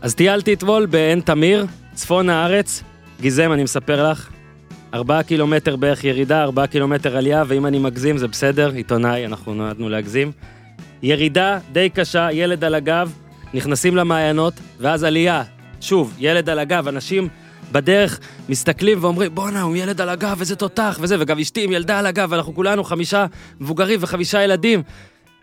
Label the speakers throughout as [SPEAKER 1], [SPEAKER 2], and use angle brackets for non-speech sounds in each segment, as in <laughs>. [SPEAKER 1] אז טיילתי אתמול בעין תמיר, צפון הארץ. גיזם, אני מספר לך. ארבעה קילומטר בערך ירידה, ארבעה קילומטר עלייה, ואם אני מגזים זה בסדר, עיתונאי, אנחנו נועדנו להגזים. ירידה די קשה, ילד על הגב, נכנסים למעיינות, ואז עלייה, שוב, ילד על הגב, אנשים בדרך מסתכלים ואומרים, בואנה, הוא ילד על הגב, איזה תותח, וזה, וגם אשתי עם ילדה על הגב, אנחנו כולנו חמישה מבוגרים וחמישה ילדים.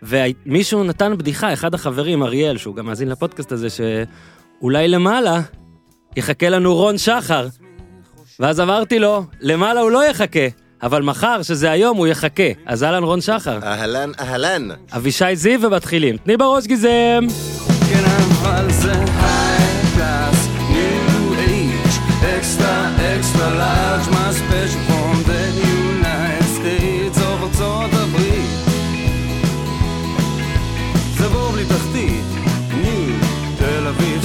[SPEAKER 1] ומישהו נתן בדיחה, אחד החברים, אריאל, שהוא גם מאזין לפודקאסט הזה, שאולי למעלה יחכה לנו רון שחר. ואז אמרתי לו, למעלה הוא לא יחכה, אבל מחר, שזה היום, הוא יחכה. אז אהלן רון שחר.
[SPEAKER 2] אהלן, אהלן.
[SPEAKER 1] אבישי זיו ומתחילים. תני בראש גיזם!
[SPEAKER 3] כן אבל זה היי קלאס, ניו אייג' אקסטרה אקסטרה לארג' מה ספיישל פורם דה יונייטד סטייטס אוף ארצות הברית זה בור בלי תחתית, ניו תל אביב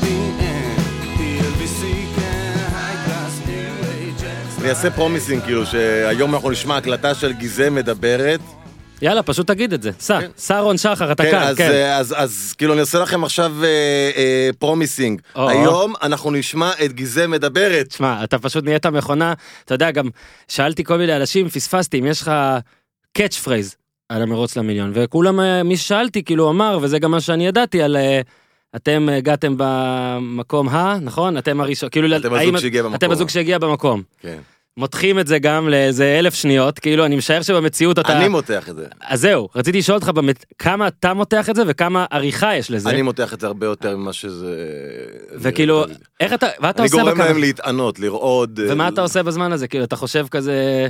[SPEAKER 3] CPN, TLBC כן היי קלאס, ניו אייג'
[SPEAKER 2] אני אעשה פרומיסינג, כאילו, שהיום אנחנו נשמע הקלטה של גיזם מדברת.
[SPEAKER 1] יאללה, פשוט תגיד את זה. סע, סע רון שחר, אתה כאן,
[SPEAKER 2] כן. אז,
[SPEAKER 1] כן.
[SPEAKER 2] אה, אז, אז כאילו אני עושה לכם עכשיו אה, אה, פרומיסינג.
[SPEAKER 1] או.
[SPEAKER 2] היום אנחנו נשמע את גיזם מדברת.
[SPEAKER 1] תשמע, אתה פשוט נהיית מכונה, אתה יודע, גם שאלתי כל מיני אנשים, פספסתי, אם יש לך קאץ' פרייז על המרוץ למיליון, וכולם, אה, מי ששאלתי, כאילו אמר, וזה גם מה שאני ידעתי, על אה, אתם אה, הגעתם במקום ה, נכון? אתם הראשון, כאילו,
[SPEAKER 2] אתם
[SPEAKER 1] האם-
[SPEAKER 2] הזוג שהגיע במקום.
[SPEAKER 1] אתם הזוג שהגיע במקום.
[SPEAKER 2] כן.
[SPEAKER 1] מותחים את זה גם לאיזה אלף שניות, כאילו, אני משער שבמציאות אתה...
[SPEAKER 2] אני מותח את זה.
[SPEAKER 1] אז זהו, רציתי לשאול אותך באמת, כמה אתה מותח את זה וכמה עריכה יש לזה.
[SPEAKER 2] אני מותח את זה הרבה יותר ממה שזה...
[SPEAKER 1] וכאילו,
[SPEAKER 2] נראה.
[SPEAKER 1] איך אתה, ואתה
[SPEAKER 2] אני
[SPEAKER 1] עושה
[SPEAKER 2] גורם
[SPEAKER 1] בכמה-
[SPEAKER 2] להם להתענות, לרעוד. אה,
[SPEAKER 1] ומה אתה עושה בזמן הזה? כאילו, אתה חושב כזה...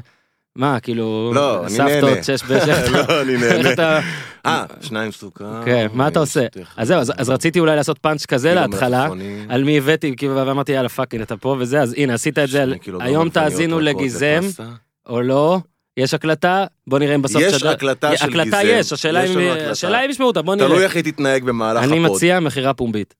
[SPEAKER 1] מה, כאילו...
[SPEAKER 2] לא, אני נהנה.
[SPEAKER 1] סבתות, שש בשש.
[SPEAKER 2] <laughs> <laughs> לא,
[SPEAKER 1] <laughs>
[SPEAKER 2] אני נהנה.
[SPEAKER 1] איך אתה...
[SPEAKER 2] אה, שניים סוכר.
[SPEAKER 1] כן, מה אתה עושה? אז זהו, אז- אז רציתי אולי לעשות פאנץ' כזה
[SPEAKER 2] קילו
[SPEAKER 1] להתחלה,
[SPEAKER 2] מלפפונים.
[SPEAKER 1] על מי הבאתי, כאילו, ואמרתי, יאללה, פאק, הנה, אתה פה וזה, אז הנה, עשית את זה. על- היום תאזינו לגיזם, או לא, יש הקלטה, בוא נראה אם בסוף...
[SPEAKER 2] יש
[SPEAKER 1] שדר-
[SPEAKER 2] הקלטה של
[SPEAKER 1] הקלטה
[SPEAKER 2] גיזם.
[SPEAKER 1] יש, השאלה
[SPEAKER 2] יש
[SPEAKER 1] אם-
[SPEAKER 2] לנו הקלטה.
[SPEAKER 1] השאלה אם ישמעו אותה, בוא נראה.
[SPEAKER 2] תלוי איך היא תתנהג במהלך הפוד.
[SPEAKER 1] אני מציע מכירה פומבית.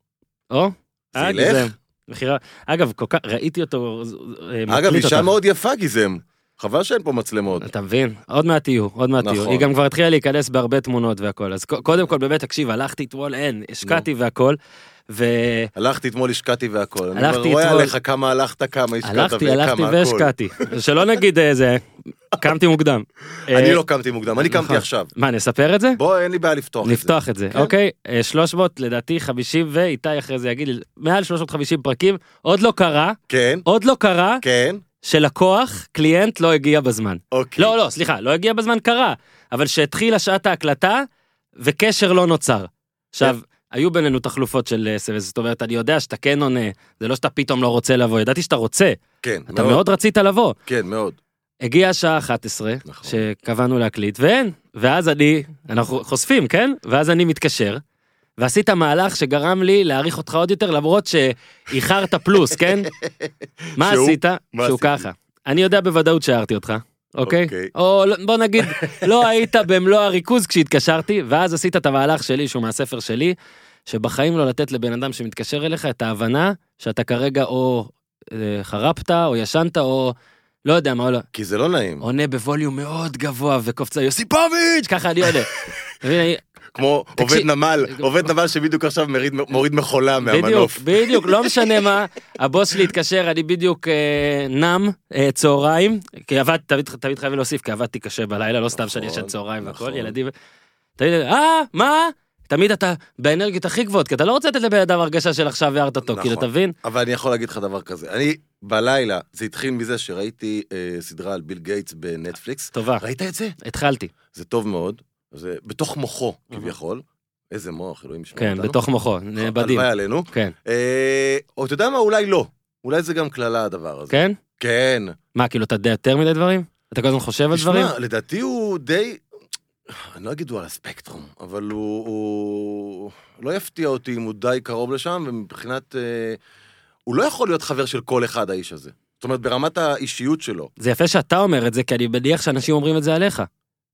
[SPEAKER 1] או?
[SPEAKER 2] זה
[SPEAKER 1] אה,
[SPEAKER 2] ילך?
[SPEAKER 1] גיזם. מכירה... אגב, כל כך... ראיתי אותו... ז- אה,
[SPEAKER 2] אגב,
[SPEAKER 1] מקליט
[SPEAKER 2] אישה
[SPEAKER 1] אותך.
[SPEAKER 2] מאוד יפה גיזם. חבל שאין פה מצלמות.
[SPEAKER 1] אתה מבין? עוד מעט יהיו, עוד מעט יהיו.
[SPEAKER 2] נכון.
[SPEAKER 1] היא גם כבר התחילה להיכנס בהרבה תמונות והכל. אז ק- קודם כל, באמת, תקשיב, הלכתי אתמול, אין, השקעתי והכל, והלכתי,
[SPEAKER 2] הלכתי אתמול, השקעתי והכל. אני
[SPEAKER 1] הלכתי
[SPEAKER 2] כבר רואה
[SPEAKER 1] אתמול-
[SPEAKER 2] עליך כמה הלכת, כמה השקעת וכמה
[SPEAKER 1] הלכתי
[SPEAKER 2] הכל.
[SPEAKER 1] והשקעתי. שלא נגיד אה, זה, קמתי מוקדם.
[SPEAKER 2] <laughs> אני
[SPEAKER 1] אה,
[SPEAKER 2] לא קמתי מוקדם, אני קמתי
[SPEAKER 1] נכון.
[SPEAKER 2] עכשיו.
[SPEAKER 1] מה, נספר את זה?
[SPEAKER 2] בוא, אין לי בעיה לפתוח את זה. כן.
[SPEAKER 1] נפתוח את זה, אוקיי? אה, 300 לדעתי 50 ואיתי אחרי זה יגיד לי, מעל 350 פרקים, עוד לא קרה,
[SPEAKER 2] כן,
[SPEAKER 1] עוד לא קרה
[SPEAKER 2] כן,
[SPEAKER 1] שלקוח, קליינט לא הגיע בזמן.
[SPEAKER 2] אוקיי.
[SPEAKER 1] לא, לא, סליחה, לא הגיע בזמן קרה, אבל שהתחילה שעת ההקלטה וקשר לא נוצר. עכשיו, היו בינינו תחלופות של סמס, זאת אומרת, אני יודע שאתה כן עונה, זה לא שאתה פתאום לא רוצה לבוא, ידעתי שאתה רוצה,
[SPEAKER 2] כן,
[SPEAKER 1] אתה מאוד רצית לבוא.
[SPEAKER 2] כן, מאוד.
[SPEAKER 1] הגיעה השעה 11,
[SPEAKER 2] נכון.
[SPEAKER 1] שקבענו להקליט, ואין. ואז אני, אנחנו חושפים, כן? ואז אני מתקשר, ועשית מהלך שגרם לי להעריך אותך עוד יותר, למרות שאיחרת פלוס,
[SPEAKER 2] <laughs>
[SPEAKER 1] כן? מה
[SPEAKER 2] שהוא?
[SPEAKER 1] עשית?
[SPEAKER 2] מה
[SPEAKER 1] שהוא
[SPEAKER 2] עשיתי?
[SPEAKER 1] ככה. אני יודע בוודאות שהערתי אותך, אוקיי?
[SPEAKER 2] אוקיי.
[SPEAKER 1] או לא- בוא
[SPEAKER 2] <laughs>
[SPEAKER 1] נגיד, לא היית במלוא הריכוז כשהתקשרתי, ואז עשית את המהלך שלי, שהוא מהספר שלי, שבחיים לא לתת לבן אדם שמתקשר אליך את ההבנה שאתה כרגע או אה, חרפת, או ישנת, או לא יודע מה, או לא.
[SPEAKER 2] כי זה לא נעים.
[SPEAKER 1] עונה בווליום מאוד גבוה וקופצה יוסיפוביץ', ככה אני
[SPEAKER 2] <laughs>
[SPEAKER 1] עונה. ואני-
[SPEAKER 2] כמו
[SPEAKER 1] אוקיי. תקשיב-
[SPEAKER 2] עובד נמל, עובד נמל שבדיוק עכשיו מריד- מוריד מכולה
[SPEAKER 1] בדיוק,
[SPEAKER 2] מהמנוף.
[SPEAKER 1] בדיוק, לא משנה מה, הבוס שלי התקשר, אני בדיוק אה, נם, אה, צהריים, כי עבד, תמיד, תמיד חייבים להוסיף, כי עבדתי קשה בלילה, לא סתם שאני
[SPEAKER 2] נכון,
[SPEAKER 1] ישן צהריים והכל,
[SPEAKER 2] נכון.
[SPEAKER 1] ילדים, תמיד, אה, מה? תמיד אתה באנרגיות הכי גבוהות, כי אתה לא רוצה לתת לבן אדם הרגשה של עכשיו הערת אותו,
[SPEAKER 2] נכון.
[SPEAKER 1] כאילו, תבין?
[SPEAKER 2] אבל אני יכול להגיד לך דבר כזה, אני בלילה, זה התחיל מזה שראיתי אה, סדרה על ביל גייטס בנטפליקס.
[SPEAKER 1] טובה,
[SPEAKER 2] ראית את זה?
[SPEAKER 1] התחלתי,
[SPEAKER 2] זה טוב מאוד, זה בתוך מוחו כביכול. איזה מוח, אלוהים ישמע
[SPEAKER 1] כן,
[SPEAKER 2] אותנו.
[SPEAKER 1] בתוך מוחו, נאבדים,
[SPEAKER 2] הלוואי עלינו.
[SPEAKER 1] כן,
[SPEAKER 2] אה, או אתה יודע מה, אולי לא. אולי זה גם קללה הדבר הזה.
[SPEAKER 1] כן?
[SPEAKER 2] כן.
[SPEAKER 1] מה, כאילו, אתה יודע יותר מדי דברים? אתה כל הזמן חושב על דברים?
[SPEAKER 2] תשמע, לדעתי הוא די... אני לא אגיד הוא על הספקטרום, אבל הוא, הוא לא יפתיע אותי אם הוא די קרוב לשם, ומבחינת... אה, הוא לא יכול להיות חבר של כל אחד, האיש הזה. זאת אומרת, ברמת האישיות שלו.
[SPEAKER 1] זה יפה שאתה אומר את זה, כי אני מניח שאנשים אומרים את זה עליך.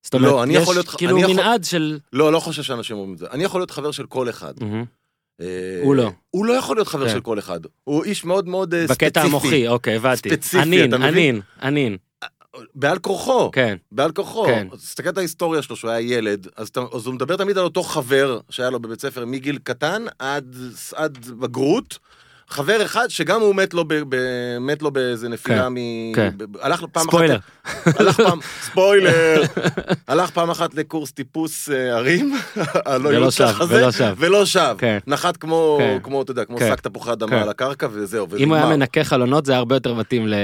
[SPEAKER 1] זאת אומרת,
[SPEAKER 2] לא, אני
[SPEAKER 1] יש
[SPEAKER 2] יכול להיות-
[SPEAKER 1] כאילו
[SPEAKER 2] אני יכול-
[SPEAKER 1] מנעד של...
[SPEAKER 2] לא, לא חושב שאנשים אומרים את זה. אני יכול להיות חבר של כל אחד. אה,
[SPEAKER 1] הוא לא.
[SPEAKER 2] הוא לא יכול להיות חבר
[SPEAKER 1] כן.
[SPEAKER 2] של כל אחד. הוא איש מאוד מאוד אה, ספציפי.
[SPEAKER 1] בקטע המוחי, אוקיי, הבנתי.
[SPEAKER 2] ספציפי,
[SPEAKER 1] אנין,
[SPEAKER 2] אתה מבין?
[SPEAKER 1] אנין, אנין.
[SPEAKER 2] בעל כורחו.
[SPEAKER 1] כן.
[SPEAKER 2] בעל כוחו.
[SPEAKER 1] כן.
[SPEAKER 2] כן. אז תסתכל על ההיסטוריה שלו, שהוא היה ילד, אז, אתה, אז הוא מדבר תמיד על אותו חבר שהיה לו בבית ספר מגיל קטן עד, עד בגרות. חבר אחד שגם הוא מת לו, ב, ב, מת לו באיזה נפילה
[SPEAKER 1] כן,
[SPEAKER 2] מ...
[SPEAKER 1] כן.
[SPEAKER 2] ב, ב- הלך פעם
[SPEAKER 1] ספוילר.
[SPEAKER 2] אחת... אה, הלך
[SPEAKER 1] <laughs>
[SPEAKER 2] פעם... ספוילר. הלך פעם אחת לקורס טיפוס אה, <laughs> הרים, הלא
[SPEAKER 1] ולא
[SPEAKER 2] יוצלח
[SPEAKER 1] שב,
[SPEAKER 2] הזה,
[SPEAKER 1] ולא שב.
[SPEAKER 2] ולא שב.
[SPEAKER 1] כן.
[SPEAKER 2] נחת כמו,
[SPEAKER 1] כן.
[SPEAKER 2] כמו, אתה יודע, כמו
[SPEAKER 1] כן.
[SPEAKER 2] שק תפוחי אדמה
[SPEAKER 1] כן.
[SPEAKER 2] על הקרקע, וזהו, ונגמר.
[SPEAKER 1] אם הוא היה מנקה חלונות זה היה הרבה יותר מתאים ל...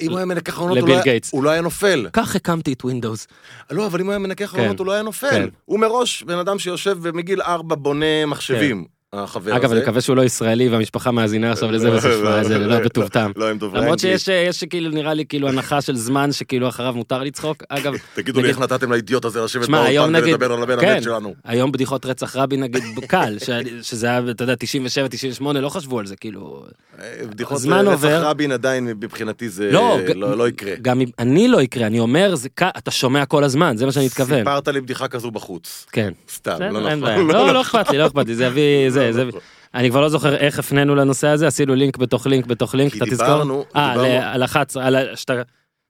[SPEAKER 2] אם הוא היה מנקה חלונות,
[SPEAKER 1] לביל
[SPEAKER 2] הוא לא היה-
[SPEAKER 1] גייטס.
[SPEAKER 2] הוא לא היה נופל.
[SPEAKER 1] כך הקמתי את ווינדוס.
[SPEAKER 2] לא, אבל אם הוא היה מנקה חלונות, הוא לא היה
[SPEAKER 1] כן.
[SPEAKER 2] נופל. הוא מראש בן אדם שיושב ומגיל ארבע בונה מחשבים, החבר הזה.
[SPEAKER 1] אגב, אני מקווה שהוא לא ישראלי והמשפחה מאזינה עכשיו
[SPEAKER 2] אה,
[SPEAKER 1] לזה וספרה את זה, לא בטוב טעם.
[SPEAKER 2] לא, הם דוברי
[SPEAKER 1] למרות
[SPEAKER 2] אנגלית.
[SPEAKER 1] שיש יש כאילו נראה לי כאילו הנחה של זמן שכאילו אחריו מותר לצחוק. אגב,
[SPEAKER 2] <laughs> תגידו לי
[SPEAKER 1] נגיד-
[SPEAKER 2] איך נתתם לאידיוט הזה לשבת
[SPEAKER 1] תשמע, היום
[SPEAKER 2] באולפן
[SPEAKER 1] נגיד,
[SPEAKER 2] ולדבר על הבן
[SPEAKER 1] כן,
[SPEAKER 2] המת שלנו.
[SPEAKER 1] היום בדיחות רצח רבין נגיד קל, ש- שזה היה, אתה יודע, 97, 98, לא חשבו על זה, כאילו...
[SPEAKER 2] אה, בדיחות
[SPEAKER 1] הזמן
[SPEAKER 2] רצח
[SPEAKER 1] עובר.
[SPEAKER 2] רבין עדיין מבחינתי זה
[SPEAKER 1] לא, ג-
[SPEAKER 2] לא לא יקרה.
[SPEAKER 1] גם אם אני לא יקרה, אני אומר, זה ק- אתה שומע כל הזמן, זה מה שאני מתכוון.
[SPEAKER 2] סיפרת לי בדיחה כזו בחוץ.
[SPEAKER 1] כן.
[SPEAKER 2] סתם,
[SPEAKER 1] בסדר,
[SPEAKER 2] לא
[SPEAKER 1] אין
[SPEAKER 2] נכון.
[SPEAKER 1] בעיה. לא, לא אכפת לי, לא אכפת לי, זה יביא, זה,
[SPEAKER 2] לא
[SPEAKER 1] זה...
[SPEAKER 2] נכון.
[SPEAKER 1] אני כבר לא זוכר איך הפנינו לנושא הזה, עשינו לינק בתוך לינק בתוך לינק,
[SPEAKER 2] כי
[SPEAKER 1] אתה תזכור?
[SPEAKER 2] דיברנו-
[SPEAKER 1] אה,
[SPEAKER 2] דיברנו-
[SPEAKER 1] ל- על אחת, על ה- שאתה...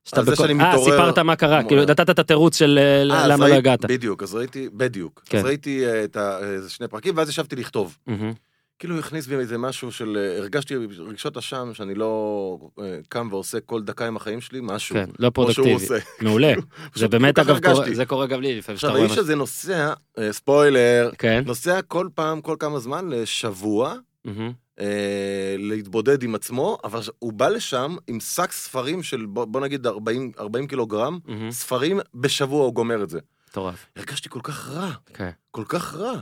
[SPEAKER 1] שאתה
[SPEAKER 2] על זה
[SPEAKER 1] בכל-
[SPEAKER 2] שאני
[SPEAKER 1] אה,
[SPEAKER 2] מתעורר-
[SPEAKER 1] סיפרת מה קרה,
[SPEAKER 2] כמו-
[SPEAKER 1] כאילו נתת את התירוץ של אה,
[SPEAKER 2] אה, אז
[SPEAKER 1] למה לא
[SPEAKER 2] ראיתי-
[SPEAKER 1] הגעת.
[SPEAKER 2] בדיוק, אז ראיתי, בדיוק.
[SPEAKER 1] כן.
[SPEAKER 2] אז ראיתי אה, את ה- אה, שני פרקים, ואז ישבתי לכתוב.
[SPEAKER 1] מהמם.
[SPEAKER 2] כאילו הוא הכניס בי איזה משהו של אה, הרגשתי רגשות אשם שאני לא אה, קם ועושה כל דקה עם החיים שלי משהו.
[SPEAKER 1] כן, לא
[SPEAKER 2] כמו שהוא
[SPEAKER 1] פרודוקטיבי.
[SPEAKER 2] עושה. <laughs>
[SPEAKER 1] מעולה. זה
[SPEAKER 2] פשוט
[SPEAKER 1] באמת
[SPEAKER 2] כל כך
[SPEAKER 1] אגב קורה,
[SPEAKER 2] הרגשתי.
[SPEAKER 1] זה קורה גם לי לפעמים שאתה
[SPEAKER 2] עכשיו
[SPEAKER 1] רואה
[SPEAKER 2] האיש
[SPEAKER 1] משהו.
[SPEAKER 2] הזה נוסע, אה, ספוילר,
[SPEAKER 1] כן.
[SPEAKER 2] נוסע כל פעם, כל כמה זמן, לשבוע,
[SPEAKER 1] מהמם.
[SPEAKER 2] אה, להתבודד עם עצמו, אבל הוא בא לשם עם שק ספרים של בוא בוא נגיד 40 40 קילוגרם,
[SPEAKER 1] מהמם.
[SPEAKER 2] ספרים, בשבוע הוא גומר את זה.
[SPEAKER 1] מטורף.
[SPEAKER 2] הרגשתי כל כך רע,
[SPEAKER 1] כן.
[SPEAKER 2] כל כך רע.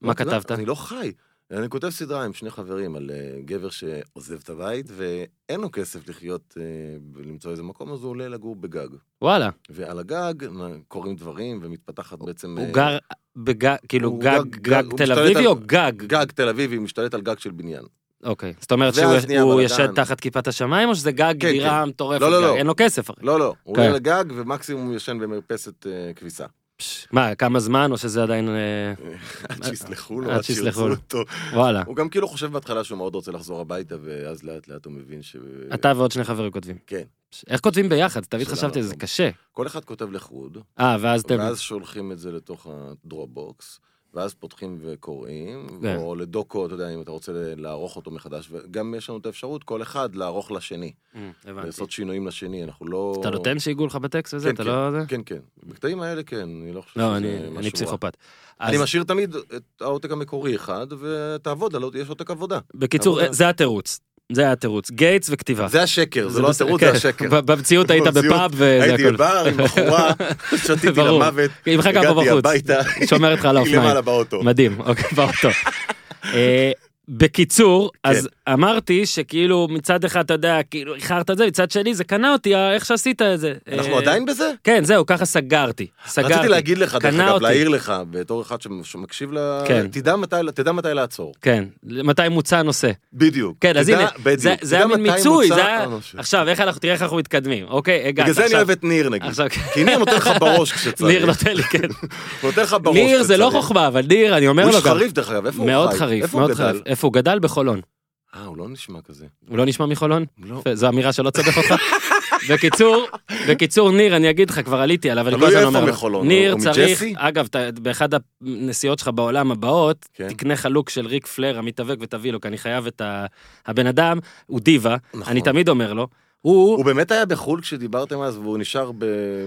[SPEAKER 1] מה
[SPEAKER 2] אתה יודע,
[SPEAKER 1] כתבת?
[SPEAKER 2] אני לא חי. אני כותב סדרה עם שני חברים על אה, גבר שעוזב את הבית ואין לו כסף לחיות, אה, ולמצוא איזה מקום, אז הוא עולה לגור בגג.
[SPEAKER 1] וואלה.
[SPEAKER 2] ועל הגג נ- קורים דברים ומתפתחת בעצם...
[SPEAKER 1] הוא
[SPEAKER 2] אה,
[SPEAKER 1] גר בגג, כאילו
[SPEAKER 2] הוא
[SPEAKER 1] גג,
[SPEAKER 2] גג-
[SPEAKER 1] גג
[SPEAKER 2] הוא
[SPEAKER 1] תל
[SPEAKER 2] משתלט
[SPEAKER 1] אביבי
[SPEAKER 2] על-
[SPEAKER 1] או גג?
[SPEAKER 2] גג תל אביבי משתלט על גג של בניין.
[SPEAKER 1] אוקיי. זאת אומרת
[SPEAKER 2] ואז נהיה
[SPEAKER 1] שהוא
[SPEAKER 2] בלאגן.
[SPEAKER 1] ישן תחת כיפת השמיים או שזה גג
[SPEAKER 2] כן,
[SPEAKER 1] דירה מטורפת?
[SPEAKER 2] לא, לא,
[SPEAKER 1] גג?
[SPEAKER 2] לא.
[SPEAKER 1] אין לו כסף. אחי.
[SPEAKER 2] לא, לא, הוא
[SPEAKER 1] כן.
[SPEAKER 2] עולה לגג ומקסימום הוא ישן במרפסת אה,
[SPEAKER 1] <laughs>
[SPEAKER 2] כביסה.
[SPEAKER 1] פש, מה, כמה זמן או שזה עדיין... אה,
[SPEAKER 2] עד שיסלחו לו,
[SPEAKER 1] עד
[SPEAKER 2] עד
[SPEAKER 1] שיסלחו
[SPEAKER 2] שירצו
[SPEAKER 1] לו.
[SPEAKER 2] אותו.
[SPEAKER 1] וואלה.
[SPEAKER 2] הוא גם כאילו חושב בהתחלה שהוא מאוד רוצה לחזור הביתה, ואז לאט לאט הוא מבין ש...
[SPEAKER 1] אתה ועוד שני חברים כותבים.
[SPEAKER 2] כן.
[SPEAKER 1] פש, איך כותבים ביחד? תמיד
[SPEAKER 2] שאלה
[SPEAKER 1] חשבתי על זה
[SPEAKER 2] טובה.
[SPEAKER 1] קשה.
[SPEAKER 2] כל אחד כותב לחוד,
[SPEAKER 1] אה, ואז אתם...
[SPEAKER 2] ואז שולחים את זה לתוך הדרופבוקס, ואז פותחים וקוראים,
[SPEAKER 1] כן.
[SPEAKER 2] או לדוקו, אתה יודע, אם אתה רוצה לערוך אותו מחדש, וגם יש לנו את האפשרות, כל אחד, לערוך לשני.
[SPEAKER 1] אמ, הבנתי.
[SPEAKER 2] לעשות שינויים לשני, אנחנו לא...
[SPEAKER 1] אתה נותן שיגעו לך בטקסט וזה?
[SPEAKER 2] כן,
[SPEAKER 1] אתה לא... זה?
[SPEAKER 2] כן, כן. בקטעים האלה כן, אני לא חושב
[SPEAKER 1] לא,
[SPEAKER 2] שזה
[SPEAKER 1] אני-
[SPEAKER 2] משהו
[SPEAKER 1] אני
[SPEAKER 2] רע.
[SPEAKER 1] פסיכופת.
[SPEAKER 2] אני
[SPEAKER 1] אז-
[SPEAKER 2] משאיר תמיד את העותק המקורי אחד, ותעבוד, על עוד- יש עותק עבודה.
[SPEAKER 1] בקיצור,
[SPEAKER 2] עבודה.
[SPEAKER 1] זה התירוץ. זה התירוץ. גייטס וכתיבה.
[SPEAKER 2] זה השקר, זה לא
[SPEAKER 1] אה. בסדר,
[SPEAKER 2] התירוץ,
[SPEAKER 1] כן. <laughs>
[SPEAKER 2] זה השקר.
[SPEAKER 1] ב- במציאות היית
[SPEAKER 2] במציאות
[SPEAKER 1] בפאב אה, וזה
[SPEAKER 2] הייתי
[SPEAKER 1] הכול.
[SPEAKER 2] בבר עם בחורה,
[SPEAKER 1] <laughs>
[SPEAKER 2] שתיתי
[SPEAKER 1] ברור.
[SPEAKER 2] למוות,
[SPEAKER 1] היא מחכה פה
[SPEAKER 2] הגעתי
[SPEAKER 1] בחוץ.
[SPEAKER 2] הביתה,
[SPEAKER 1] שומרת לך על
[SPEAKER 2] היא
[SPEAKER 1] האופניים.
[SPEAKER 2] למעלה באוטו.
[SPEAKER 1] מדהים, אוקיי, באוטו.
[SPEAKER 2] <laughs>
[SPEAKER 1] אה, בקיצור,
[SPEAKER 2] כן.
[SPEAKER 1] אז אמרתי שכאילו מצד אחד אתה יודע, כאילו איחרת את זה, מצד שני זה קנה אותי אה, איך שעשית את זה.
[SPEAKER 2] אנחנו
[SPEAKER 1] אה,
[SPEAKER 2] עדיין בזה?
[SPEAKER 1] כן, זהו, ככה סגרתי. סגרתי.
[SPEAKER 2] רציתי להגיד לך, דרך
[SPEAKER 1] קנה
[SPEAKER 2] אגב,
[SPEAKER 1] אותי.
[SPEAKER 2] להעיר לך, בתור אחד שמקשיב ל...
[SPEAKER 1] כן.
[SPEAKER 2] תדע מתי- תדע מתי לעצור.
[SPEAKER 1] כן, מתי מוצא הנושא.
[SPEAKER 2] בדיוק.
[SPEAKER 1] כן, אז
[SPEAKER 2] תדע-
[SPEAKER 1] הנה,
[SPEAKER 2] בדיוק.
[SPEAKER 1] זה- זה
[SPEAKER 2] תדע
[SPEAKER 1] היה מין
[SPEAKER 2] מתי
[SPEAKER 1] מיצוי,
[SPEAKER 2] מוצא
[SPEAKER 1] זה היה...
[SPEAKER 2] הנושא.
[SPEAKER 1] עכשיו, איך אנחנו, תראה איך אנחנו מתקדמים. אוקיי, הגעת.
[SPEAKER 2] בגלל זה אני
[SPEAKER 1] עכשיו-
[SPEAKER 2] אוהב את ניר נגיד.
[SPEAKER 1] עכשיו, כן.
[SPEAKER 2] כי ניר נותן לך בראש
[SPEAKER 1] <laughs>
[SPEAKER 2] כשצריך.
[SPEAKER 1] ניר נותן לי, כן.
[SPEAKER 2] הוא נותן לך בראש
[SPEAKER 1] ניר זה לא
[SPEAKER 2] כשצריך.
[SPEAKER 1] חוכמה, אבל ניר, אני אומר
[SPEAKER 2] הוא
[SPEAKER 1] לו
[SPEAKER 2] איש
[SPEAKER 1] גם.
[SPEAKER 2] חריף דרך אגב, איפה הוא חי?
[SPEAKER 1] מאוד חריף,
[SPEAKER 2] איפה הוא
[SPEAKER 1] מאוד
[SPEAKER 2] גדל?
[SPEAKER 1] חריף. איפה הוא גדל? בחולון.
[SPEAKER 2] אה, הוא לא נשמע כזה.
[SPEAKER 1] הוא לא נשמע מחולון?
[SPEAKER 2] לא.
[SPEAKER 1] יפה, זו אמירה שלא צדק
[SPEAKER 2] <laughs>
[SPEAKER 1] אותך. בקיצור, בקיצור, ניר, אני אגיד לך, כבר עליתי עליו, אני כל
[SPEAKER 2] תלוי
[SPEAKER 1] הזמן
[SPEAKER 2] לא איפה
[SPEAKER 1] אומר, לך.
[SPEAKER 2] מחולון,
[SPEAKER 1] ניר
[SPEAKER 2] או
[SPEAKER 1] צריך,
[SPEAKER 2] מג'סי?
[SPEAKER 1] אגב, אתה- באחד הנסיעות שלך בעולם הבאות,
[SPEAKER 2] כן.
[SPEAKER 1] תקנה חלוק של ריק פלר המתאבק ותביא לו, כי אני חייב את ה... הבן אדם, הוא דיבה,
[SPEAKER 2] נכון.
[SPEAKER 1] אני תמיד אומר לו, הוא,
[SPEAKER 2] הוא באמת היה בחו"ל כשדיברתם אז, והוא נשאר ב...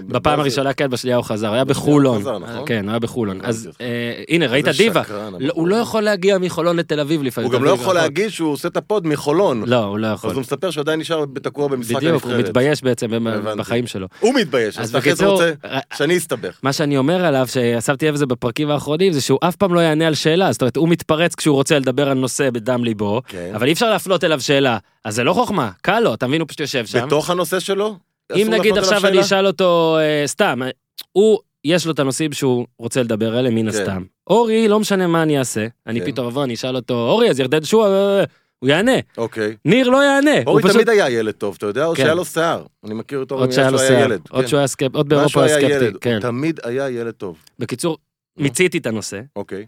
[SPEAKER 1] בפעם
[SPEAKER 2] בבאזל.
[SPEAKER 1] הראשונה, כן, בשנייה הוא חזר, הוא היה
[SPEAKER 2] בשנייה הוא
[SPEAKER 1] בחולון.
[SPEAKER 2] חזר, נכון?
[SPEAKER 1] כן, הוא היה בחולון.
[SPEAKER 2] הבנתי
[SPEAKER 1] אז
[SPEAKER 2] אותך.
[SPEAKER 1] אה, הנה, ראית
[SPEAKER 2] איזה
[SPEAKER 1] דיבה.
[SPEAKER 2] שקרן,
[SPEAKER 1] לא- הוא לא יכול להגיע מחולון לתל אביב לפעמים.
[SPEAKER 2] הוא גם
[SPEAKER 1] תל
[SPEAKER 2] לא
[SPEAKER 1] אביב
[SPEAKER 2] יכול
[SPEAKER 1] רחוק.
[SPEAKER 2] להגיד שהוא עושה את הפוד מחולון.
[SPEAKER 1] לא, הוא לא
[SPEAKER 2] אז
[SPEAKER 1] יכול.
[SPEAKER 2] הוא מספר שהוא עדיין נשאר תקוע במשחק הנבחרת.
[SPEAKER 1] בדיוק, הוא מתבייש בעצם במ-
[SPEAKER 2] הבנתי.
[SPEAKER 1] בחיים שלו.
[SPEAKER 2] הוא מתבייש,
[SPEAKER 1] אז
[SPEAKER 2] אז אחרי זה
[SPEAKER 1] בקיצור,
[SPEAKER 2] רוצה שאני אסתבך.
[SPEAKER 1] מה שאני אומר עליו, ששמתי לב לזה בפרקים האחרונים, זה שהוא אף פעם לא יענה על שאלה, זאת אומרת, הוא מתפרץ כשהוא רוצה לדבר על נושא בדם ליבו,
[SPEAKER 2] כן.
[SPEAKER 1] אבל אי אפשר להפנות אליו שאלה, אז זה לא חוכמה, קל לו, אתה מבין, הוא פשוט יושב שם.
[SPEAKER 2] בתוך הנושא שלו?
[SPEAKER 1] אם
[SPEAKER 2] אסור
[SPEAKER 1] נגיד
[SPEAKER 2] להפנות אליו
[SPEAKER 1] עכשיו אני
[SPEAKER 2] שאלה?
[SPEAKER 1] אשאל אותו, אה, סתם, אה, הוא, יש לו את הנושאים שהוא רוצה לדבר עליהם, מן
[SPEAKER 2] כן.
[SPEAKER 1] הסתם. אורי, לא משנה מה אני אעשה, אני
[SPEAKER 2] כן.
[SPEAKER 1] פתאום אבוא, אני אשאל אותו, אורי, אז ירדן שועה, אה, אה, הוא יענה.
[SPEAKER 2] אוקיי.
[SPEAKER 1] ניר לא יענה. הוא
[SPEAKER 2] אורי
[SPEAKER 1] פשוט-
[SPEAKER 2] תמיד היה ילד טוב, אתה יודע? עוד
[SPEAKER 1] כן.
[SPEAKER 2] שהיה לו שיער. אני מכיר את אורי
[SPEAKER 1] עוד
[SPEAKER 2] מאז
[SPEAKER 1] שהיה לו שיער,
[SPEAKER 2] ילד.
[SPEAKER 1] עוד
[SPEAKER 2] כן.
[SPEAKER 1] שהוא היה סקפ- עוד
[SPEAKER 2] מאז
[SPEAKER 1] באירופה
[SPEAKER 2] שהוא
[SPEAKER 1] הוא
[SPEAKER 2] היה
[SPEAKER 1] היה
[SPEAKER 2] ילד.
[SPEAKER 1] סקפטי, כן.
[SPEAKER 2] הוא תמיד היה ילד טוב.
[SPEAKER 1] בקיצור,
[SPEAKER 2] נו.
[SPEAKER 1] מיציתי את הנושא.
[SPEAKER 2] אוקיי.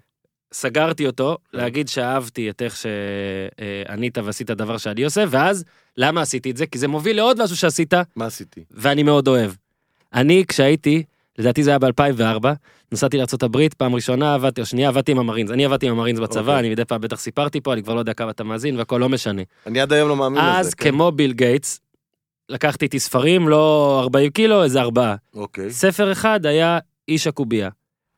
[SPEAKER 1] סגרתי אותו,
[SPEAKER 2] כן.
[SPEAKER 1] להגיד שאהבתי את איך שענית ועשית דבר שאני עושה, ואז למה עשיתי את זה? כי זה מוביל לעוד משהו שעשית,
[SPEAKER 2] מה עשיתי?
[SPEAKER 1] ואני מאוד אוהב. אני, כשהייתי, לדעתי זה היה ב-2004, נסעתי לארה"ב, פעם ראשונה עבדתי, או שנייה עבדתי עם המרינס, אני עבדתי עם המרינס בצבא,
[SPEAKER 2] אוקיי.
[SPEAKER 1] אני מדי פעם בטח סיפרתי פה, אני כבר לא יודע כמה אתה מאזין והכל לא משנה.
[SPEAKER 2] אני עד היום לא מאמין לזה.
[SPEAKER 1] אז
[SPEAKER 2] כן.
[SPEAKER 1] כמו ביל גייטס, לקחתי איתי ספרים, לא 40 קילו, איזה ארבעה.
[SPEAKER 2] אוקיי.
[SPEAKER 1] ספר אחד היה איש הקובייה.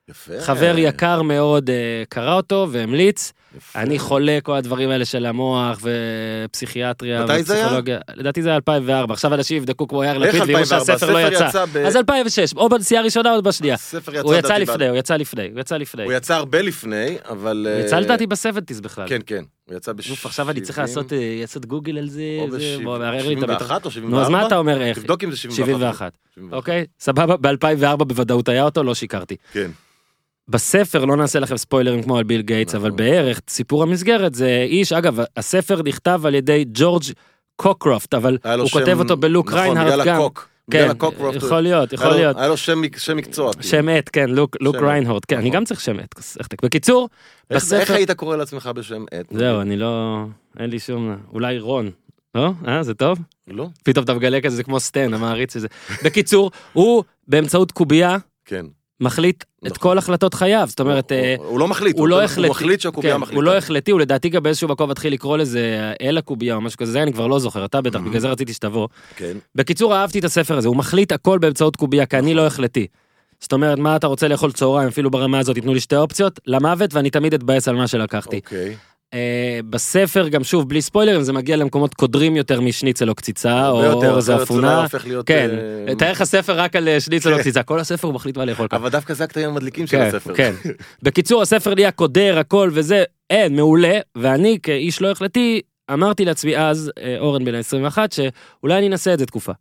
[SPEAKER 2] יפה.
[SPEAKER 1] חבר יקר מאוד אה, קרא אותו והמליץ,
[SPEAKER 2] יפה.
[SPEAKER 1] אני חולה כל הדברים האלה של המוח ופסיכיאטריה
[SPEAKER 2] מתי זה היה?
[SPEAKER 1] ופסיכולוגיה. לדעתי זה היה 2004, עכשיו אנשים יבדקו כמו יאיר
[SPEAKER 2] איך
[SPEAKER 1] לפיד ואם
[SPEAKER 2] 2004?
[SPEAKER 1] הספר לא
[SPEAKER 2] הספר
[SPEAKER 1] יצא.
[SPEAKER 2] יצא ב-
[SPEAKER 1] אז 2006, או בנסיעה הראשונה או בשנייה.
[SPEAKER 2] הספר
[SPEAKER 1] הוא יצא
[SPEAKER 2] לדעתי ב-
[SPEAKER 1] לפני, הוא יצא לפני, הוא יצא לפני.
[SPEAKER 2] הוא יצא הרבה לפני, אבל...
[SPEAKER 1] הוא
[SPEAKER 2] אה,
[SPEAKER 1] יצא לדעתי בסבנטיז בכלל.
[SPEAKER 2] כן, כן. הוא יצא בש...
[SPEAKER 1] אוף, עכשיו אני צריך
[SPEAKER 2] שבעים,
[SPEAKER 1] לעשות אה, לעשות גוגל על זה,
[SPEAKER 2] או
[SPEAKER 1] זה,
[SPEAKER 2] בשבעים-
[SPEAKER 1] בוא, מערער לי את הביטחון.
[SPEAKER 2] 71 או 74?
[SPEAKER 1] נו, אז מה אתה אומר איך?
[SPEAKER 2] תבדוק אם זה 71.
[SPEAKER 1] 71, אוקיי? סבבה, ב-2004 בוודאות היה אותו, לא שיקרתי.
[SPEAKER 2] כן.
[SPEAKER 1] בספר לא נעשה לכם ספוילרים כמו על ביל גייטס,
[SPEAKER 2] נכון.
[SPEAKER 1] אבל בערך סיפור המסגרת זה איש, אגב, הספר נכתב על ידי ג'ורג' קוקרופט, אבל
[SPEAKER 2] היה לו
[SPEAKER 1] הוא
[SPEAKER 2] שם-
[SPEAKER 1] כותב אותו בלוק
[SPEAKER 2] נכון,
[SPEAKER 1] ריינהרד
[SPEAKER 2] בגלל
[SPEAKER 1] גם.
[SPEAKER 2] הקוק.
[SPEAKER 1] כן,
[SPEAKER 2] בגלל הקוק הוא אהב אותו.
[SPEAKER 1] יכול להיות, יכול
[SPEAKER 2] היה לו-
[SPEAKER 1] להיות.
[SPEAKER 2] היה לו שם מק- שם מקצוע. כאילו.
[SPEAKER 1] שם עט, כן, לוק, לוק
[SPEAKER 2] שם עט,
[SPEAKER 1] ריינהרד, כן, אני
[SPEAKER 2] נכון.
[SPEAKER 1] גם צריך שם עט, כוס- איך אתה- בקיצור,
[SPEAKER 2] איך- איך
[SPEAKER 1] בספר,
[SPEAKER 2] היית קורא לעצמך בשם עט?
[SPEAKER 1] זהו, אני לא, אין לי שום, אולי רון, לא? אה, זה טוב?
[SPEAKER 2] לא?
[SPEAKER 1] פתאום אתה מגלה כזה, זה כמו סטן, המעריץ הזה. בקיצור, הוא באמצעות קובייה
[SPEAKER 2] כן.
[SPEAKER 1] מחליט את
[SPEAKER 2] נכון.
[SPEAKER 1] כל החלטות חייו, זאת אומרת,
[SPEAKER 2] הוא-
[SPEAKER 1] אה,
[SPEAKER 2] הוא לא מחליט.
[SPEAKER 1] הוא לא
[SPEAKER 2] הוא
[SPEAKER 1] החלטי.
[SPEAKER 2] מחליט שהקובייה
[SPEAKER 1] כן,
[SPEAKER 2] מחליטה.
[SPEAKER 1] הוא לא החלטי, הוא לדעתי גם באיזשהו מקום התחיל לקרוא לזה אה, אל הקובייה או משהו כזה, זה אני כבר לא זוכר, אתה בטח,
[SPEAKER 2] Mhm.
[SPEAKER 1] בגלל זה רציתי שתבוא.
[SPEAKER 2] כן.
[SPEAKER 1] בקיצור, אהבתי את הספר הזה, הוא מחליט הכל באמצעות קובייה, כי
[SPEAKER 2] נכון.
[SPEAKER 1] אני לא החלטי. זאת אומרת, מה אתה רוצה לאכול צהריים, אפילו ברמה הזאת, ייתנו לי שתי אופציות, למוות, ואני תמיד אתבאס על מה שלקחתי.
[SPEAKER 2] אוקיי.
[SPEAKER 1] אה, בספר, גם שוב, בלי ספוילרים, זה מגיע למקומות קודרים יותר משניצל או קציצה, או
[SPEAKER 2] הרבה יותר,
[SPEAKER 1] אורז
[SPEAKER 2] אחרת זה לא היה
[SPEAKER 1] ואפונה.
[SPEAKER 2] הופך להיות...
[SPEAKER 1] כן,
[SPEAKER 2] אה,
[SPEAKER 1] תאר לך ספר רק על אה, שניצל או
[SPEAKER 2] כן.
[SPEAKER 1] קציצה, כל הספר הוא מחליט מה לאכול ככה.
[SPEAKER 2] אבל דווקא זה הקטעים המדליקים של
[SPEAKER 1] כן,
[SPEAKER 2] הספר.
[SPEAKER 1] כן. בקיצור, הספר נהיה קודר, הכל וזה, אין, מעולה, ואני כאיש לא החלטי, אמרתי לעצמי אז, אה, אורן בן ה-21, שאולי אני אנסה את זה תקופה.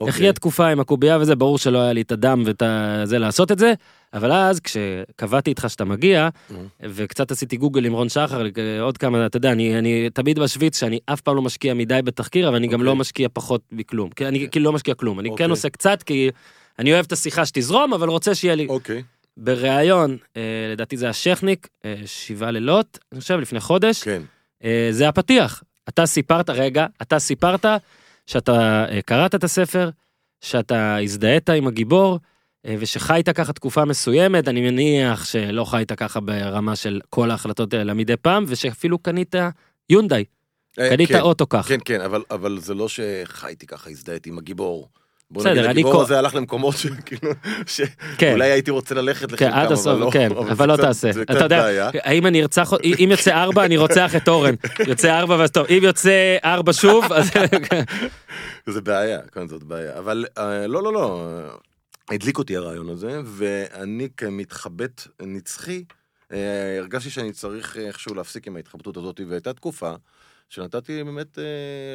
[SPEAKER 2] אוקיי.
[SPEAKER 1] אחיה תקופה עם הקובייה וזה, ברור שלא היה לי את הדם ואת ה- זה לעשות את זה, אבל אז כשקבעתי איתך שאתה מגיע,
[SPEAKER 2] Mhm.
[SPEAKER 1] וקצת עשיתי גוגל עם רון שחר, אה, עוד כמה, אתה יודע, אני, אני תמיד בשוויץ שאני אף פעם לא משקיע מדי בתחקיר, אבל אני גם
[SPEAKER 2] אוקיי.
[SPEAKER 1] לא משקיע פחות מכלום. כי אני כאילו לא משקיע כלום, אני
[SPEAKER 2] אוקיי.
[SPEAKER 1] כן עושה קצת, כי אני אוהב את השיחה שתזרום, אבל רוצה שיהיה לי...
[SPEAKER 2] אוקיי.
[SPEAKER 1] בריאיון, אה, לדעתי זה השכניק, אה, שבעה לילות, אני חושב לפני חודש,
[SPEAKER 2] כן.
[SPEAKER 1] אה, זה הפתיח. אתה סיפרת, רגע, אתה סיפרת שאתה אה, קראת את הספר, שאתה הזדהית עם הגיבור, אה, ושחיית ככה תקופה מסוימת, אני מניח שלא חיית ככה ברמה של כל ההחלטות האלה מדי פעם, ושאפילו קנית יונדאי,
[SPEAKER 2] אה,
[SPEAKER 1] קנית
[SPEAKER 2] כן.
[SPEAKER 1] אוטו ככה.
[SPEAKER 2] כן, כן, אבל, אבל זה לא שחייתי ככה, הזדהיתי עם הגיבור. בוא
[SPEAKER 1] בסדר,
[SPEAKER 2] נגיד,
[SPEAKER 1] אני
[SPEAKER 2] הגיבור
[SPEAKER 1] כל-
[SPEAKER 2] הזה הלך למקומות כאילו, שכאילו, שאולי
[SPEAKER 1] כן.
[SPEAKER 2] הייתי רוצה ללכת
[SPEAKER 1] כן, עד
[SPEAKER 2] לחלקם, אבל לא.
[SPEAKER 1] הסוף, כן,
[SPEAKER 2] זה
[SPEAKER 1] אבל לא
[SPEAKER 2] קצת-
[SPEAKER 1] תעשה.
[SPEAKER 2] זה
[SPEAKER 1] אתה
[SPEAKER 2] קצת
[SPEAKER 1] יודע,
[SPEAKER 2] בעיה.
[SPEAKER 1] האם אני ארצח, אם יוצא ארבע, אני רוצח את אורן. יוצא ארבע, ואז טוב, אם יוצא ארבע שוב, אז...
[SPEAKER 2] זה בעיה, כן, זאת בעיה. אבל אה, לא, לא, לא, אה, הדליק אותי הרעיון הזה, ואני כמתחבט נצחי, אה, הרגשתי שאני צריך איכשהו להפסיק עם ההתחבטות הזאת, והייתה תקופה שנתתי באמת אה,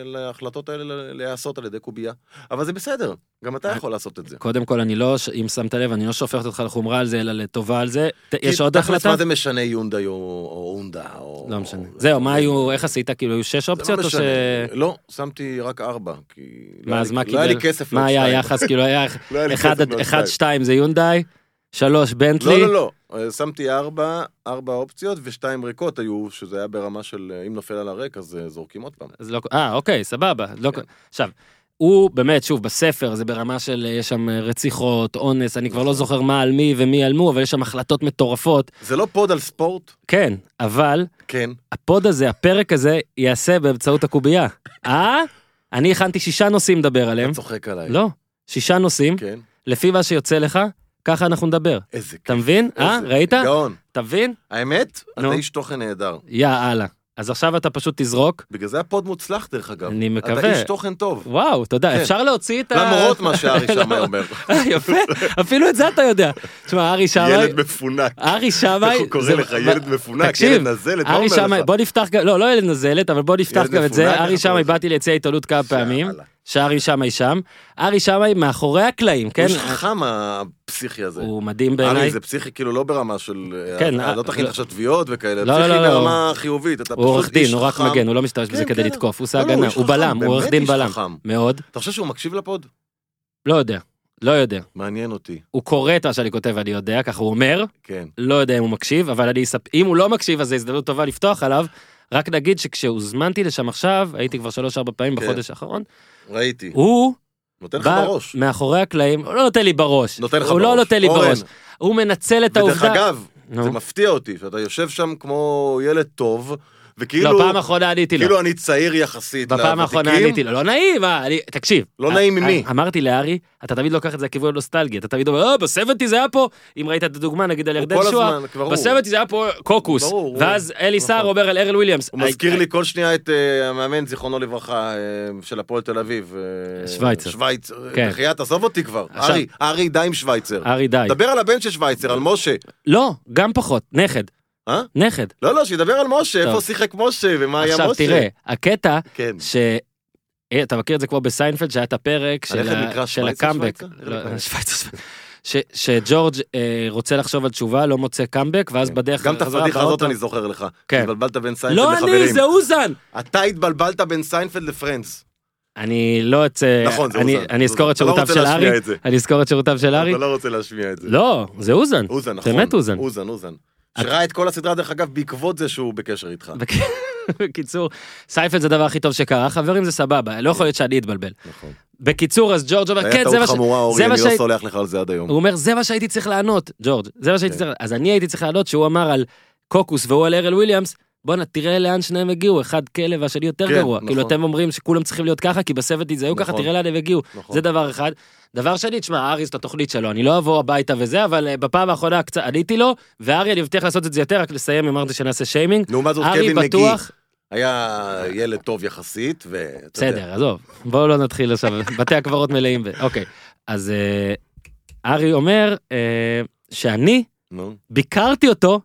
[SPEAKER 2] להחלטות האלה להיעשות על ידי קובייה. אבל זה בסדר, גם
[SPEAKER 1] אה,
[SPEAKER 2] אתה יכול לעשות את זה.
[SPEAKER 1] קודם כל, אני לא, ש- אם שמת לב, אני לא שופט אותך לחומרה על זה, אלא לטובה על זה. ת-
[SPEAKER 2] כי
[SPEAKER 1] יש עוד
[SPEAKER 2] תכלס,
[SPEAKER 1] החלטה?
[SPEAKER 2] מה זה משנה יונדאי או או הונדה או...
[SPEAKER 1] לא משנה.
[SPEAKER 2] או-
[SPEAKER 1] זהו, מה היו, איך עשית? כאילו, היו שש
[SPEAKER 2] זה
[SPEAKER 1] אופציות,
[SPEAKER 2] לא
[SPEAKER 1] או ש...
[SPEAKER 2] משנה. לא, שמתי רק ארבע, כי... לא
[SPEAKER 1] מה,
[SPEAKER 2] היה
[SPEAKER 1] אז
[SPEAKER 2] לי-
[SPEAKER 1] מה
[SPEAKER 2] לא היה לי
[SPEAKER 1] קיבל?
[SPEAKER 2] כסף
[SPEAKER 1] מה היה
[SPEAKER 2] לעוד שתיים.
[SPEAKER 1] היחס? כאילו, היה
[SPEAKER 2] <laughs> לא היה לי
[SPEAKER 1] אחד
[SPEAKER 2] כסף
[SPEAKER 1] עד-
[SPEAKER 2] לעוד
[SPEAKER 1] אחד,
[SPEAKER 2] שתיים.
[SPEAKER 1] שתיים זה יונדאי, שלוש בנטלי.
[SPEAKER 2] לא, לא, לא. אה, שמתי ארבע, ארבע אופציות ושתיים ריקות היו, שזה היה ברמה של אה, אם נופל על הריק, אז אה, זורקים עוד פעם.
[SPEAKER 1] אז לא, אה, אוקיי, סבבה. לא, עכשיו, הוא באמת, שוב, בספר זה ברמה של אה, יש שם אה, רציחות, אונס, אני
[SPEAKER 2] נכון.
[SPEAKER 1] כבר לא זוכר מה על מי ומי על מו, אבל יש שם החלטות מטורפות.
[SPEAKER 2] זה לא פוד על ספורט?
[SPEAKER 1] כן, אבל
[SPEAKER 2] כן.
[SPEAKER 1] הפוד הזה, הפרק הזה, ייעשה באמצעות הקובייה. אה? אני הכנתי שישה נושאים לדבר עליהם.
[SPEAKER 2] אתה צוחק עליי.
[SPEAKER 1] לא, שישה נושאים,
[SPEAKER 2] כן.
[SPEAKER 1] לפי מה שיוצא לך, ככה אנחנו נדבר.
[SPEAKER 2] איזה כיף.
[SPEAKER 1] אתה מבין? אה?
[SPEAKER 2] איזה-
[SPEAKER 1] ראית?
[SPEAKER 2] גאון.
[SPEAKER 1] אתה מבין?
[SPEAKER 2] האמת,
[SPEAKER 1] נו.
[SPEAKER 2] אתה איש תוכן נהדר.
[SPEAKER 1] יא אללה. אז עכשיו אתה פשוט תזרוק.
[SPEAKER 2] בגלל זה הפוד מוצלח, דרך אגב.
[SPEAKER 1] אני
[SPEAKER 2] אתה
[SPEAKER 1] מקווה.
[SPEAKER 2] איש תוכן טוב.
[SPEAKER 1] וואו, תודה.
[SPEAKER 2] כן.
[SPEAKER 1] אפשר להוציא את ה...
[SPEAKER 2] למרות מה שארי שמאי
[SPEAKER 1] לא.
[SPEAKER 2] אומר.
[SPEAKER 1] אה, <laughs> יפה, אפילו את זה אתה יודע. תשמע, ארי שמאי,
[SPEAKER 2] ילד מפונק.
[SPEAKER 1] ארי שמאי,
[SPEAKER 2] איך הוא קורא
[SPEAKER 1] זה-
[SPEAKER 2] לך? ילד מפונק,
[SPEAKER 1] תקשיב,
[SPEAKER 2] ילד נזלת, מה
[SPEAKER 1] ארי
[SPEAKER 2] אומר
[SPEAKER 1] שמאי,
[SPEAKER 2] לך?
[SPEAKER 1] בוא נפתח גם, לא, לא ילד נזלת, אבל בוא נפתח
[SPEAKER 2] ילד
[SPEAKER 1] גם את
[SPEAKER 2] מפונק,
[SPEAKER 1] זה. ארי
[SPEAKER 2] אנחנו
[SPEAKER 1] שמאי,
[SPEAKER 2] רוצים.
[SPEAKER 1] באתי ליציע העיתונות כמה פעמים,
[SPEAKER 2] יאללה.
[SPEAKER 1] שארי שמאי שם, ארי שמאי מאחורי הקלעים, כן?
[SPEAKER 2] הוא איש חכם הפסיכי הזה.
[SPEAKER 1] הוא מדהים
[SPEAKER 2] ארי
[SPEAKER 1] בעיניי.
[SPEAKER 2] זה פסיכי כאילו לא ברמה של...
[SPEAKER 1] כן,
[SPEAKER 2] כן.
[SPEAKER 1] אה,
[SPEAKER 2] לא תכין
[SPEAKER 1] לא.
[SPEAKER 2] עכשיו תביעות וכאלה.
[SPEAKER 1] לא, לא,
[SPEAKER 2] פסיכי
[SPEAKER 1] לא, לא.
[SPEAKER 2] ברמה חיובית. אתה
[SPEAKER 1] הוא
[SPEAKER 2] פשוט
[SPEAKER 1] עורך דין,
[SPEAKER 2] איש
[SPEAKER 1] הוא רק
[SPEAKER 2] חכם.
[SPEAKER 1] מגן, הוא לא משתמש בזה
[SPEAKER 2] כן,
[SPEAKER 1] כדי
[SPEAKER 2] כן.
[SPEAKER 1] לתקוף, הוא עושה
[SPEAKER 2] לא, לא,
[SPEAKER 1] הגנה,
[SPEAKER 2] איש
[SPEAKER 1] הוא
[SPEAKER 2] חכם,
[SPEAKER 1] בלם, הוא
[SPEAKER 2] באמת
[SPEAKER 1] עורך דין
[SPEAKER 2] איש
[SPEAKER 1] בלם.
[SPEAKER 2] חכם.
[SPEAKER 1] מאוד.
[SPEAKER 2] אתה חושב שהוא מקשיב לפוד?
[SPEAKER 1] לא יודע, לא יודע.
[SPEAKER 2] מעניין אותי.
[SPEAKER 1] הוא קורא את מה שאני כותב, אני יודע, ככה הוא אומר,
[SPEAKER 2] כן.
[SPEAKER 1] לא יודע אם הוא מקשיב, אבל אני אספ... אם הוא לא מקשיב, אז זו הזדמנות טובה לפתוח עליו. רק נגיד שכשהוזמנתי לשם עכשיו, הייתי כבר שלוש-ארבע פעמים
[SPEAKER 2] כן.
[SPEAKER 1] בחודש האחרון,
[SPEAKER 2] ראיתי.
[SPEAKER 1] הוא
[SPEAKER 2] נותן לך
[SPEAKER 1] בא
[SPEAKER 2] בראש.
[SPEAKER 1] מאחורי הקלעים, הוא לא נותן לי בראש.
[SPEAKER 2] נותן לך
[SPEAKER 1] הוא לא
[SPEAKER 2] בראש.
[SPEAKER 1] נותן לי
[SPEAKER 2] אורן.
[SPEAKER 1] בראש. הוא מנצל את
[SPEAKER 2] ודרך
[SPEAKER 1] העובדה.
[SPEAKER 2] אגב,
[SPEAKER 1] נו.
[SPEAKER 2] זה מפתיע אותי, שאתה יושב שם כמו ילד טוב,
[SPEAKER 1] לא,
[SPEAKER 2] וכאילו
[SPEAKER 1] פעם האחרונה עניתי לו.
[SPEAKER 2] כאילו אני צעיר יחסית
[SPEAKER 1] בפעם האחרונה
[SPEAKER 2] לוותיקים.
[SPEAKER 1] עניתי לו, לא נעים, אה, אני- תקשיב.
[SPEAKER 2] לא
[SPEAKER 1] אה,
[SPEAKER 2] נעים
[SPEAKER 1] אה,
[SPEAKER 2] ממי?
[SPEAKER 1] אמרתי לארי, אתה תמיד לוקח את זה לכיוון נוסטלגי, אתה תמיד אומר, אה, בסבנטי זה היה פה, אם ראית את הדוגמה נגיד על ירדן
[SPEAKER 2] כל
[SPEAKER 1] שואה,
[SPEAKER 2] הזמן, ברור.
[SPEAKER 1] בסבנטי זה היה פה קוקוס,
[SPEAKER 2] ברור, ברור.
[SPEAKER 1] ואז אלי סער
[SPEAKER 2] נכון.
[SPEAKER 1] אומר על ארל וויליאמס.
[SPEAKER 2] הוא
[SPEAKER 1] "היי,
[SPEAKER 2] מזכיר
[SPEAKER 1] היי,
[SPEAKER 2] לי כל שנייה את אה, המאמן, זיכרונו לברכה, אה, של הפועל תל אביב. אה,
[SPEAKER 1] שווייצר.
[SPEAKER 2] שווייצר.
[SPEAKER 1] כן.
[SPEAKER 2] בחייאת, תעזוב אותי כבר.
[SPEAKER 1] עכשיו-
[SPEAKER 2] ארי, ארי, די עם שווייצר.
[SPEAKER 1] אה, ארי די.
[SPEAKER 2] דבר על הבן של שווייצר, על משה.
[SPEAKER 1] לא, גם פחות, נכד,
[SPEAKER 2] אה?
[SPEAKER 1] נכד.
[SPEAKER 2] לא, לא, שידבר על משה,
[SPEAKER 1] טוב.
[SPEAKER 2] איפה שיחק משה, ומה היה משה.
[SPEAKER 1] עכשיו תראה, הקטע
[SPEAKER 2] כן.
[SPEAKER 1] ש... אה, אתה מכיר את זה כמו בסיינפלד שהיה את הפרק של
[SPEAKER 2] הנכד
[SPEAKER 1] ה-
[SPEAKER 2] נקרא
[SPEAKER 1] של
[SPEAKER 2] שווייצר,
[SPEAKER 1] הקאמבק.
[SPEAKER 2] שווייצר?
[SPEAKER 1] לא,
[SPEAKER 2] נראה לי
[SPEAKER 1] שווייצר, שווייצר. ש- שג'ורג' אה, רוצה לחשוב על תשובה, לא מוצא קאמבק, ואז בדרך
[SPEAKER 2] כן. גם את
[SPEAKER 1] חזרה
[SPEAKER 2] הפדיחה הזאת
[SPEAKER 1] באוטו-
[SPEAKER 2] אני זוכר לך.
[SPEAKER 1] כן.
[SPEAKER 2] התבלבלת בין סיינפלד
[SPEAKER 1] לא
[SPEAKER 2] לחברים.
[SPEAKER 1] אני, זה אוזן!
[SPEAKER 2] אתה התבלבלת בין סיינפלד לפרנדס.
[SPEAKER 1] אני לא אצא...
[SPEAKER 2] נכון, זה
[SPEAKER 1] אני-
[SPEAKER 2] אוזן.
[SPEAKER 1] אני אזכור את
[SPEAKER 2] אתה לא
[SPEAKER 1] שירותיו
[SPEAKER 2] רוצה
[SPEAKER 1] של
[SPEAKER 2] להשמיע
[SPEAKER 1] ארי.
[SPEAKER 2] את זה.
[SPEAKER 1] אני אזכור את שירותיו של ארי.
[SPEAKER 2] אתה לא רוצה להשמיע את זה.
[SPEAKER 1] לא, זה אוזן.
[SPEAKER 2] אוזן, נכון.
[SPEAKER 1] באמת אוזן.
[SPEAKER 2] אוזן, אוזן.
[SPEAKER 1] את-
[SPEAKER 2] שראה את כל הסדרה, דרך אגב, בעקבות זה שהוא בקשר איתך.
[SPEAKER 1] בק- <laughs> בקיצור, סיינפלד זה הדבר הכי טוב שקרה, חברים זה סבבה, לא יכול להיות שאני אתבלבל.
[SPEAKER 2] נכון.
[SPEAKER 1] בקיצור, אז ג'ורג' אומר,
[SPEAKER 2] היה
[SPEAKER 1] כן, זה מה
[SPEAKER 2] טעות
[SPEAKER 1] ש...
[SPEAKER 2] חמורה,
[SPEAKER 1] זה
[SPEAKER 2] אורי,
[SPEAKER 1] מה
[SPEAKER 2] אני לא
[SPEAKER 1] שהי-
[SPEAKER 2] סולח לך על זה עד היום.
[SPEAKER 1] הוא אומר, זה מה שהייתי צריך לענות, ג'ורג', זה מה שהייתי
[SPEAKER 2] כן.
[SPEAKER 1] צריך לענות. אז אני הייתי צריך לענות שהוא אמר על קוקוס והוא על ארל וויליאמס, בואנה, תראה לאן שניהם הגיעו, אחד כלב והשני יותר
[SPEAKER 2] כן,
[SPEAKER 1] גרוע.
[SPEAKER 2] נכון.
[SPEAKER 1] כאילו, אתם אומרים שכולם צריכים להיות ככה, כי בסבטי זה היו ככה,
[SPEAKER 2] נכון.
[SPEAKER 1] תראה לאן הם הגיעו.
[SPEAKER 2] נכון.
[SPEAKER 1] זה דבר אחד. דבר שני, תשמע, ארי זאת התוכנית שלו, אני לא אבוא הביתה וזה, אבל אה, בפעם האחרונה קצת עניתי לו, וארי, אני מבטיח לעשות את זה יותר, רק לסיים, אמרתי שנעשה שיימינג.
[SPEAKER 2] לעומת זאת,
[SPEAKER 1] ארי
[SPEAKER 2] קווין מגי
[SPEAKER 1] בטוח,
[SPEAKER 2] היה ילד טוב יחסית, ואתה יודע,
[SPEAKER 1] בסדר, עזוב, בואו לא נתחיל
[SPEAKER 2] <laughs>
[SPEAKER 1] עכשיו, בתי הקברות מלאים, ב- אוקיי. אז אה, ארי אומר אה, שאני,
[SPEAKER 2] נו.
[SPEAKER 1] ביקרתי אותו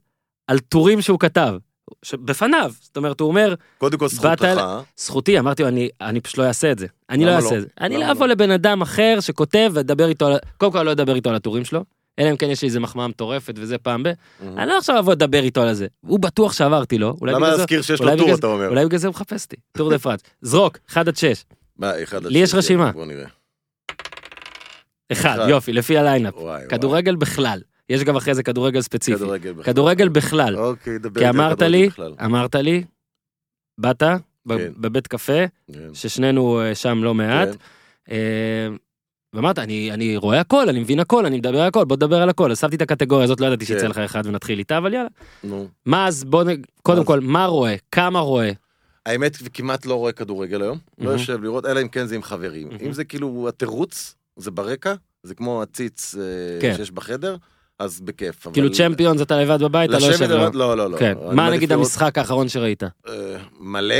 [SPEAKER 1] על טורים שהוא כתב. ש- בפניו, זאת אומרת, הוא אומר,
[SPEAKER 2] קודם כל
[SPEAKER 1] באת
[SPEAKER 2] זכותך,
[SPEAKER 1] אל- זכותי, אמרתי לו, אני, אני פשוט לא אעשה את זה. אני לא
[SPEAKER 2] למה
[SPEAKER 1] אעשה
[SPEAKER 2] לא?
[SPEAKER 1] את זה. אני
[SPEAKER 2] למה
[SPEAKER 1] לא אבוא
[SPEAKER 2] לא?
[SPEAKER 1] לבן אדם אחר שכותב ואדבר איתו, על- קודם כל אני לא אדבר איתו על הטורים שלו, אלא אם כן יש לי איזה מחמאה מטורפת וזה פעם
[SPEAKER 2] אה.
[SPEAKER 1] ב...
[SPEAKER 2] מהמם.
[SPEAKER 1] אני לא עכשיו אבוא לדבר איתו על זה. הוא בטוח שעברתי לו, אולי
[SPEAKER 2] למה כאילו?
[SPEAKER 1] בגלל זה...
[SPEAKER 2] להזכיר שיש
[SPEAKER 1] אולי
[SPEAKER 2] לו טור,
[SPEAKER 1] בגלל-
[SPEAKER 2] אתה אומר?
[SPEAKER 1] אולי בגלל זה הוא מחפש אותי, טור דה פרנס. <laughs> זרוק, 1 עד 6.
[SPEAKER 2] מה, אחד
[SPEAKER 1] לי יש
[SPEAKER 2] לשני,
[SPEAKER 1] רשימה.
[SPEAKER 2] בוא נראה.
[SPEAKER 1] 1,
[SPEAKER 2] אחד.
[SPEAKER 1] יופי, לפי הליינאפ.
[SPEAKER 2] וואי, וואי.
[SPEAKER 1] כדורגל בכלל. יש גם אחרי זה כדורגל ספציפי.
[SPEAKER 2] כדורגל בכלל.
[SPEAKER 1] כדורגל בכלל.
[SPEAKER 2] אוקיי, דבר
[SPEAKER 1] כי
[SPEAKER 2] איתי על
[SPEAKER 1] אמרת
[SPEAKER 2] כדורגל
[SPEAKER 1] לי,
[SPEAKER 2] בכלל.
[SPEAKER 1] אמרת לי, באת ב-
[SPEAKER 2] כן.
[SPEAKER 1] בבית קפה,
[SPEAKER 2] כן,
[SPEAKER 1] ששנינו אה, שם לא מעט,
[SPEAKER 2] כן.
[SPEAKER 1] אה, ואמרת, אני אני רואה הכל, אני מבין הכל, אני מדבר על הכל, בוא נדבר על הכל. אז שמתי את הקטגוריה הזאת, לא ידעתי
[SPEAKER 2] כן.
[SPEAKER 1] שיצא לך אחד ונתחיל איתה, אבל יאללה.
[SPEAKER 2] נו.
[SPEAKER 1] מה אז, בוא נ... קודם
[SPEAKER 2] אז-
[SPEAKER 1] כל, מה רואה? כמה רואה?
[SPEAKER 2] האמת, כמעט לא רואה כדורגל היום. לא
[SPEAKER 1] מהמם.
[SPEAKER 2] יושב לראות, אלא אם כן זה עם חברים.
[SPEAKER 1] מהמם.
[SPEAKER 2] אם זה כאילו התירוץ, זה ברקע, זה כמו הציץ אה,
[SPEAKER 1] כן.
[SPEAKER 2] שיש בחדר, אז בכיף. אבל-
[SPEAKER 1] כאילו צ'מפיונס אתה לבד בבית, אתה לא
[SPEAKER 2] לשבת
[SPEAKER 1] יושב לו.
[SPEAKER 2] ולראות- לא, לא, לא.
[SPEAKER 1] כן,
[SPEAKER 2] אני
[SPEAKER 1] מה
[SPEAKER 2] מעדיף
[SPEAKER 1] נגיד
[SPEAKER 2] לראות,
[SPEAKER 1] המשחק האחרון שראית?
[SPEAKER 2] אה, מלא.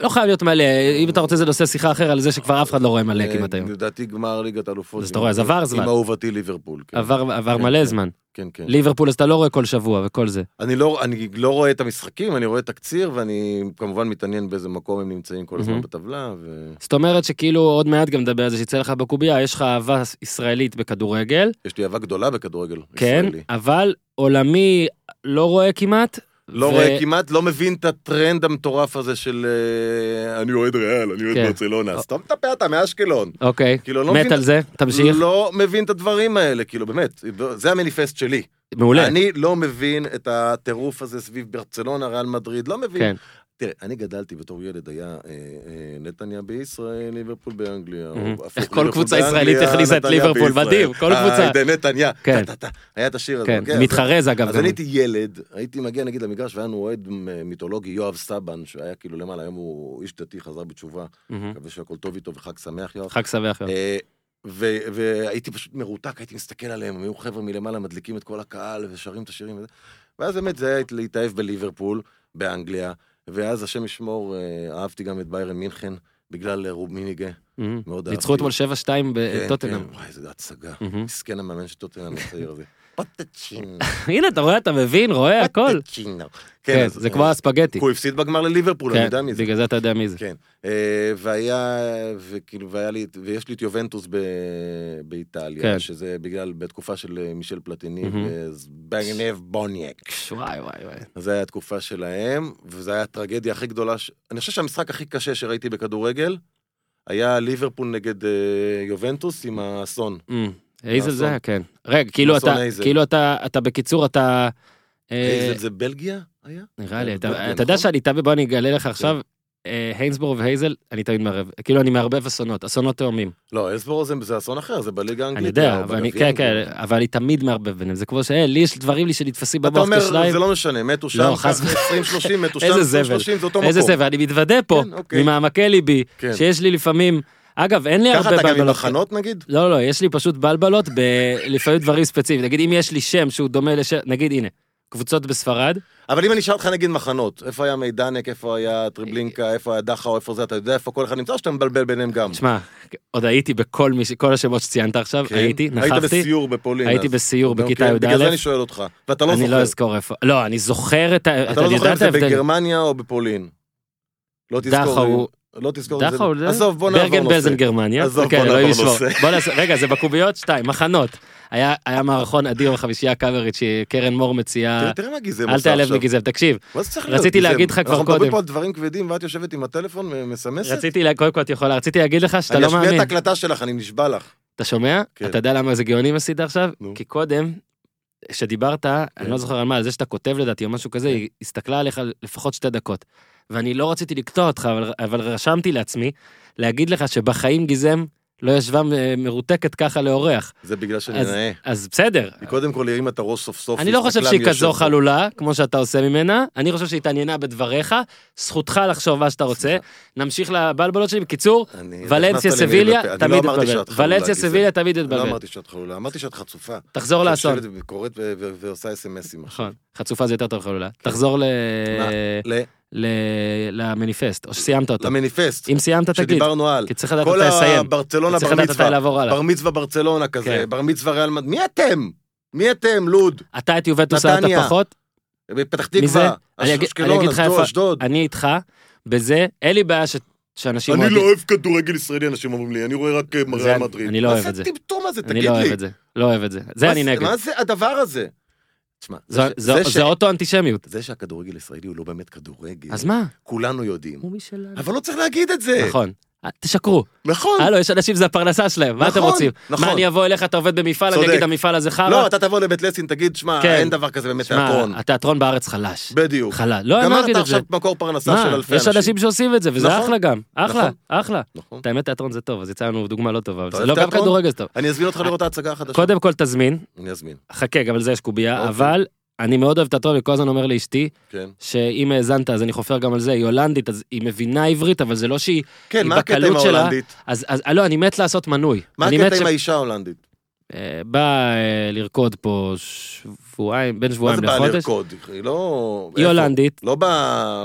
[SPEAKER 1] לא חייב להיות מלא, אם אתה רוצה זה נושא שיחה אחר על זה שכבר אף אחד לא רואה מלא
[SPEAKER 2] אה,
[SPEAKER 1] כמעט היום.
[SPEAKER 2] לדעתי גמר ליגת אלופות.
[SPEAKER 1] אז אתה רואה, אז עבר זמן.
[SPEAKER 2] עם אהובתי ליברפול. כן.
[SPEAKER 1] עבר עבר
[SPEAKER 2] כן,
[SPEAKER 1] מלא
[SPEAKER 2] כן.
[SPEAKER 1] זמן.
[SPEAKER 2] כן, כן.
[SPEAKER 1] ליברפול אז אתה לא רואה כל שבוע וכל זה.
[SPEAKER 2] אני לא, אני לא רואה את המשחקים, אני רואה תקציר, ואני כמובן מתעניין באיזה מקום הם נמצאים כל הזמן
[SPEAKER 1] מהמם.
[SPEAKER 2] בטבלה, ויש
[SPEAKER 1] זאת אומרת שכאילו עוד מעט גם נדבר על זה שיצא לך בקובייה, יש לך אהבה ישראלית בכדורגל,
[SPEAKER 2] לי אהבה גדולה בכדורגל
[SPEAKER 1] כן,
[SPEAKER 2] ישראלי.
[SPEAKER 1] אבל עולמי לא רואה כמעט.
[SPEAKER 2] לא
[SPEAKER 1] ו-
[SPEAKER 2] רואה כמעט, לא מבין את הטרנד המטורף הזה של אה, אני אוהד ריאל, אני
[SPEAKER 1] כן.
[SPEAKER 2] אוהד ברצלונה, סתום את הפה אתה מאשקלון.
[SPEAKER 1] אוקיי,
[SPEAKER 2] כאילו, לא
[SPEAKER 1] מת
[SPEAKER 2] מבין-
[SPEAKER 1] על זה, תמשיך.
[SPEAKER 2] לא מבין את הדברים האלה, כאילו באמת, זה המניפסט שלי.
[SPEAKER 1] מעולה.
[SPEAKER 2] אני לא מבין את הטירוף הזה סביב ברצלונה, ריאל מדריד, לא מבין.
[SPEAKER 1] כן.
[SPEAKER 2] תראה, אני גדלתי בתור ילד, היה אה, אה, נתניה בישראל, ליברפול באנגליה.
[SPEAKER 1] Mhm.
[SPEAKER 2] או הפוך,
[SPEAKER 1] איך כל
[SPEAKER 2] ליברפול
[SPEAKER 1] קבוצה
[SPEAKER 2] באנגליה,
[SPEAKER 1] ישראלית הכניסה את
[SPEAKER 2] נתניה
[SPEAKER 1] ליברפול,
[SPEAKER 2] בישראל.
[SPEAKER 1] מדהים, כל קבוצה.
[SPEAKER 2] אה, הנה, נתניה,
[SPEAKER 1] כן.
[SPEAKER 2] טה, טה, טה. היה את השיר הזה.
[SPEAKER 1] כן,
[SPEAKER 2] אוקיי, אז-
[SPEAKER 1] מתחרז אגב.
[SPEAKER 2] אז
[SPEAKER 1] גם.
[SPEAKER 2] אני הייתי ילד, הייתי מגיע נגיד למגרש, והיה לנו אוהד מ- מיתולוגי, יואב סבן, שהיה כאילו למעלה, היום הוא איש דתי, חזר בתשובה,
[SPEAKER 1] מהמם.
[SPEAKER 2] מקווה שהכל טוב איתו וחג שמח, יואב.
[SPEAKER 1] חג שמח. יואב.
[SPEAKER 2] אוקיי. אה, ו- והייתי פשוט מרותק, הייתי מסתכל עליהם, הם היו חבר'ה מלמעלה, מדליקים את כל הקהל ושרים את השירים וזה. ואז באמת זה היה להתאהב בליברפול, באנגליה, ואז השם ישמור, אה, אהבתי גם את ביירן מינכן, בגלל אה, רוב מיניגה,
[SPEAKER 1] מהמם.
[SPEAKER 2] מאוד אהבתי.
[SPEAKER 1] ניצחו אתמול 7-2
[SPEAKER 2] כן,
[SPEAKER 1] בטוטנאם.
[SPEAKER 2] כן, וואי, איזה הצגה.
[SPEAKER 1] מהמם. <laughs>
[SPEAKER 2] מסכן המאמן של טוטנאם הצעיר הזה. פוטצ'ין,
[SPEAKER 1] הנה, אתה רואה, אתה מבין, רואה, הכל.
[SPEAKER 2] פוטצ'ין.
[SPEAKER 1] כן,
[SPEAKER 2] אז-
[SPEAKER 1] זה כמו הספגטי.
[SPEAKER 2] הוא הפסיד בגמר לליברפול, אני
[SPEAKER 1] כן,
[SPEAKER 2] יודע מי זה.
[SPEAKER 1] בגלל זה אתה יודע מי זה.
[SPEAKER 2] כן, אה, והיה, וכאילו, והיה לי, ויש לי את יובנטוס ב, באיטליה,
[SPEAKER 1] כן.
[SPEAKER 2] כן. שזה בגלל, בתקופה של אה, מישל פלטיני
[SPEAKER 1] מהמם.
[SPEAKER 2] ובגנב בוניאק.
[SPEAKER 1] וואי וואי וואי.
[SPEAKER 2] אז זו הייתה התקופה שלהם, וזו הייתה הטרגדיה הכי גדולה, ש... אני חושב שהמשחק הכי קשה שראיתי בכדורגל, היה ליברפול נגד אה, יובנטוס עם האסון.
[SPEAKER 1] אמ, אייזל זה
[SPEAKER 2] אסון.
[SPEAKER 1] היה, כן. רגע, כאילו
[SPEAKER 2] אסון
[SPEAKER 1] אתה,
[SPEAKER 2] אייזל.
[SPEAKER 1] כאילו אתה, אתה בקיצור, אתה... אה,
[SPEAKER 2] איזה, זה בלגיה היה?
[SPEAKER 1] נראה לי,
[SPEAKER 2] זה
[SPEAKER 1] אתה
[SPEAKER 2] בלגיה,
[SPEAKER 1] אתה יודע
[SPEAKER 2] נכון?
[SPEAKER 1] שאני טעה, בוא אני אגלה לך עכשיו. אה, היינסבורג והייזל, אני תמיד מערב, כאילו אני מערבב אסונות, אסונות תאומים.
[SPEAKER 2] לא, אלסבור זה, זה אסון אחר, זה בליגה האנגלית.
[SPEAKER 1] אני יודע,
[SPEAKER 2] או
[SPEAKER 1] אבל אני,
[SPEAKER 2] בגביע
[SPEAKER 1] כן, כן,
[SPEAKER 2] האנגלי.
[SPEAKER 1] אבל אני תמיד מערבב ביניהם, זה כמו ש... אה, לי יש דברים לי שנתפסים
[SPEAKER 2] אתה
[SPEAKER 1] במוח
[SPEAKER 2] אומר,
[SPEAKER 1] כשניים.
[SPEAKER 2] זה לא משנה, מתו שם,
[SPEAKER 1] לא, חס ו-
[SPEAKER 2] 20-30, מתו שם,
[SPEAKER 1] איזה זבל.
[SPEAKER 2] 20-30, זה אותו מקום.
[SPEAKER 1] איזה זה, ואני מתוודה פה,
[SPEAKER 2] כן, אוקיי.
[SPEAKER 1] ממעמקי ליבי,
[SPEAKER 2] כן.
[SPEAKER 1] שיש לי לפעמים... אגב, אין לי
[SPEAKER 2] ככה
[SPEAKER 1] הרבה
[SPEAKER 2] אתה גם עם
[SPEAKER 1] בלבלות.
[SPEAKER 2] הכנות נגיד?
[SPEAKER 1] לא, לא, יש לי פשוט בלבלות בלפעמים דברים ספציפיים. נגיד, אם יש לי שם שהוא דומה לשם, נגיד, הנה, קבוצות בספרד,
[SPEAKER 2] אבל אם אני אשאל אותך נגיד מחנות, איפה היה מידנק, איפה היה טריבלינקה, איפה היה דחאו, איפה זה, אתה יודע איפה כל אחד נמצא, או שאתה מבלבל ביניהם גם?
[SPEAKER 1] תשמע, עוד הייתי בכל מי ש- כל השמות שציינת עכשיו,
[SPEAKER 2] כן?
[SPEAKER 1] הייתי,
[SPEAKER 2] היית
[SPEAKER 1] נכחתי,
[SPEAKER 2] בסיור בפולין.
[SPEAKER 1] הייתי
[SPEAKER 2] אז.
[SPEAKER 1] בסיור
[SPEAKER 2] אוקיי,
[SPEAKER 1] בכיתה י"א,
[SPEAKER 2] בגלל זה אני שואל אותך, ואתה לא
[SPEAKER 1] אני לא
[SPEAKER 2] זוכר.
[SPEAKER 1] אזכור איפה, לא, אני זוכר את ה...
[SPEAKER 2] אתה לא
[SPEAKER 1] אני
[SPEAKER 2] זוכר
[SPEAKER 1] יודע
[SPEAKER 2] אם
[SPEAKER 1] את
[SPEAKER 2] זה
[SPEAKER 1] ההבדלים.
[SPEAKER 2] בגרמניה או בפולין. לא תזכור.
[SPEAKER 1] דכאו
[SPEAKER 2] אם-
[SPEAKER 1] הוא-
[SPEAKER 2] לא תזכור את זה.
[SPEAKER 1] דכאו, זה-
[SPEAKER 2] עזוב, בוא נעבור
[SPEAKER 1] ברגן
[SPEAKER 2] נושא.
[SPEAKER 1] בלזן גרמניה.
[SPEAKER 2] עזוב,
[SPEAKER 1] אוקיי,
[SPEAKER 2] בוא
[SPEAKER 1] אלוהים
[SPEAKER 2] נעבור
[SPEAKER 1] ישמור.
[SPEAKER 2] נושא.
[SPEAKER 1] בוא נעשה, רגע, זה בקוביות? שתיים, מחנות. היה
[SPEAKER 2] <laughs>
[SPEAKER 1] היה מערכון אדיר בחמישייה הקאברית שקרן מור מציעה,
[SPEAKER 2] תראה- תראה מה גיזם
[SPEAKER 1] אל
[SPEAKER 2] עושה
[SPEAKER 1] תיעלב
[SPEAKER 2] עכשיו.
[SPEAKER 1] מגזם, תקשיב,
[SPEAKER 2] מה זה צריך להיות
[SPEAKER 1] רציתי
[SPEAKER 2] גיזם?
[SPEAKER 1] להגיד לך כבר
[SPEAKER 2] אנחנו מדברים
[SPEAKER 1] קודם.
[SPEAKER 2] פה על דברים כבדים ואת יושבת עם הטלפון ומסמסת?
[SPEAKER 1] רציתי, לה- קודם כל את יכולה, רציתי להגיד לך שאתה
[SPEAKER 2] אני
[SPEAKER 1] לא
[SPEAKER 2] אשמיע
[SPEAKER 1] מאמין,
[SPEAKER 2] את ההקלטה שלך, אני נשבע לך.
[SPEAKER 1] אתה שומע?
[SPEAKER 2] כן.
[SPEAKER 1] אתה יודע למה זה גאונים עשית עכשיו?
[SPEAKER 2] נו. כן.
[SPEAKER 1] כי קודם, כשדיברת, אני לא זוכר על מה, על זה שאתה כותב לדעתי או משהו כזה, היא הסתכלה עליך לפחות שתי דקות. ואני לא רציתי לקטוע אותך, אבל- אבל רשמתי לעצמי להגיד לך שבחיים גיזם לא ישבה אה, מרותקת ככה לאורח.
[SPEAKER 2] זה בגלל שאני
[SPEAKER 1] אז-
[SPEAKER 2] נאה.
[SPEAKER 1] אז בסדר,
[SPEAKER 2] היא קודם כל הרימה את הראש סוף סוף.
[SPEAKER 1] אני לא חושב
[SPEAKER 2] הסתכלה
[SPEAKER 1] שהיא
[SPEAKER 2] מי יושב
[SPEAKER 1] כזו
[SPEAKER 2] פה.
[SPEAKER 1] חלולה, כמו שאתה עושה ממנה, אני חושב שהיא התעניינה בדבריך, זכותך לחשוב מה שאתה רוצה. נמשיך לבלבלות שלי, בקיצור,
[SPEAKER 2] אני- הכנסת לי
[SPEAKER 1] ולנסיה
[SPEAKER 2] מילים לפה.
[SPEAKER 1] סביליה
[SPEAKER 2] אני
[SPEAKER 1] תמיד
[SPEAKER 2] לא אמרתי
[SPEAKER 1] תתבלבל.
[SPEAKER 2] שאת חלולה,
[SPEAKER 1] ולנסיה
[SPEAKER 2] גיזם.
[SPEAKER 1] סביליה תמיד
[SPEAKER 2] אני לא
[SPEAKER 1] תתבלבל.
[SPEAKER 2] אמרתי שאת חלולה, אמרתי שאת חצופה.
[SPEAKER 1] תחזור לאסון.
[SPEAKER 2] שאת יושבת וקוראת ו- ו- ועושה אס.אם.אסים.
[SPEAKER 1] נכון, חצופה זה יותר טוב חלולה.
[SPEAKER 2] כן.
[SPEAKER 1] תחזור ל-
[SPEAKER 2] ל-
[SPEAKER 1] ל- למניפסט, או שסיימת אותו.
[SPEAKER 2] למניפסט,
[SPEAKER 1] אם סיימת תגיד,
[SPEAKER 2] שדיברנו על.
[SPEAKER 1] כי צריך לדעת
[SPEAKER 2] כל
[SPEAKER 1] מתי לסיים.
[SPEAKER 2] הברצלונה
[SPEAKER 1] צריך
[SPEAKER 2] בר
[SPEAKER 1] לדעת מתי
[SPEAKER 2] מצווה,
[SPEAKER 1] לעבור הלאה.
[SPEAKER 2] בר מצווה ברצלונה כזה,
[SPEAKER 1] כן.
[SPEAKER 2] בר מצווה ריאל מד... מי אתם? מי אתם, לוד?
[SPEAKER 1] אתה את יובטוס אהבת
[SPEAKER 2] נתניה.
[SPEAKER 1] פחות,
[SPEAKER 2] פתח
[SPEAKER 1] מי זה?
[SPEAKER 2] תקווה,
[SPEAKER 1] אני אגיד- אני
[SPEAKER 2] אשקלון,
[SPEAKER 1] אגיד לך
[SPEAKER 2] אשדוד,
[SPEAKER 1] איפה-
[SPEAKER 2] אשדוד.
[SPEAKER 1] אני איתך, בזה אין לי בעיה ש- שאנשים
[SPEAKER 2] אני
[SPEAKER 1] אוהבים-
[SPEAKER 2] לא אוהב כדורגל ישראלי, אנשים אומרים לי, אני רואה רק אה,
[SPEAKER 1] זה
[SPEAKER 2] ריאל
[SPEAKER 1] אני-
[SPEAKER 2] מדריד.
[SPEAKER 1] אני לא אוהב את זה.
[SPEAKER 2] מה זה טמטום הזה,
[SPEAKER 1] אני
[SPEAKER 2] תגיד
[SPEAKER 1] לא אוהב
[SPEAKER 2] לי?
[SPEAKER 1] את זה, לא אוהב את זה. זה
[SPEAKER 2] מה
[SPEAKER 1] אני נגד.
[SPEAKER 2] מה זה הדבר הזה? תשמע,
[SPEAKER 1] זו-
[SPEAKER 2] זה ש-
[SPEAKER 1] זו-
[SPEAKER 2] זה ש-
[SPEAKER 1] זה אוטו-אנטישמיות.
[SPEAKER 2] זה שהכדורגל הישראלי הוא לא באמת כדורגל,
[SPEAKER 1] אז מה?
[SPEAKER 2] כולנו יודעים.
[SPEAKER 1] הוא משלנו.
[SPEAKER 2] אבל לא צריך להגיד את זה.
[SPEAKER 1] נכון. אה, תשקרו.
[SPEAKER 2] נכון.
[SPEAKER 1] הלו, יש אנשים, זה הפרנסה שלהם, מה אתם
[SPEAKER 2] נכון,
[SPEAKER 1] רוצים?
[SPEAKER 2] נכון.
[SPEAKER 1] מה, אני אבוא אליך, אתה עובד במפעל, אני
[SPEAKER 2] צודק.
[SPEAKER 1] אגיד, המפעל הזה חרא?
[SPEAKER 2] לא, אתה תבוא לבית לסין, תגיד, שמע,
[SPEAKER 1] כן.
[SPEAKER 2] אין דבר כזה באמת
[SPEAKER 1] שמע,
[SPEAKER 2] תיאטרון.
[SPEAKER 1] התיאטרון בארץ חלש.
[SPEAKER 2] בדיוק.
[SPEAKER 1] חלש. לא, אני
[SPEAKER 2] גם
[SPEAKER 1] לא
[SPEAKER 2] אז
[SPEAKER 1] אגיד
[SPEAKER 2] אתה
[SPEAKER 1] את זה.
[SPEAKER 2] עכשיו מקור פרנסה
[SPEAKER 1] מה,
[SPEAKER 2] של אלפי
[SPEAKER 1] יש
[SPEAKER 2] אנשים.
[SPEAKER 1] אנשים שעושים את זה, וזה
[SPEAKER 2] נכון,
[SPEAKER 1] אחלה גם. אחלה,
[SPEAKER 2] נכון.
[SPEAKER 1] אחלה.
[SPEAKER 2] נכון.
[SPEAKER 1] את האמת, תיאטרון זה טוב, אז יצאנו דוגמה לא טובה, אבל
[SPEAKER 2] אתה
[SPEAKER 1] זה
[SPEAKER 2] אוהב
[SPEAKER 1] לא גם
[SPEAKER 2] תיאטרון?
[SPEAKER 1] כדורגל זה טוב.
[SPEAKER 2] אני אזמין אותך לראות את ההצגה החדשה.
[SPEAKER 1] אה, קודם כל תזמין,
[SPEAKER 2] אני אזמין,
[SPEAKER 1] חכה, גם על זה יש קובייה,
[SPEAKER 2] אוקיי.
[SPEAKER 1] אבל אני מאוד אוהב תיאטרון, וכל הזמן אומר לאשתי,
[SPEAKER 2] כן.
[SPEAKER 1] שאם האזנת, אז אני חופר גם על זה, היא הולנדית, אז היא מבינה עברית, אבל זה לא שהיא...
[SPEAKER 2] כן,
[SPEAKER 1] היא
[SPEAKER 2] מה הקטע עם
[SPEAKER 1] בקלות שלה-
[SPEAKER 2] ההולנדית?
[SPEAKER 1] אז, אז אה, לא, אני מת לעשות מנוי.
[SPEAKER 2] מה
[SPEAKER 1] אני מת
[SPEAKER 2] הקטע
[SPEAKER 1] ש-
[SPEAKER 2] עם האישה ההולנדית?
[SPEAKER 1] אה, בא אה, לרקוד פה שבועיים, בין
[SPEAKER 2] מה
[SPEAKER 1] שבועיים
[SPEAKER 2] זה בא
[SPEAKER 1] לחודש.
[SPEAKER 2] לרקוד? היא לא...
[SPEAKER 1] היא
[SPEAKER 2] איפה?
[SPEAKER 1] הולנדית.
[SPEAKER 2] לא ב...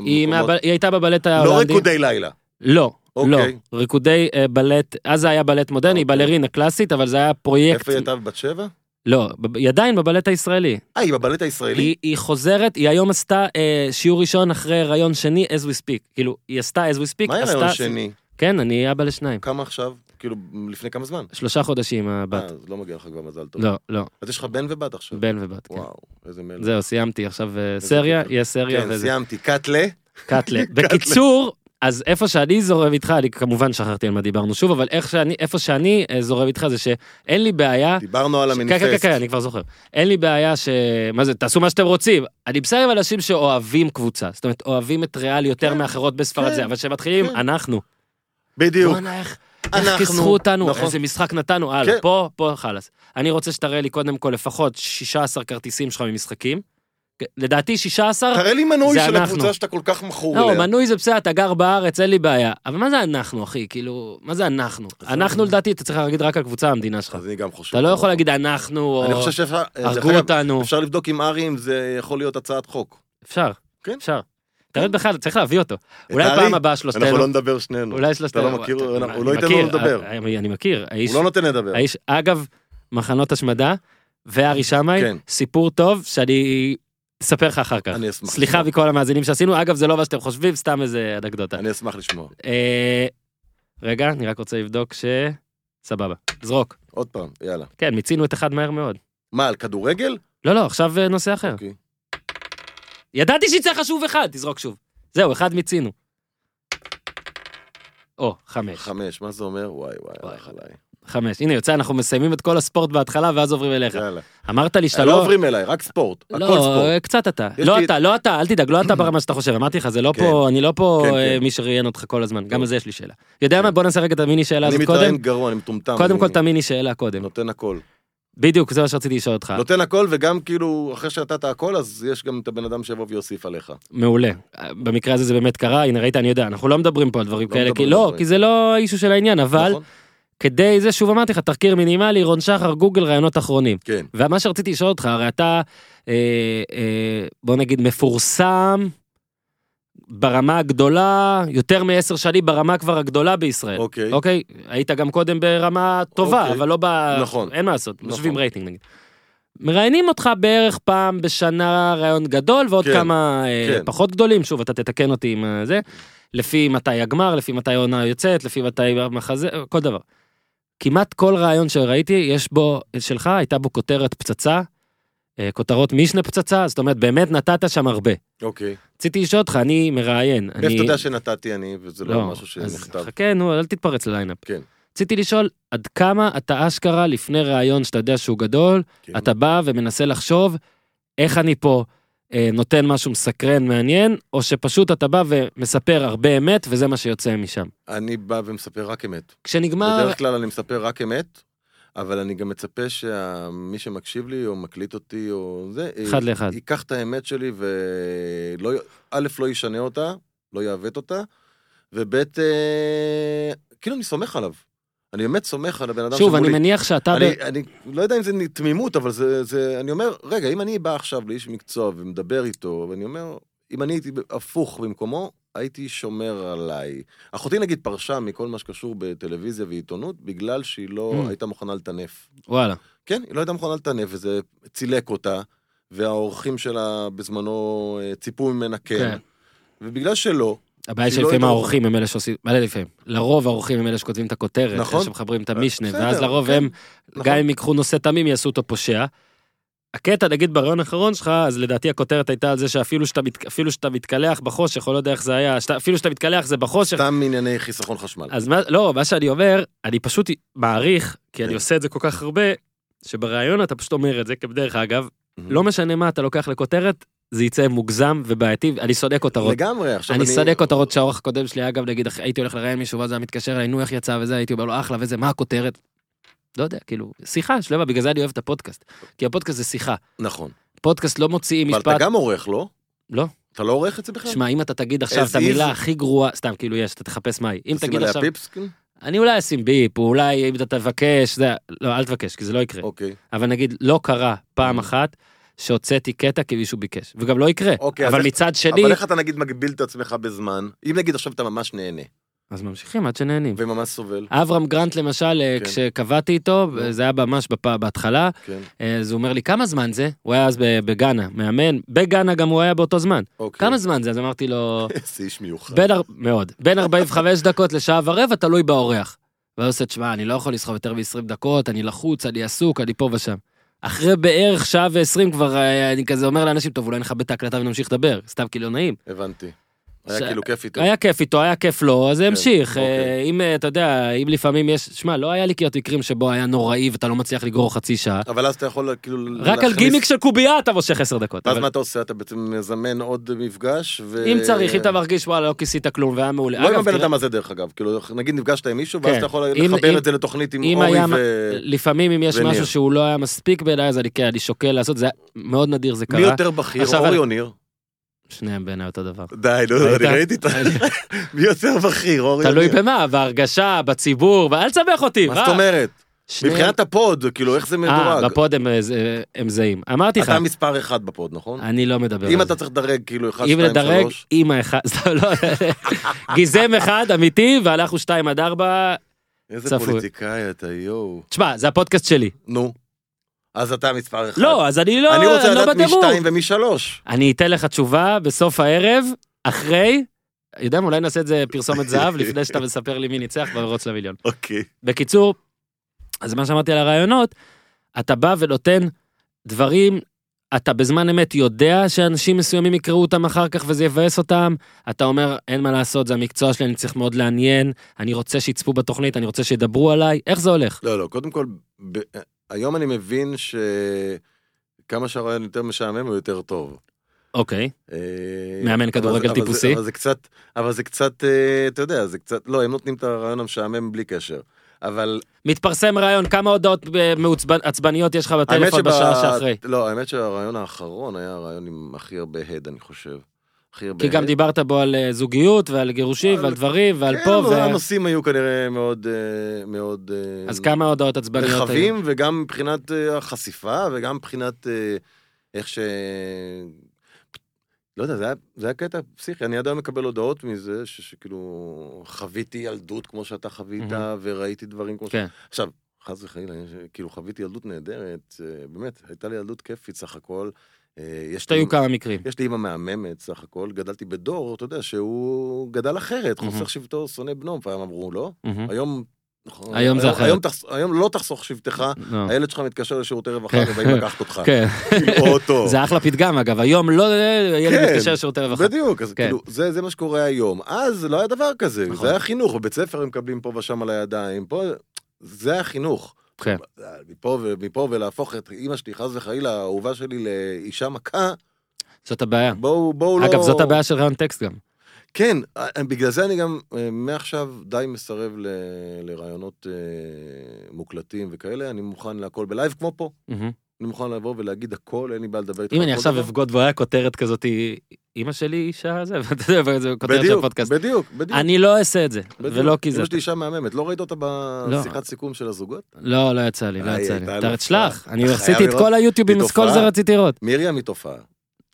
[SPEAKER 1] היא, מה, היא הייתה בבלט
[SPEAKER 2] לא
[SPEAKER 1] ההולנדי.
[SPEAKER 2] ריקודי לילה.
[SPEAKER 1] לא, לא.
[SPEAKER 2] אוקיי.
[SPEAKER 1] ריקודי אה, בלט, אז זה היה בלט מודרני, היא
[SPEAKER 2] אוקיי.
[SPEAKER 1] בלרינה קלאסית, אבל זה היה פרויקט.
[SPEAKER 2] איפה היא הייתה? בת שבע?
[SPEAKER 1] לא, ב- היא עדיין בבלט הישראלי.
[SPEAKER 2] אה, היא בבלט הישראלי?
[SPEAKER 1] היא, היא חוזרת, היא היום עשתה אה, שיעור ראשון אחרי הריון שני, as we speak. כאילו, היא עשתה as we speak.
[SPEAKER 2] מה עם
[SPEAKER 1] עשתה-
[SPEAKER 2] הרעיון שני?
[SPEAKER 1] כן, אני אבא לשניים.
[SPEAKER 2] כמה עכשיו? כאילו, לפני כמה זמן?
[SPEAKER 1] שלושה חודשים הבת.
[SPEAKER 2] אה, אז לא מגיע לך כבר מזל טוב.
[SPEAKER 1] לא, לא,
[SPEAKER 2] אז יש לך בן ובת עכשיו.
[SPEAKER 1] בן ובת, כן.
[SPEAKER 2] וואו, איזה מלך.
[SPEAKER 1] זהו, סיימתי עכשיו אה, סריה,
[SPEAKER 2] כיף.
[SPEAKER 1] יהיה סריה
[SPEAKER 2] כן,
[SPEAKER 1] וזה.
[SPEAKER 2] סיימתי. <laughs> קאטלה.
[SPEAKER 1] קאטלה. בקיצור, אז איפה שאני זורם איתך, אני כמובן שכחתי על מה דיברנו שוב, אבל איך שאני, איפה שאני אה, זורם איתך זה שאין לי בעיה...
[SPEAKER 2] דיברנו על
[SPEAKER 1] ש- כן, כן, כן,
[SPEAKER 2] המניפסט.
[SPEAKER 1] כן, אני כבר זוכר. אין לי בעיה ש... מה זה, תעשו מה שאתם רוצים. אני בסדר עם אנשים שאוהבים קבוצה. זאת אומרת, אוהבים את ריאל יותר
[SPEAKER 2] כן,
[SPEAKER 1] מאחרות בספרד
[SPEAKER 2] כן,
[SPEAKER 1] זה, אבל כשמתחילים,
[SPEAKER 2] כן.
[SPEAKER 1] אנחנו.
[SPEAKER 2] בדיוק.
[SPEAKER 1] בואנה, איך איך
[SPEAKER 2] אנחנו-
[SPEAKER 1] כיסחו אותנו,
[SPEAKER 2] נכון.
[SPEAKER 1] איזה משחק נתנו, הלאה,
[SPEAKER 2] כן.
[SPEAKER 1] פה, פה, חלאס. אני רוצה שתראה לי קודם כל לפחות 16 כרטיסים שלך ממשחקים. כן, לדעתי 16,
[SPEAKER 2] תראה לי מנוי
[SPEAKER 1] זה
[SPEAKER 2] של
[SPEAKER 1] אנחנו.
[SPEAKER 2] הקבוצה שאתה כל כך מכור
[SPEAKER 1] לא,
[SPEAKER 2] אליה.
[SPEAKER 1] מנוי זה בסדר, אתה גר בארץ, אין לי בעיה. אבל מה זה אנחנו, אחי? כאילו, מה זה אנחנו?
[SPEAKER 2] לא-
[SPEAKER 1] אנחנו, לדעתי, אתה צריך להגיד רק על קבוצה המדינה שלך.
[SPEAKER 2] אז אני גם חושב.
[SPEAKER 1] אתה לא יכול להגיד אנחנו,
[SPEAKER 2] אני
[SPEAKER 1] או
[SPEAKER 2] חושב שאפשר... דרך
[SPEAKER 1] הרגו
[SPEAKER 2] אגב,
[SPEAKER 1] אותנו.
[SPEAKER 2] אפשר לבדוק עם ארי אם זה יכול להיות הצעת חוק.
[SPEAKER 1] אפשר,
[SPEAKER 2] כן.
[SPEAKER 1] אפשר. תרד בכלל, צריך להביא אותו. אולי
[SPEAKER 2] ארי?
[SPEAKER 1] פעם הבאה שלושתנו,
[SPEAKER 2] אנחנו לא נדבר שנינו.
[SPEAKER 1] אולי שלושתנו.
[SPEAKER 2] לא מכיר?
[SPEAKER 1] אתה-
[SPEAKER 2] אנחנו-
[SPEAKER 1] אני
[SPEAKER 2] לא ייתן לנו
[SPEAKER 1] מכיר,
[SPEAKER 2] לדבר.
[SPEAKER 1] אה, אני אני מכיר, האיש,
[SPEAKER 2] הוא לא נותן לדבר.
[SPEAKER 1] האיש, אגב, מחנות השמדה, וארי שמאי,
[SPEAKER 2] כן.
[SPEAKER 1] סיפור טוב שאני אספר לך אחר כך.
[SPEAKER 2] אני אשמח.
[SPEAKER 1] סליחה
[SPEAKER 2] לשמוע.
[SPEAKER 1] מכל המאזינים שעשינו, אגב, זה לא מה שאתם חושבים, סתם איזה אנקדוטה.
[SPEAKER 2] אני אשמח לשמוע.
[SPEAKER 1] אה, רגע, אני רק רוצה לבדוק ש... סבבה, זרוק.
[SPEAKER 2] עוד פעם, יאללה.
[SPEAKER 1] כן, מיצינו את אחד מהר מאוד.
[SPEAKER 2] מה, על כדורגל?
[SPEAKER 1] לא, לא, עכשיו אה, נושא אחר.
[SPEAKER 2] אוקיי.
[SPEAKER 1] ידעתי שיצא חשוב אחד, תזרוק שוב. זהו, אחד מיצינו. או, חמש.
[SPEAKER 2] חמש, מה זה אומר? וואי, וואי,
[SPEAKER 1] וואי.
[SPEAKER 2] הלך עליי.
[SPEAKER 1] חמש. הנה, יוצא, אנחנו מסיימים את כל הספורט בהתחלה, ואז עוברים אליך.
[SPEAKER 2] יאללה.
[SPEAKER 1] אמרת לי שאתה
[SPEAKER 2] לא
[SPEAKER 1] לא...
[SPEAKER 2] עוברים אליי, רק ספורט. הכל
[SPEAKER 1] לא,
[SPEAKER 2] ספורט.
[SPEAKER 1] קצת אתה.
[SPEAKER 2] יש
[SPEAKER 1] לא
[SPEAKER 2] לי-
[SPEAKER 1] אתה, לא אתה, אל תדאג, לא אתה ברמה שאתה חושב. אמרתי לך, זה לא
[SPEAKER 2] כן.
[SPEAKER 1] פה, אני לא פה
[SPEAKER 2] כן,
[SPEAKER 1] אה,
[SPEAKER 2] כן.
[SPEAKER 1] מי שראיין אותך כל הזמן. גם
[SPEAKER 2] טוב.
[SPEAKER 1] על זה יש לי שאלה. יודע מה? בוא נעשה רגע את המיני שאלה
[SPEAKER 2] אני
[SPEAKER 1] הזאת אה, קודם.
[SPEAKER 2] מתראיין לא. גרוע, אני מטומטם.
[SPEAKER 1] קודם
[SPEAKER 2] אני
[SPEAKER 1] כל את המיני שאלה קודם.
[SPEAKER 2] נותן הכל.
[SPEAKER 1] בדיוק, זה מה שרציתי לשאול אותך.
[SPEAKER 2] נותן הכל, וגם כאילו, אחרי שנתת הכל, אז יש גם את הבן אדם שיבוא ויוסיף עליך.
[SPEAKER 1] מעולה. במקרה הזה זה באמת קרה, הנה ראית, אני יודע, אנחנו לא מדברים פה על דברים
[SPEAKER 2] לא
[SPEAKER 1] כאלה, כי
[SPEAKER 2] מדברים על
[SPEAKER 1] לא,
[SPEAKER 2] דברים.
[SPEAKER 1] כי זה לא האישו של העניין, אבל
[SPEAKER 2] נכון?
[SPEAKER 1] כדי זה, שוב אמרתי לך, תחקיר מינימלי, רון שחר, גוגל, רעיונות אחרונים.
[SPEAKER 2] כן.
[SPEAKER 1] ומה שרציתי לשאול אותך, הרי אתה, אה, אה, בוא נגיד, מפורסם ברמה הגדולה, יותר מעשר שנים ברמה כבר הגדולה בישראל.
[SPEAKER 2] אוקיי.
[SPEAKER 1] אוקיי? היית גם קודם ברמה טובה,
[SPEAKER 2] אוקיי.
[SPEAKER 1] אבל לא ב...
[SPEAKER 2] נכון.
[SPEAKER 1] אין מה לעשות,
[SPEAKER 2] נכון.
[SPEAKER 1] משווים רייטינג נגיד. מראיינים אותך בערך פעם בשנה רעיון גדול ועוד
[SPEAKER 2] כן,
[SPEAKER 1] כמה אה,
[SPEAKER 2] כן.
[SPEAKER 1] פחות גדולים, שוב אתה תתקן אותי עם אה, זה, לפי מתי הגמר, לפי מתי העונה יוצאת, לפי מתי המחזה, כל דבר. כמעט כל רעיון שראיתי יש בו, שלך הייתה בו כותרת פצצה, אה, כותרות משנה פצצה, זאת אומרת באמת נתת שם הרבה.
[SPEAKER 2] אוקיי.
[SPEAKER 1] רציתי לשאול אותך, אני מראיין, אני...
[SPEAKER 2] איפה אתה יודע שנתתי אני, וזה לא משהו שנכתב.
[SPEAKER 1] אז חכה, נו, אל תתפרץ לליינאפ.
[SPEAKER 2] כן.
[SPEAKER 1] רציתי לשאול, עד כמה אתה אשכרה לפני ראיון שאתה יודע שהוא גדול,
[SPEAKER 2] כן.
[SPEAKER 1] אתה בא ומנסה לחשוב איך אני פה אה, נותן משהו מסקרן, מעניין, או שפשוט אתה בא ומספר הרבה אמת וזה מה שיוצא משם.
[SPEAKER 2] אני בא ומספר רק אמת.
[SPEAKER 1] כשנגמר,
[SPEAKER 2] בדרך כלל אני מספר רק אמת, אבל אני גם מצפה שמי שמקשיב לי, או מקליט אותי, או זה, אה,
[SPEAKER 1] אחד לאחד.
[SPEAKER 2] ייקח את האמת שלי ולא, א', לא ישנה אותה, לא יעוות אותה, וב', אה, כאילו אני סומך עליו. אני באמת סומך על הבן אדם
[SPEAKER 1] שוב,
[SPEAKER 2] שמולי.
[SPEAKER 1] אני מניח שאתה... ב-
[SPEAKER 2] אני, אני לא יודע אם זה תמימות, אבל זה, זה, אני אומר, רגע, אם אני בא עכשיו לאיש מקצוע ומדבר איתו, ואני אומר, אם אני הייתי הפוך במקומו, הייתי שומר עליי. אחותי נגיד פרשה מכל מה שקשור בטלוויזיה ועיתונות, בגלל שהיא לא
[SPEAKER 1] Mm.
[SPEAKER 2] הייתה מוכנה לטנף.
[SPEAKER 1] וואלה.
[SPEAKER 2] כן, היא לא הייתה מוכנה לטנף, וזה צילק אותה, והאורחים שלה בזמנו אה, ציפו ממנה
[SPEAKER 1] כן.
[SPEAKER 2] כן. ובגלל שלא,
[SPEAKER 1] הבעיה
[SPEAKER 2] שלא
[SPEAKER 1] שלפעמים
[SPEAKER 2] ידעו.
[SPEAKER 1] האורחים הם אלה שעושים, מה זה לפעמים? לרוב האורחים הם אלה שכותבים את הכותרת,
[SPEAKER 2] נכון.
[SPEAKER 1] אלה שמחברים את המשנה,
[SPEAKER 2] בסדר,
[SPEAKER 1] ואז לרוב
[SPEAKER 2] כן.
[SPEAKER 1] הם,
[SPEAKER 2] נכון.
[SPEAKER 1] גם אם ייקחו נושא תמים, יעשו אותו פושע. הקטע, נגיד ברעיון האחרון שלך, אז לדעתי הכותרת הייתה על זה שאפילו שאתה, מת, אפילו שאתה מתקלח בחושך, או לא יודע איך זה היה, שאתה, אפילו שאתה מתקלח זה בחושך.
[SPEAKER 2] סתם ענייני חיסכון חשמל.
[SPEAKER 1] אז מה, לא, מה שאני אומר, אני פשוט מעריך, כי אני
[SPEAKER 2] כן.
[SPEAKER 1] עושה את זה כל כך הרבה, שבראיון אתה פשוט אומר את זה, כבדרך אגב,
[SPEAKER 2] מהמם.
[SPEAKER 1] לא משנה מה אתה לוקח לכותרת, זה יצא מוגזם ובעייתי, אני שונא כותרות.
[SPEAKER 2] לגמרי, עכשיו
[SPEAKER 1] אני שונא כותרות שהאורח הקודם שלי, אגב, נגיד, אח- הייתי הולך לראיין מישהו, ואז היה מתקשר אליי, נו, איך יצא וזה, הייתי אומר לו, אחלה וזה, מה הכותרת? לא יודע, כאילו, שיחה שלמה, בגלל זה אני אוהב את הפודקאסט. כי הפודקאסט זה שיחה.
[SPEAKER 2] נכון.
[SPEAKER 1] פודקאסט לא מוציאים
[SPEAKER 2] אבל אתה
[SPEAKER 1] משפט,
[SPEAKER 2] גם עורך, לא?
[SPEAKER 1] לא.
[SPEAKER 2] אתה לא עורך את זה בכלל?
[SPEAKER 1] שמע, אם אתה תגיד עכשיו
[SPEAKER 2] As
[SPEAKER 1] את המילה
[SPEAKER 2] is.
[SPEAKER 1] הכי גרועה, סתם, כאילו, יש, אתה תחפש מהי. אם
[SPEAKER 2] תשים
[SPEAKER 1] תגיד
[SPEAKER 2] עליה
[SPEAKER 1] עכשיו,
[SPEAKER 2] פיפס, כאילו?
[SPEAKER 1] אני אולי אשים ביפ, או אולי אם אתה תבקש, זה, לא, אל תבקש, כי זה לא יקרה.
[SPEAKER 2] אוקיי.
[SPEAKER 1] אבל נגיד, לא קרה פעם
[SPEAKER 2] Mm.
[SPEAKER 1] אחת שהוצאתי קטע כי מישהו ביקש, וגם לא יקרה.
[SPEAKER 2] אוקיי, אז
[SPEAKER 1] אבל
[SPEAKER 2] איך-
[SPEAKER 1] מצד שני,
[SPEAKER 2] אבל איך אתה נגיד מגביל את עצמך בזמן? אם נגיד עכשיו אתה ממש נהנה,
[SPEAKER 1] אז ממשיכים עד שנהנים.
[SPEAKER 2] וממש סובל,
[SPEAKER 1] אברהם גרנט למשל, אה,
[SPEAKER 2] כן.
[SPEAKER 1] כשקבעתי איתו,
[SPEAKER 2] נו.
[SPEAKER 1] זה היה ממש בפ- בהתחלה,
[SPEAKER 2] כן,
[SPEAKER 1] אה, אז הוא אומר לי, כמה זמן זה? הוא היה אז ב- בגאנה, מאמן, בגאנה גם הוא היה באותו זמן.
[SPEAKER 2] אוקיי.
[SPEAKER 1] כמה זמן זה? אז אמרתי לו,
[SPEAKER 2] איזה איש מיוחד.
[SPEAKER 1] בין, אר- מאוד, בין 45 דקות לשעה ורבע, תלוי באורח. והוא עושה, תשמע, אני לא יכול לסחוב יותר מ-20 דקות, אני לחוץ, אני עסוק, אני פה ושם. אחרי בערך שעה ועשרים כבר אה, אני כזה אומר לאנשים, טוב, אולי נכבד את ההקלטה ונמשיך לדבר, סתם כי לא נעים.
[SPEAKER 2] הבנתי.
[SPEAKER 1] ש-
[SPEAKER 2] היה כאילו כיף איתו.
[SPEAKER 1] היה כיף איתו, היה כיף לו, אז זה המשיך.
[SPEAKER 2] אוקיי.
[SPEAKER 1] אה, אם, אה, אתה יודע, אם לפעמים יש, שמע, לא היה לי כאילו מקרים שבו היה נוראי ואתה לא מצליח לגרור חצי שעה.
[SPEAKER 2] אבל אז אתה יכול כאילו...
[SPEAKER 1] רק על
[SPEAKER 2] להכניס-
[SPEAKER 1] גימיק של קובייה אתה מושך עשר דקות.
[SPEAKER 2] ואז
[SPEAKER 1] אבל
[SPEAKER 2] מה אתה עושה? אתה בעצם מזמן עוד מפגש, ו...
[SPEAKER 1] אם צריך, אם אתה מרגיש, וואלה, לא כיסית כלום והיה מעולה.
[SPEAKER 2] לא עם
[SPEAKER 1] אגב,
[SPEAKER 2] הבן
[SPEAKER 1] תראה,
[SPEAKER 2] אדם הזה, דרך אגב. כאילו, נגיד נפגשת עם מישהו, ואז
[SPEAKER 1] כן.
[SPEAKER 2] אתה יכול
[SPEAKER 1] אם- אם-
[SPEAKER 2] לחבר את זה לתוכנית עם
[SPEAKER 1] אם
[SPEAKER 2] אורי
[SPEAKER 1] היה-
[SPEAKER 2] ו...
[SPEAKER 1] לפעמים אם יש
[SPEAKER 2] וניר.
[SPEAKER 1] משהו שהוא לא היה מספיק בעיניי, אז אני כן, אני שוקל לעשות, זה היה- מאוד נדיר זה
[SPEAKER 2] מי
[SPEAKER 1] קרה.
[SPEAKER 2] יותר בכיר,
[SPEAKER 1] עכשיו
[SPEAKER 2] אורי
[SPEAKER 1] אני-
[SPEAKER 2] או ניר?
[SPEAKER 1] שניהם בעיניי אותו דבר.
[SPEAKER 2] די, נו,
[SPEAKER 1] ראית?
[SPEAKER 2] אני ראיתי את ה... <laughs> מי יותר בכיר, אורי או ניר?
[SPEAKER 1] תלוי במה, בהרגשה, בציבור, ב- אל תסבך אותי.
[SPEAKER 2] מה
[SPEAKER 1] מה?
[SPEAKER 2] זאת אומרת?
[SPEAKER 1] שניהם-
[SPEAKER 2] מבחינת הפוד, כאילו, איך זה
[SPEAKER 1] אה,
[SPEAKER 2] מדורג?
[SPEAKER 1] בפוד הם, אה, זה- הם זהים. אמרתי לך,
[SPEAKER 2] אתה מספר אחד בפוד, נכון?
[SPEAKER 1] אני לא מדבר על
[SPEAKER 2] אם
[SPEAKER 1] זה.
[SPEAKER 2] אתה צריך לדרג, כאילו, אחד,
[SPEAKER 1] אם
[SPEAKER 2] שתיים,
[SPEAKER 1] לדרג,
[SPEAKER 2] שלוש.
[SPEAKER 1] אימא אחד, סתם, <laughs> לא, גיזם אחד אמיתי, והלכו שתיים עד ארבע.
[SPEAKER 2] איזה
[SPEAKER 1] צפוי.
[SPEAKER 2] פוליטיקאי אתה, יואו.
[SPEAKER 1] תשמע, זה הפודקאסט שלי.
[SPEAKER 2] נו. אז אתה מספר אחד.
[SPEAKER 1] לא, אז אני לא,
[SPEAKER 2] אני רוצה
[SPEAKER 1] לא
[SPEAKER 2] לדעת מי
[SPEAKER 1] בדירוג.
[SPEAKER 2] שתיים ומי שלוש.
[SPEAKER 1] אני אתן לך תשובה בסוף הערב, אחרי, יודע מה, אולי נעשה את זה פרסומת זהב, לפני שאתה מספר לי מי ניצח במרוץ למיליון.
[SPEAKER 2] אוקיי.
[SPEAKER 1] בקיצור, אז מה שאמרתי על הרעיונות, אתה בא ונותן דברים אתה בזמן אמת יודע שאנשים מסוימים יקראו אותם אחר כך וזה יבאס אותם, אתה אומר, אין מה לעשות, זה המקצוע שלי, אני צריך מאוד לעניין, אני רוצה שיצפו בתוכנית, אני רוצה שידברו עליי, איך זה הולך?
[SPEAKER 2] לא, לא, קודם כל, ב... היום אני מבין שכמה שהרעיון יותר משעמם הוא יותר טוב.
[SPEAKER 1] אוקיי,
[SPEAKER 2] אה,
[SPEAKER 1] מאמן
[SPEAKER 2] אבל זה-
[SPEAKER 1] כדורגל
[SPEAKER 2] אבל זה-
[SPEAKER 1] טיפוסי?
[SPEAKER 2] אבל זה קצת, אבל זה קצת, אה, אתה יודע, זה קצת, לא, הם נותנים את הרעיון המשעמם בלי קשר. אבל
[SPEAKER 1] מתפרסם רעיון, כמה הודעות אה, מעוצבנ- עצבניות יש לך בטלפון
[SPEAKER 2] האמת
[SPEAKER 1] בשעה
[SPEAKER 2] שבה-
[SPEAKER 1] שאחרי?
[SPEAKER 2] לא, האמת שהרעיון האחרון היה הרעיון עם הכי הרבה הד, אני חושב. הכי הרבה
[SPEAKER 1] כי גם
[SPEAKER 2] הד.
[SPEAKER 1] דיברת בו על אה, זוגיות ועל גירושים
[SPEAKER 2] על-
[SPEAKER 1] ועל דברים ועל
[SPEAKER 2] כן,
[SPEAKER 1] פה,
[SPEAKER 2] אבל
[SPEAKER 1] ו-
[SPEAKER 2] הנושאים היו כנראה מאוד, אה, מאוד... אה,
[SPEAKER 1] אז כמה הודעות עצבניות היו?
[SPEAKER 2] רחבים, וגם מבחינת אה, החשיפה, וגם מבחינת אה, איך ש... לא יודע, זה היה, זה היה קטע פסיכי, אני עד היום מקבל הודעות מזה, ש, שכאילו חוויתי ילדות כמו שאתה חווית,
[SPEAKER 1] מהמם.
[SPEAKER 2] וראיתי דברים כמו
[SPEAKER 1] כן.
[SPEAKER 2] ש... עכשיו, חס וחלילה, יש- כאילו חוויתי ילדות נהדרת, אה, באמת, הייתה לי ילדות כיפית סך הכל. אה, יש לי-
[SPEAKER 1] שהיו כמה מקרים.
[SPEAKER 2] יש לי אימא מהממת סך הכל, גדלתי בדור, אתה יודע, שהוא גדל אחרת,
[SPEAKER 1] מהמם.
[SPEAKER 2] חוסך שבטו שונא בנו, פעם אמרו לו.
[SPEAKER 1] מהמם.
[SPEAKER 2] היום... נכון,
[SPEAKER 1] היום זה אחרת.
[SPEAKER 2] היום, תחס- היום לא תחסוך שבטך,
[SPEAKER 1] לא.
[SPEAKER 2] הילד שלך מתקשר לשירותי רווחה
[SPEAKER 1] כן.
[SPEAKER 2] ובאים לקחת אותך.
[SPEAKER 1] כן,
[SPEAKER 2] כאילו, או אותו.
[SPEAKER 1] <laughs> זה אחלה פתגם אגב, היום לא, ילד
[SPEAKER 2] כן,
[SPEAKER 1] מתקשר לשירותי רווחה.
[SPEAKER 2] בדיוק, אז
[SPEAKER 1] כן.
[SPEAKER 2] כאילו, זה זה מה שקורה היום. אז לא היה דבר כזה,
[SPEAKER 1] נכון.
[SPEAKER 2] זה היה חינוך, בבית ספר הם מקבלים פה ושם על הידיים, פה... זה היה חינוך.
[SPEAKER 1] כן.
[SPEAKER 2] מפה ומפה ולהפוך את אימא שלי, חס וחלילה, האהובה שלי לאישה מכה,
[SPEAKER 1] זאת הבעיה.
[SPEAKER 2] בואו בואו לא...
[SPEAKER 1] אגב, זאת הבעיה של רעיון טקסט גם.
[SPEAKER 2] כן, אה, בגלל זה אני גם אה, מעכשיו די מסרב ל- לרעיונות אה, מוקלטים וכאלה, אני מוכן להכל בלייב כמו פה.
[SPEAKER 1] מהמם.
[SPEAKER 2] אני מוכן לבוא ולהגיד הכל, אין לי בעיה לדבר איתך.
[SPEAKER 1] אם אני
[SPEAKER 2] על כל
[SPEAKER 1] עכשיו
[SPEAKER 2] דבר.
[SPEAKER 1] אבגוד והיה כותרת כזאת, אימא שלי אישה זה, ואתה יודע, זה כותרת של
[SPEAKER 2] בדיוק,
[SPEAKER 1] הפודקאסט.
[SPEAKER 2] בדיוק, בדיוק.
[SPEAKER 1] אני לא אעשה את זה,
[SPEAKER 2] בדיוק.
[SPEAKER 1] ולא כי זה.
[SPEAKER 2] אמא שלי אישה מהממת, לא ראית אותה
[SPEAKER 1] לא.
[SPEAKER 2] בשיחת סיכום של הזוגות?
[SPEAKER 1] לא, לא יצא לי, לא
[SPEAKER 2] איי,
[SPEAKER 1] יצא
[SPEAKER 2] הייתה
[SPEAKER 1] לי.
[SPEAKER 2] אלופה.
[SPEAKER 1] תשלח, אני
[SPEAKER 2] אתה חייב
[SPEAKER 1] עשיתי את
[SPEAKER 2] לראות.
[SPEAKER 1] כל היוטיובים,
[SPEAKER 2] היא
[SPEAKER 1] אז כל זה
[SPEAKER 2] תופעה.
[SPEAKER 1] רציתי לראות.
[SPEAKER 2] מiriam היא
[SPEAKER 1] אה,
[SPEAKER 2] תופעה.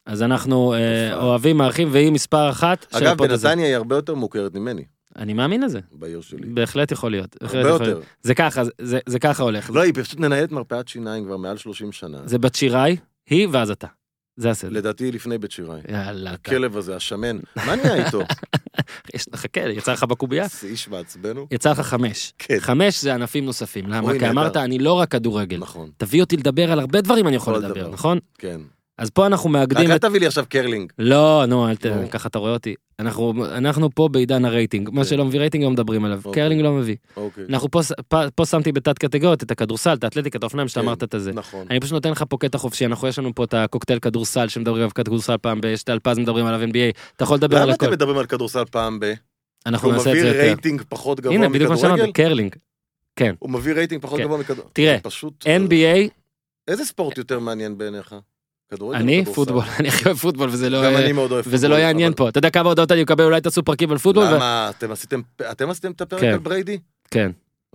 [SPEAKER 1] אז אנחנו אה,
[SPEAKER 2] תופעה.
[SPEAKER 1] אוהבים, מערכים, והיא מספר אחת של
[SPEAKER 2] אגב,
[SPEAKER 1] הפוד הזה.
[SPEAKER 2] בנתניה היא הרבה יותר מוכרת ממני,
[SPEAKER 1] אני מאמין לזה,
[SPEAKER 2] בעיר שלי.
[SPEAKER 1] בהחלט יכול להיות. בהחלט
[SPEAKER 2] הרבה
[SPEAKER 1] יכול להיות.
[SPEAKER 2] יותר.
[SPEAKER 1] זה ככה, זה- זה- זה ככה הולך.
[SPEAKER 2] לא, היא פשוט מנהלת מרפאת שיניים כבר מעל 30 שנה.
[SPEAKER 1] זה בת שיראי, היא ואז אתה. זה הסדר.
[SPEAKER 2] לדעתי היא לפני בית שיראי.
[SPEAKER 1] יאללה, אתה-
[SPEAKER 2] הכלב הזה, השמן, מה נהיה
[SPEAKER 1] <laughs>
[SPEAKER 2] איתו?
[SPEAKER 1] יש- חכה, יצא לך בקובייה?
[SPEAKER 2] זה איש מעצבן הוא?
[SPEAKER 1] יצא לך חמש.
[SPEAKER 2] כן.
[SPEAKER 1] חמש זה ענפים נוספים, למה?
[SPEAKER 2] אוי,
[SPEAKER 1] כי
[SPEAKER 2] נהדר.
[SPEAKER 1] אמרת, אני לא רק כדורגל.
[SPEAKER 2] נכון, לא
[SPEAKER 1] תביא אותי לדבר על הרבה דברים אני יכול
[SPEAKER 2] כל
[SPEAKER 1] לדבר,
[SPEAKER 2] דבר.
[SPEAKER 1] נכון?
[SPEAKER 2] כן.
[SPEAKER 1] אז פה אנחנו מאגדים
[SPEAKER 2] אל
[SPEAKER 1] את...
[SPEAKER 2] תביא לי עכשיו קרלינג.
[SPEAKER 1] לא, נו, אל ת...
[SPEAKER 2] נו.
[SPEAKER 1] ככה אתה רואה אותי. אנחנו, אנחנו פה בעידן הרייטינג, מה
[SPEAKER 2] אוקיי.
[SPEAKER 1] שלא מביא רייטינג לא מדברים עליו,
[SPEAKER 2] אוקיי.
[SPEAKER 1] קרלינג לא מביא.
[SPEAKER 2] אוקיי.
[SPEAKER 1] אנחנו פה, ס- פה- פה שמתי בתת קטגוריות את הכדורסל, את האתלטיקה, את האופניים שאתה
[SPEAKER 2] כן.
[SPEAKER 1] אמרת את הזה.
[SPEAKER 2] נכון.
[SPEAKER 1] אני פשוט נותן לך פה קטע חופשי, אנחנו יש לנו פה את הקוקטייל כדורסל שמדברים עליו כדורסל פעם, יש את אלפז מדברים עליו NBA, אתה יכול לדבר על
[SPEAKER 2] למה אתם
[SPEAKER 1] הכל.
[SPEAKER 2] מדברים על כדורסל פעם ב...
[SPEAKER 1] אנחנו
[SPEAKER 2] הוא
[SPEAKER 1] נעשה את זה
[SPEAKER 2] מביא
[SPEAKER 1] יותר.
[SPEAKER 2] רייטינג פחות גבוה
[SPEAKER 1] הנה, בדיוק מה
[SPEAKER 2] מכדורגל?
[SPEAKER 1] שאמרת, קרלינג.
[SPEAKER 2] הוא מביא רייטינג פחות
[SPEAKER 1] כן.
[SPEAKER 2] גבוה מכדורגל.
[SPEAKER 1] תראה,
[SPEAKER 2] פשוט...
[SPEAKER 1] NBA,
[SPEAKER 2] איזה ספורט יותר מעניין בעיניך? כדורגל או
[SPEAKER 1] אני
[SPEAKER 2] כדורסל?
[SPEAKER 1] פוטבול, <laughs> אני הכי אוהב פוטבול וזה לא...
[SPEAKER 2] גם אני מאוד אוהב
[SPEAKER 1] וזה לא יעניין פה. אתה יודע כמה הודעות אני מקבל, אולי תעשו פרקים על פוטבול? ו-
[SPEAKER 2] למה? אתם עשיתם אתם עשיתם את הפרק
[SPEAKER 1] כן.
[SPEAKER 2] על בריידי?
[SPEAKER 1] כן. אה,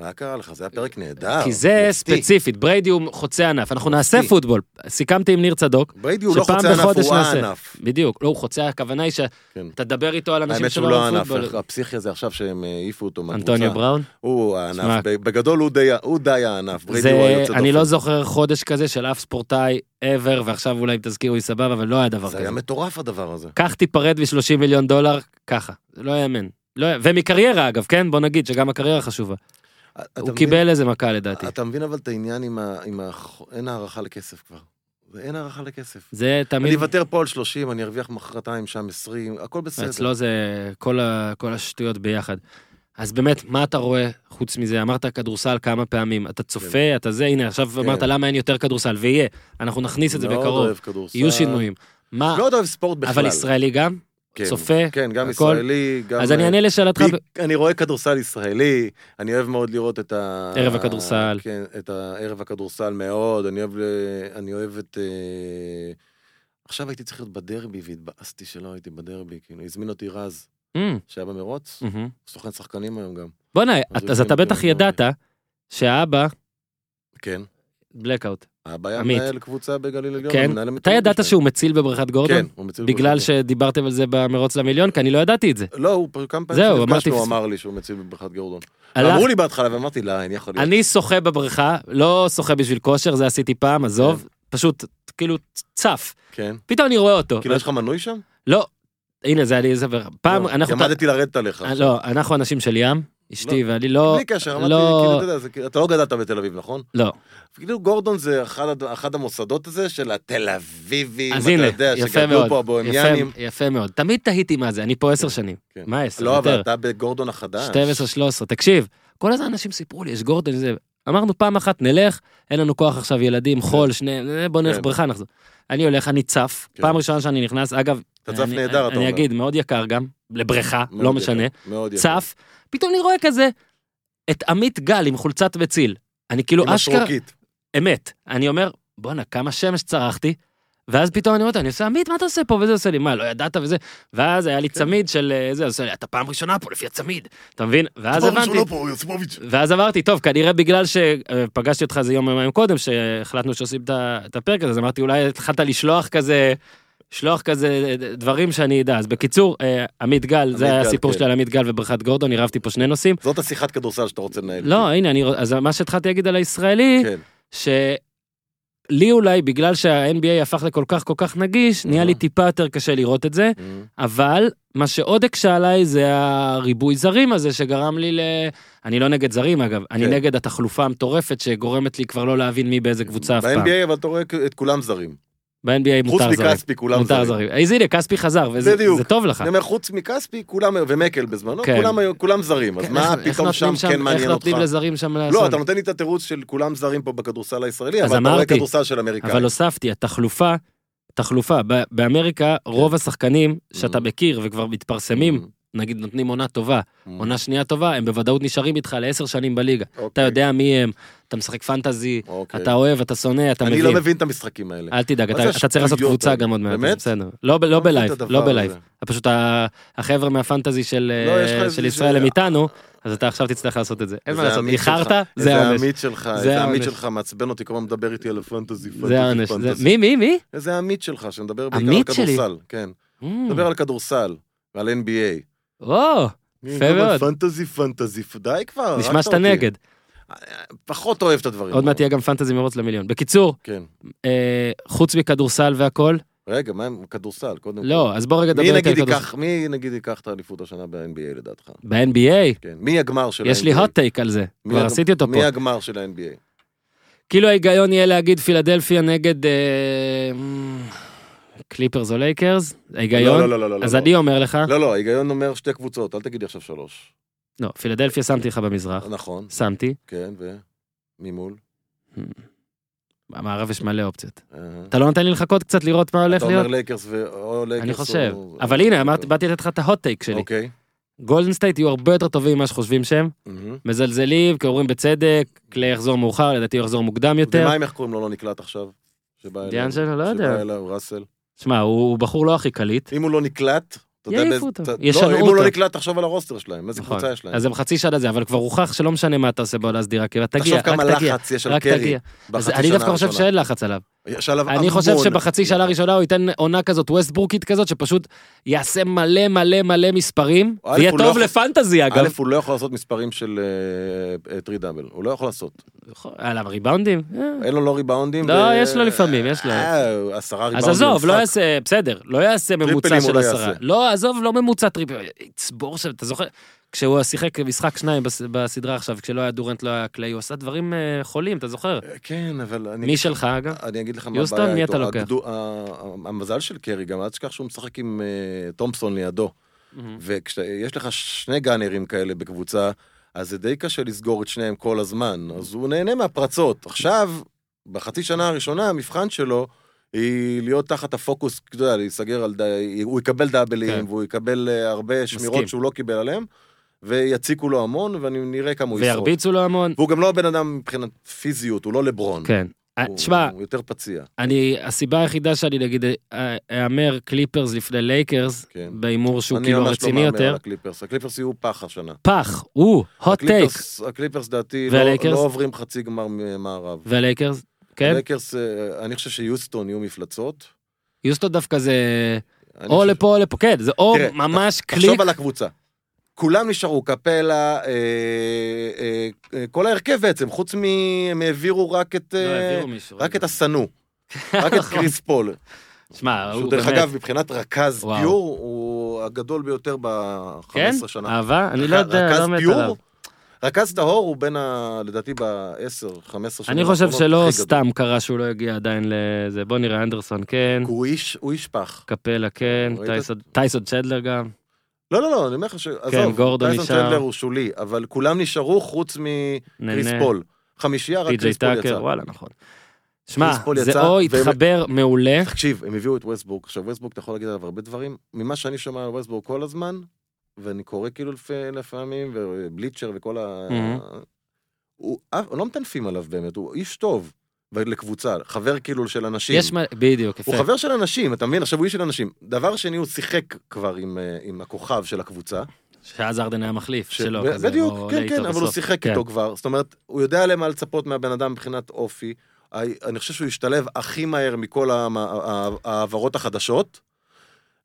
[SPEAKER 2] מה קרה לך? זה היה פרק נהדר.
[SPEAKER 1] כי זה
[SPEAKER 2] מופתי.
[SPEAKER 1] ספציפית, בריידי הוא חוצה ענף, אנחנו נעשה
[SPEAKER 2] מופתי.
[SPEAKER 1] פוטבול. סיכמתי עם ניר צדוק,
[SPEAKER 2] בריידי הוא לא
[SPEAKER 1] שפעם
[SPEAKER 2] חוצה ענף,
[SPEAKER 1] בחודש
[SPEAKER 2] הוא
[SPEAKER 1] נעשה.
[SPEAKER 2] הענף.
[SPEAKER 1] בדיוק, לא, הוא חוצה, הכוונה היא שאתה תדבר איתו על אנשים
[SPEAKER 2] כן. האמת
[SPEAKER 1] שלא
[SPEAKER 2] שהוא לא
[SPEAKER 1] אוהבים
[SPEAKER 2] הענף,
[SPEAKER 1] פוטבול.
[SPEAKER 2] הפסיכי הזה עכשיו שהם אה, העיפו אותו מהקבוצה.
[SPEAKER 1] אנטוניו בראון?
[SPEAKER 2] הוא
[SPEAKER 1] שמע.
[SPEAKER 2] הענף, בגדול הוא די- הוא די הענף, בריידי הוא
[SPEAKER 1] זה,
[SPEAKER 2] היוצא דופן.
[SPEAKER 1] אני לא זוכר חודש כזה של אף ספורטאי ever, ועכשיו אולי אם תזכירו לי סבבה, אבל לא היה דבר
[SPEAKER 2] זה היה
[SPEAKER 1] כזה.
[SPEAKER 2] מטורף הדבר הזה.
[SPEAKER 1] כך תיפרד מ-30 מיליון דולר, ככה, זה לא יאמן. לא י- ומקריירה אגב, כן? בוא נגיד שגם הקריירה חשובה.
[SPEAKER 2] אתה
[SPEAKER 1] הוא
[SPEAKER 2] מבין?
[SPEAKER 1] קיבל איזה מכה לדעתי.
[SPEAKER 2] אתה מבין אבל את העניין עם ה... עם ה... אין הערכה לכסף כבר. אין הערכה לכסף.
[SPEAKER 1] זה
[SPEAKER 2] אני
[SPEAKER 1] תמיד,
[SPEAKER 2] אוותר פה על 30, אני ארוויח מחרתיים, שם 20, הכל בסדר.
[SPEAKER 1] אצלו זה כל ה- כל השטויות ביחד. אז באמת, מה אתה רואה חוץ מזה? אמרת כדורסל כמה פעמים, אתה
[SPEAKER 2] כן.
[SPEAKER 1] צופה, אתה זה, הנה, עכשיו אמרת למה אין יותר כדורסל, ויהיה, אנחנו נכניס את זה
[SPEAKER 2] מאוד
[SPEAKER 1] בקרוב,
[SPEAKER 2] אוהב כדורסל.
[SPEAKER 1] יהיו שינויים. מה,
[SPEAKER 2] מאוד אוהב ספורט בכלל.
[SPEAKER 1] אבל ישראלי גם?
[SPEAKER 2] כן,
[SPEAKER 1] צופה,
[SPEAKER 2] כן,
[SPEAKER 1] הכל.
[SPEAKER 2] גם ישראלי, גם...
[SPEAKER 1] אז אני
[SPEAKER 2] אה,
[SPEAKER 1] אענה לשאלתך, ב-
[SPEAKER 2] בי- אני רואה כדורסל ישראלי, אני אוהב מאוד לראות את ה...
[SPEAKER 1] ערב הכדורסל.
[SPEAKER 2] כן, את הערב הכדורסל מאוד, אני אוהב, ל- אני אוהב את... אה, עכשיו הייתי צריך להיות בדרבי, והתבאסתי שלא הייתי בדרבי, כאילו, הזמין אותי רז,
[SPEAKER 1] אמ,
[SPEAKER 2] שהיה במרוץ,
[SPEAKER 1] מהמם.
[SPEAKER 2] סוכן שחקנים היום גם.
[SPEAKER 1] בוא'נה,
[SPEAKER 2] אז
[SPEAKER 1] אז
[SPEAKER 2] הוא
[SPEAKER 1] אתה
[SPEAKER 2] כן
[SPEAKER 1] בטח
[SPEAKER 2] יותר
[SPEAKER 1] ידעת שהאבא,
[SPEAKER 2] כן.
[SPEAKER 1] בלקאוט,
[SPEAKER 2] הבעיה
[SPEAKER 1] עמית.
[SPEAKER 2] מנהל קבוצה בגליל עליון.
[SPEAKER 1] כן?
[SPEAKER 2] מנהל
[SPEAKER 1] אתה
[SPEAKER 2] המתארים
[SPEAKER 1] ידעת
[SPEAKER 2] שלהם.
[SPEAKER 1] שהוא מציל בבריכת גורדון?
[SPEAKER 2] כן, הוא מציל
[SPEAKER 1] בגלל
[SPEAKER 2] בבריכת גורדון.
[SPEAKER 1] שדיברתם על זה במרוץ למיליון? כי אני לא ידעתי את זה.
[SPEAKER 2] לא, הוא פר- כמה פעמים
[SPEAKER 1] זהו, אמרתי-
[SPEAKER 2] שנפגשנו, הוא אמר לי שהוא מציל בבריכת גורדון.
[SPEAKER 1] הלך-
[SPEAKER 2] אמרו לי בהתחלה, ואמרתי, לא, אין יכול להיות.
[SPEAKER 1] אני שוחה בבריכה, לא שוחה בשביל כושר, זה עשיתי פעם, עזוב, פשוט, כאילו, צף.
[SPEAKER 2] כן.
[SPEAKER 1] פתאום אני רואה אותו.
[SPEAKER 2] כאילו, יש לך מנוי שם?
[SPEAKER 1] לא, הנה, זה היה לי איזה... פעם,
[SPEAKER 2] לא,
[SPEAKER 1] אנחנו...
[SPEAKER 2] למדתי לרדת עליך.
[SPEAKER 1] לא, אנחנו אנשים של ים, אשתי ואני לא...
[SPEAKER 2] בלי קשר, אמרתי,
[SPEAKER 1] לא-
[SPEAKER 2] כאילו, אתה יודע, זה כאילו- אתה לא גדלת בתל אביב, נכון?
[SPEAKER 1] לא.
[SPEAKER 2] כאילו גורדון זה אחד, הד- אחד המוסדות הזה של התל אביבים,
[SPEAKER 1] אז
[SPEAKER 2] אתה
[SPEAKER 1] הנה,
[SPEAKER 2] יודע,
[SPEAKER 1] יפה
[SPEAKER 2] שגדלו פה
[SPEAKER 1] מאוד.
[SPEAKER 2] הבוהמיאנים.
[SPEAKER 1] יפה- יפה מאוד. תמיד תהיתי מה זה, אני פה עשר שנים.
[SPEAKER 2] כן.
[SPEAKER 1] מה עשר?
[SPEAKER 2] לא, אבל
[SPEAKER 1] יותר.
[SPEAKER 2] אתה בגורדון החדש.
[SPEAKER 1] 12, 13. תקשיב, כל הזמן אנשים סיפרו לי, יש גורדון, זה... אמרנו פעם אחת, נלך, אין לנו כוח עכשיו, ילדים, חול, שני... בוא נלך
[SPEAKER 2] כן.
[SPEAKER 1] בריכה, נחזור. אני הולך, אני צף.
[SPEAKER 2] כן.
[SPEAKER 1] פעם ראשונה שאני נכנס, אגב,
[SPEAKER 2] אתה צף
[SPEAKER 1] אני-
[SPEAKER 2] נהדר, אתה
[SPEAKER 1] אני
[SPEAKER 2] אומר.
[SPEAKER 1] אגיד, מאוד יקר גם, לבריכה,
[SPEAKER 2] מאוד
[SPEAKER 1] לא
[SPEAKER 2] יפה,
[SPEAKER 1] משנה.
[SPEAKER 2] מאוד יפה.
[SPEAKER 1] צף, פתאום אני רואה כזה את עמית גל עם חולצת בציל. אני כאילו
[SPEAKER 2] עם
[SPEAKER 1] אשכרה,
[SPEAKER 2] השרוקית.
[SPEAKER 1] אמת. אני אומר, בואנה, כמה שמש צרחתי. ואז פתאום אני אומר, אני עושה, עמית, מה אתה עושה פה? וזה עושה לי, מה, לא ידעת וזה? ואז היה לי
[SPEAKER 2] כן.
[SPEAKER 1] צמיד של אה, זה, עושה לי, אתה פעם ראשונה פה לפי הצמיד, אתה מבין? ואז
[SPEAKER 2] לא
[SPEAKER 1] הבנתי, לא. ואז אמרתי, טוב, כנראה בגלל שפגשתי אותך איזה יום יומיים קודם, שהחלטנו שעושים את ה- את הפרק הזה, אז אמרתי, אולי התחלת לשלוח כזה, לשלוח כזה דברים שאני אדע. אז בקיצור, אה, עמית גל, זה
[SPEAKER 2] עמית
[SPEAKER 1] היה
[SPEAKER 2] גל,
[SPEAKER 1] הסיפור
[SPEAKER 2] כן.
[SPEAKER 1] שלי על עמית גל ובריכת גורדון, עירבתי פה שני נושאים.
[SPEAKER 2] זאת השיחת כדורסל שאתה רוצה לנהל.
[SPEAKER 1] לא, הנה, אני, אז מה שהתחלתי להגיד על הישראלי,
[SPEAKER 2] כן.
[SPEAKER 1] שלי אולי, בגלל שה-NBA הפך לכל כך כל כך נגיש, נהיה לי
[SPEAKER 2] אהה.
[SPEAKER 1] טיפה יותר קשה לראות את זה,
[SPEAKER 2] Mm.
[SPEAKER 1] אבל מה שעוד הקשה עליי זה הריבוי זרים הזה שגרם לי ל... אני לא נגד זרים אגב, אני
[SPEAKER 2] כן.
[SPEAKER 1] נגד התחלופה המטורפת שגורמת לי כבר לא להבין מי באיזה קבוצה אף פעם.
[SPEAKER 2] ב-NBA אבל אתה רואה את כולם זרים.
[SPEAKER 1] ב-NBA
[SPEAKER 2] חוץ
[SPEAKER 1] מותר זרים.
[SPEAKER 2] מכספי כולם
[SPEAKER 1] מותר
[SPEAKER 2] זרים.
[SPEAKER 1] זרים. אז הנה, כספי חזר, וזה
[SPEAKER 2] בדיוק.
[SPEAKER 1] זה טוב לך.
[SPEAKER 2] אני אומר, חוץ מכספי, כולם, ומקל בזמנו,
[SPEAKER 1] כן.
[SPEAKER 2] כולם היו- כולם
[SPEAKER 1] <laughs>
[SPEAKER 2] זרים, אז
[SPEAKER 1] כן,
[SPEAKER 2] מה
[SPEAKER 1] איך- איך
[SPEAKER 2] פתאום שם
[SPEAKER 1] נותנים
[SPEAKER 2] כן
[SPEAKER 1] איך
[SPEAKER 2] מעניין אותך?
[SPEAKER 1] נותנים לזרים שם לעשות?
[SPEAKER 2] לא, אתה נותן לי את התירוץ של כולם זרים פה בכדורסל הישראלי,
[SPEAKER 1] אז
[SPEAKER 2] אבל אתה רואה
[SPEAKER 1] אמרתי,
[SPEAKER 2] כדורסל של אמריקאים.
[SPEAKER 1] אבל הוספתי, התחלופה, תחלופה, ב- באמריקה
[SPEAKER 2] כן.
[SPEAKER 1] רוב השחקנים שאתה
[SPEAKER 2] Mm.
[SPEAKER 1] מכיר וכבר
[SPEAKER 2] Mm-hmm.
[SPEAKER 1] מתפרסמים, נגיד נותנים עונה טובה,
[SPEAKER 2] Mm,
[SPEAKER 1] עונה שנייה טובה, הם בוודאות נשארים איתך לעשר שנים בליגה.
[SPEAKER 2] אוקיי,
[SPEAKER 1] אתה יודע מי הם, אתה משחק פנטזי,
[SPEAKER 2] אוקיי.
[SPEAKER 1] אתה אוהב, אתה שונא, אתה
[SPEAKER 2] אני לא
[SPEAKER 1] מבין.
[SPEAKER 2] מבין את המשחקים האלה.
[SPEAKER 1] אל תדאג,
[SPEAKER 2] מה
[SPEAKER 1] אתה
[SPEAKER 2] זה
[SPEAKER 1] אתה צריך לעשות
[SPEAKER 2] השטויות
[SPEAKER 1] קבוצה
[SPEAKER 2] האלה?
[SPEAKER 1] גם עוד מעט,
[SPEAKER 2] באמת?
[SPEAKER 1] בסדר. לא ב- לא
[SPEAKER 2] מה זה
[SPEAKER 1] בלייב,
[SPEAKER 2] הדבר
[SPEAKER 1] לא בלייב.
[SPEAKER 2] הזה?
[SPEAKER 1] פשוט ה- החבר'ה מהפנטזי של
[SPEAKER 2] לא,
[SPEAKER 1] אה,
[SPEAKER 2] יש לך
[SPEAKER 1] של
[SPEAKER 2] איזה-
[SPEAKER 1] ישראל הם
[SPEAKER 2] זה-
[SPEAKER 1] איתנו, אז אתה עכשיו תצטרך לעשות את זה. אין מה
[SPEAKER 2] איזה
[SPEAKER 1] לעשות,
[SPEAKER 2] עמית
[SPEAKER 1] איחרת,
[SPEAKER 2] שלך,
[SPEAKER 1] זה
[SPEAKER 2] איזה
[SPEAKER 1] העונש.
[SPEAKER 2] עמית שלך,
[SPEAKER 1] זה
[SPEAKER 2] איזה עמית
[SPEAKER 1] העונש.
[SPEAKER 2] שלך מעצבן אותי, כל הזמן מדבר איתי על הפנטזי,
[SPEAKER 1] זה העונש.
[SPEAKER 2] פנטזי,
[SPEAKER 1] זה-
[SPEAKER 2] פנטזי.
[SPEAKER 1] מי, מי, מי?
[SPEAKER 2] איזה עמית שלך, שמדבר בעיקר על
[SPEAKER 1] עמית שלי?
[SPEAKER 2] כדורסל. כן,
[SPEAKER 1] Mm.
[SPEAKER 2] מדבר על כדורסל, ועל NBA.
[SPEAKER 1] או, יפה
[SPEAKER 2] גם על
[SPEAKER 1] מאוד.
[SPEAKER 2] פנטזי, פנטזי, פ- די כבר,
[SPEAKER 1] נשמע
[SPEAKER 2] הרגת
[SPEAKER 1] שאתה
[SPEAKER 2] לא, אותי. לא-
[SPEAKER 1] נגד.
[SPEAKER 2] פחות אוהב את הדברים.
[SPEAKER 1] עוד מעט
[SPEAKER 2] האלה.
[SPEAKER 1] יהיה גם פנטזי מרוץ למיליון. בקיצור,
[SPEAKER 2] כן.
[SPEAKER 1] אה, חוץ מכדורסל והכל,
[SPEAKER 2] רגע, מה עם כדורסל? קודם כל.
[SPEAKER 1] לא, אז בוא רגע
[SPEAKER 2] מי
[SPEAKER 1] נדבר יותר
[SPEAKER 2] נגיד
[SPEAKER 1] כדורסל.
[SPEAKER 2] ייקח, מי נגיד ייקח את האליפות השנה ב-NBA לדעתך?
[SPEAKER 1] ב-NBA,
[SPEAKER 2] כן. מי הגמר של ה-NBA?
[SPEAKER 1] יש לי hot take על זה,
[SPEAKER 2] מי
[SPEAKER 1] כבר
[SPEAKER 2] הג-
[SPEAKER 1] עשיתי אותו פה.
[SPEAKER 2] מי הגמר של ה-NBA?
[SPEAKER 1] כאילו ההיגיון יהיה להגיד פילדלפיה נגד אה, מ, קליפרס או לייקרס,
[SPEAKER 2] לא,
[SPEAKER 1] ההיגיון.
[SPEAKER 2] לא, לא, לא, לא.
[SPEAKER 1] אז
[SPEAKER 2] לא.
[SPEAKER 1] אני אומר לך,
[SPEAKER 2] לא, לא, ההיגיון אומר שתי קבוצות, אל תגיד לי עכשיו שלוש.
[SPEAKER 1] לא, פילדלפיה שמתי לך במזרח,
[SPEAKER 2] נכון,
[SPEAKER 1] שמתי,
[SPEAKER 2] כן, ו... ממול.
[SPEAKER 1] במערב יש מלא אופציות.
[SPEAKER 2] אה. אתה
[SPEAKER 1] אתה לא נותן לי לחכות קצת לראות מה הולך
[SPEAKER 2] אומר
[SPEAKER 1] להיות?
[SPEAKER 2] לייקרס ו... או לייקרס
[SPEAKER 1] אני
[SPEAKER 2] או-
[SPEAKER 1] חושב.
[SPEAKER 2] או-
[SPEAKER 1] אבל הנה, אמרתי- באתי לתת לך את ההוט טייק שלי.
[SPEAKER 2] אוקיי.
[SPEAKER 1] גולדן סטייט יהיו הרבה יותר טובים ממה שחושבים שהם.
[SPEAKER 2] מהמם.
[SPEAKER 1] מזלזלים, כי אומרים בצדק, קליי יחזור מאוחר, לדעתי הוא יחזור מוקדם יותר.
[SPEAKER 2] ומה אם איך קוראים לו לא נקלט עכשיו? שבא אליו.
[SPEAKER 1] דיאנג'לו, לא יודע.
[SPEAKER 2] שבא אליו, ראסל.
[SPEAKER 1] שמע, הוא הוא בחור לא הכי קליט.
[SPEAKER 2] אם הוא לא נקלט, אתה יודע
[SPEAKER 1] יעיפו
[SPEAKER 2] באיזה-
[SPEAKER 1] אותו.
[SPEAKER 2] אתה- לא,
[SPEAKER 1] ישנו
[SPEAKER 2] אם הוא
[SPEAKER 1] אותו.
[SPEAKER 2] לא נקלט, תחשוב על הרוסטר שלהם, איזה
[SPEAKER 1] נכון.
[SPEAKER 2] קבוצה יש להם.
[SPEAKER 1] אז הם חצי שנה זה, אבל כבר הוכח שלא משנה מה אתה עושה בעונה סדירה, כי אתה תגיע,
[SPEAKER 2] תחשוב
[SPEAKER 1] רק
[SPEAKER 2] כמה
[SPEAKER 1] תגיע.
[SPEAKER 2] לחץ יש על
[SPEAKER 1] רק
[SPEAKER 2] קרי
[SPEAKER 1] תגיע. אז
[SPEAKER 2] בחצי
[SPEAKER 1] אני
[SPEAKER 2] שנה
[SPEAKER 1] דווקא חושב
[SPEAKER 2] הראשונה.
[SPEAKER 1] שאין לחץ עליו.
[SPEAKER 2] יש עליו המון.
[SPEAKER 1] אני חושב שבחצי שנה הראשונה הוא ייתן עונה כזאת ווסט ברוקית כזאת, שפשוט יעשה מלא מלא מלא מספרים,
[SPEAKER 2] א',
[SPEAKER 1] ויהיה
[SPEAKER 2] הוא לא
[SPEAKER 1] טוב
[SPEAKER 2] יכול-
[SPEAKER 1] לפנטזי אגב.
[SPEAKER 2] א', הוא לא יכול לעשות מספרים של טרי דאבל, הוא לא יכול לעשות.
[SPEAKER 1] על הריבאונדים? אה.
[SPEAKER 2] אין לו לא ריבאונדים.
[SPEAKER 1] לא,
[SPEAKER 2] ו-
[SPEAKER 1] יש לו לפעמים, יש לו.
[SPEAKER 2] אה, עשרה ריבאונדים.
[SPEAKER 1] אז עזוב, לא
[SPEAKER 2] במשחק.
[SPEAKER 1] יעשה, בסדר, לא יעשה ממוצע
[SPEAKER 2] טריפלים הוא
[SPEAKER 1] של
[SPEAKER 2] לא
[SPEAKER 1] עשרה.
[SPEAKER 2] יעשה.
[SPEAKER 1] לא, עזוב, לא ממוצע טריפלים. יצבור שם, אתה זוכר? כשהוא שיחק משחק שניים בס- בסדרה עכשיו, כשלא היה דורנט, לא היה קליי, הוא עשה דברים אה, חולים, אתה זוכר?
[SPEAKER 2] כן, אבל אני...
[SPEAKER 1] מי שלך, אגב?
[SPEAKER 2] אני אגיד לך מה הבעיה איתו.
[SPEAKER 1] יוסטון, מי אתה לוקח?
[SPEAKER 2] הגדו- ה- המזל של קרי, גם אל תשכח שהוא משחק עם אה, תומפסון לידו. וכשיש לך שני גאנרים כאלה בקבוצה, אז זה די קשה לסגור את שניהם כל הזמן. אז הוא נהנה מהפרצות. עכשיו, בחצי שנה הראשונה, המבחן שלו היא להיות תחת הפוקוס, אתה יודע, להיסגר על די... הוא יקבל דאבלים,
[SPEAKER 1] כן.
[SPEAKER 2] והוא יקבל אה, הרבה
[SPEAKER 1] מסכים.
[SPEAKER 2] שמירות שהוא לא קיבל עליהם, ויציקו לו המון, ונראה כמה הוא ישרוד.
[SPEAKER 1] וירביצו לו המון.
[SPEAKER 2] והוא גם לא בן אדם מבחינת פיזיות, הוא לא לברון.
[SPEAKER 1] כן. אה,
[SPEAKER 2] הוא-
[SPEAKER 1] תשמע,
[SPEAKER 2] הוא יותר פציע.
[SPEAKER 1] אני, הסיבה היחידה שאני, נגיד, אה, אהמר קליפרס לפני לייקרס,
[SPEAKER 2] כן.
[SPEAKER 1] בהימור שהוא
[SPEAKER 2] אני
[SPEAKER 1] כאילו
[SPEAKER 2] ממש לא
[SPEAKER 1] רציני
[SPEAKER 2] מהמר על
[SPEAKER 1] יותר,
[SPEAKER 2] הקליפרס. הקליפרס יהיו פח השנה.
[SPEAKER 1] פח, הוא, hot take.
[SPEAKER 2] הקליפרס, הקליפרס דעתי לא,
[SPEAKER 1] והלייקרס?
[SPEAKER 2] לא עוברים חצי גמר מערב.
[SPEAKER 1] והלייקרס, כן?
[SPEAKER 2] לייקרס, אה, אני חושב שיוסטון יהיו מפלצות.
[SPEAKER 1] יוסטון דווקא זה
[SPEAKER 2] אני
[SPEAKER 1] או
[SPEAKER 2] חושב-
[SPEAKER 1] לפה או לפה, כן, זה או
[SPEAKER 2] תראה,
[SPEAKER 1] ממש קליק
[SPEAKER 2] תחשוב על הקבוצה. כולם נשארו, קפלה, אה, אה, אה, כל ההרכב בעצם, חוץ מ... הם העבירו רק את...
[SPEAKER 1] לא,
[SPEAKER 2] אה,
[SPEAKER 1] העבירו מישהו.
[SPEAKER 2] רק
[SPEAKER 1] <laughs>
[SPEAKER 2] את השנוא, רק את קריס פול.
[SPEAKER 1] שמע, הוא
[SPEAKER 2] שהוא
[SPEAKER 1] באמת...
[SPEAKER 2] דרך אגב, מבחינת רכז
[SPEAKER 1] וואו.
[SPEAKER 2] פיור, הוא הגדול ביותר ב-15
[SPEAKER 1] כן?
[SPEAKER 2] שנה.
[SPEAKER 1] אהבה? אני לא יודע,
[SPEAKER 2] רכז
[SPEAKER 1] לא מת
[SPEAKER 2] פיור
[SPEAKER 1] עליו.
[SPEAKER 2] רכז טהור הוא בין ה... לדעתי ב-10, 15 שנים.
[SPEAKER 1] אני חושב
[SPEAKER 2] האחרונות
[SPEAKER 1] שלא
[SPEAKER 2] לא- הכי גדול.
[SPEAKER 1] סתם קרה שהוא לא הגיע עדיין לזה. בוא נראה, אנדרסון כן,
[SPEAKER 2] הוא איש, הוא איש פח.
[SPEAKER 1] קפלה כן,
[SPEAKER 2] ראית?
[SPEAKER 1] טייסון- טייסון צ'דלר גם.
[SPEAKER 2] לא, לא, לא, אני אומר לך ש... עזוב,
[SPEAKER 1] כן, גורדון
[SPEAKER 2] טייסון
[SPEAKER 1] נשאר.
[SPEAKER 2] צ'נדלר הוא שולי, אבל כולם נשארו חוץ מקריס
[SPEAKER 1] נהנה.
[SPEAKER 2] פול. חמישייה, רק
[SPEAKER 1] פי.ג'יי
[SPEAKER 2] קריס פול יצא.
[SPEAKER 1] טאקר, וואלה, נכון. שמע,
[SPEAKER 2] קריס פול
[SPEAKER 1] זה
[SPEAKER 2] יצא,
[SPEAKER 1] או
[SPEAKER 2] והם-
[SPEAKER 1] התחבר מעולה,
[SPEAKER 2] תקשיב, הם הביאו את ווסטבורג. עכשיו, ווסטבורג, אתה יכול להגיד עליו הרבה דברים. ממה שאני שומע על ווסטבורג כל הזמן, ואני קורא כאילו לפ- לפעמים, ובליצ'ר וכל ה...
[SPEAKER 1] Mhm.
[SPEAKER 2] הוא אף- לא מטנפים עליו באמת, הוא איש טוב. לקבוצה, חבר כאילו של אנשים.
[SPEAKER 1] יש מה... בדיוק, יפה.
[SPEAKER 2] הוא חבר של אנשים, אתה מבין? עכשיו הוא איש של אנשים. דבר שני, הוא שיחק כבר עם, אה, עם הכוכב של הקבוצה.
[SPEAKER 1] שאז ארדן היה מחליף
[SPEAKER 2] ש-
[SPEAKER 1] שלו,
[SPEAKER 2] ב-
[SPEAKER 1] כזה.
[SPEAKER 2] בדיוק,
[SPEAKER 1] לא
[SPEAKER 2] כן,
[SPEAKER 1] לאיתו
[SPEAKER 2] כן, אבל הוא
[SPEAKER 1] בסוף.
[SPEAKER 2] שיחק
[SPEAKER 1] כן.
[SPEAKER 2] איתו כבר. זאת אומרת, הוא יודע למה לצפות מהבן אדם מבחינת אופי. ה- אני חושב שהוא ישתלב הכי מהר מכל המ- ה- ה- ההעברות החדשות,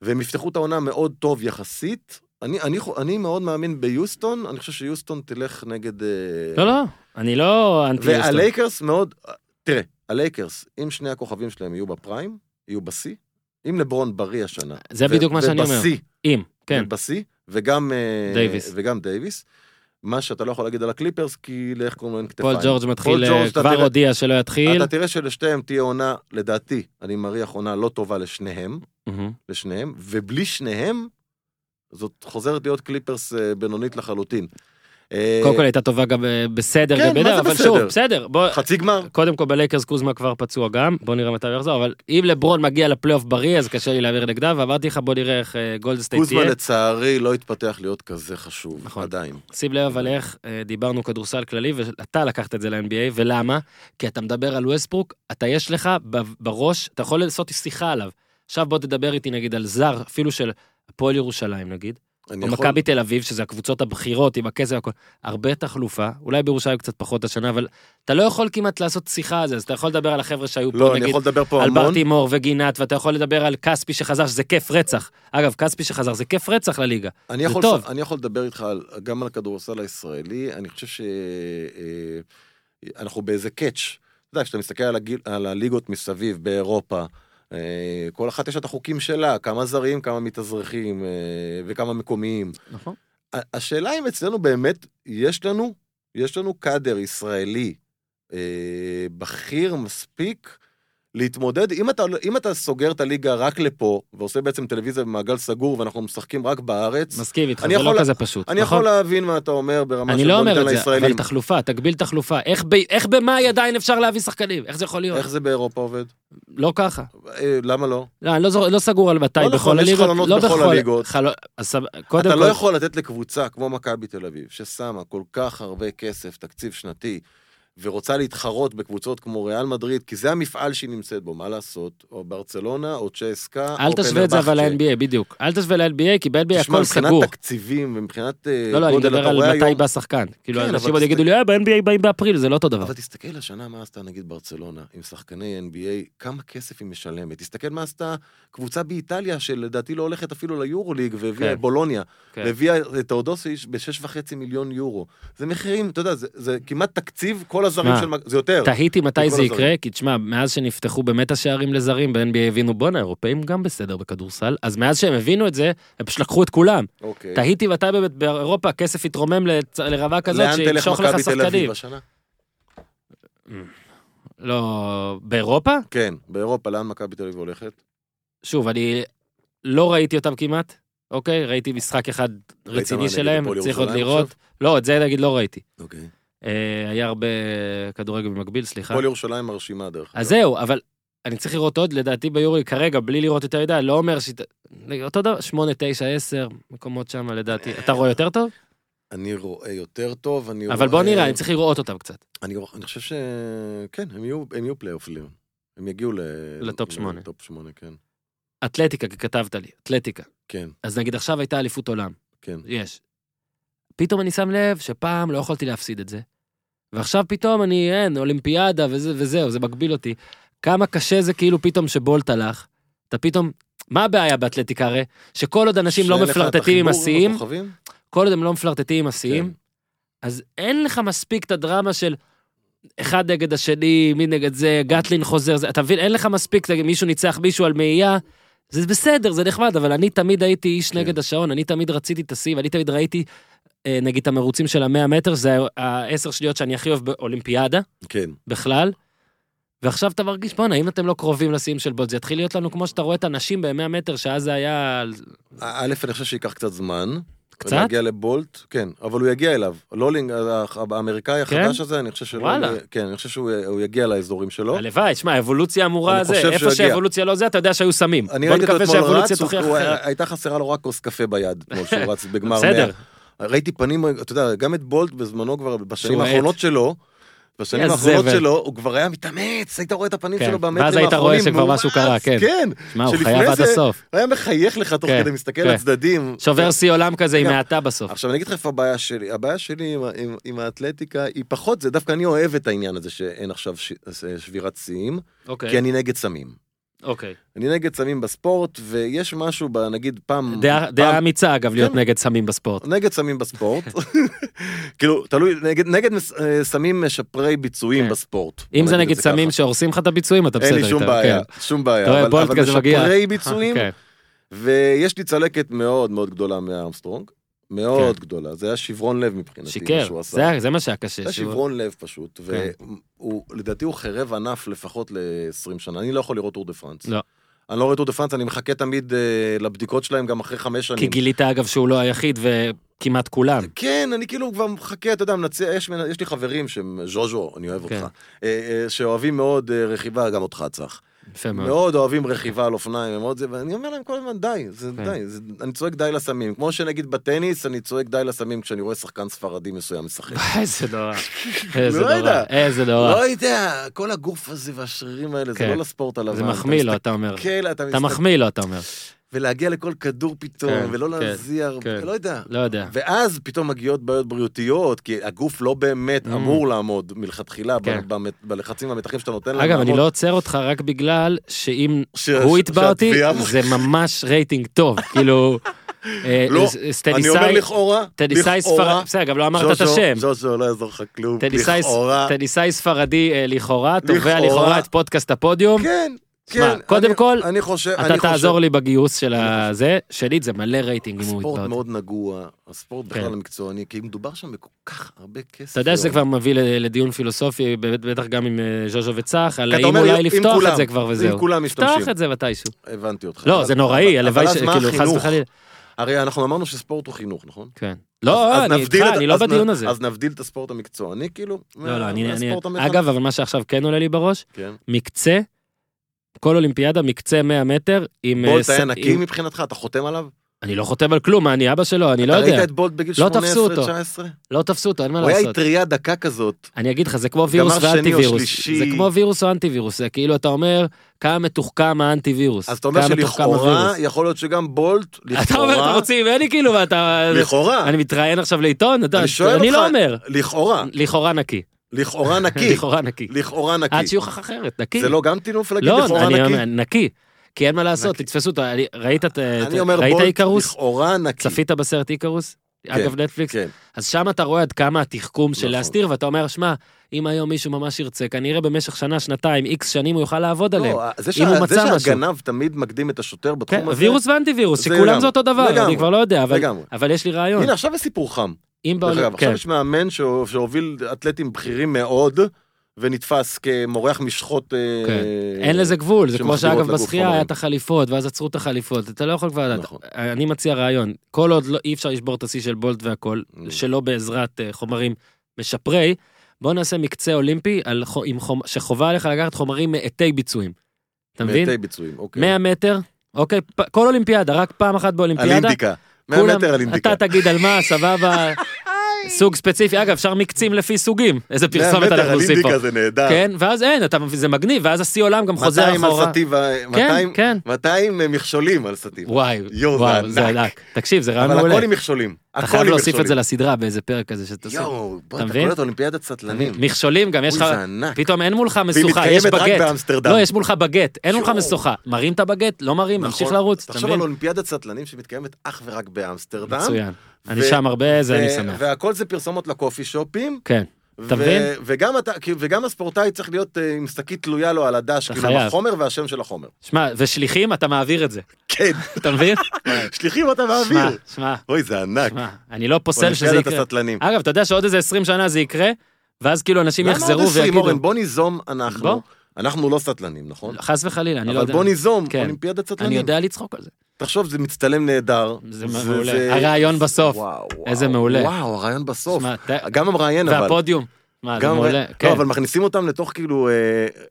[SPEAKER 2] והם יפתחו את העונה מאוד טוב יחסית. אני, אני, חו- אני מאוד מאמין ביוסטון, אני חושב שיוסטון תלך נגד... אה,
[SPEAKER 1] לא, לא, אני לא אנטי יוסטון.
[SPEAKER 2] והלייקרס מאוד, תראה, הלייקרס, אם שני הכוכבים שלהם יהיו בפריים, יהיו בשיא, אם לברון בריא השנה.
[SPEAKER 1] זה
[SPEAKER 2] ו-
[SPEAKER 1] בדיוק מה שאני אומר.
[SPEAKER 2] ובשיא,
[SPEAKER 1] אם, כן.
[SPEAKER 2] ובשיא, וגם אה,
[SPEAKER 1] דייוויס.
[SPEAKER 2] וגם דייוויס. מה שאתה לא יכול להגיד על הקליפרס, כי לאיך קוראים להם כתפיים.
[SPEAKER 1] פול ג'ורג' מתחיל,
[SPEAKER 2] ג'ורג',
[SPEAKER 1] אה,
[SPEAKER 2] אתה
[SPEAKER 1] כבר
[SPEAKER 2] תראה-
[SPEAKER 1] הודיע שלא יתחיל.
[SPEAKER 2] אתה תראה שלשתיהם תהיה עונה, לדעתי, אני מריח עונה לא טובה לשניהם,
[SPEAKER 1] מהמם.
[SPEAKER 2] לשניהם, ובלי שניהם, זאת חוזרת להיות קליפרס אה, בינונית לחלוטין. אה,
[SPEAKER 1] קודם כל הייתה טובה גם אה, בסדר,
[SPEAKER 2] כן,
[SPEAKER 1] גם
[SPEAKER 2] מה
[SPEAKER 1] בדרך,
[SPEAKER 2] זה
[SPEAKER 1] אבל
[SPEAKER 2] בסדר?
[SPEAKER 1] שוב, בסדר. בוא,
[SPEAKER 2] חצי גמר.
[SPEAKER 1] קודם כל בלייקרס קוזמה כבר פצוע גם, בוא נראה מתי הוא יחזור, אבל אם לברון מגיע לפלייאוף בריא, אז קשה לי להעביר נגדיו, ואמרתי לך בוא נראה איך אה, גולדסטייט
[SPEAKER 2] קוזמה
[SPEAKER 1] תהיה.
[SPEAKER 2] לצערי לא התפתח להיות כזה חשוב,
[SPEAKER 1] נכון.
[SPEAKER 2] עדיין.
[SPEAKER 1] שים לב אבל איך אה, דיברנו כדורסל כללי, ואתה לקחת את זה ל-NBA, ולמה? כי אתה מדבר על ווסטברוק, אתה יש לך ב- בראש, אתה יכול לעשות שיחה עליו. עכשיו בוא תדבר איתי נגיד על זר, אפילו של הפועל ירושלים נגיד.
[SPEAKER 2] אני
[SPEAKER 1] או
[SPEAKER 2] יכול-
[SPEAKER 1] מכבי תל אביב, שזה הקבוצות הבכירות עם הכסף והכל, הרבה תחלופה, אולי בירושלים קצת פחות השנה, אבל אתה לא יכול כמעט לעשות שיחה על זה, אז אתה יכול לדבר על החבר'ה שהיו פה,
[SPEAKER 2] לא, אני
[SPEAKER 1] נגיד,
[SPEAKER 2] יכול לדבר פה
[SPEAKER 1] על
[SPEAKER 2] המון.
[SPEAKER 1] ברטימור וגינת, ואתה יכול לדבר על כספי שחזר, שזה כיף רצח. אגב, כספי שחזר זה כיף רצח לליגה.
[SPEAKER 2] אני
[SPEAKER 1] זה
[SPEAKER 2] יכול,
[SPEAKER 1] טוב.
[SPEAKER 2] אני יכול לדבר איתך על, גם על הכדורסל הישראלי, אני חושב שאנחנו באיזה קאץ'. אתה יודע, כשאתה מסתכל על, הגיל, על הליגות מסביב באירופה, אה, כל אחת יש לה את החוקים שלה, כמה זרים, כמה מתאזרחים אה, וכמה מקומיים.
[SPEAKER 1] נכון.
[SPEAKER 2] ה- השאלה אם אצלנו באמת יש לנו, יש לנו קאדר ישראלי אה, בכיר מספיק להתמודד, אם אתה, לא- אם אתה סוגר את הליגה רק לפה, ועושה בעצם טלוויזיה במעגל סגור, ואנחנו משחקים רק בארץ,
[SPEAKER 1] מסכים איתך,
[SPEAKER 2] אני
[SPEAKER 1] זה לא
[SPEAKER 2] יכול-
[SPEAKER 1] כזה פשוט.
[SPEAKER 2] אני
[SPEAKER 1] נכון?
[SPEAKER 2] יכול להבין מה אתה אומר ברמה
[SPEAKER 1] אני
[SPEAKER 2] של
[SPEAKER 1] לא
[SPEAKER 2] בוא
[SPEAKER 1] אומר
[SPEAKER 2] ניתן
[SPEAKER 1] את זה, אבל
[SPEAKER 2] לישראלים.
[SPEAKER 1] תחלופה, תגביל תחלופה. איך ב- איך במאי עדיין אפשר להביא שחקנים? איך זה יכול להיות?
[SPEAKER 2] איך זה באירופה עובד?
[SPEAKER 1] לא ככה.
[SPEAKER 2] אה, למה לא?
[SPEAKER 1] לא, אני לא זוכר- לא סגור על מתי,
[SPEAKER 2] לא נכון,
[SPEAKER 1] בכל
[SPEAKER 2] יש
[SPEAKER 1] הליגות.
[SPEAKER 2] חלונות
[SPEAKER 1] לא
[SPEAKER 2] בכל
[SPEAKER 1] בכל-
[SPEAKER 2] הליגות.
[SPEAKER 1] חלו- אז סב- קודם
[SPEAKER 2] אתה
[SPEAKER 1] כל,
[SPEAKER 2] לא יכול לתת לקבוצה כמו מכבי תל אביב, ששמה כל כך הרבה כסף, תקציב שנתי, ורוצה להתחרות בקבוצות כמו ריאל מדריד, כי זה המפעל שהיא נמצאת בו, מה לעשות? או ברצלונה, או צ'סקה, או
[SPEAKER 1] אל תשווה את זה אבל
[SPEAKER 2] פנרבחצ'ה.
[SPEAKER 1] ל-NBA, בדיוק. אל תשווה ל-NBA, כי ב-NBA
[SPEAKER 2] אוקיי, תשמע,
[SPEAKER 1] הכל
[SPEAKER 2] מבחינת
[SPEAKER 1] סגור.
[SPEAKER 2] תקציבים ומבחינת אה,
[SPEAKER 1] לא, לא, אני
[SPEAKER 2] גודל,
[SPEAKER 1] מדבר
[SPEAKER 2] אתה
[SPEAKER 1] על
[SPEAKER 2] רואה
[SPEAKER 1] מתי
[SPEAKER 2] היום-
[SPEAKER 1] בא שחקן. כאילו,
[SPEAKER 2] כן,
[SPEAKER 1] אנשים
[SPEAKER 2] אבל
[SPEAKER 1] עוד
[SPEAKER 2] תסת-
[SPEAKER 1] יגידו לי, אה, ב-NBA באים באפריל, זה לא אותו דבר.
[SPEAKER 2] אבל תסתכל השנה מה עשתה נגיד ברצלונה, עם שחקני NBA, כמה כסף היא משלמת. תסתכל מה עשתה קבוצה באיטליה, שלדעתי לא הולכת אפילו ליורוליג, והביאה
[SPEAKER 1] כן.
[SPEAKER 2] את בולוניה.
[SPEAKER 1] כן.
[SPEAKER 2] והביאה את תאודוסיץ' ב-6.5 מיליון יורו. זה מחירים, אתה יודע, זה- זה כמעט תקציב כל הזרים
[SPEAKER 1] מה?
[SPEAKER 2] של... מג- זה יותר.
[SPEAKER 1] תהיתי מתי
[SPEAKER 2] בכל
[SPEAKER 1] זה
[SPEAKER 2] הזרים.
[SPEAKER 1] יקרה, כי תשמע, מאז שנפתחו באמת השערים לזרים ב-NBA הבינו, בואנה, אירופאים גם בסדר בכדורסל, אז מאז שהם הבינו את זה, הם פשוט לקחו את כולם.
[SPEAKER 2] אוקיי.
[SPEAKER 1] תהיתי מתי באמת באירופה הכסף יתרומם לצ- לרמה כזאת
[SPEAKER 2] לאן תלך
[SPEAKER 1] שימשוך לך
[SPEAKER 2] מכבי תל
[SPEAKER 1] שחקנים.
[SPEAKER 2] אביב השנה?
[SPEAKER 1] לא, באירופה?
[SPEAKER 2] כן, באירופה, לאן מכבי תל אביב הולכת?
[SPEAKER 1] שוב, אני לא ראיתי אותם כמעט, אוקיי? ראיתי משחק אחד
[SPEAKER 2] ראית מה,
[SPEAKER 1] רציני
[SPEAKER 2] נגד
[SPEAKER 1] שלהם,
[SPEAKER 2] הפועל
[SPEAKER 1] צריך עוד
[SPEAKER 2] ירושלים
[SPEAKER 1] לראות. לא, את זה נגיד לא ראיתי.
[SPEAKER 2] אוקיי.
[SPEAKER 1] אה, היה הרבה כדורגל במקביל, סליחה.
[SPEAKER 2] כל ירושלים מרשימה דרך
[SPEAKER 1] אז זהו, אבל אני צריך לראות עוד, לדעתי ביורי כרגע, בלי לראות יותר מדי, לא אומר ש... אותו דבר, 8, 9, 10, מקומות שם לדעתי. אתה רואה יותר טוב?
[SPEAKER 2] אני רואה יותר טוב, אני רואה...
[SPEAKER 1] אבל בוא נראה, אני צריך לראות אותם קצת.
[SPEAKER 2] אני, אני חושב ש... כן, הם יהיו, הם יהיו פלייאוף עליון. הם יגיעו ל...
[SPEAKER 1] לטופ שמונה.
[SPEAKER 2] לטופ שמונה, כן.
[SPEAKER 1] אתלטיקה, כי כתבת לי, אתלטיקה.
[SPEAKER 2] כן,
[SPEAKER 1] אז נגיד עכשיו הייתה אליפות עולם,
[SPEAKER 2] כן.
[SPEAKER 1] יש. פתאום אני שם לב שפעם לא יכולתי להפסיד את זה, ועכשיו פתאום אני, אין, אולימפיאדה וזה, וזהו, זה מגביל אותי. כמה קשה זה כאילו פתאום שבולט הלך, אתה פתאום... מה הבעיה באתלטיקה הרי? שכל עוד אנשים לא
[SPEAKER 2] שאין לך את
[SPEAKER 1] מפלרטטים עם
[SPEAKER 2] החיבור
[SPEAKER 1] השיאים,
[SPEAKER 2] הכוכבים?
[SPEAKER 1] כל עוד הם לא מפלרטטים עם השיאים,
[SPEAKER 2] כן.
[SPEAKER 1] אז אין לך מספיק את הדרמה של אחד נגד השני, מי נגד זה, גטלין חוזר, זה, אתה מבין? אין לך מספיק, זה, מישהו ניצח מישהו על מאייה, זה בסדר, זה נחמד, אבל אני תמיד הייתי איש
[SPEAKER 2] כן.
[SPEAKER 1] נגד השעון, אני תמיד רציתי את השיא, ואני תמיד ראיתי אה, נגיד את המרוצים של המאה מטר, זה העשר שניות שאני הכי אוהב באולימפיאדה
[SPEAKER 2] כן.
[SPEAKER 1] בכלל. ועכשיו אתה מרגיש, בואנה, אם אתם לא קרובים לשיאים של בולט, זה יתחיל להיות לנו כמו שאתה רואה את הנשים במאה מטר, שאז זה היה על-
[SPEAKER 2] א', אני חושב שייקח קצת זמן.
[SPEAKER 1] קצת?
[SPEAKER 2] להגיע לבולט, כן, אבל הוא יגיע אליו. לולינג, ה- האמריקאי
[SPEAKER 1] כן?
[SPEAKER 2] החדש הזה, אני חושב שלא...
[SPEAKER 1] וואלה.
[SPEAKER 2] כן, אני חושב שהוא הוא יגיע לאזורים שלו.
[SPEAKER 1] הלוואי, שמע, האבולוציה אמורה
[SPEAKER 2] לא? אני
[SPEAKER 1] זה,
[SPEAKER 2] חושב שהוא
[SPEAKER 1] איפה
[SPEAKER 2] יגיע.
[SPEAKER 1] שהאבולוציה לא זה, אתה יודע שהיו סמים.
[SPEAKER 2] אני
[SPEAKER 1] בוא
[SPEAKER 2] ראיתי אותו
[SPEAKER 1] נקווה
[SPEAKER 2] אתמול
[SPEAKER 1] שהאבולוציה
[SPEAKER 2] רץ, הוא-
[SPEAKER 1] תוכיח
[SPEAKER 2] הוא-
[SPEAKER 1] אחרת.
[SPEAKER 2] הייתה חסרה לו רק כוס קפה ביד אתמול, שהוא
[SPEAKER 1] <laughs>
[SPEAKER 2] רץ בגמר 100.
[SPEAKER 1] בסדר,
[SPEAKER 2] ראיתי פנים, אתה יודע, גם את בולט בזמנו כבר, בשנים
[SPEAKER 1] שהוא
[SPEAKER 2] האחרונות שלו, בשנים
[SPEAKER 1] איזה
[SPEAKER 2] האחרונות
[SPEAKER 1] זבל.
[SPEAKER 2] שלו, הוא כבר היה מתאמץ, היית רואה את הפנים
[SPEAKER 1] כן.
[SPEAKER 2] שלו במטרים
[SPEAKER 1] ואז
[SPEAKER 2] האחרונים.
[SPEAKER 1] היית רואה שכבר
[SPEAKER 2] והוא
[SPEAKER 1] משהו
[SPEAKER 2] רץ,
[SPEAKER 1] קרה, כן.
[SPEAKER 2] כן.
[SPEAKER 1] שמע, הוא
[SPEAKER 2] שלפני
[SPEAKER 1] חייב עד
[SPEAKER 2] זה-
[SPEAKER 1] הסוף.
[SPEAKER 2] הוא היה מחייך לך תוך
[SPEAKER 1] כן,
[SPEAKER 2] כדי, מסתכל
[SPEAKER 1] כן.
[SPEAKER 2] לצדדים.
[SPEAKER 1] שובר שיא עולם כזה עם
[SPEAKER 2] גם-
[SPEAKER 1] האטה בסוף.
[SPEAKER 2] עכשיו אני אגיד לך איפה הבעיה שלי, הבעיה שלי עם, ה- עם, עם האתלטיקה היא פחות זה, דווקא אני אוהב את העניין הזה שאין עכשיו ש, אה, שבירת שיאים,
[SPEAKER 1] אוקיי,
[SPEAKER 2] כי אני נגד סמים.
[SPEAKER 1] אוקיי.
[SPEAKER 2] אני נגד סמים בספורט, ויש משהו, ב, נגיד פעם...
[SPEAKER 1] דעה- דעה
[SPEAKER 2] פעם-
[SPEAKER 1] אמיצה, אגב, להיות
[SPEAKER 2] כן.
[SPEAKER 1] נגד סמים בספורט.
[SPEAKER 2] נגד סמים בספורט, <laughs> כאילו, תלוי, נגד, נגד מס- אה, סמים משפרי ביצועים
[SPEAKER 1] כן.
[SPEAKER 2] בספורט.
[SPEAKER 1] אם
[SPEAKER 2] בוא
[SPEAKER 1] זה
[SPEAKER 2] נגיד
[SPEAKER 1] נגיד
[SPEAKER 2] את ככה.
[SPEAKER 1] סמים שהורסים לך את הביצועים, אתה בסדר
[SPEAKER 2] אין
[SPEAKER 1] איתם. כן.
[SPEAKER 2] לי שום בעיה, שום בעיה.
[SPEAKER 1] אתה רואה,
[SPEAKER 2] אבל-
[SPEAKER 1] בולט
[SPEAKER 2] אבל
[SPEAKER 1] כזה מגיע.
[SPEAKER 2] משפרי ביצועים,
[SPEAKER 1] כן.
[SPEAKER 2] ויש לי צלקת מאוד מאוד גדולה מארמסטרונג, מאוד גדולה, זה היה שברון לב מבחינתי, מה שהוא
[SPEAKER 1] כן. שיקר,
[SPEAKER 2] עשה.
[SPEAKER 1] זה היה- זה מה שהיה קשה.
[SPEAKER 2] היה
[SPEAKER 1] שהוא-
[SPEAKER 2] שברון לב פשוט,
[SPEAKER 1] כן.
[SPEAKER 2] ולדעתי הוא חרב ענף לפחות ל-20 שנה. אני לא יכול לראות טור דה פרנס.
[SPEAKER 1] לא.
[SPEAKER 2] אני לא רואה טור דה פרנס, אני מחכה תמיד אה, לבדיקות שלהם גם אחרי חמש
[SPEAKER 1] כי
[SPEAKER 2] שנים.
[SPEAKER 1] גילית אגב שהוא לא היחיד וכמעט כולם.
[SPEAKER 2] כן, אני כאילו כבר מחכה, אתה יודע, מנצח, יש, מנ- יש לי חברים שהם ז'וז'ו, אני אוהב
[SPEAKER 1] כן.
[SPEAKER 2] אותך, אה, אה, שאוהבים מאוד אה, רכיבה, גם אותך צריך.
[SPEAKER 1] יפה כן, מאוד.
[SPEAKER 2] מאוד אוהבים רכיבה על אופניים, הם מאוד זה, ואני אומר להם כל הזמן, די, זה
[SPEAKER 1] כן.
[SPEAKER 2] די, זה- אני צועק די לסמים. כמו שנגיד בטניס, אני צועק די לסמים כשאני רואה שחקן ספרדי מסוים משחק.
[SPEAKER 1] <laughs> איזה נורא. איזה נורא.
[SPEAKER 2] לא יודע.
[SPEAKER 1] איזה נורא.
[SPEAKER 2] לא יודע, כל הגוף הזה והשרירים האלה, זה
[SPEAKER 1] כן.
[SPEAKER 2] לא לספורט הלבן.
[SPEAKER 1] זה מחמיא לו,
[SPEAKER 2] אתה
[SPEAKER 1] אתה אומר.
[SPEAKER 2] מסתכל, אתה
[SPEAKER 1] אתה
[SPEAKER 2] כן, מסתכל,
[SPEAKER 1] מחמיא לו, אתה אומר.
[SPEAKER 2] ולהגיע לכל כדור
[SPEAKER 1] כן,
[SPEAKER 2] פתאום, ולא
[SPEAKER 1] כן,
[SPEAKER 2] להזיע,
[SPEAKER 1] כן.
[SPEAKER 2] הרבה, לא יודע.
[SPEAKER 1] לא יודע.
[SPEAKER 2] ואז פתאום מגיעות בעיות בריאותיות, כי הגוף לא באמת
[SPEAKER 1] Mm.
[SPEAKER 2] אמור לעמוד מלכתחילה ב-
[SPEAKER 1] כן.
[SPEAKER 2] ב- בלחצים והמתחים שאתה נותן להם.
[SPEAKER 1] אגב, אני
[SPEAKER 2] לעמוד.
[SPEAKER 1] לא עוצר אותך רק בגלל שאם
[SPEAKER 2] ש-
[SPEAKER 1] הוא
[SPEAKER 2] ש-
[SPEAKER 1] יתבע אותי,
[SPEAKER 2] שהתביעה-
[SPEAKER 1] זה ממש רייטינג
[SPEAKER 2] <laughs>
[SPEAKER 1] טוב. כאילו, אה,
[SPEAKER 2] לא,
[SPEAKER 1] ס-
[SPEAKER 2] אני אומר
[SPEAKER 1] סטניסאי,
[SPEAKER 2] לכאורה,
[SPEAKER 1] טניסאי
[SPEAKER 2] לכאורה,
[SPEAKER 1] ספרדי, בסדר, גם לא אמרת את
[SPEAKER 2] ז'וז'ו,
[SPEAKER 1] השם.
[SPEAKER 2] ז'וז'ו, לא יעזור לך כלום,
[SPEAKER 1] טניסאי ס-
[SPEAKER 2] לכאורה.
[SPEAKER 1] טניסאי ספרדי אה, לכאורה, תובע
[SPEAKER 2] לכאורה.
[SPEAKER 1] לכאורה את פודקאסט הפודיום.
[SPEAKER 2] כן,
[SPEAKER 1] שמע,
[SPEAKER 2] כן.
[SPEAKER 1] קודם
[SPEAKER 2] אני-
[SPEAKER 1] כל,
[SPEAKER 2] אני חושב,
[SPEAKER 1] אתה
[SPEAKER 2] אני חושב-
[SPEAKER 1] תעזור לי בגיוס של הזה, שנית זה מלא רייטינג אם הוא יתבע
[SPEAKER 2] הספורט
[SPEAKER 1] אותי.
[SPEAKER 2] מאוד נגוע, הספורט
[SPEAKER 1] לא כן.
[SPEAKER 2] בכלל המקצועני, כי מדובר שם בכל כך הרבה כסף. לא.
[SPEAKER 1] אתה יודע שזה
[SPEAKER 2] היום.
[SPEAKER 1] כבר מביא ל- לדיון פילוסופי, באמת- בטח גם עם אה, ז'וז'ו וצח, על
[SPEAKER 2] כי אתה
[SPEAKER 1] האם
[SPEAKER 2] אומר,
[SPEAKER 1] אולי
[SPEAKER 2] אם
[SPEAKER 1] לפתוח את
[SPEAKER 2] כולם-
[SPEAKER 1] זה כבר וזהו.
[SPEAKER 2] אם כולם
[SPEAKER 1] לפתוח
[SPEAKER 2] משתמשים.
[SPEAKER 1] את זה מתישהו.
[SPEAKER 2] הבנתי אותך.
[SPEAKER 1] לא,
[SPEAKER 2] אבל-
[SPEAKER 1] זה נוראי,
[SPEAKER 2] אבל-
[SPEAKER 1] הלוואי
[SPEAKER 2] אבל
[SPEAKER 1] ש...
[SPEAKER 2] אז מה
[SPEAKER 1] כאילו, חס
[SPEAKER 2] החינוך?
[SPEAKER 1] וחלילה.
[SPEAKER 2] הרי אנחנו אמרנו שספורט הוא חינוך, נכון?
[SPEAKER 1] כן.
[SPEAKER 2] אז-
[SPEAKER 1] לא,
[SPEAKER 2] אז
[SPEAKER 1] אני איתך,
[SPEAKER 2] נבדיל את-
[SPEAKER 1] אני לא
[SPEAKER 2] אז נ-
[SPEAKER 1] בדיון הזה.
[SPEAKER 2] אז נבדיל את הספורט המקצועני, כאילו?
[SPEAKER 1] לא, לא, אני... אני-
[SPEAKER 2] מהספורט המכני?
[SPEAKER 1] אגב, אבל מה שעכשיו כן עולה לי בראש,
[SPEAKER 2] כן.
[SPEAKER 1] מקצה, כל אולימפיאדה, מקצה 100 מטר עם... אה,
[SPEAKER 2] בולט היה
[SPEAKER 1] ס-
[SPEAKER 2] נקי
[SPEAKER 1] עם-
[SPEAKER 2] מבחינתך? אתה חותם עליו?
[SPEAKER 1] אני לא חותם על כלום, מה, אני אבא שלו, אני לא
[SPEAKER 2] אתה
[SPEAKER 1] יודע.
[SPEAKER 2] ראית את בולט בגיל
[SPEAKER 1] לא תפסו אותו.
[SPEAKER 2] 18-19?
[SPEAKER 1] לא תפסו אותו, אין מה
[SPEAKER 2] הוא היה
[SPEAKER 1] לעשות.
[SPEAKER 2] אטריה דקה כזאת.
[SPEAKER 1] אני אגיד לך, זה כמו וירוס
[SPEAKER 2] גמר שני או
[SPEAKER 1] ואנטיווירוס.
[SPEAKER 2] שלישי.
[SPEAKER 1] זה כמו וירוס או אנטיווירוס, זה כאילו אתה אומר, כמה מתוחכם האנטיווירוס.
[SPEAKER 2] אז אתה אומר
[SPEAKER 1] כמה מתוחכם
[SPEAKER 2] שלכאורה,
[SPEAKER 1] הווירוס.
[SPEAKER 2] יכול להיות שגם בולט,
[SPEAKER 1] אתה אומר, אתה
[SPEAKER 2] לכאורה,
[SPEAKER 1] מוציא ממני כאילו, ואתה...
[SPEAKER 2] לכאורה,
[SPEAKER 1] אני מתראיין עכשיו לעיתון, אתה
[SPEAKER 2] אני
[SPEAKER 1] יודע,
[SPEAKER 2] שואל
[SPEAKER 1] אני לא
[SPEAKER 2] אותך-
[SPEAKER 1] אומר.
[SPEAKER 2] לכאורה,
[SPEAKER 1] לכאורה נקי.
[SPEAKER 2] לכאורה נקי,
[SPEAKER 1] לכאורה נקי.
[SPEAKER 2] לכאורה
[SPEAKER 1] עד
[SPEAKER 2] נקי.
[SPEAKER 1] שיוכח אחרת, נקי.
[SPEAKER 2] זה לא גם טינוף להגיד
[SPEAKER 1] לא,
[SPEAKER 2] לכאורה
[SPEAKER 1] אני
[SPEAKER 2] נקי?
[SPEAKER 1] אומר, נקי. כי אין מה לעשות, תתפסו אותו. אני- ראית את...
[SPEAKER 2] אני אומר
[SPEAKER 1] ראית
[SPEAKER 2] בולט,
[SPEAKER 1] איקרוס?
[SPEAKER 2] לכאורה נקי.
[SPEAKER 1] צפית בסרט איקרוס? אגב נטפליקס?
[SPEAKER 2] כן.
[SPEAKER 1] אז שם אתה רואה עד כמה התחכום של
[SPEAKER 2] נכון.
[SPEAKER 1] להסתיר, ואתה אומר, שמע, אם היום מישהו ממש ירצה, כנראה במשך שנה, שנתיים, איקס שנים הוא יוכל לעבוד עליהם.
[SPEAKER 2] לא, זה
[SPEAKER 1] אם הוא
[SPEAKER 2] שה- זה
[SPEAKER 1] מצא משהו.
[SPEAKER 2] שהגנב תמיד מקדים את השוטר
[SPEAKER 1] כן,
[SPEAKER 2] בתחום הזה,
[SPEAKER 1] וירוס ואנטיווירוס,
[SPEAKER 2] זה
[SPEAKER 1] שכולם
[SPEAKER 2] לגמרי.
[SPEAKER 1] זה אותו דבר, אני
[SPEAKER 2] לגמרי.
[SPEAKER 1] כבר לא יודע, אבל-
[SPEAKER 2] לגמרי.
[SPEAKER 1] אבל יש לי רעיון.
[SPEAKER 2] הנה עכשיו יש סיפור חם.
[SPEAKER 1] אם
[SPEAKER 2] דרך
[SPEAKER 1] בעולם,
[SPEAKER 2] אגב, עכשיו
[SPEAKER 1] כן,
[SPEAKER 2] יש מאמן שהוא- שהוביל אתלטים בכירים מאוד, ונתפס כמורח משחות. אה,
[SPEAKER 1] כן. אין לזה גבול, זה כמו
[SPEAKER 2] שמחדירות
[SPEAKER 1] שאגב
[SPEAKER 2] לגוף
[SPEAKER 1] בשחייה היה
[SPEAKER 2] חומרים.
[SPEAKER 1] את החליפות, ואז עצרו את החליפות, אתה לא יכול כבר לדעת.
[SPEAKER 2] נכון.
[SPEAKER 1] אני מציע רעיון, כל עוד לא- אי אפשר לשבור את השיא של בולט והכל,
[SPEAKER 2] Mm.
[SPEAKER 1] שלא בעזרת אה, חומרים משפרי, בוא נעשה מקצה אולימפי על חו- עם חומ- שחובה עליך לקחת חומרים מאטי ביצועים. אתה מבין?
[SPEAKER 2] מעטי ביצועים, אוקיי.
[SPEAKER 1] 100 מטר, אוקיי, פ- כל אולימפיאדה, רק פעם אחת
[SPEAKER 2] על
[SPEAKER 1] באולימפיאדה.
[SPEAKER 2] אינדיקה. 100
[SPEAKER 1] כולם-
[SPEAKER 2] מטר על אינדיקה.
[SPEAKER 1] אתה תגיד על
[SPEAKER 2] <laughs>
[SPEAKER 1] מה, סבבה. סוג ספציפי, אגב, אפשר מקצים לפי סוגים, איזה
[SPEAKER 2] 100
[SPEAKER 1] פרסומת
[SPEAKER 2] מטר
[SPEAKER 1] אנחנו
[SPEAKER 2] על
[SPEAKER 1] עושים פה.
[SPEAKER 2] אינדיקה זה נהדר.
[SPEAKER 1] כן, ואז אין, אתה, זה מגניב, ואז השיא עולם גם חוזר
[SPEAKER 2] 200 על
[SPEAKER 1] אחורה.
[SPEAKER 2] סטיבה,
[SPEAKER 1] כן,
[SPEAKER 2] 200
[SPEAKER 1] כן.
[SPEAKER 2] 200 אה, מכשולים על סטיבה.
[SPEAKER 1] וואי,
[SPEAKER 2] יואו, זה
[SPEAKER 1] וואו, זה
[SPEAKER 2] ענק.
[SPEAKER 1] ענק. תקשיב, זה רעיון
[SPEAKER 2] אבל
[SPEAKER 1] מעולה.
[SPEAKER 2] הכל עם מכשולים.
[SPEAKER 1] אתה
[SPEAKER 2] הכל
[SPEAKER 1] חייב
[SPEAKER 2] עם
[SPEAKER 1] להוסיף את זה
[SPEAKER 2] מכשולים.
[SPEAKER 1] לסדרה באיזה פרק כזה שאתה עושה.
[SPEAKER 2] יואו, בוא,
[SPEAKER 1] אתה
[SPEAKER 2] אתה
[SPEAKER 1] מבין?
[SPEAKER 2] קולט אולימפיאדת סטלנים.
[SPEAKER 1] מכשולים גם, יש לך...
[SPEAKER 2] אוי, זה ענק.
[SPEAKER 1] פתאום אין מולך
[SPEAKER 2] והיא
[SPEAKER 1] משוכה, יש
[SPEAKER 2] מתקיימת רק
[SPEAKER 1] בגט.
[SPEAKER 2] באמסטרדם.
[SPEAKER 1] לא, יש מולך בגט, אין מולך
[SPEAKER 2] יואו.
[SPEAKER 1] משוכה. מרים את הבגט, לא מרים,
[SPEAKER 2] נכון.
[SPEAKER 1] ממשיך לרוץ, אתה
[SPEAKER 2] תחשוב
[SPEAKER 1] מבין?
[SPEAKER 2] על אולימפיאדת סטלנים שמתקיימת אך ורק באמסטרדם.
[SPEAKER 1] מצוין.
[SPEAKER 2] ו-
[SPEAKER 1] אני שם הרבה, זה אני
[SPEAKER 2] ו-
[SPEAKER 1] שמח.
[SPEAKER 2] והכל זה פרסומות לקופי שופים,
[SPEAKER 1] כן. אתה מבין?
[SPEAKER 2] ו- וגם אתה- כאילו, וגם הספורטאי צריך להיות אה, עם שקית תלויה לו על הדש,
[SPEAKER 1] אתה
[SPEAKER 2] כאילו, עם
[SPEAKER 1] חייב.
[SPEAKER 2] החומר והשם של החומר.
[SPEAKER 1] שמע, ושליחים, אתה מעביר את זה. <laughs>
[SPEAKER 2] כן,
[SPEAKER 1] אתה
[SPEAKER 2] <laughs>
[SPEAKER 1] מבין?
[SPEAKER 2] שליחים אותה
[SPEAKER 1] שמע,
[SPEAKER 2] באוויר.
[SPEAKER 1] שמע,
[SPEAKER 2] אוי, זה ענק.
[SPEAKER 1] שמע, אני לא פוסל שזה
[SPEAKER 2] אולימפיאדת
[SPEAKER 1] יקרה. אה,
[SPEAKER 2] הסטלנים.
[SPEAKER 1] אגב, אתה יודע שעוד איזה 20 שנה זה יקרה, ואז כאילו אנשים
[SPEAKER 2] למה עוד
[SPEAKER 1] יחזרו
[SPEAKER 2] עשרים,
[SPEAKER 1] ויגידו,
[SPEAKER 2] אורן, בוא ניזום
[SPEAKER 1] בוא.
[SPEAKER 2] אנחנו. אנחנו לא סטלנים, נכון?
[SPEAKER 1] חס וחלילה, אני לא
[SPEAKER 2] אבל
[SPEAKER 1] יודע.
[SPEAKER 2] בוא ניזום
[SPEAKER 1] כן.
[SPEAKER 2] אולימפיאדת
[SPEAKER 1] אני
[SPEAKER 2] סטלנים.
[SPEAKER 1] יודע לצחוק על זה.
[SPEAKER 2] תחשוב, זה מצטלם נהדר.
[SPEAKER 1] זה מעולה. הרעיון בסוף.
[SPEAKER 2] וואו, וואו,
[SPEAKER 1] איזה מעולה.
[SPEAKER 2] וואו, הרעיון בסוף.
[SPEAKER 1] שמע, ת-
[SPEAKER 2] גם המראיין אבל.
[SPEAKER 1] והפודיום. מה, זה
[SPEAKER 2] גם
[SPEAKER 1] מעולה.
[SPEAKER 2] הרעיון-
[SPEAKER 1] כן,
[SPEAKER 2] לא, אבל מכניסים אותם לתוך כאילו, אה,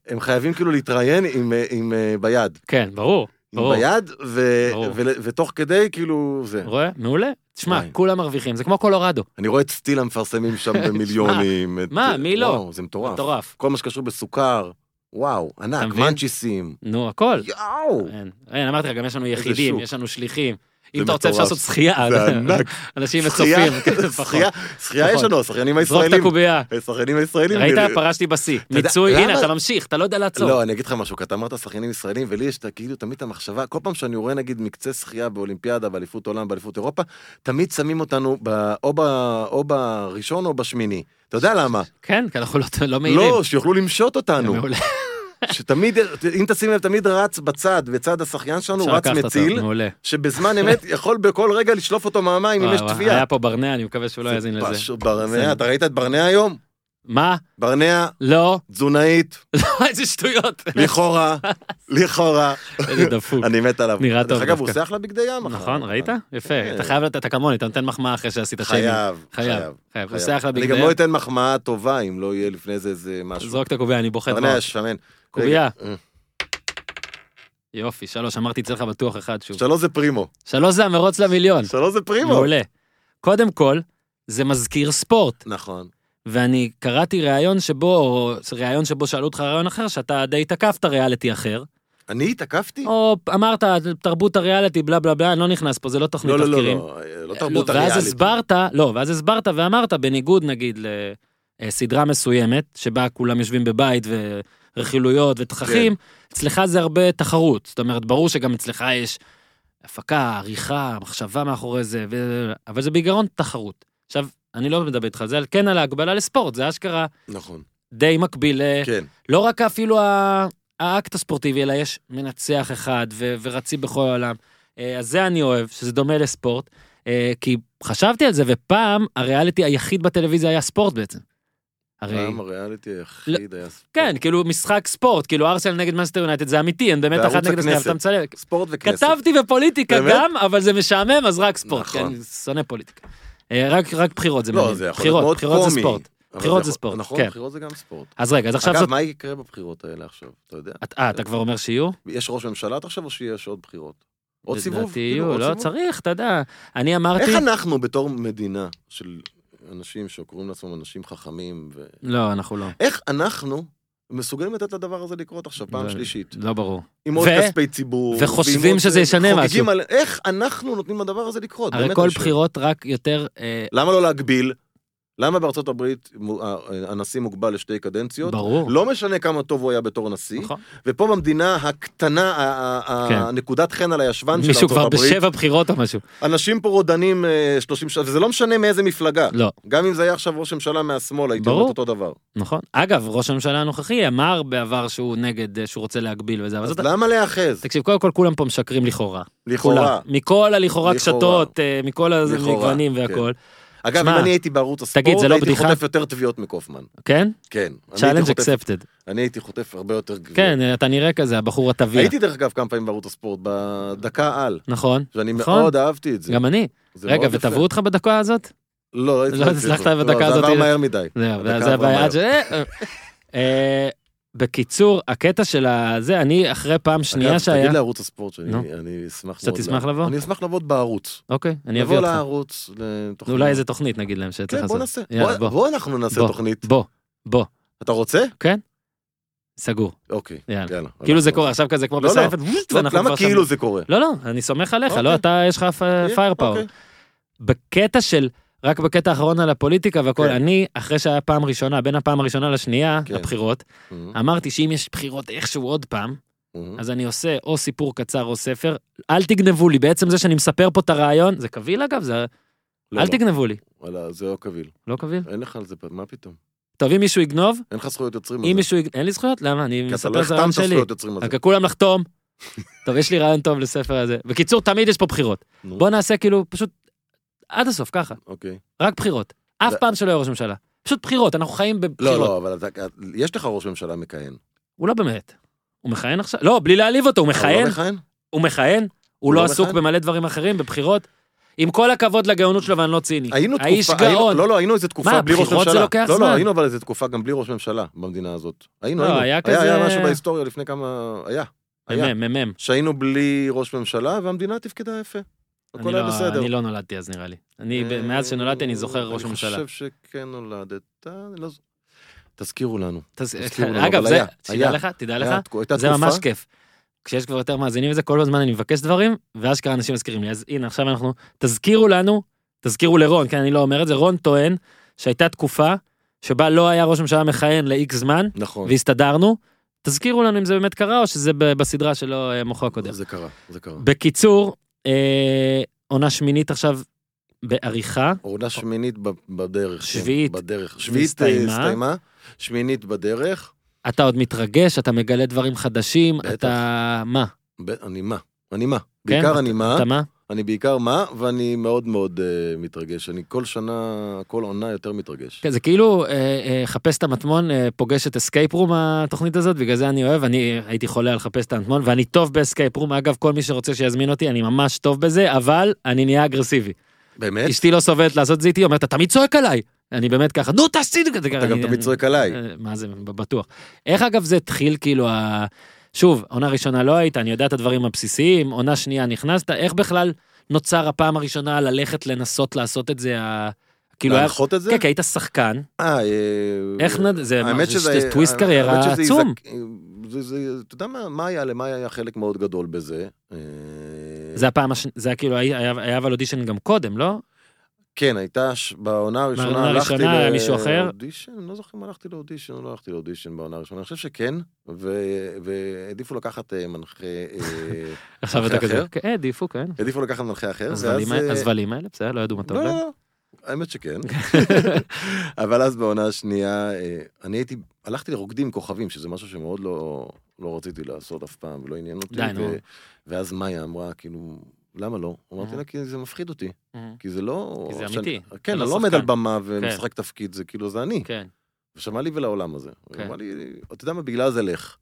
[SPEAKER 2] הם חייבים כאילו להתראיין עם, אה, עם אה, ביד.
[SPEAKER 1] כן, ברור,
[SPEAKER 2] עם
[SPEAKER 1] ברור.
[SPEAKER 2] ביד, ו-
[SPEAKER 1] ברור.
[SPEAKER 2] ול- ותוך כדי כאילו זה.
[SPEAKER 1] רואה? מעולה. תשמע,
[SPEAKER 2] וואי.
[SPEAKER 1] כולם מרוויחים, זה כמו קולורדו.
[SPEAKER 2] אני רואה את סטילה מפרסמים
[SPEAKER 1] <laughs>
[SPEAKER 2] שם במיליונים. את-
[SPEAKER 1] מה, מי לא?
[SPEAKER 2] וואו, זה מטורף.
[SPEAKER 1] מטורף.
[SPEAKER 2] כל מה שקשור בסוכר, וואו,
[SPEAKER 1] אתה
[SPEAKER 2] ענק,
[SPEAKER 1] מבין?
[SPEAKER 2] מנצ'יסים.
[SPEAKER 1] נו, הכל.
[SPEAKER 2] יואו.
[SPEAKER 1] אין, אין, אמרתי לך, גם יש לנו
[SPEAKER 2] איזה
[SPEAKER 1] יחידים,
[SPEAKER 2] שוק.
[SPEAKER 1] יש לנו שליחים.
[SPEAKER 2] זה
[SPEAKER 1] אם אתה רוצה אפשר
[SPEAKER 2] מטורף.
[SPEAKER 1] לעשות שחייה.
[SPEAKER 2] זה ענק.
[SPEAKER 1] <laughs> אנשים
[SPEAKER 2] שחייה,
[SPEAKER 1] מצופים, כן, פחות.
[SPEAKER 2] שחייה, שחייה יש
[SPEAKER 1] פחות.
[SPEAKER 2] לנו, השחיינים
[SPEAKER 1] זרוק את
[SPEAKER 2] הישראלים.
[SPEAKER 1] הקובייה.
[SPEAKER 2] השחיינים הישראלים.
[SPEAKER 1] ראית?
[SPEAKER 2] נראה-
[SPEAKER 1] פרשתי בשיא.
[SPEAKER 2] יודע,
[SPEAKER 1] מיצוי, הנה,
[SPEAKER 2] למה-
[SPEAKER 1] אתה ממשיך, אתה לא יודע לעצור.
[SPEAKER 2] לא, אני אגיד לך משהו, כי אתה אמרת שחיינים ישראלים, ולי יש את ה- כאילו תמיד את המחשבה, כל פעם שאני רואה נגיד מקצה שחייה באולימפיאדה, באליפות עולם, באליפות אירופה, תמיד שמים אותנו ב- או ב- או בראשון או בשמיני. אתה יודע למה?
[SPEAKER 1] כן, כי אנחנו לא- לא מהירים. אה,
[SPEAKER 2] לא, שיוכלו למשות
[SPEAKER 1] <laughs>
[SPEAKER 2] אותנו.
[SPEAKER 1] מעולה.
[SPEAKER 2] שתמיד, אם תשים לב, תמיד רץ בצד, בצד השחיין שלנו,
[SPEAKER 1] אפשר
[SPEAKER 2] לא, רץ
[SPEAKER 1] לקחת אותו,
[SPEAKER 2] מציל,
[SPEAKER 1] מעולה.
[SPEAKER 2] <laughs> שבזמן אמת יכול בכל רגע לשלוף אותו מהמים אם
[SPEAKER 1] וואי,
[SPEAKER 2] יש
[SPEAKER 1] וואי,
[SPEAKER 2] תביעה.
[SPEAKER 1] היה פה ברנע, אני מקווה שהוא לא יאזין לזה.
[SPEAKER 2] פשוט
[SPEAKER 1] זה-
[SPEAKER 2] ברנע, אתה ראית את ברנע היום?
[SPEAKER 1] מה?
[SPEAKER 2] ברנע,
[SPEAKER 1] לא. <laughs>
[SPEAKER 2] תזונאית,
[SPEAKER 1] איזה
[SPEAKER 2] <laughs>
[SPEAKER 1] שטויות.
[SPEAKER 2] לכאורה, לכאורה.
[SPEAKER 1] איזה דפוק.
[SPEAKER 2] אני מת עליו.
[SPEAKER 1] נראה טוב
[SPEAKER 2] דרך אגב, הוא
[SPEAKER 1] דווקא.
[SPEAKER 2] סייח לה בגדי ים. אחר.
[SPEAKER 1] נכון, ראית? יפה.
[SPEAKER 2] כן.
[SPEAKER 1] אתה חייב לתת, אתה כמוני, אתה נותן מחמאה אחרי שעשית שני.
[SPEAKER 2] חייב, חייב.
[SPEAKER 1] חייב. הוא
[SPEAKER 2] חייב.
[SPEAKER 1] שיח
[SPEAKER 2] אני
[SPEAKER 1] לבגדי.
[SPEAKER 2] גם לא אתן מחמאה טובה אם לא יהיה לפני זה איזה משהו.
[SPEAKER 1] זרוק את הקובייה, אני בוחט
[SPEAKER 2] ברנע
[SPEAKER 1] מאוד.
[SPEAKER 2] שמן.
[SPEAKER 1] קובייה.
[SPEAKER 2] רגע, אה,
[SPEAKER 1] יופי, שלוש, אמרתי אצלך בטוח אחד שוב.
[SPEAKER 2] שלוש זה פרימו.
[SPEAKER 1] שלוש זה המרוץ למיליון.
[SPEAKER 2] שלוש זה פרימו.
[SPEAKER 1] מעולה. קודם כל, זה מזכיר ספורט,
[SPEAKER 2] נכון.
[SPEAKER 1] ואני קראתי ראיון שבו, או ראיון שבו שאלו אותך ראיון אחר, שאתה די תקפת ריאליטי אחר,
[SPEAKER 2] אני התעקפתי?
[SPEAKER 1] או אמרת, תרבות הריאליטי, בלה בלה בלה, אני לא נכנס פה, זה לא תוכנית
[SPEAKER 2] לא, לא, לא,
[SPEAKER 1] תחקירים.
[SPEAKER 2] לא, לא תרבות
[SPEAKER 1] ואז
[SPEAKER 2] הריאליטי.
[SPEAKER 1] הסברת, לא, ואז הסברת ואמרת, בניגוד נגיד לסדרה מסוימת, שבה כולם יושבים בבית ורכילויות ותככים,
[SPEAKER 2] כן.
[SPEAKER 1] אצלך זה הרבה תחרות. זאת אומרת, ברור שגם אצלך יש הפקה, עריכה, מחשבה מאחורי זה, ו... אבל זה בעיקרון תחרות. עכשיו, אני לא מדבר איתך על זה, על- כן על ההגבלה לספורט, זה אשכרה
[SPEAKER 2] נכון,
[SPEAKER 1] די מקביל, ל-
[SPEAKER 2] כן.
[SPEAKER 1] לא רק אפילו ה- האקט הספורטיבי, אלא יש מנצח אחד ו- ורצים בכל העולם. אה, אז זה אני אוהב, שזה דומה לספורט, אה, כי חשבתי על זה, ופעם הריאליטי היחיד בטלוויזיה היה ספורט בעצם. הרי... לא,
[SPEAKER 2] פעם הריאליטי היחיד היה ספורט.
[SPEAKER 1] כן, כאילו משחק ספורט, כאילו ארסנל נגד מאנסטר יונייטד זה אמיתי, הם באמת
[SPEAKER 2] בערוץ
[SPEAKER 1] אחת נגד השנייה,
[SPEAKER 2] הכנסת.
[SPEAKER 1] אתה מצלם.
[SPEAKER 2] ספורט וכנסת.
[SPEAKER 1] כתבתי בפוליטיקה
[SPEAKER 2] באמת?
[SPEAKER 1] גם, אבל זה משעמם, אז רק ספורט, כי
[SPEAKER 2] נכון.
[SPEAKER 1] אני שונא פוליטיקה. אה, רק רק בחירות זה
[SPEAKER 2] לא,
[SPEAKER 1] מעניין.
[SPEAKER 2] זה יכול להיות
[SPEAKER 1] בחירות,
[SPEAKER 2] מאוד
[SPEAKER 1] בחירות זה
[SPEAKER 2] קומי,
[SPEAKER 1] ספורט.
[SPEAKER 2] אבל
[SPEAKER 1] בחירות זה
[SPEAKER 2] יכול-
[SPEAKER 1] ספורט,
[SPEAKER 2] נכון,
[SPEAKER 1] כן.
[SPEAKER 2] בחירות זה גם ספורט.
[SPEAKER 1] אז רגע, אז עכשיו
[SPEAKER 2] אגב,
[SPEAKER 1] זאת...
[SPEAKER 2] מה יקרה בבחירות האלה עכשיו? אתה יודע?
[SPEAKER 1] אה, אתה כבר אומר שיהיו?
[SPEAKER 2] יש ראש ממשלה אתה חושב או שיש עוד בחירות? עוד סיבוב?
[SPEAKER 1] לדעתי
[SPEAKER 2] כאילו,
[SPEAKER 1] יהיו,
[SPEAKER 2] עוד
[SPEAKER 1] לא
[SPEAKER 2] סיבוב?
[SPEAKER 1] צריך, אתה יודע. אני אמרתי...
[SPEAKER 2] איך אנחנו בתור מדינה של אנשים שקוראים לעצמם אנשים חכמים, ו-
[SPEAKER 1] לא, אנחנו לא.
[SPEAKER 2] איך אנחנו מסוגלים לתת לדבר הזה לקרות עכשיו פעם
[SPEAKER 1] זה-
[SPEAKER 2] שלישית?
[SPEAKER 1] לא ברור.
[SPEAKER 2] עם עוד
[SPEAKER 1] ו-
[SPEAKER 2] כספי ציבור.
[SPEAKER 1] וחושבים
[SPEAKER 2] ועם עוד-
[SPEAKER 1] שזה ישנה
[SPEAKER 2] חוגגים
[SPEAKER 1] משהו.
[SPEAKER 2] על- איך אנחנו נותנים לדבר הזה לקרות?
[SPEAKER 1] הרי
[SPEAKER 2] באמת
[SPEAKER 1] כל
[SPEAKER 2] אני שואל.
[SPEAKER 1] בחירות רק יותר... אה,
[SPEAKER 2] למה לא להגביל? למה בארצות הברית מו- ה- הנשיא מוגבל לשתי קדנציות?
[SPEAKER 1] ברור.
[SPEAKER 2] לא משנה כמה טוב הוא היה בתור נשיא,
[SPEAKER 1] נכון.
[SPEAKER 2] ופה במדינה הקטנה, ה- ה- ה-
[SPEAKER 1] כן.
[SPEAKER 2] הנקודת חן על הישבן של
[SPEAKER 1] מישהו
[SPEAKER 2] ארצות
[SPEAKER 1] כבר
[SPEAKER 2] הברית, אה.
[SPEAKER 1] בשבע בחירות או משהו.
[SPEAKER 2] אנשים פה רודנים אה, 30 שנה, וזה לא משנה מאיזה מפלגה.
[SPEAKER 1] לא,
[SPEAKER 2] גם אם זה היה עכשיו ראש ממשלה מהשמאל, הייתי
[SPEAKER 1] ברור.
[SPEAKER 2] אומר אותו דבר.
[SPEAKER 1] נכון. אגב, ראש הממשלה הנוכחי אמר בעבר שהוא נגד, אה, שהוא רוצה להגביל וזה, אבל
[SPEAKER 2] אז
[SPEAKER 1] זאת...
[SPEAKER 2] למה להיאחז?
[SPEAKER 1] תקשיב, קודם כל כולם פה משקרים לכאורה.
[SPEAKER 2] לכאורה.
[SPEAKER 1] כולם. מכל הלכאורה
[SPEAKER 2] לכאורה.
[SPEAKER 1] קשתות, אה, מכל
[SPEAKER 2] לכאורה,
[SPEAKER 1] המגוונים
[SPEAKER 2] כן.
[SPEAKER 1] והכל.
[SPEAKER 2] אגב, אם
[SPEAKER 1] שמע,
[SPEAKER 2] אני הייתי בערוץ
[SPEAKER 1] תגיד,
[SPEAKER 2] הספורט,
[SPEAKER 1] זה לא
[SPEAKER 2] הייתי
[SPEAKER 1] בדיחה?
[SPEAKER 2] חוטף יותר תביעות מקופמן.
[SPEAKER 1] כן?
[SPEAKER 2] כן. אני הייתי
[SPEAKER 1] challenge
[SPEAKER 2] חוטף-
[SPEAKER 1] accepted.
[SPEAKER 2] אני הייתי חוטף הרבה יותר גביע.
[SPEAKER 1] כן, אה, אתה נראה כזה, הבחור הטביע.
[SPEAKER 2] הייתי דרך אגב כמה פעמים בערוץ הספורט, בדקה על,
[SPEAKER 1] נכון,
[SPEAKER 2] שאני
[SPEAKER 1] נכון.
[SPEAKER 2] מאוד אהבתי את זה.
[SPEAKER 1] גם אני.
[SPEAKER 2] זה
[SPEAKER 1] רגע,
[SPEAKER 2] מאוד יפה.
[SPEAKER 1] ותבעו אותך בדקה הזאת?
[SPEAKER 2] לא, הייתי
[SPEAKER 1] לא
[SPEAKER 2] חושב שזה-
[SPEAKER 1] הצלחת בדקה
[SPEAKER 2] לא,
[SPEAKER 1] הזאת.
[SPEAKER 2] זה עבר מהר מדי.
[SPEAKER 1] זהו,
[SPEAKER 2] הדקה
[SPEAKER 1] זה
[SPEAKER 2] עברה
[SPEAKER 1] הבעיה.
[SPEAKER 2] מהר.
[SPEAKER 1] ש- אה, אה, בקיצור, הקטע של הזה, אני אחרי פעם שנייה
[SPEAKER 2] אגב,
[SPEAKER 1] שהיה...
[SPEAKER 2] תגיד לערוץ הספורט
[SPEAKER 1] נו.
[SPEAKER 2] שאני אני אשמח
[SPEAKER 1] שאתה
[SPEAKER 2] מאוד
[SPEAKER 1] תשמח
[SPEAKER 2] לה-
[SPEAKER 1] לבוא?
[SPEAKER 2] אני אשמח לבוא בערוץ.
[SPEAKER 1] אוקיי, אני אביא
[SPEAKER 2] נבוא
[SPEAKER 1] אותך.
[SPEAKER 2] לערוץ, לתוכנית.
[SPEAKER 1] אולי איזה תוכנית נגיד להם שצריך
[SPEAKER 2] כן, בוא
[SPEAKER 1] לעשות.
[SPEAKER 2] נעשה.
[SPEAKER 1] יאללה,
[SPEAKER 2] בוא-
[SPEAKER 1] בוא.
[SPEAKER 2] בוא אנחנו נעשה
[SPEAKER 1] בוא.
[SPEAKER 2] תוכנית.
[SPEAKER 1] בוא, בוא,
[SPEAKER 2] אתה רוצה?
[SPEAKER 1] סגור,
[SPEAKER 2] אוקיי,
[SPEAKER 1] יאללה.
[SPEAKER 2] יאללה.
[SPEAKER 1] כאילו זה
[SPEAKER 2] אנחנו-
[SPEAKER 1] קורה עכשיו כזה כמו
[SPEAKER 2] לא, לא.
[SPEAKER 1] בסייפן,
[SPEAKER 2] לא,
[SPEAKER 1] ואנחנו
[SPEAKER 2] למה
[SPEAKER 1] כבר שם. אה,
[SPEAKER 2] כאילו זה קורה?
[SPEAKER 1] לא, לא, אני סומך עליך, לא,
[SPEAKER 2] אוקיי.
[SPEAKER 1] אתה, יש לך פייר פאוור.
[SPEAKER 2] אוקיי.
[SPEAKER 1] בקטע של, רק בקטע האחרון על הפוליטיקה והכל,
[SPEAKER 2] כן.
[SPEAKER 1] אני, אחרי שהיה פעם ראשונה, בין הפעם הראשונה לשנייה,
[SPEAKER 2] כן.
[SPEAKER 1] לבחירות,
[SPEAKER 2] מהמם,
[SPEAKER 1] אמרתי שאם יש בחירות איכשהו עוד פעם,
[SPEAKER 2] מהמם.
[SPEAKER 1] אה, Mm-hmm. אז אני עושה או סיפור קצר או ספר, אל תגנבו לי, בעצם זה שאני מספר פה את הרעיון, זה קביל אגב, זה...
[SPEAKER 2] לא,
[SPEAKER 1] אל
[SPEAKER 2] לא.
[SPEAKER 1] תגנבו לי.
[SPEAKER 2] וואלה, זה לא קביל.
[SPEAKER 1] לא קביל?
[SPEAKER 2] אין לך על זה, פ- מה פתאום?
[SPEAKER 1] טוב, אם מישהו יגנוב,
[SPEAKER 2] אין לך זכויות יוצרים על
[SPEAKER 1] אם
[SPEAKER 2] זה.
[SPEAKER 1] מישהו יגנוב, אין לי זכויות? למה? אני
[SPEAKER 2] כי אתה
[SPEAKER 1] מספר
[SPEAKER 2] לא
[SPEAKER 1] את הרעיון
[SPEAKER 2] החתמת
[SPEAKER 1] שלי.
[SPEAKER 2] זכויות יוצרים על זה.
[SPEAKER 1] רק כולם
[SPEAKER 2] <laughs>
[SPEAKER 1] לחתום. טוב, יש לי רעיון טוב לספר הזה. בקיצור, תמיד יש פה בחירות.
[SPEAKER 2] נו,
[SPEAKER 1] בוא נעשה כאילו, פשוט, עד הסוף, ככה.
[SPEAKER 2] אוקיי.
[SPEAKER 1] רק בחירות. אף
[SPEAKER 2] זה-
[SPEAKER 1] פעם שלא יהיה ראש ממשלה. פשוט בחירות, אנחנו חיים
[SPEAKER 2] לא,
[SPEAKER 1] בבחירות.
[SPEAKER 2] לא, אבל אתה- יש לך ראש ממשלה מכהן.
[SPEAKER 1] הוא לא באמת. הוא מכהן עכשיו? לא, בלי להעליב אותו, הוא
[SPEAKER 2] אבל הוא
[SPEAKER 1] מכהן,
[SPEAKER 2] לא מכהן?
[SPEAKER 1] הוא מכהן, הוא
[SPEAKER 2] לא
[SPEAKER 1] לא עסוק
[SPEAKER 2] מכהן?
[SPEAKER 1] במלא דברים אחרים, בבחירות. עם כל הכבוד לגאונות שלו, ואני לא ציני.
[SPEAKER 2] היינו תקופה,
[SPEAKER 1] האיש
[SPEAKER 2] היינו-
[SPEAKER 1] גאון.
[SPEAKER 2] לא, לא, היינו איזה תקופה
[SPEAKER 1] מה,
[SPEAKER 2] בלי ראש ממשלה.
[SPEAKER 1] בחירות זה לוקח
[SPEAKER 2] לא,
[SPEAKER 1] זמן?
[SPEAKER 2] לא, היינו אבל איזה תקופה גם בלי ראש ממשלה במדינה הזאת. היינו,
[SPEAKER 1] לא,
[SPEAKER 2] היינו.
[SPEAKER 1] היה כזה-
[SPEAKER 2] היה משהו בהיסטוריה לפני כמה... היה. היה.
[SPEAKER 1] מ"מ, מ"מ.
[SPEAKER 2] שהיינו בלי ראש ממשלה והמדינה תפקדה יפה.
[SPEAKER 1] אני
[SPEAKER 2] הכל היה
[SPEAKER 1] לא-
[SPEAKER 2] בסדר.
[SPEAKER 1] אני לא נולדתי אז נראה לי. אני, ב-
[SPEAKER 2] אה,
[SPEAKER 1] מאז שנולדתי אני זוכר ראש ממשלה.
[SPEAKER 2] אני חושב שכן נולדת, אני לא ז- תזכירו לנו.
[SPEAKER 1] תז-
[SPEAKER 2] תזכירו לנו,
[SPEAKER 1] אגב,
[SPEAKER 2] אבל
[SPEAKER 1] זה,
[SPEAKER 2] היה,
[SPEAKER 1] תדע
[SPEAKER 2] היה.
[SPEAKER 1] לך, תדע
[SPEAKER 2] היה-
[SPEAKER 1] לך,
[SPEAKER 2] הייתה
[SPEAKER 1] זה
[SPEAKER 2] תקופה-
[SPEAKER 1] ממש כיף. כשיש כבר יותר מאזינים לזה, כל הזמן אני מבקש דברים, ואשכרה אנשים מזכירים לי. אז הנה, עכשיו אנחנו, תזכירו לנו, תזכירו לרון, כן, אני לא אומר את זה, רון טוען שהייתה תקופה שבה לא היה ראש ממשלה מכהן לאיקס זמן,
[SPEAKER 2] נכון.
[SPEAKER 1] והסתדרנו. תזכירו לנו אם זה באמת קרה, או שזה ב- בסדרה שלא אה, מוחו הקודם.
[SPEAKER 2] זה קרה, זה קרה.
[SPEAKER 1] בקיצור, אה, עונה שמינית עכשיו בעריכה.
[SPEAKER 2] עונה שמינית ב- בדרך. כן,
[SPEAKER 1] שביעית.
[SPEAKER 2] בדרך. שביעית אה,
[SPEAKER 1] הסתיימה.
[SPEAKER 2] הסתיימה. שמינית בדרך.
[SPEAKER 1] אתה עוד מתרגש, אתה מגלה דברים חדשים,
[SPEAKER 2] בטח.
[SPEAKER 1] אתה... מה?
[SPEAKER 2] ב- אני מה? אני מה? בעיקר אני מה?
[SPEAKER 1] כן, אתה מה?
[SPEAKER 2] אני בעיקר מה, ואני מאוד מאוד אה, מתרגש. אני כל שנה, כל עונה יותר מתרגש.
[SPEAKER 1] כן, זה כאילו אה, אה, חפש את המטמון, אה, פוגש את אסקייפ רום התוכנית הזאת, בגלל זה אני אוהב, אני הייתי חולה על חפש את המטמון, ואני טוב באסקייפ רום, אגב, כל מי שרוצה שיזמין אותי, אני ממש טוב בזה, אבל אני נהיה אגרסיבי.
[SPEAKER 2] כן. באמת?
[SPEAKER 1] אשתי לא סובלת לעשות את זה איתי, אומרת, אתה תמיד צועק עליי. אני באמת ככה, נו תעשי את זה.
[SPEAKER 2] אתה גם
[SPEAKER 1] אה,
[SPEAKER 2] תמיד צועק עליי.
[SPEAKER 1] מה זה, בטוח. איך אגב זה התחיל, כאילו, ה... שוב, עונה ראשונה לא היית, אני יודע את הדברים הבסיסיים, עונה שנייה נכנסת, איך בכלל נוצר הפעם הראשונה ללכת לנסות לעשות את זה, ה... כאילו, היה...
[SPEAKER 2] להנחות את לא, נכון, זה?
[SPEAKER 1] כן, כי היית שחקן,
[SPEAKER 2] אה,
[SPEAKER 1] איך נד... זה, מה,
[SPEAKER 2] האמת
[SPEAKER 1] זה,
[SPEAKER 2] שזה...
[SPEAKER 1] שזה טוויסט
[SPEAKER 2] האמת
[SPEAKER 1] קריירה
[SPEAKER 2] שזה
[SPEAKER 1] עצום.
[SPEAKER 2] יזק- זה- זה- אתה יודע מה, מה היה, למה היה חלק מאוד גדול בזה? אה,
[SPEAKER 1] זה הפעם השנייה, זה היה כאילו, היה, היה, היה אבל אודישן גם קודם, לא?
[SPEAKER 2] כן, הייתה, ש- בעונה
[SPEAKER 1] בעונה
[SPEAKER 2] הראשונה הלכתי
[SPEAKER 1] הראשונה היה מישהו אחר?
[SPEAKER 2] לאודישן, אני לא זוכר אם הלכתי לאודישן או לא הלכתי לאודישן בעונה הראשונה, אני חושב שכן, ו- והעדיפו לקחת אה, מנחה, אה, <laughs>
[SPEAKER 1] עכשיו
[SPEAKER 2] אחרי
[SPEAKER 1] אתה כזה,
[SPEAKER 2] אחר?
[SPEAKER 1] כן, העדיפו, כן.
[SPEAKER 2] העדיפו לקחת מנחה אחר.
[SPEAKER 1] הזבלים
[SPEAKER 2] ואז,
[SPEAKER 1] האלה-
[SPEAKER 2] אה,
[SPEAKER 1] הזבלים האלה, בסדר, לא ידעו מה אתה
[SPEAKER 2] לא,
[SPEAKER 1] עובד.
[SPEAKER 2] לא, לא.
[SPEAKER 1] <laughs>
[SPEAKER 2] האמת שכן. אבל אז בעונה השנייה, אה, אני הייתי, הלכתי לרוקדים עם כוכבים, שזה משהו שמאוד לא, לא רציתי לעשות אף פעם, ולא עניין אותי.
[SPEAKER 1] די, נו.
[SPEAKER 2] ואז מאיה אמרה, כאילו, למה לא? אמרתי לה, כי זה מפחיד אותי.
[SPEAKER 1] Mm.
[SPEAKER 2] כי זה לא...
[SPEAKER 1] אה. כי זה
[SPEAKER 2] עכשיו-
[SPEAKER 1] אמיתי. אתה
[SPEAKER 2] כן,
[SPEAKER 1] לא
[SPEAKER 2] אני לא עומד על
[SPEAKER 1] שחקן.
[SPEAKER 2] במה ומשחק תפקיד, זה כאילו, זה אני.
[SPEAKER 1] כן.
[SPEAKER 2] ושמע לי ולעולם הזה.
[SPEAKER 1] כן.
[SPEAKER 2] הוא אמר לי, אתה יודע מה, בגלל זה לך.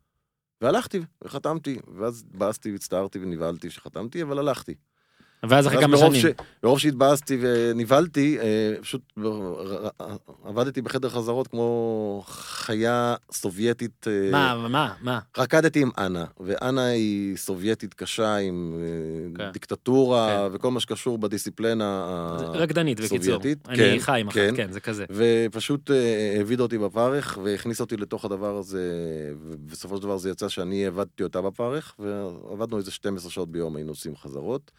[SPEAKER 2] והלכתי, וחתמתי, ואז התבאסתי, והצטערתי ונבהלתי שחתמתי, אבל הלכתי.
[SPEAKER 1] ואז אחרי
[SPEAKER 2] ואז
[SPEAKER 1] כמה
[SPEAKER 2] מרוב
[SPEAKER 1] שנים.
[SPEAKER 2] ש- מרוב שהתבאסתי ונבהלתי, אה, פשוט ר- ר- עבדתי בחדר חזרות כמו חיה סובייטית. אה,
[SPEAKER 1] מה, מה, מה?
[SPEAKER 2] רקדתי עם אנה, ואנה היא סובייטית קשה עם אה,
[SPEAKER 1] כן.
[SPEAKER 2] דיקטטורה וכל מה שקשור בדיסציפלינה. ה-
[SPEAKER 1] זה רקדנית, בקיצור.
[SPEAKER 2] אה, סובייטית,
[SPEAKER 1] אני
[SPEAKER 2] כן,
[SPEAKER 1] חי עם אחת,
[SPEAKER 2] כן.
[SPEAKER 1] כן, זה כזה.
[SPEAKER 2] ופשוט אה, העבידה אותי בפרך, והכניס אותי לתוך הדבר הזה, ובסופו של דבר זה יצא שאני עבדתי אותה בפרך, ועבדנו איזה 12 שעות ביום, היינו עושים חזרות.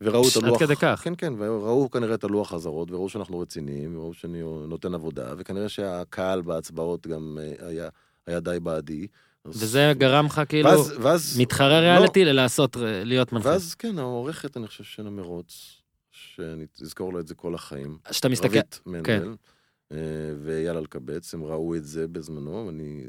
[SPEAKER 2] וראו את
[SPEAKER 1] עד
[SPEAKER 2] הלוח,
[SPEAKER 1] כדי כך.
[SPEAKER 2] כן כן, וראו כנראה את הלוח חזרות, וראו שאנחנו רציניים, וראו שאני נותן עבודה, וכנראה שהקהל בהצבעות גם אה, היה, היה די בעדי.
[SPEAKER 1] וזה גרם לך כאילו,
[SPEAKER 2] ואז, ואז,
[SPEAKER 1] מתחרה ריאליטי ללעשות, להיות מנחה.
[SPEAKER 2] לא. ואז כן, העורכת, אני חושב, של המרוץ, שאני אזכור לו את זה כל החיים,
[SPEAKER 1] שאתה מסתכל, כן.
[SPEAKER 2] רבית מנדל, אה, ואייל אלקבץ, הם ראו את זה בזמנו, ואני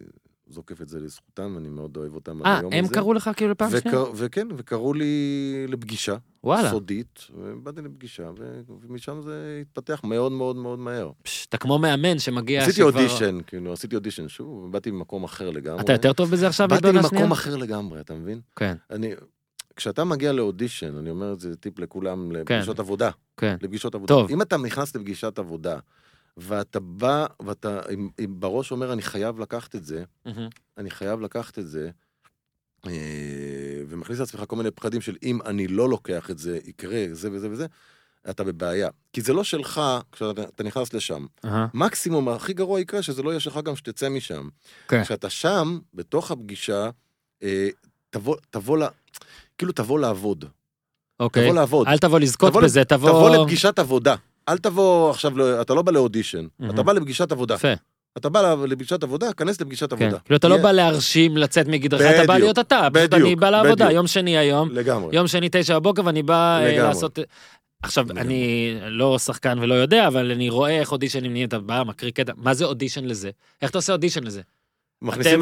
[SPEAKER 2] זוקף את זה לזכותם, אני מאוד אוהב אותם עד
[SPEAKER 1] אה,
[SPEAKER 2] היום
[SPEAKER 1] הם
[SPEAKER 2] הזה.
[SPEAKER 1] קראו לך כאילו פעם שנייה?
[SPEAKER 2] וקר- וכן, וקראו לי לפגישה,
[SPEAKER 1] וואלה.
[SPEAKER 2] סודית, ובאתי לפגישה, ו- ומשם זה התפתח מאוד מאוד מאוד מהר.
[SPEAKER 1] פש, אתה כמו מאמן שמגיע...
[SPEAKER 2] עשיתי
[SPEAKER 1] שכבר-
[SPEAKER 2] אודישן, כאילו, עשיתי אודישן שוב, באתי ממקום אחר לגמרי.
[SPEAKER 1] אתה יותר טוב בזה עכשיו
[SPEAKER 2] באתי
[SPEAKER 1] מבעונה שנייה?
[SPEAKER 2] ממקום אחר לגמרי, אתה מבין?
[SPEAKER 1] כן,
[SPEAKER 2] אני, כשאתה מגיע לאודישן, אני אומר את זה טיפ לכולם, לפגישות עבודה.
[SPEAKER 1] כן.
[SPEAKER 2] לפגישות עבודה.
[SPEAKER 1] טוב.
[SPEAKER 2] אם אתה נכנס לפגישת עבודה, ואתה בא, ואתה עם, עם בראש אומר, אני חייב לקחת את זה,
[SPEAKER 1] מהמם.
[SPEAKER 2] אני חייב לקחת את זה, אה, ומכניס לעצמך כל מיני פחדים של אם אני לא לוקח את זה, יקרה זה וזה וזה, אתה בבעיה. כי זה לא שלך כשאתה אתה נכנס לשם.
[SPEAKER 1] אהה.
[SPEAKER 2] מקסימום, הכי גרוע יקרה, שזה לא יהיה שלך גם שתצא משם.
[SPEAKER 1] כן.
[SPEAKER 2] כשאתה שם, בתוך הפגישה, אה, תבוא, תבוא ל... כאילו תבוא לעבוד.
[SPEAKER 1] אוקיי.
[SPEAKER 2] תבוא לעבוד.
[SPEAKER 1] אל תבוא לזכות
[SPEAKER 2] תבוא
[SPEAKER 1] בזה, תבוא...
[SPEAKER 2] תבוא לפגישת עבודה. אל תבוא עכשיו, לא- אתה לא בא לאודישן,
[SPEAKER 1] מהמם.
[SPEAKER 2] אתה בא לפגישת עבודה.
[SPEAKER 1] יפה,
[SPEAKER 2] אתה בא לפגישת עבודה, כנס לפגישת
[SPEAKER 1] כן.
[SPEAKER 2] עבודה.
[SPEAKER 1] כאילו אתה לא
[SPEAKER 2] יהיה-
[SPEAKER 1] בא להרשים לצאת מגדרך, אתה בא
[SPEAKER 2] בדיוק,
[SPEAKER 1] להיות אתה. פשוט אני
[SPEAKER 2] בדיוק,
[SPEAKER 1] בא לעבודה,
[SPEAKER 2] בדיוק.
[SPEAKER 1] יום שני היום,
[SPEAKER 2] לגמרי.
[SPEAKER 1] יום שני תשע בבוקר ואני בא אה,
[SPEAKER 2] לגמרי.
[SPEAKER 1] לעשות... עכשיו,
[SPEAKER 2] בדיוק.
[SPEAKER 1] אני לא שחקן ולא יודע, אבל אני רואה איך אודישנים נהיים, אתה בא, מקריא קטע, מה זה אודישן לזה? איך אתה עושה אודישן לזה?
[SPEAKER 2] מכניסים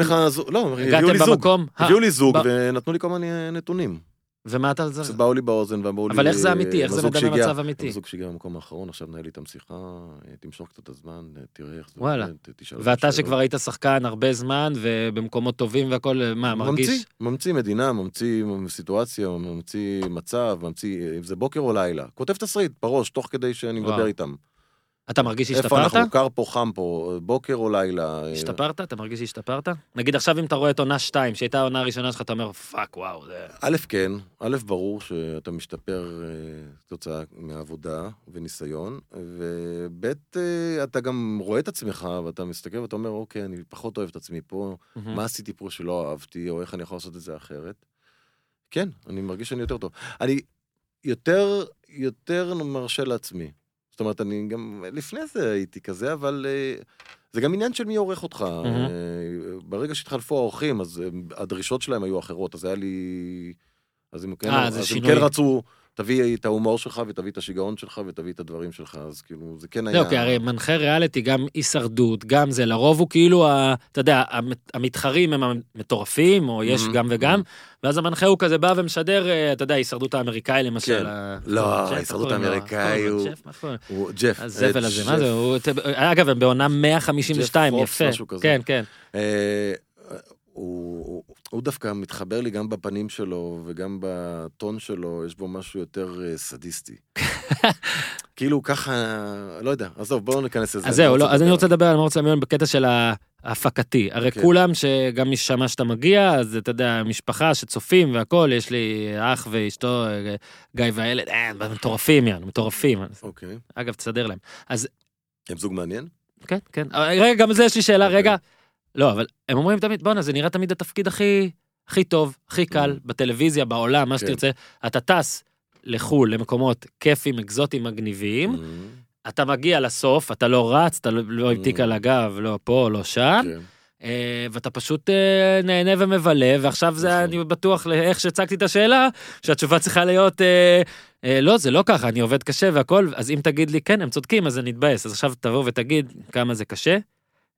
[SPEAKER 1] אתם-
[SPEAKER 2] לך... זו- לא, הביאו לי
[SPEAKER 1] הגעתם
[SPEAKER 2] זוג.
[SPEAKER 1] במקום, אה,
[SPEAKER 2] הביאו לי זוג
[SPEAKER 1] ב-
[SPEAKER 2] ונתנו לי כל מיני נתונים.
[SPEAKER 1] ומה אתה... זה-
[SPEAKER 2] קצת באו לי באוזן ואמרו לי...
[SPEAKER 1] אבל איך זה אמיתי? איך זה
[SPEAKER 2] "מזוג
[SPEAKER 1] מדמה
[SPEAKER 2] שהגיע-
[SPEAKER 1] מצב אמיתי?
[SPEAKER 2] זוג שהגיע במקום האחרון, עכשיו נהל איתם שיחה, אה, תמשוך קצת את הזמן, אה, תראה איך זה...
[SPEAKER 1] וואלה.
[SPEAKER 2] עובד, ת- תשאל אותם
[SPEAKER 1] ואתה
[SPEAKER 2] שאלות."
[SPEAKER 1] שכבר היית שחקן הרבה זמן, ובמקומות טובים והכל, מה, מרגיש?
[SPEAKER 2] לא ממציא, ממציא מדינה, ממציא סיטואציה, ממציא מצב, ממציא אה, אם זה בוקר או לילה. כותב תסריט בראש, תוך כדי שאני
[SPEAKER 1] וואו.
[SPEAKER 2] מדבר איתם.
[SPEAKER 1] אתה מרגיש
[SPEAKER 2] איפה
[SPEAKER 1] שהשתפרת?
[SPEAKER 2] אנחנו, קר פה, חם פה, בוקר או לילה. אה,
[SPEAKER 1] השתפרת? אתה מרגיש שהשתפרת? נגיד עכשיו אם אתה רואה את עונה 2, שהייתה העונה הראשונה שלך, אתה אומר, פאק, וואו, זה...
[SPEAKER 2] א', כן, א', ברור שאתה משתפר אה, כתוצאה מעבודה וניסיון, וב', אה, אתה גם רואה את עצמך, ואתה מסתכל ואתה אומר, אוקיי, אני פחות אוהב את עצמי פה,
[SPEAKER 1] Mm-hmm.
[SPEAKER 2] מה עשיתי פה שלא אהבתי, או איך אני יכול לעשות את זה אחרת. כן, אני מרגיש שאני יותר טוב. אני יותר, יותר מרשה לעצמי. זאת אומרת, אני גם לפני זה הייתי כזה, אבל אה, זה גם עניין של מי עורך אותך.
[SPEAKER 1] מהמם.
[SPEAKER 2] אה, ברגע שהתחלפו האורחים, אז אה, הדרישות שלהם היו אחרות, אז היה לי... אז הם כן,
[SPEAKER 1] אה,
[SPEAKER 2] אז
[SPEAKER 1] זה
[SPEAKER 2] הם
[SPEAKER 1] שינוי.
[SPEAKER 2] כן רצו, תביא את ההומור שלך, ותביא את השיגעון שלך, ותביא את הדברים שלך, אז כאילו, זה כן היה...
[SPEAKER 1] זהו, לא, כי הרי מנחה ריאליטי, גם הישרדות, גם זה, לרוב הוא כאילו, ה- אתה יודע, המת- המתחרים הם המטורפים, או יש
[SPEAKER 2] Mhm,
[SPEAKER 1] גם וגם, ואז המנחה הוא כזה בא ומשדר, אה, אתה יודע, ההישרדות האמריקאי למשל.
[SPEAKER 2] כן.
[SPEAKER 1] ה-
[SPEAKER 2] לא,
[SPEAKER 1] פורמן ג'ף,
[SPEAKER 2] ההישרדות
[SPEAKER 1] איך קוראים לו?
[SPEAKER 2] האמריקאי
[SPEAKER 1] פורמן
[SPEAKER 2] הוא-
[SPEAKER 1] ג'ף, מה קוראים לו?
[SPEAKER 2] הוא- ג'ף.
[SPEAKER 1] הזבל
[SPEAKER 2] אה,
[SPEAKER 1] הזה, מה זה,
[SPEAKER 2] ג'ף.
[SPEAKER 1] הוא... אגב, הם בעונה 152,
[SPEAKER 2] ג'ף פרופס,
[SPEAKER 1] יפה.
[SPEAKER 2] משהו כזה.
[SPEAKER 1] כן, כן.
[SPEAKER 2] אה, הוא, הוא, הוא דווקא מתחבר לי גם בפנים שלו וגם בטון שלו, יש בו משהו יותר
[SPEAKER 1] <laughs>
[SPEAKER 2] אה, סדיסטי. כאילו ככה, לא יודע, עזוב, בואו ניכנס לזה.
[SPEAKER 1] אז זהו, לא, אז אני
[SPEAKER 2] לדבר.
[SPEAKER 1] רוצה לדבר על מורץ למיון בקטע של ההפקתי. הרי
[SPEAKER 2] כן.
[SPEAKER 1] כולם, שגם משמה שאתה מגיע, אז אתה יודע, משפחה שצופים והכול, יש לי אח ואשתו, אה, גיא והילד, אה, הם מטורפים, יאנו, מטורפים.
[SPEAKER 2] אוקיי.
[SPEAKER 1] אגב, תסדר להם.
[SPEAKER 2] הם זוג מעניין?
[SPEAKER 1] כן, כן. אבל רגע, גם זה יש לי שאלה,
[SPEAKER 2] אוקיי.
[SPEAKER 1] רגע. לא, אבל הם אומרים תמיד, בואנה, זה נראה תמיד התפקיד הכי, הכי טוב, הכי קל, בטלוויזיה, בעולם, מה
[SPEAKER 2] Mm. כן.
[SPEAKER 1] שתרצה. אתה טס לחו"ל, למקומות כיפים, אקזוטיים, מגניבים. אתה מגיע לסוף, אתה לא רץ, אתה לא- לא עם תיק
[SPEAKER 2] Mm.
[SPEAKER 1] על הגב, לא פה, לא שם,
[SPEAKER 2] כן.
[SPEAKER 1] אה, ואתה פשוט אה, נהנה ומבלה, ועכשיו זה,
[SPEAKER 2] נכון.
[SPEAKER 1] אני בטוח, לאיך שהצגתי את השאלה, שהתשובה צריכה להיות, אה, אה, לא, זה לא ככה, אני עובד קשה והכל, אז אם תגיד לי, כן, הם צודקים, אז אני אתבאס. אז עכשיו תבוא ותגיד כמה זה קשה,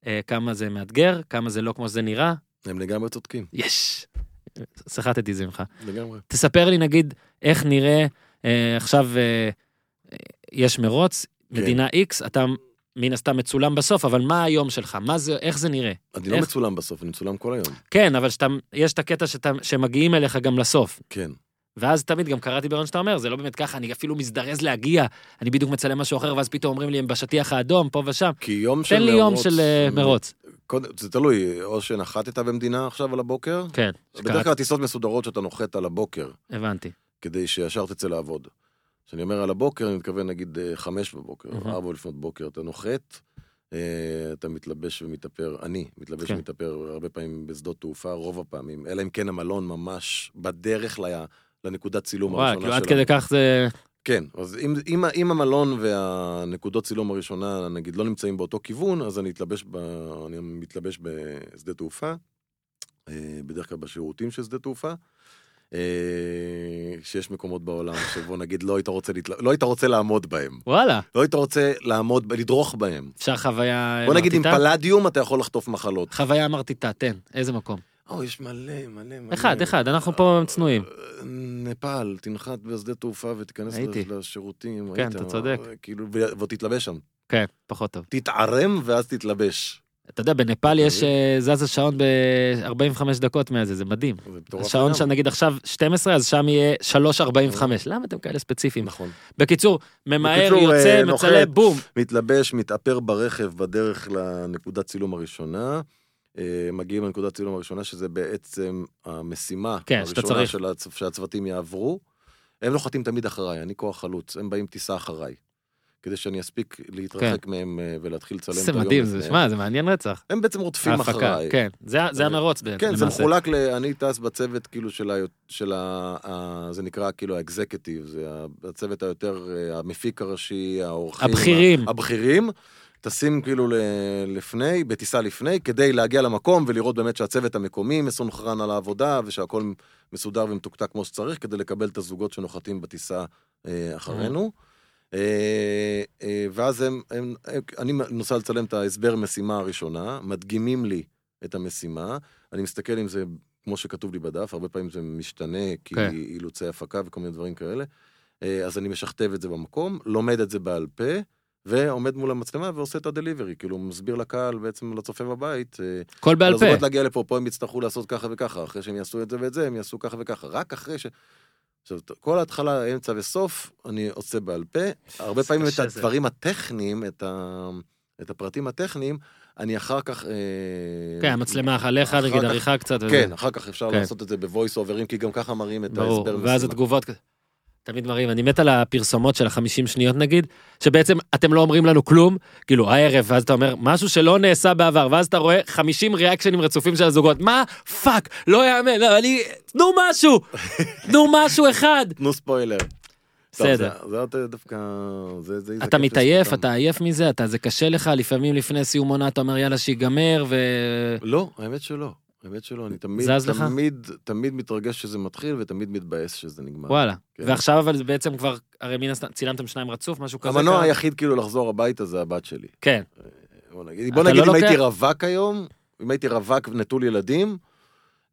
[SPEAKER 1] אה, כמה זה מאתגר, כמה זה לא כמו שזה נראה,
[SPEAKER 2] הם לגמרי צודקים,
[SPEAKER 1] יש. סחטתי את זה ממך.
[SPEAKER 2] לגמרי.
[SPEAKER 1] תספר לי נגיד איך נראה אה, עכשיו אה, אה, יש מרוץ,
[SPEAKER 2] כן.
[SPEAKER 1] מדינה X, אתה מן הסתם מצולם בסוף, אבל מה היום שלך? מה זה, איך זה נראה?
[SPEAKER 2] אני לא
[SPEAKER 1] איך?
[SPEAKER 2] מצולם בסוף, אני מצולם כל היום.
[SPEAKER 1] כן, אבל שאתה, יש את הקטע שאתה, שמגיעים אליך גם לסוף.
[SPEAKER 2] כן.
[SPEAKER 1] ואז תמיד גם קראתי ברעיון שאתה אומר, זה לא באמת ככה, אני אפילו מזדרז להגיע, אני בדיוק מצלם משהו אחר, ואז פתאום אומרים לי, הם בשטיח האדום, פה ושם.
[SPEAKER 2] כי יום של
[SPEAKER 1] תן לי
[SPEAKER 2] מרוץ... Mm.
[SPEAKER 1] יום של אה, מרוץ.
[SPEAKER 2] קודם- זה תלוי, או שנחתת במדינה עכשיו על הבוקר,
[SPEAKER 1] כן,
[SPEAKER 2] בדרך כלל טיסות מסודרות שאתה נוחת על הבוקר.
[SPEAKER 1] הבנתי.
[SPEAKER 2] כדי שישר תצא לעבוד. כשאני אומר על הבוקר, אני מתכוון נגיד אה, חמש בבוקר,
[SPEAKER 1] מהמם.
[SPEAKER 2] ארבע לפנות בוקר, אתה נוחת, אה, אתה מתלבש ומתאפר, אני מתלבש
[SPEAKER 1] כן.
[SPEAKER 2] ומתאפר הרבה פעמים בשדות תעופה, רוב הפעמים, אלא אם כן המלון ממש בדרך ל... לנקודת צילום
[SPEAKER 1] וואי,
[SPEAKER 2] הראשונה
[SPEAKER 1] כאילו
[SPEAKER 2] שלנו.
[SPEAKER 1] עד כדי כך זה...
[SPEAKER 2] כן, אז אם, אם, ה- אם המלון והנקודות צילום הראשונה, נגיד, לא נמצאים באותו כיוון, אז אני, אתלבש ב, אני מתלבש בשדה תעופה, אה, בדרך כלל בשירותים של שדה תעופה, אה, שיש מקומות בעולם שבו נגיד לא היית רוצה, להתל... לא היית רוצה לעמוד בהם,
[SPEAKER 1] וואלה,
[SPEAKER 2] לא היית רוצה לעמוד, ב- לדרוך בהם.
[SPEAKER 1] אפשר חוויה... אה,
[SPEAKER 2] בוא נגיד עם
[SPEAKER 1] מרטיטה?
[SPEAKER 2] פלדיום אתה יכול לחטוף מחלות.
[SPEAKER 1] חוויה אמרתיתה, תן, איזה מקום.
[SPEAKER 2] או, יש מלא, מלא, מלא.
[SPEAKER 1] אחד, אחד, אנחנו פה צנועים.
[SPEAKER 2] נפאל, תנחת בשדה תעופה ותיכנס
[SPEAKER 1] הייתי.
[SPEAKER 2] לשירותים.
[SPEAKER 1] כן,
[SPEAKER 2] היית,
[SPEAKER 1] אתה צודק.
[SPEAKER 2] כאילו, ו- ותתלבש שם.
[SPEAKER 1] כן, פחות טוב.
[SPEAKER 2] תתערם ואז תתלבש.
[SPEAKER 1] אתה יודע, בנפאל יש,
[SPEAKER 2] אה,
[SPEAKER 1] אה, זז השעון ב-45 דקות מהזה, זה מדהים.
[SPEAKER 2] זה מטורף.
[SPEAKER 1] השעון
[SPEAKER 2] לגמרי.
[SPEAKER 1] שם, נגיד עכשיו 12, אז שם יהיה 3.45. למה אתם כאלה ספציפיים?
[SPEAKER 2] נכון.
[SPEAKER 1] בקיצור, ממהר,
[SPEAKER 2] בקיצור,
[SPEAKER 1] יוצא,
[SPEAKER 2] אה, נוחת.
[SPEAKER 1] מצלם, בום.
[SPEAKER 2] מתלבש, מתאפר ברכב בדרך לנקודת צילום הראשונה. אה, מגיעים לנקודת צילום הראשונה, שזה בעצם המשימה
[SPEAKER 1] כן, שאתה
[SPEAKER 2] הראשונה
[SPEAKER 1] צריך.
[SPEAKER 2] של הצ- שהצוותים יעברו. הם נוחתים תמיד אחריי, אני כוח חלוץ, הם באים טיסה אחריי. כדי שאני אספיק להתרחק מהם אה, ולהתחיל לצלם את
[SPEAKER 1] כן. זה
[SPEAKER 2] היום.
[SPEAKER 1] מדהים, זה
[SPEAKER 2] לפני.
[SPEAKER 1] שמע, זה מעניין רצח.
[SPEAKER 2] הם בעצם רודפים
[SPEAKER 1] ההפקה,
[SPEAKER 2] אה. אחריי.
[SPEAKER 1] כן. זה ה- זה
[SPEAKER 2] אה,
[SPEAKER 1] המרוץ בעצם,
[SPEAKER 2] כן, זה
[SPEAKER 1] למעשה.
[SPEAKER 2] מחולק ל... אני טס בצוות כאילו של ה... של ה... ה... זה נקרא כאילו האקזקטיב, זה ה- הצוות היותר, אה, המפיק הראשי, האורחים.
[SPEAKER 1] הבכירים.
[SPEAKER 2] ה- הבכירים. טסים כאילו ל... לפני, בטיסה לפני, כדי להגיע למקום ולראות באמת שהצוות המקומי מסונכרן על העבודה ושהכול מסודר ומתוקתק כמו שצריך, כדי לקבל את הזוגות שנוחתים בטיסה אה, אחרינו. אה, אה, ואז הם, הם, הם, אני נוסע לצלם את ההסבר משימה הראשונה, מדגימים לי את המשימה, אני מסתכל אם זה כמו שכתוב לי בדף, הרבה פעמים זה משתנה, כי
[SPEAKER 1] כן.
[SPEAKER 2] okay. אילוצי הפקה וכל מיני דברים כאלה, אה, אז אני משכתב את זה במקום, לומד את זה בעל פה, ועומד מול המצלמה ועושה את הדליברי, כאילו מסביר לקהל, בעצם לצופה בבית, אה,
[SPEAKER 1] הכל בעל
[SPEAKER 2] אז
[SPEAKER 1] פה.
[SPEAKER 2] עומד להגיע לפה, פה הם יצטרכו לעשות ככה וככה, אחרי שהם יעשו את זה ואת זה, הם יעשו ככה וככה, רק אחרי ש... עכשיו, כל ההתחלה, אמצע וסוף, אני עושה בעל פה. הרבה
[SPEAKER 1] זה
[SPEAKER 2] פעמים את
[SPEAKER 1] קשה, זה.
[SPEAKER 2] הדברים הטכניים, את, ה... את הפרטים הטכניים, אני אחר כך... אה,
[SPEAKER 1] כן, המצלמה עליך,
[SPEAKER 2] אחר
[SPEAKER 1] נגיד
[SPEAKER 2] כך-
[SPEAKER 1] עריכה קצת. וזה.
[SPEAKER 2] כן, אחר כך אפשר
[SPEAKER 1] כן.
[SPEAKER 2] לעשות את זה בוויס אוברים, כי גם ככה מראים את ההסבר.
[SPEAKER 1] ברור, ואז
[SPEAKER 2] משימה.
[SPEAKER 1] התגובות כזה. תמיד מראים, אני מת על הפרסומות של החמישים שניות נגיד, שבעצם אתם לא אומרים לנו כלום, כאילו הערב, ואז אתה אומר, משהו שלא נעשה בעבר, ואז אתה רואה 50 ריאקשנים רצופים של הזוגות, מה? פאק, לא יאמן, לא, אני, תנו משהו, תנו משהו
[SPEAKER 2] <laughs>
[SPEAKER 1] אחד.
[SPEAKER 2] תנו ספוילר. טוב,
[SPEAKER 1] בסדר.
[SPEAKER 2] זה- זה אתה דווקא... זה- זה- זה
[SPEAKER 1] אתה
[SPEAKER 2] כיף
[SPEAKER 1] מתעייף,
[SPEAKER 2] לזכותם.
[SPEAKER 1] אתה עייף מזה, אתה, זה קשה לך, לפעמים לפני סיום עונה אתה אומר יאללה שיגמר, ו...
[SPEAKER 2] לא, האמת שלא. האמת שלא, אני תמיד,
[SPEAKER 1] זז לך?
[SPEAKER 2] תמיד, תמיד מתרגש שזה מתחיל ותמיד מתבאס שזה נגמר.
[SPEAKER 1] וואלה.
[SPEAKER 2] כן.
[SPEAKER 1] ועכשיו אבל זה בעצם כבר, הרי מן הסתם, צילמתם שניים רצוף, משהו כזה.
[SPEAKER 2] המנוע
[SPEAKER 1] קרה?
[SPEAKER 2] היחיד כאילו לחזור הביתה זה הבת שלי.
[SPEAKER 1] כן,
[SPEAKER 2] בוא נגיד, בוא
[SPEAKER 1] אתה
[SPEAKER 2] נגיד
[SPEAKER 1] לא
[SPEAKER 2] אם הייתי
[SPEAKER 1] לוקח-
[SPEAKER 2] רווק היום, אם הייתי רווק נטול ילדים,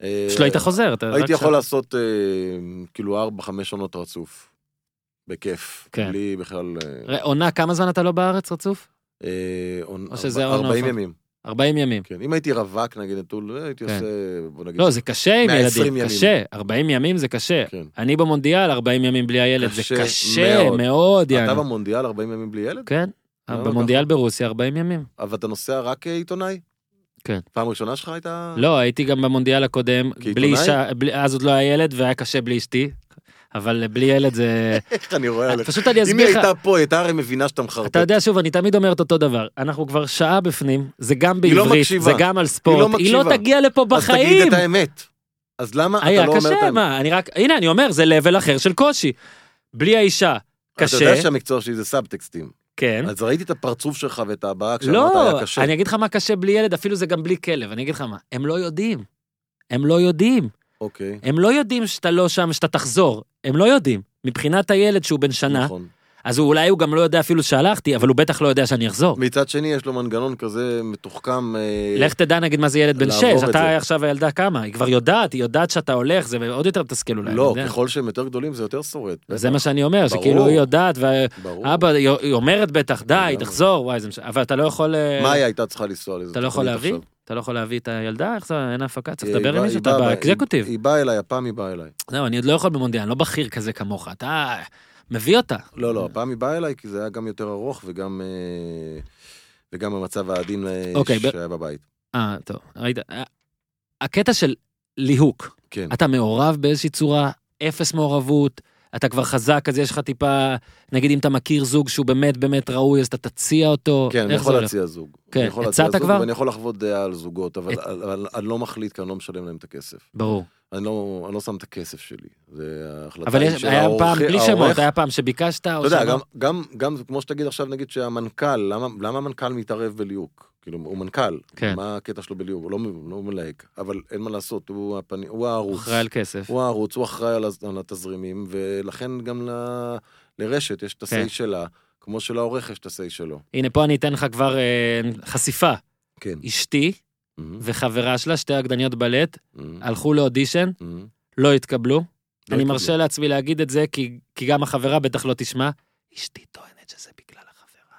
[SPEAKER 2] אה,
[SPEAKER 1] פשוט לא היית חוזר. אתה רק
[SPEAKER 2] הייתי
[SPEAKER 1] שם.
[SPEAKER 2] יכול לעשות אה, כאילו 4-5 עונות רצוף. בכיף.
[SPEAKER 1] כן.
[SPEAKER 2] בלי בכלל... אה,
[SPEAKER 1] ר- עונה, כמה זמן אתה לא בארץ רצוף?
[SPEAKER 2] אה, עונ-
[SPEAKER 1] או שזה
[SPEAKER 2] ארבע-
[SPEAKER 1] עונה
[SPEAKER 2] 40
[SPEAKER 1] אחת.
[SPEAKER 2] ימים.
[SPEAKER 1] 40 ימים.
[SPEAKER 2] כן, אם הייתי רווק נגיד נטול, אה, הייתי
[SPEAKER 1] כן.
[SPEAKER 2] עושה, בוא נגיד...
[SPEAKER 1] לא, זה קשה עם
[SPEAKER 2] 120
[SPEAKER 1] ילדים,
[SPEAKER 2] ימים.
[SPEAKER 1] קשה. 40 ימים זה קשה.
[SPEAKER 2] כן.
[SPEAKER 1] אני במונדיאל 40 ימים בלי הילד, זה
[SPEAKER 2] קשה
[SPEAKER 1] קשה
[SPEAKER 2] מאוד.
[SPEAKER 1] מאוד,
[SPEAKER 2] אתה
[SPEAKER 1] יענו.
[SPEAKER 2] במונדיאל לא, נכון. 40 ימים בלי ילד?
[SPEAKER 1] כן,
[SPEAKER 2] למה
[SPEAKER 1] במונדיאל ברוסיה 40 ימים.
[SPEAKER 2] אבל אתה נוסע רק כעיתונאי?
[SPEAKER 1] כן.
[SPEAKER 2] פעם ראשונה שלך הייתה...
[SPEAKER 1] לא, הייתי גם במונדיאל הקודם,
[SPEAKER 2] כעיתונאי?
[SPEAKER 1] בלי אישה, בלי- אז עוד לא היה ילד והיה קשה בלי אשתי, אבל בלי ילד
[SPEAKER 2] <laughs>
[SPEAKER 1] זה...
[SPEAKER 2] איך <laughs> אני רואה עליך?
[SPEAKER 1] פשוט אני
[SPEAKER 2] אם היא
[SPEAKER 1] אסביר לך.
[SPEAKER 2] הייתה פה, היא הייתה הרי מבינה שאתה מחרטט.
[SPEAKER 1] אתה יודע, שוב, אני תמיד אומר את אותו דבר, אנחנו כבר שעה בפנים, זה גם
[SPEAKER 2] היא לא
[SPEAKER 1] בעברית,
[SPEAKER 2] מקשיבה.
[SPEAKER 1] זה גם על ספורט, היא לא
[SPEAKER 2] מקשיבה.
[SPEAKER 1] תגיע לפה
[SPEAKER 2] אז תגיד
[SPEAKER 1] בחיים.
[SPEAKER 2] את האמת. אז למה אתה
[SPEAKER 1] היה
[SPEAKER 2] לא אומר את האמת?
[SPEAKER 1] קשה, מה, אני רק, הנה, אני אומר, זה לבל אחר של קושי. בלי האישה,
[SPEAKER 2] אתה
[SPEAKER 1] קשה,
[SPEAKER 2] יודע שהמקצוע שלי זה סאבטקסטים.
[SPEAKER 1] כן.
[SPEAKER 2] אז ראיתי את הפרצוף שלך ואת הבעה כשאמרת
[SPEAKER 1] לא,
[SPEAKER 2] היה קשה.
[SPEAKER 1] אני אגיד לך מה קשה בלי ילד, אפילו זה גם בלי כלב, אני אגיד לך מה, הם לא יודעים. הם לא יודעים.
[SPEAKER 2] אוקיי.
[SPEAKER 1] הם לא יודעים שאתה לא שם, שאתה תחזור. הם לא יודעים. מבחינת הילד שהוא בן שנה,
[SPEAKER 2] נכון.
[SPEAKER 1] אז הוא- אולי הוא גם לא יודע אפילו שהלכתי, אבל הוא בטח לא יודע שאני אחזור.
[SPEAKER 2] מצד שני, יש לו מנגנון כזה מתוחכם. אה,
[SPEAKER 1] לך תדע נגיד מה זה ילד בן
[SPEAKER 2] לעבור
[SPEAKER 1] שש,
[SPEAKER 2] את
[SPEAKER 1] אתה
[SPEAKER 2] זה.
[SPEAKER 1] עכשיו הילדה כמה, היא כבר יודעת, היא יודעת שאתה הולך, זה עוד יותר מתסכל אולי.
[SPEAKER 2] לא,
[SPEAKER 1] אני יודע.
[SPEAKER 2] ככל שהם יותר גדולים זה יותר שורט.
[SPEAKER 1] זה
[SPEAKER 2] בטח,
[SPEAKER 1] מה שאני אומר,
[SPEAKER 2] ברור.
[SPEAKER 1] שכאילו היא יודעת,
[SPEAKER 2] ברור.
[SPEAKER 1] ואבא, היא היא אומרת בטח, די,
[SPEAKER 2] לגמרי.
[SPEAKER 1] תחזור, וואי, זה מש... אבל אתה לא יכול... אה,
[SPEAKER 2] מה היא הייתה צריכה לנסוע לזה?
[SPEAKER 1] אתה לא יכול להביא? אתה לא יכול להביא את הילדה? איך זה, אין הפקה? צריך
[SPEAKER 2] היא
[SPEAKER 1] לדבר
[SPEAKER 2] באה-
[SPEAKER 1] עם מישהו?
[SPEAKER 2] אה, היא
[SPEAKER 1] אתה
[SPEAKER 2] באה- היא-
[SPEAKER 1] באקזקוטיב.
[SPEAKER 2] היא באה אליי, הפעם היא באה אליי.
[SPEAKER 1] זהו, אני עוד לא יכול במונדיאל, אני לא בכיר כזה כמוך, אתה מביא אותה.
[SPEAKER 2] לא, לא, הפעם היא באה אליי כי זה היה גם יותר ארוך וגם... אה, וגם המצב העדין אה,
[SPEAKER 1] אוקיי, ב-
[SPEAKER 2] שהיה בבית.
[SPEAKER 1] אה, טוב, ראית. אה, הקטע של ליהוק,
[SPEAKER 2] כן.
[SPEAKER 1] אתה מעורב באיזושהי צורה, אפס מעורבות, אתה כבר חזק, אז יש לך טיפה, נגיד אם אתה מכיר זוג שהוא באמת באמת ראוי, אז אתה תציע אותו.
[SPEAKER 2] כן, אני
[SPEAKER 1] איך
[SPEAKER 2] יכול
[SPEAKER 1] זה הולך?
[SPEAKER 2] להציע זוג.
[SPEAKER 1] כן,
[SPEAKER 2] אני יכול להציע
[SPEAKER 1] הצעת
[SPEAKER 2] זוג
[SPEAKER 1] כבר? אה.
[SPEAKER 2] ואני יכול לחוות דעה על זוגות, אבל
[SPEAKER 1] את-
[SPEAKER 2] אבל- אבל אני לא מחליט כי אני לא משלם להם את הכסף.
[SPEAKER 1] ברור.
[SPEAKER 2] אני לא, אני לא שם את הכסף שלי. זה ההחלטה
[SPEAKER 1] אבל יש-
[SPEAKER 2] של
[SPEAKER 1] היה
[SPEAKER 2] העורך-
[SPEAKER 1] פעם, בלי
[SPEAKER 2] העורך-
[SPEAKER 1] שמות, היה פעם שביקשת,
[SPEAKER 2] אתה
[SPEAKER 1] או
[SPEAKER 2] יודע, גם,
[SPEAKER 1] שאמרת-
[SPEAKER 2] גם, גם כמו שתגיד עכשיו, נגיד שהמנכ"ל, למה, למה המנכ"ל מתערב בליהוק? כאילו, הוא מנכ"ל,
[SPEAKER 1] כן.
[SPEAKER 2] מה הקטע שלו בליהוק? הוא לא, מ- לא מלהק, אבל אין מה לעשות, הוא, הפני, הוא הערוץ.
[SPEAKER 1] אחראי על כסף.
[SPEAKER 2] הוא הערוץ, הוא אחראי על, הז- על התזרימים, ולכן גם ל, לרשת יש את ה-say
[SPEAKER 1] כן.
[SPEAKER 2] שלה, כמו שלעורך יש את ה-say שלו.
[SPEAKER 1] הנה, פה אני אתן לך כבר אה, חשיפה.
[SPEAKER 2] כן.
[SPEAKER 1] אשתי
[SPEAKER 2] מהמם,
[SPEAKER 1] וחברה שלה, שתי רקדניות בלט,
[SPEAKER 2] מהמם,
[SPEAKER 1] הלכו לאודישן,
[SPEAKER 2] מהמם.
[SPEAKER 1] לא התקבלו.
[SPEAKER 2] לא
[SPEAKER 1] אני
[SPEAKER 2] התקבלו.
[SPEAKER 1] מרשה לעצמי להגיד את זה, כי, כי גם החברה בטח לא תשמע. אשתי טוענת שזה בגלל החברה,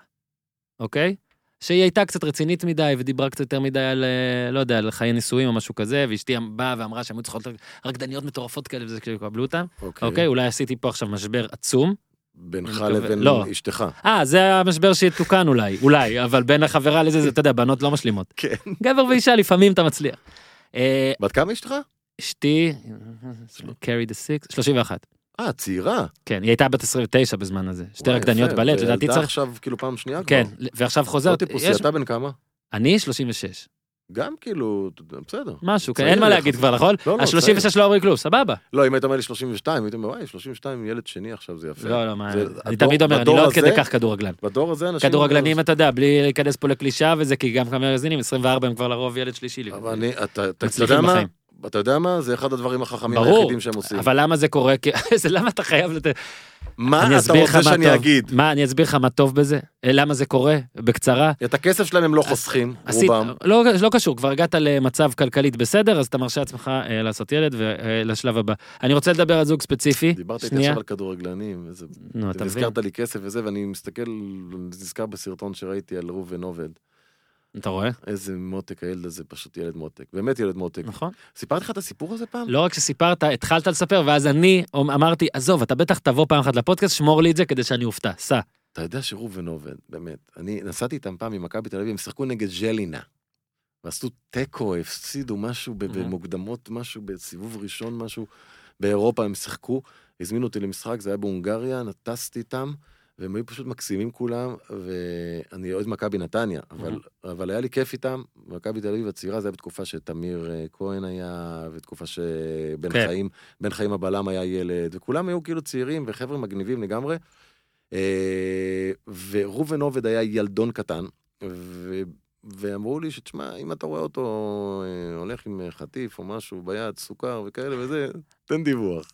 [SPEAKER 1] אוקיי? שהיא הייתה קצת רצינית מדי ודיברה קצת יותר מדי על, אה, לא יודע, על חיי נישואים או משהו כזה, ואשתי באה ואמרה שהן היו צריכות רקדניות מטורפות כאלה וזה כשיקבלו אותן.
[SPEAKER 2] אוקיי.
[SPEAKER 1] אוקיי, אולי עשיתי פה עכשיו משבר עצום.
[SPEAKER 2] בינך
[SPEAKER 1] אני מקווה-
[SPEAKER 2] לבין
[SPEAKER 1] לא.
[SPEAKER 2] אשתך.
[SPEAKER 1] אה, זה המשבר שיתוקן אולי, אולי, אבל בין החברה לזה, זה, אתה יודע, בנות לא משלימות.
[SPEAKER 2] כן.
[SPEAKER 1] גבר ואישה, לפעמים אתה מצליח. אה,
[SPEAKER 2] בת כמה אשתך?
[SPEAKER 1] אשתי, carry the six, 31.
[SPEAKER 2] אה, צעירה.
[SPEAKER 1] כן, היא הייתה בת 29 בזמן הזה. שתי
[SPEAKER 2] וואי,
[SPEAKER 1] רקדניות
[SPEAKER 2] יפה,
[SPEAKER 1] בלט,
[SPEAKER 2] וילדה
[SPEAKER 1] לדעתי צריך...
[SPEAKER 2] עכשיו כאילו פעם שנייה כבר.
[SPEAKER 1] כן, ועכשיו
[SPEAKER 2] זהו
[SPEAKER 1] חוזרת.
[SPEAKER 2] טיפוסי,
[SPEAKER 1] יש-
[SPEAKER 2] אתה בן כמה?
[SPEAKER 1] אני 36.
[SPEAKER 2] גם כאילו, אתה יודע, בסדר.
[SPEAKER 1] משהו, כן,
[SPEAKER 2] צעיר
[SPEAKER 1] אין מה
[SPEAKER 2] לך.
[SPEAKER 1] להגיד כבר, נכון?
[SPEAKER 2] לא, לא,
[SPEAKER 1] ה-36 לא אומרים כלום, סבבה.
[SPEAKER 2] לא, אם היית אומר לי 32, הייתם אומר, וואי, 32 ילד שני עכשיו, זה יפה.
[SPEAKER 1] לא, לא, מה...
[SPEAKER 2] זה-
[SPEAKER 1] אני
[SPEAKER 2] הדור-
[SPEAKER 1] תמיד אומר, אני
[SPEAKER 2] בדור
[SPEAKER 1] לא עד כדי
[SPEAKER 2] הזה-
[SPEAKER 1] כך כדורגלן.
[SPEAKER 2] בדור הזה אנשים...
[SPEAKER 1] כדורגלנים, אתה יודע, בלי להיכנס פה לקלישאה וזה, כי גם כמה מאזינים, 24 הם כבר לרוב ילד שלישי. לי.
[SPEAKER 2] אבל אני, אתה אתה- אתה
[SPEAKER 1] מצליחים
[SPEAKER 2] יודע מה?
[SPEAKER 1] בחיים.
[SPEAKER 2] אתה יודע מה? זה אחד הדברים החכמים
[SPEAKER 1] ברור.
[SPEAKER 2] היחידים שהם עושים.
[SPEAKER 1] אבל למה זה קורה? כי- <laughs> זה למה אתה חייב לתת... אני
[SPEAKER 2] מה אתה
[SPEAKER 1] אסביר לך
[SPEAKER 2] רוצה
[SPEAKER 1] מה
[SPEAKER 2] שאני
[SPEAKER 1] טוב.
[SPEAKER 2] אגיד?
[SPEAKER 1] מה, אני אסביר לך מה טוב בזה? אה, למה זה קורה? בקצרה.
[SPEAKER 2] את הכסף שלהם הם לא חוסכים,
[SPEAKER 1] עשית,
[SPEAKER 2] רובם.
[SPEAKER 1] לא, לא קשור, כבר הגעת למצב כלכלית בסדר, אז אתה מרשה לעצמך אה, לעשות ילד ולשלב הבא. אני רוצה לדבר על זוג ספציפי.
[SPEAKER 2] דיברת איתי
[SPEAKER 1] אוקיי, שנייה.
[SPEAKER 2] עכשיו על כדורגלנים, איזה...
[SPEAKER 1] נו, אתה מבין?
[SPEAKER 2] הזכרת לי כסף וזה, ואני מסתכל, נזכר בסרטון שראיתי על ראובן עובד.
[SPEAKER 1] אתה רואה?
[SPEAKER 2] איזה מותק הילד הזה, פשוט ילד מותק. באמת ילד מותק. <laughs>
[SPEAKER 1] נכון.
[SPEAKER 2] סיפרתי לך את הסיפור הזה פעם?
[SPEAKER 1] לא רק שסיפרת, התחלת לספר, ואז אני אמרתי, עזוב, אתה בטח תבוא פעם אחת לפודקאסט, שמור לי את זה כדי שאני אופתע, סע.
[SPEAKER 2] אתה יודע שראובן עובד, באמת. אני נסעתי איתם פעם ממכבי תל אביב, הם שיחקו נגד ז'לינה. ועשו תיקו, הפסידו משהו ב-
[SPEAKER 1] Mhm.
[SPEAKER 2] במוקדמות, משהו בסיבוב ראשון, משהו באירופה, הם שיחקו, הזמינו אותי למשחק, זה היה בהונגריה, טסתי איתם, והם היו פשוט מקסימים כולם, ואני אוהד מכבי נתניה, אבל, אבל היה לי כיף איתם. מכבי תל אביב הצעירה, זה היה בתקופה שתמיר אה, כהן היה, ותקופה שבן
[SPEAKER 1] כן.
[SPEAKER 2] כן. חיים, בן חיים הבלם היה ילד, וכולם היו כאילו צעירים וחבר'ה מגניבים לגמרי. אה, וראובן עובד היה ילדון קטן, ו... ואמרו לי שתשמע, אם אתה רואה אותו אה, הולך עם אה, חטיף או משהו ביד, סוכר וכאלה וזה, תן דיווח.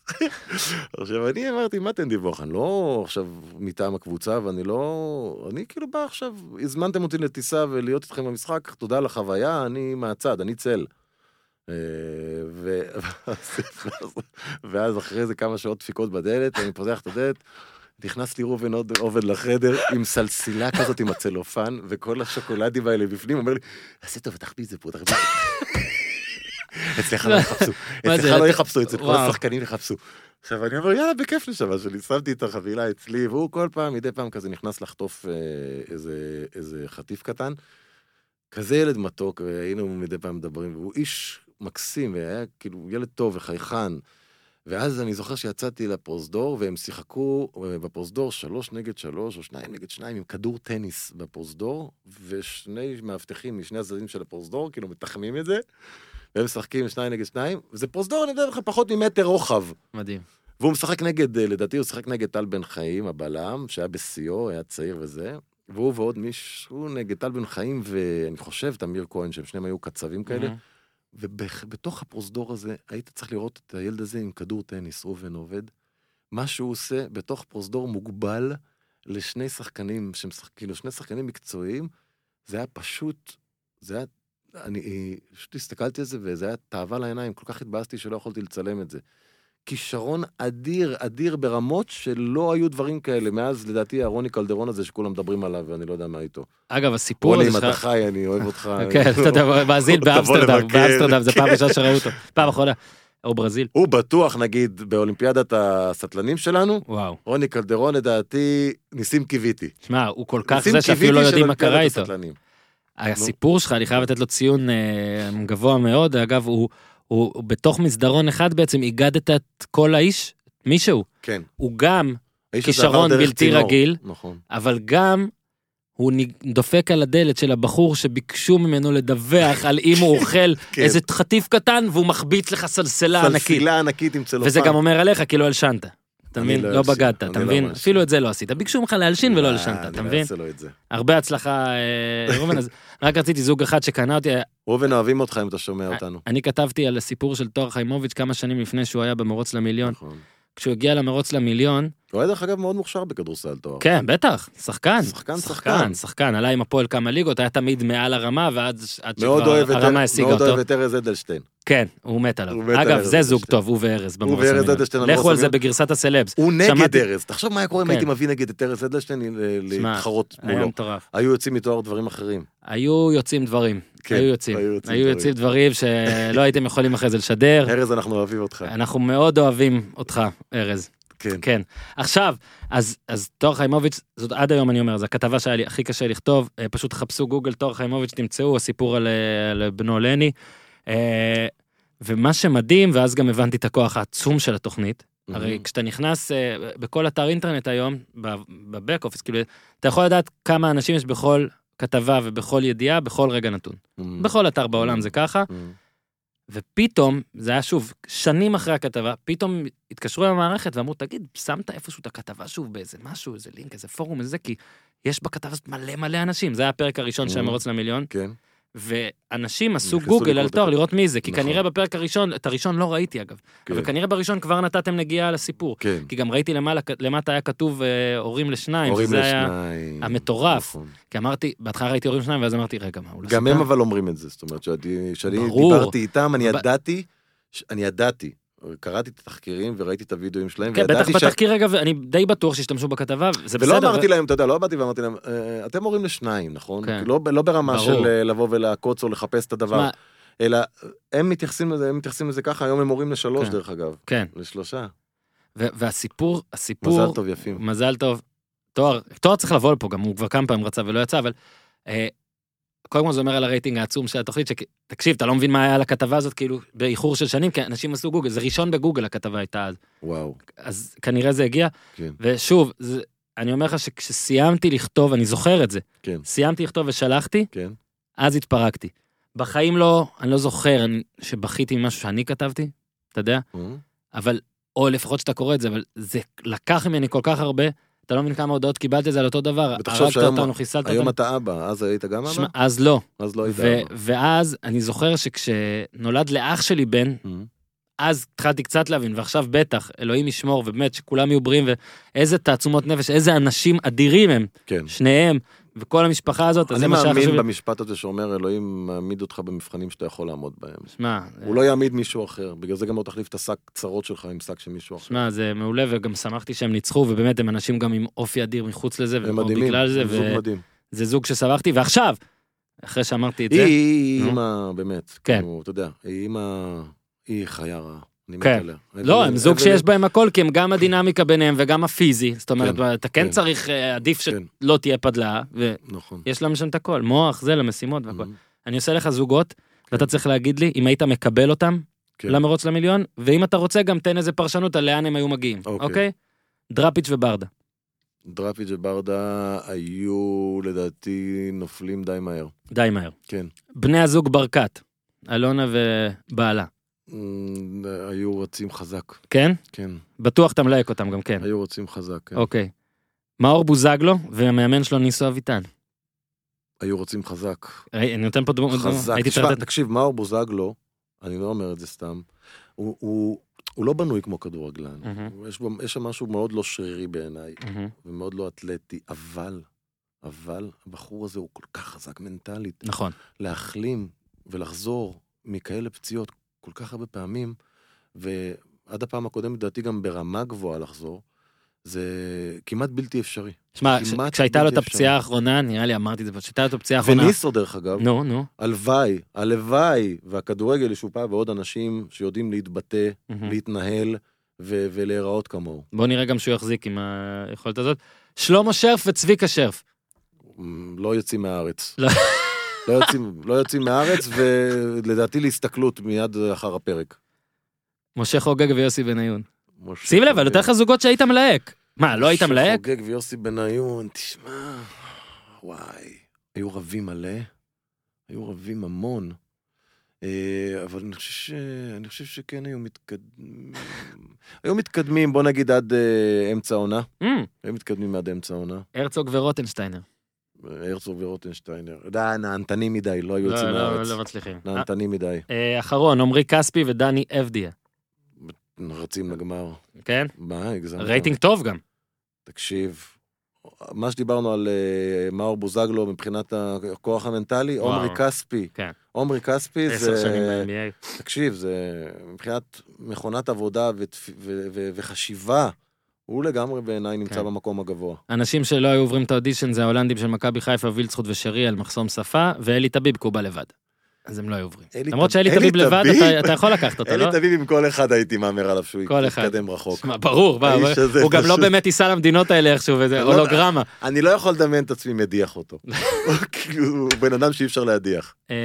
[SPEAKER 2] עכשיו, אני אמרתי, מה תן דיווח? אני לא עכשיו מטעם הקבוצה, ואני לא... אני כאילו בא עכשיו, הזמנתם אותי לטיסה ולהיות איתכם במשחק, תודה על החוויה, אני מהצד, אני צל. אה, ו- <laughs> ואז- ואז אחרי זה כמה שעות דפיקות בדלת, אני פותח את הדלת, נכנס לי ראובן עובד- עובד לחדר עם סלסילה כזאת עם הצלופן, וכל השוקולדים האלה בפנים, אומר לי, עשה טוב, תחביא את זה פה, תחביא את זה. אצלך לא יחפשו,
[SPEAKER 1] מה זה,
[SPEAKER 2] אצלך לא
[SPEAKER 1] לתת-
[SPEAKER 2] יחפשו את זה, כל
[SPEAKER 1] וואו.
[SPEAKER 2] השחקנים יחפשו. עכשיו אני אומר, יאללה, בכיף נשמה שלי, שמתי את החבילה אצלי, והוא כל פעם, מדי פעם כזה נכנס לחטוף אה, איזה, איזה חטיף קטן. כזה ילד מתוק, והיינו מדי פעם מדברים, והוא איש מקסים, והיה כאילו ילד טוב וחייכן. ואז אני זוכר שיצאתי לפרוזדור, והם שיחקו אה, בפרוזדור שלוש נגד שלוש, או שניים נגד שניים, עם כדור טניס בפרוזדור, ושני מאבטחים משני הצדדים של הפרוזדור, כאילו מתחמים את זה, והם משחקים שניים נגד שניים, וזה פרוזדור, אני מדבר לך, פחות ממטר רוחב.
[SPEAKER 1] מדהים.
[SPEAKER 2] והוא משחק נגד, אה, לדעתי הוא משחק נגד טל בן חיים, הבלם, שהיה בשיאו, היה צעיר וזה, והוא ועוד מישהו נגד טל בן חיים, ואני חושב, תמיר כהן, שהם שניהם היו קצבים כאלה,
[SPEAKER 1] מהמם.
[SPEAKER 2] ובתוך הפרוזדור הזה, היית צריך לראות את הילד הזה עם כדור טניס, ראובן עובד. מה שהוא עושה בתוך פרוזדור מוגבל לשני שחקנים, שמשחק, כאילו שני שחקנים מקצועיים, זה היה פשוט, זה היה, אני אה, פשוט הסתכלתי על זה וזה היה תאווה לעיניים, כל כך התבאסתי שלא יכולתי לצלם את זה. כישרון אדיר, אדיר ברמות שלא היו דברים כאלה מאז, לדעתי, הרוני קלדרון הזה שכולם מדברים עליו ואני לא יודע מה איתו.
[SPEAKER 1] אגב, הסיפור
[SPEAKER 2] רוני,
[SPEAKER 1] הזה
[SPEAKER 2] אם
[SPEAKER 1] שלך...
[SPEAKER 2] אתה חי, אני אוהב אותך.
[SPEAKER 1] <laughs> כן,
[SPEAKER 2] <laughs>
[SPEAKER 1] אתה יודע, ברזיל
[SPEAKER 2] אה, תבוא
[SPEAKER 1] באמסטרדם,
[SPEAKER 2] לבקר. כן.
[SPEAKER 1] באמסטרדם, זה פעם ראשונה שראו
[SPEAKER 2] <laughs>
[SPEAKER 1] אותו. פעם אחרונה. או ברזיל.
[SPEAKER 2] הוא בטוח, נגיד, באולימפיאדת הסטלנים שלנו,
[SPEAKER 1] וואו.
[SPEAKER 2] רוני קלדרון, לדעתי, ניסים קיוויתי.
[SPEAKER 1] שמע, הוא כל כך
[SPEAKER 2] ניסים
[SPEAKER 1] זה שאפילו
[SPEAKER 2] קיוויתי
[SPEAKER 1] לא
[SPEAKER 2] של
[SPEAKER 1] יודעים מה
[SPEAKER 2] אולימפיאדת
[SPEAKER 1] קרה איתו.
[SPEAKER 2] הסטלנים.
[SPEAKER 1] הסיפור שלך, אני חייב לתת לו ציון אה, גבוה מאוד. אגב, הוא- הוא הוא בתוך מסדרון אחד בעצם איגדת את כל האיש, מישהו.
[SPEAKER 2] כן.
[SPEAKER 1] הוא גם
[SPEAKER 2] האיש הזה עבר
[SPEAKER 1] כישרון
[SPEAKER 2] דרך
[SPEAKER 1] בלתי
[SPEAKER 2] צינור.
[SPEAKER 1] רגיל.
[SPEAKER 2] נכון.
[SPEAKER 1] אבל גם הוא נ- דופק על הדלת של הבחור שביקשו ממנו לדווח על אם
[SPEAKER 2] <laughs>
[SPEAKER 1] הוא אוכל
[SPEAKER 2] כן.
[SPEAKER 1] איזה חטיף קטן והוא מחביץ לך סלסלה לא, ענקית.
[SPEAKER 2] סלסילה ענקית עם צלופן.
[SPEAKER 1] וזה גם אומר עליך כאילו הלשנת. אתה
[SPEAKER 2] לא אני
[SPEAKER 1] מבין?
[SPEAKER 2] לא
[SPEAKER 1] לא
[SPEAKER 2] אלשין,
[SPEAKER 1] בגדת,
[SPEAKER 2] אני
[SPEAKER 1] אתה
[SPEAKER 2] לא
[SPEAKER 1] מבין?
[SPEAKER 2] אלשין.
[SPEAKER 1] אפילו את זה לא עשית. ביקשו ממך להלשין ולא
[SPEAKER 2] אה,
[SPEAKER 1] הלשנת, אתה
[SPEAKER 2] אני לא
[SPEAKER 1] מבין?
[SPEAKER 2] אעשה לו את זה.
[SPEAKER 1] הרבה הצלחה, אה, ראובן. אז רק רציתי זוג אחד שקנה אותי,
[SPEAKER 2] ראובן, אוהבים אותך אם אתה שומע
[SPEAKER 1] אה,
[SPEAKER 2] אותנו.
[SPEAKER 1] אני כתבתי על הסיפור של תואר חיימוביץ' כמה שנים לפני שהוא היה במרוץ למיליון.
[SPEAKER 2] נכון.
[SPEAKER 1] כשהוא הגיע למרוץ למיליון,
[SPEAKER 2] הוא היה דרך אגב מאוד מוכשר בכדורסל תואר.
[SPEAKER 1] כן, בטח, שחקן. שחקן,
[SPEAKER 2] שחקן, שחקן.
[SPEAKER 1] שחקן, עלה עם הפועל כמה ליגות, היה תמיד מעל הרמה, ועד ש- עד
[SPEAKER 2] מאוד אוהב
[SPEAKER 1] שכבר
[SPEAKER 2] את-
[SPEAKER 1] הרמה השיגה
[SPEAKER 2] מאוד
[SPEAKER 1] אותו.
[SPEAKER 2] אוהב את ארז אדלשטיין.
[SPEAKER 1] כן, הוא מת
[SPEAKER 2] הוא
[SPEAKER 1] עליו.
[SPEAKER 2] מת על
[SPEAKER 1] אגב,
[SPEAKER 2] ארז
[SPEAKER 1] זה זוג
[SPEAKER 2] אדלשטיין.
[SPEAKER 1] טוב, הוא וארז במרוץ
[SPEAKER 2] וארז
[SPEAKER 1] המיליון.
[SPEAKER 2] אדלשטיין במרוץ
[SPEAKER 1] לכו על זה
[SPEAKER 2] המיליון.
[SPEAKER 1] בגרסת הסלבס.
[SPEAKER 2] הוא נגד
[SPEAKER 1] שמעתי-
[SPEAKER 2] ארז. תחשוב מה היה קורה אם
[SPEAKER 1] כן.
[SPEAKER 2] הייתי מביא נגד את ארז אדלשטיין ל-
[SPEAKER 1] שמע,
[SPEAKER 2] להתחרות
[SPEAKER 1] היה
[SPEAKER 2] מולו.
[SPEAKER 1] מטורף.
[SPEAKER 2] היו יוצאים מתואר דברים אחרים.
[SPEAKER 1] היו יוצאים דברים.
[SPEAKER 2] כן,
[SPEAKER 1] היו יוצאים.
[SPEAKER 2] היו יוצאים
[SPEAKER 1] היו
[SPEAKER 2] דברים.
[SPEAKER 1] יוצאים דברים שלא הייתם יכולים אחרי זה לשדר.
[SPEAKER 2] ארז, אנחנו אוהבים אותך.
[SPEAKER 1] אנחנו מאוד אוהבים אותך, ארז.
[SPEAKER 2] כן.
[SPEAKER 1] אה, כן. עכשיו, אז, אז תואר חיימוביץ', זאת עד היום אני אומר, זו הכתבה שהיה לי הכי קשה לכתוב, אה, פשוט חפשו גוגל תואר חיימוביץ', תמצאו, הסיפור על, אה, על בנו לני. אה, ומה שמדהים, ואז גם הבנתי את הכוח העצום של התוכנית, הרי כשאתה נכנס אה, בכל אתר אינטרנט היום, בבק אופיס, כאילו, אתה יכול לדעת כמה אנשים יש בכל כתבה ובכל ידיעה, בכל רגע נתון.
[SPEAKER 2] Mhm.
[SPEAKER 1] בכל אתר בעולם זה ככה.
[SPEAKER 2] Mhm.
[SPEAKER 1] ופתאום, זה היה שוב, שנים אחרי הכתבה, פתאום התקשרו למערכת ואמרו, תגיד, שמת איפשהו את הכתבה שוב באיזה משהו, איזה לינק, איזה פורום, איזה זה, כי יש בכתבה הזאת מלא מלא אנשים. זה היה הפרק הראשון של
[SPEAKER 2] Mm.
[SPEAKER 1] המרוץ למיליון,
[SPEAKER 2] כן.
[SPEAKER 1] ואנשים עשו
[SPEAKER 2] נכנסו
[SPEAKER 1] גוגל
[SPEAKER 2] לכל
[SPEAKER 1] על
[SPEAKER 2] דבר.
[SPEAKER 1] תואר לראות מי זה, כי
[SPEAKER 2] נכון.
[SPEAKER 1] כנראה בפרק הראשון, את הראשון לא ראיתי אגב,
[SPEAKER 2] כן,
[SPEAKER 1] אבל כנראה בראשון כבר נתתם נגיעה לסיפור.
[SPEAKER 2] כן.
[SPEAKER 1] כי גם ראיתי למעלה, למטה היה כתוב אה, הורים לשניים,
[SPEAKER 2] הורים
[SPEAKER 1] שזה היה...
[SPEAKER 2] לשניים.
[SPEAKER 1] המטורף.
[SPEAKER 2] נכון.
[SPEAKER 1] כי אמרתי, בהתחלה ראיתי הורים לשניים, ואז אמרתי, רגע, מה, הוא לא
[SPEAKER 2] גם
[SPEAKER 1] סיפר?"
[SPEAKER 2] הם אבל אומרים את זה, זאת אומרת, שאני- כשאני
[SPEAKER 1] ברור.
[SPEAKER 2] דיברתי איתם, אני
[SPEAKER 1] ב-
[SPEAKER 2] ידעתי, ש- אני ידעתי, קראתי את התחקירים וראיתי את הוידאוים שלהם,
[SPEAKER 1] כן, בטח
[SPEAKER 2] וידעתי ש...
[SPEAKER 1] בתחקיר, אגב, אני די בטוח שהשתמשו בכתבה, זה בסדר.
[SPEAKER 2] ולא אמרתי להם, אתה יודע, לא באתי ואמרתי להם, "אה, אתם הורים לשניים, נכון?
[SPEAKER 1] כן.
[SPEAKER 2] כי לא לא ברמה
[SPEAKER 1] ברור.
[SPEAKER 2] של אה, לבוא ולעקוץ או לחפש את הדבר,
[SPEAKER 1] תשמע,
[SPEAKER 2] אלא אה, הם מתייחסים לזה, הם מתייחסים לזה ככה, היום הם הורים לשלוש,
[SPEAKER 1] כן.
[SPEAKER 2] דרך אגב.
[SPEAKER 1] כן,
[SPEAKER 2] לשלושה.
[SPEAKER 1] ו- והסיפור, הסיפור...
[SPEAKER 2] מזל טוב, יפים.
[SPEAKER 1] מזל טוב. תואר, תואר צריך לבוא לפה, גם הוא כבר כמה פעמים רצה ולא יצא, אבל... אה, קודם כל זה אומר על הרייטינג העצום של התוכנית, שתקשיב, אתה לא מבין מה היה על הכתבה הזאת, כאילו, באיחור של שנים, כי אנשים עשו גוגל, זה ראשון בגוגל הכתבה הייתה אז.
[SPEAKER 2] וואו,
[SPEAKER 1] אז כנראה זה הגיע,
[SPEAKER 2] כן.
[SPEAKER 1] ושוב, זה, אני אומר לך שכשסיימתי לכתוב, אני זוכר את זה,
[SPEAKER 2] כן,
[SPEAKER 1] סיימתי לכתוב ושלחתי,
[SPEAKER 2] כן.
[SPEAKER 1] אז התפרקתי. בחיים לא, אני לא זוכר אני, שבכיתי ממשהו שאני כתבתי, אתה יודע?
[SPEAKER 2] אה?
[SPEAKER 1] אבל, או לפחות שאתה קורא את זה, אבל זה לקח ממני כל כך הרבה, אתה לא מבין כמה הודעות קיבלתי על זה על אותו דבר,
[SPEAKER 2] ותחשוב
[SPEAKER 1] הרגת
[SPEAKER 2] שהיום-
[SPEAKER 1] אותנו, חיסלת
[SPEAKER 2] היום
[SPEAKER 1] אותנו.
[SPEAKER 2] אתה אבא, אז היית גם
[SPEAKER 1] שמע,
[SPEAKER 2] אבא?
[SPEAKER 1] אז לא,
[SPEAKER 2] אז לא היית
[SPEAKER 1] ו-
[SPEAKER 2] אבא.
[SPEAKER 1] ואז אני זוכר שכשנולד לאח שלי בן,
[SPEAKER 2] אה?
[SPEAKER 1] אז התחלתי קצת להבין, ועכשיו בטח, אלוהים ישמור, ובאמת שכולם יהיו בריאים, ואיזה תעצומות נפש, איזה אנשים אדירים הם,
[SPEAKER 2] כן.
[SPEAKER 1] שניהם, וכל המשפחה הזאת, אז
[SPEAKER 2] אני
[SPEAKER 1] זה מה שהיה חשוב
[SPEAKER 2] מאמין
[SPEAKER 1] לי.
[SPEAKER 2] במשפט הזה שאומר, אלוהים מעמיד אותך במבחנים שאתה יכול לעמוד בהם.
[SPEAKER 1] שמע,
[SPEAKER 2] הוא לא יעמיד מישהו אחר, בגלל זה גם לא תחליף את השק צרות שלך עם שק של מישהו אחר.
[SPEAKER 1] שמע, זה מעולה, וגם שמחתי שהם ניצחו, ובאמת הם אנשים גם עם אופי אדיר מחוץ לזה,
[SPEAKER 2] הם
[SPEAKER 1] וכבר
[SPEAKER 2] מדהימים,
[SPEAKER 1] בגלל זה,
[SPEAKER 2] הם זוג מדהים.
[SPEAKER 1] וזה זוג ששמחתי, ועכשיו, אחרי שאמרתי את זה,
[SPEAKER 2] היא
[SPEAKER 1] נו.
[SPEAKER 2] אימא, באמת.
[SPEAKER 1] כן.
[SPEAKER 2] כאילו, אתה יודע, היא אימא, היא חיה רעה. אני מת
[SPEAKER 1] כן.
[SPEAKER 2] עליה.
[SPEAKER 1] לא, הם זוג
[SPEAKER 2] אבל-
[SPEAKER 1] שיש בהם הכל, כי הם גם הדינמיקה ביניהם וגם הפיזי, זאת
[SPEAKER 2] כן,
[SPEAKER 1] אומרת, אתה כן
[SPEAKER 2] כן.
[SPEAKER 1] צריך, אה, עדיף
[SPEAKER 2] כן.
[SPEAKER 1] שלא תהיה פדלה, ויש
[SPEAKER 2] נכון.
[SPEAKER 1] להם שם את הכל, מוח, זה, למשימות והכל.
[SPEAKER 2] Mhm.
[SPEAKER 1] אני עושה לך זוגות, ואתה צריך להגיד לי אם היית מקבל אותם
[SPEAKER 2] כן.
[SPEAKER 1] למרוץ למיליון, ואם אתה רוצה גם תן איזה פרשנות על לאן הם היו מגיעים,
[SPEAKER 2] אוקיי.
[SPEAKER 1] אוקיי? דראפיץ' וברדה.
[SPEAKER 2] דראפיץ' וברדה היו לדעתי נופלים די מהר.
[SPEAKER 1] די מהר.
[SPEAKER 2] כן.
[SPEAKER 1] בני הזוג ברקת, אלונה ובעלה,
[SPEAKER 2] אמ, היו רצים חזק,
[SPEAKER 1] כן?
[SPEAKER 2] כן.
[SPEAKER 1] בטוח אתה מלהק אותם גם כן.
[SPEAKER 2] היו רצים חזק, כן.
[SPEAKER 1] אוקיי. מאור בוזגלו והמאמן שלו ניסו אביטן.
[SPEAKER 2] היו רצים חזק.
[SPEAKER 1] ראי- אני נותן פה דוגמא,
[SPEAKER 2] חזק.
[SPEAKER 1] הייתי צריך
[SPEAKER 2] תשמע,
[SPEAKER 1] לתת...
[SPEAKER 2] תקשיב, מאור בוזגלו, אני לא אומר את זה סתם, הוא- הוא הוא לא בנוי כמו כדורגלן.
[SPEAKER 1] מהמם,
[SPEAKER 2] יש בו- יש שם משהו מאוד לא שרירי בעיניי.
[SPEAKER 1] מהמם.
[SPEAKER 2] ומאוד לא אתלטי, אבל, אבל הבחור הזה הוא כל כך חזק מנטלית.
[SPEAKER 1] נכון,
[SPEAKER 2] להחלים ולחזור מכאלה פציעות כל כך הרבה פעמים, ועד הפעם הקודמת, לדעתי גם ברמה גבוהה לחזור, זה כמעט בלתי אפשרי.
[SPEAKER 1] שמע,
[SPEAKER 2] כמעט
[SPEAKER 1] כש-
[SPEAKER 2] בלתי
[SPEAKER 1] כשהייתה לו את
[SPEAKER 2] אפשרי.
[SPEAKER 1] הפציעה האחרונה, נראה לי אמרתי את זה, פה, כשהייתה לו את הפציעה האחרונה,
[SPEAKER 2] וניסו, דרך אגב,
[SPEAKER 1] נו, נו,
[SPEAKER 2] הלוואי, הלוואי, והכדורגל ישופע בעוד אנשים שיודעים להתבטא,
[SPEAKER 1] מהמם.
[SPEAKER 2] להתנהל ו- ולהיראות כמוהו.
[SPEAKER 1] בוא נראה גם שהוא יחזיק עם היכולת הזאת. שלמה שרף וצביקה שרף.
[SPEAKER 2] מ, לא יוצאים מהארץ.
[SPEAKER 1] לא.
[SPEAKER 2] לא יוצאים, לא יוצאים מהארץ, ולדעתי להסתכלות מיד אחר הפרק.
[SPEAKER 1] משה חוגג ויוסי בניון.
[SPEAKER 2] משה
[SPEAKER 1] שים לב, אני נותן
[SPEAKER 2] חוגג.
[SPEAKER 1] לך זוגות שהיית מלהק. מה, לא היית
[SPEAKER 2] משה
[SPEAKER 1] מלהק?
[SPEAKER 2] חוגג ויוסי בניון, תשמע, וואי, היו רבים מלא, היו רבים המון, אה, אבל אני חושב, ש... אני חושב שכן היו מתקדמים, היו מתקדמים, בוא נגיד עד אה, אמצע העונה,
[SPEAKER 1] אמ,
[SPEAKER 2] היו מתקדמים עד אמצע העונה,
[SPEAKER 1] הרצוג ורוטנשטיינר.
[SPEAKER 2] הרצוג ורוטנשטיינר, די, נהנתנים מדי, לא היו
[SPEAKER 1] לא,
[SPEAKER 2] יוצאים
[SPEAKER 1] לא
[SPEAKER 2] מהארץ,
[SPEAKER 1] לא מצליחים.
[SPEAKER 2] נהנתנים מדי,
[SPEAKER 1] אה, אחרון, עמרי כספי ודני אבדיה.
[SPEAKER 2] רצים לגמר,
[SPEAKER 1] כן?
[SPEAKER 2] מה, הגזמת?
[SPEAKER 1] רייטינג טוב גם.
[SPEAKER 2] תקשיב, מה שדיברנו על אה, מאור בוזגלו מבחינת הכוח המנטלי,
[SPEAKER 1] וואו.
[SPEAKER 2] עומרי כספי.
[SPEAKER 1] כן.
[SPEAKER 2] עומרי כספי
[SPEAKER 1] עשר שנים
[SPEAKER 2] זה...
[SPEAKER 1] ב-NBA.
[SPEAKER 2] תקשיב, זה מבחינת מכונת עבודה ותפ... ו... ו... וחשיבה, הוא לגמרי בעיניי נמצא
[SPEAKER 1] כן.
[SPEAKER 2] במקום הגבוה.
[SPEAKER 1] אנשים שלא היו עוברים את האודישן זה ההולנדים של מכבי חיפה, וילצחוט ושרי על מחסום שפה, ואלי טביב, כי הוא בא לבד. אז הם לא היו עוברים.
[SPEAKER 2] אלי
[SPEAKER 1] למרות
[SPEAKER 2] טב-
[SPEAKER 1] שאלי
[SPEAKER 2] אלי
[SPEAKER 1] טביב לבד,
[SPEAKER 2] טביב?
[SPEAKER 1] אתה- אתה יכול לקחת אותו,
[SPEAKER 2] אלי
[SPEAKER 1] לא?
[SPEAKER 2] תביב עם כל אחד הייתי מהמר עליו שהוא
[SPEAKER 1] כל אחד.
[SPEAKER 2] יתקדם רחוק.
[SPEAKER 1] שמע, ברור, מה,
[SPEAKER 2] האיש הזה
[SPEAKER 1] הוא גם לא
[SPEAKER 2] פשוט-
[SPEAKER 1] באמת ייסע למדינות האלה איכשהו, וזה
[SPEAKER 2] לא-
[SPEAKER 1] הולוגרמה.
[SPEAKER 2] אני לא יכול לדמיין את עצמי מדיח
[SPEAKER 1] <laughs>
[SPEAKER 2] אותו. הוא כאילו, הוא בן אדם שאי אפשר להדיח.
[SPEAKER 1] אה,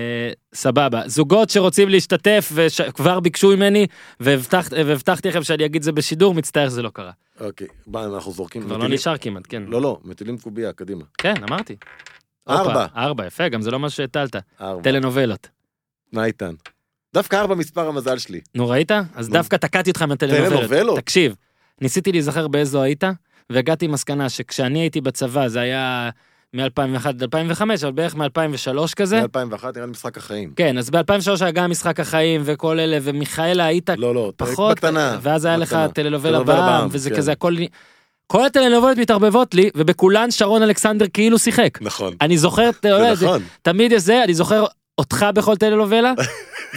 [SPEAKER 1] סבבה. זוגות שרוצים להשתתף וכבר ביקשו ממני, והבטח- והבטחתי לכם שאני אגיד זה בשידור, מצטער שזה לא קרה.
[SPEAKER 2] אוקיי, מה, אנחנו זורקים?
[SPEAKER 1] כבר לא
[SPEAKER 2] מטילים-
[SPEAKER 1] נשאר כמעט, כן.
[SPEAKER 2] לא, לא, מטילים קובייה, קדימה.
[SPEAKER 1] כן, אמרתי.
[SPEAKER 2] ארבע.
[SPEAKER 1] הופה, ארבע, יפה, גם זה לא מה שהטלת.
[SPEAKER 2] ארבע.
[SPEAKER 1] טלנובלות.
[SPEAKER 2] מה איתן? דווקא ארבע מספר המזל שלי.
[SPEAKER 1] נו, ראית? אז
[SPEAKER 2] נו.
[SPEAKER 1] דווקא תקעתי אותך מהטלנובלות.
[SPEAKER 2] טלנובלות?
[SPEAKER 1] תקשיב, ניסיתי להיזכר באיזו היית, והגעתי למסקנה שכשאני הייתי בצבא זה היה מ-2001 עד 2005, אבל בערך מ-2003 כזה.
[SPEAKER 2] מ-2001 נראה לי משחק החיים.
[SPEAKER 1] כן, אז ב-2003 היה גם משחק החיים וכל אלה, ומיכאלה היית
[SPEAKER 2] לא, לא,
[SPEAKER 1] פחות,
[SPEAKER 2] בקטנה.
[SPEAKER 1] ואז היה לך
[SPEAKER 2] בקטנה.
[SPEAKER 1] טלנובלה
[SPEAKER 2] טלנובלה
[SPEAKER 1] בעם,
[SPEAKER 2] בעם,
[SPEAKER 1] וזה
[SPEAKER 2] כן.
[SPEAKER 1] כזה הכל... כל הטלנובלות מתערבבות לי, ובכולן שרון אלכסנדר כאילו שיחק.
[SPEAKER 2] נכון.
[SPEAKER 1] אני זוכר, אתה לא
[SPEAKER 2] זה
[SPEAKER 1] יודע, זה-
[SPEAKER 2] נכון.
[SPEAKER 1] תמיד יש זה, אני זוכר אותך בכל
[SPEAKER 2] <laughs>
[SPEAKER 1] טלנובלה,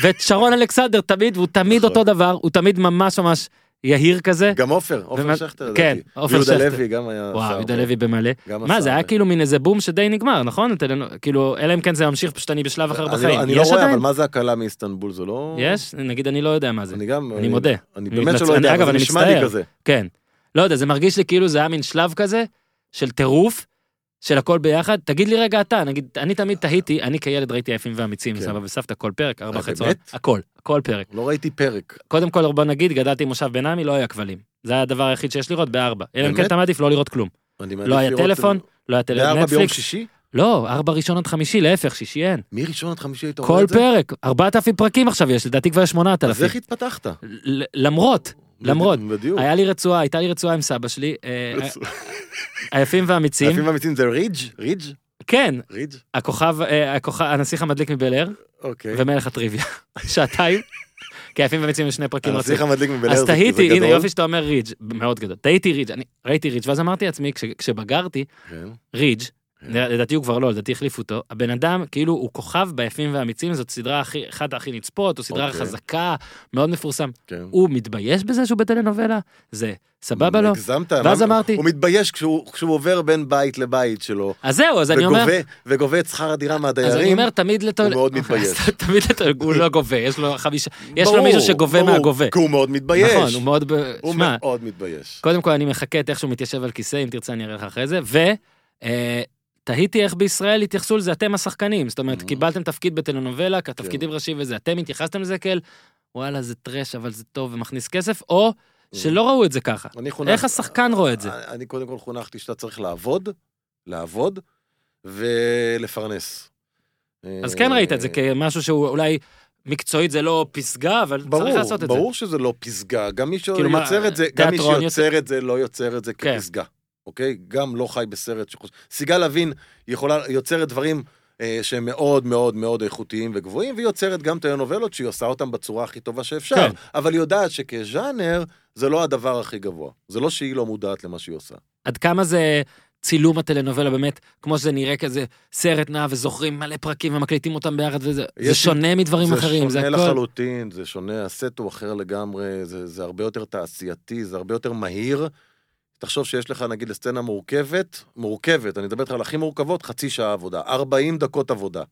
[SPEAKER 1] ואת שרון אלכסנדר תמיד, והוא תמיד
[SPEAKER 2] נכון.
[SPEAKER 1] אותו דבר, הוא תמיד ממש ממש יהיר
[SPEAKER 2] <laughs>
[SPEAKER 1] כזה.
[SPEAKER 2] גם עופר, עופר
[SPEAKER 1] ומה-
[SPEAKER 2] שכטר.
[SPEAKER 1] כן,
[SPEAKER 2] לדעתי.
[SPEAKER 1] עופר
[SPEAKER 2] ויהודה
[SPEAKER 1] שכטר.
[SPEAKER 2] לוי גם היה... עשה
[SPEAKER 1] וואו, יהודה
[SPEAKER 2] הרבה.
[SPEAKER 1] לוי במלא.
[SPEAKER 2] גם כן.
[SPEAKER 1] מה,
[SPEAKER 2] עשה אוקיי.
[SPEAKER 1] זה היה
[SPEAKER 2] הרבה.
[SPEAKER 1] כאילו מין איזה בום שדי נגמר, נכון? הטלנו- כאילו, אלא אם כן זה ממשיך, פשוט אני בשלב אחר
[SPEAKER 2] אני לא-
[SPEAKER 1] בחיים.
[SPEAKER 2] אני לא
[SPEAKER 1] יש
[SPEAKER 2] רואה,
[SPEAKER 1] עדיין?
[SPEAKER 2] אבל מה זה הקלה מאיסטנבול? זה לא...
[SPEAKER 1] יש? נגיד אני לא יודע מה זה.
[SPEAKER 2] אני גם...
[SPEAKER 1] אני מודה.
[SPEAKER 2] אני
[SPEAKER 1] אני
[SPEAKER 2] באמת
[SPEAKER 1] מתנצל.
[SPEAKER 2] שלא יודע,
[SPEAKER 1] אני- אגב,
[SPEAKER 2] אבל זה
[SPEAKER 1] אני
[SPEAKER 2] נשמע לי
[SPEAKER 1] מצטער.
[SPEAKER 2] כזה.
[SPEAKER 1] כן. לא יודע, זה מרגיש לי כאילו זה היה מין שלב כזה של טירוף, של הכל ביחד. תגיד לי רגע אתה, נגיד, אני תמיד תהיתי, אני כילד ראיתי עייפים ואמיצים,
[SPEAKER 2] כן.
[SPEAKER 1] סבא וסבתא, כל פרק, ארבע
[SPEAKER 2] אה,
[SPEAKER 1] חצי
[SPEAKER 2] באמת?
[SPEAKER 1] הכל, הכל פרק.
[SPEAKER 2] לא ראיתי פרק.
[SPEAKER 1] קודם כל, בוא נגיד, גדלתי במושב בן עמי, לא היה כבלים. זה היה הדבר היחיד שיש לראות בארבע. אלא אם כן
[SPEAKER 2] באמת?
[SPEAKER 1] אתה מעדיף לא לראות כלום.
[SPEAKER 2] אני מעדיף
[SPEAKER 1] לא היה
[SPEAKER 2] לראות- אה,
[SPEAKER 1] טלפון, לא היה טלפון,
[SPEAKER 2] בארבע ביום
[SPEAKER 1] נטפליקס.
[SPEAKER 2] שישי?
[SPEAKER 1] לא, ארבע ראשון עד חמישי, להפך, שישי אין.
[SPEAKER 2] מראשון עד חמישי היית רואה
[SPEAKER 1] כל
[SPEAKER 2] את זה?
[SPEAKER 1] פרק, 4,000 פרקים עכשיו יש, לדעתי כבר יש 8,000.
[SPEAKER 2] אז איך התפתחת?
[SPEAKER 1] ל- למרות, למרות,
[SPEAKER 2] בדיוק.
[SPEAKER 1] היה לי רצועה, הייתה לי רצועה עם סבא שלי,
[SPEAKER 2] <laughs>
[SPEAKER 1] אה,
[SPEAKER 2] רצועה.
[SPEAKER 1] היפים והאמיצים,
[SPEAKER 2] אלפים ואמיצים זה רידג'? רידג'?
[SPEAKER 1] כן,
[SPEAKER 2] רידג'?
[SPEAKER 1] הכוכב, אה, הכוכב- הנסיך המדליק מבל אר,
[SPEAKER 2] אוקיי.
[SPEAKER 1] ומלך הטריוויה, <laughs> שעתיים, כי היפים והאמיצים יש שני פרקים רצים.
[SPEAKER 2] הנסיך המדליק מבלער
[SPEAKER 1] אז
[SPEAKER 2] זה זה
[SPEAKER 1] תהיתי, הנה
[SPEAKER 2] גדול.
[SPEAKER 1] יופי שאתה אומר רידג', מאוד גדול, תהיתי רידג', אני ראיתי רידג', ואז אמרתי לעצמי, כש- כשבגרתי,
[SPEAKER 2] כן.
[SPEAKER 1] רידג', נראה- לדעתי הוא כבר לא, לדעתי החליפו אותו, הבן אדם כאילו הוא כוכב ביפים והאמיצים, זאת סדרה הכי, אחת הכי נצפות, או סדרה
[SPEAKER 2] אוקיי.
[SPEAKER 1] חזקה, מאוד מפורסם.
[SPEAKER 2] כן.
[SPEAKER 1] הוא מתבייש בזה שהוא בטלנובלה? זה סבבה לו?
[SPEAKER 2] הגזמת.
[SPEAKER 1] ואז
[SPEAKER 2] מה-
[SPEAKER 1] אמרתי-
[SPEAKER 2] הוא מתבייש כשהוא כשהוא עובר בין בית לבית שלו,
[SPEAKER 1] אז זהו, אז אני אומר,
[SPEAKER 2] וגובה- וגובה את שכר הדירה
[SPEAKER 1] אז אני
[SPEAKER 2] מהדיירים.
[SPEAKER 1] אומר, תמיד לטול...
[SPEAKER 2] הוא מאוד מתבייש.
[SPEAKER 1] <laughs> אז תמיד לטול... הוא לא גובה, יש לו חמישה... יש לו
[SPEAKER 2] ברור,
[SPEAKER 1] מישהו שגובה
[SPEAKER 2] ברור,
[SPEAKER 1] מהגובה.
[SPEAKER 2] כי הוא מאוד מתבייש.
[SPEAKER 1] נכון, הוא מאוד... ב-
[SPEAKER 2] הוא
[SPEAKER 1] שמע,
[SPEAKER 2] מאוד מתבייש.
[SPEAKER 1] קודם כל אני מחכה את איך שהוא מתיישב על כיסא, אם תרצה אני אראה לך אחרי זה, ו... אה, תהיתי איך בישראל התייחסו לזה, אתם השחקנים. זאת אומרת,
[SPEAKER 2] Mm.
[SPEAKER 1] קיבלתם תפקיד בטלנובלה,
[SPEAKER 2] כן.
[SPEAKER 1] כתפקידים ראשיים וזה, אתם התייחסתם לזה כאל, וואלה, זה טרש, אבל זה טוב ומכניס כסף, או
[SPEAKER 2] Mm.
[SPEAKER 1] שלא ראו את זה ככה.
[SPEAKER 2] אני חונך-
[SPEAKER 1] איך השחקן רואה את זה?
[SPEAKER 2] אני- אני קודם כל חונכתי שאתה צריך לעבוד, לעבוד ולפרנס.
[SPEAKER 1] אז
[SPEAKER 2] אה,
[SPEAKER 1] כן ראית את זה כמשהו שהוא אולי מקצועית זה לא פסגה, אבל צריך
[SPEAKER 2] ברור,
[SPEAKER 1] לעשות את זה.
[SPEAKER 2] ברור שזה לא פסגה, גם מי
[SPEAKER 1] כאילו, מה,
[SPEAKER 2] שיוצר את זה, גם מי
[SPEAKER 1] תיאטרון
[SPEAKER 2] שיוצר את זה לא יוצר את זה
[SPEAKER 1] כן.
[SPEAKER 2] כפסגה, אוקיי? גם לא חי בסרט שחוש... סיגל לוין יכולה, יוצרת דברים אה, שהם מאוד מאוד מאוד איכותיים וגבוהים, והיא יוצרת גם טלנובלות שהיא עושה אותם בצורה הכי טובה שאפשר,
[SPEAKER 1] כן.
[SPEAKER 2] אבל היא יודעת שכז'אנר זה לא הדבר הכי גבוה. זה לא שהיא לא מודעת למה שהיא עושה.
[SPEAKER 1] עד כמה זה צילום הטלנובלה באמת, כמו שזה נראה כזה סרט נע וזוכרים מלא פרקים ומקליטים אותם ביחד וזה, זה
[SPEAKER 2] לי-
[SPEAKER 1] שונה מדברים אחרים,
[SPEAKER 2] זה
[SPEAKER 1] זה
[SPEAKER 2] שונה
[SPEAKER 1] הכל.
[SPEAKER 2] לחלוטין, זה שונה, הסט הוא אחר לגמרי, זה, זה הרבה יותר תעשייתי, זה הרבה יותר מהיר. תחשוב שיש לך, נגיד, לסצנה מורכבת, מורכבת, אני מדבר איתך על הכי מורכבות, חצי שעה עבודה, 40 דקות עבודה.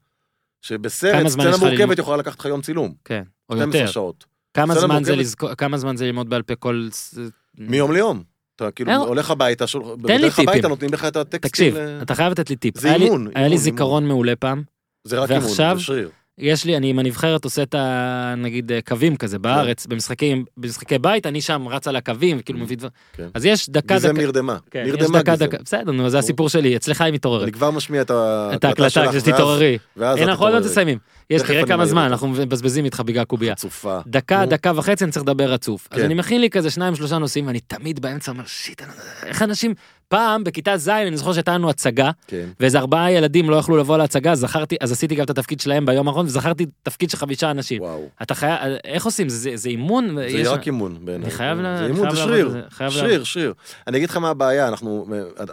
[SPEAKER 2] שבסרט,
[SPEAKER 1] כמה זמן
[SPEAKER 2] סצנה
[SPEAKER 1] יש לך ללמוד?
[SPEAKER 2] מורכבת יכולה לקחת לך יום צילום,
[SPEAKER 1] כן, או
[SPEAKER 2] 12
[SPEAKER 1] יותר.
[SPEAKER 2] שעות.
[SPEAKER 1] כמה
[SPEAKER 2] סצנה
[SPEAKER 1] זמן זה
[SPEAKER 2] מורכבת.
[SPEAKER 1] לזכור, כמה זמן זה ללמוד בעל פה כל... ס-
[SPEAKER 2] מיום ליום. אתה כאילו
[SPEAKER 1] אה,
[SPEAKER 2] הולך הביתה, שול-
[SPEAKER 1] Mm. לי
[SPEAKER 2] בדרך
[SPEAKER 1] טיפים.
[SPEAKER 2] הביתה נותנים לך את הטקסטים.
[SPEAKER 1] תקשיב,
[SPEAKER 2] ל-
[SPEAKER 1] אתה חייב לתת לי טיפ.
[SPEAKER 2] אה, זה
[SPEAKER 1] היה לי-
[SPEAKER 2] אימון,
[SPEAKER 1] היה לי
[SPEAKER 2] אימון,
[SPEAKER 1] זיכרון מעולה פעם,
[SPEAKER 2] זה רק אימון,
[SPEAKER 1] ועכשיו-
[SPEAKER 2] זה שריר.
[SPEAKER 1] יש לי, אני עם הנבחרת עושה את ה... נגיד אה, קווים כזה בארץ, במשחקים, במשחקי בית, אני שם רץ על הקווים, כאילו
[SPEAKER 2] כן. Mm,
[SPEAKER 1] מביא דבר.
[SPEAKER 2] כן.
[SPEAKER 1] אז יש דקה,
[SPEAKER 2] גיזם
[SPEAKER 1] דקה,
[SPEAKER 2] נרדמה.
[SPEAKER 1] כן, יש
[SPEAKER 2] נרדמה
[SPEAKER 1] דקה,
[SPEAKER 2] גיזם.
[SPEAKER 1] דקה, בסדר, נו, זה הסיפור שלי, אצלך היא מתעוררת.
[SPEAKER 2] אני כבר משמיע
[SPEAKER 1] את
[SPEAKER 2] את ההקלטה
[SPEAKER 1] ההקלטה
[SPEAKER 2] שלך, ואז-
[SPEAKER 1] כשתתעוררי.
[SPEAKER 2] ואז
[SPEAKER 1] הנה,
[SPEAKER 2] את
[SPEAKER 1] אנחנו עוד לא
[SPEAKER 2] תתעוררי.
[SPEAKER 1] תסיימים. יש,
[SPEAKER 2] תכף
[SPEAKER 1] תראה
[SPEAKER 2] אני
[SPEAKER 1] כמה
[SPEAKER 2] מעיר
[SPEAKER 1] זמן,
[SPEAKER 2] אותך.
[SPEAKER 1] אנחנו מבזבזים איתך בגלל הקובייה.
[SPEAKER 2] חצופה.
[SPEAKER 1] דקה,
[SPEAKER 2] נו.
[SPEAKER 1] דקה וחצי אני צריך לדבר רצוף. אז
[SPEAKER 2] כן.
[SPEAKER 1] אני מכין לי כזה שניים, שלושה נושאים, ואני תמיד באמצע אומר, שיט, אני- לא איך אנשים... פעם, בכיתה ז', אני זוכר שהייתה לנו הצגה,
[SPEAKER 2] כן.
[SPEAKER 1] ואיזה ארבעה ילדים לא יכלו לבוא להצגה, אז זכרתי, אז עשיתי גם את התפקיד שלהם ביום האחרון, וזכרתי תפקיד של חמישה אנשים.
[SPEAKER 2] וואו.
[SPEAKER 1] אתה חייב, איך עושים? זה- זה זה אימון? יש-
[SPEAKER 2] זה רק אימון בעיניי.
[SPEAKER 1] אני חייב ל-
[SPEAKER 2] זה
[SPEAKER 1] אני
[SPEAKER 2] אימון,
[SPEAKER 1] חייב
[SPEAKER 2] זה
[SPEAKER 1] לעבוד
[SPEAKER 2] שריר.
[SPEAKER 1] על זה, חייב לעבוד.
[SPEAKER 2] שריר, שריר. אני אגיד לך מה הבעיה, אנחנו...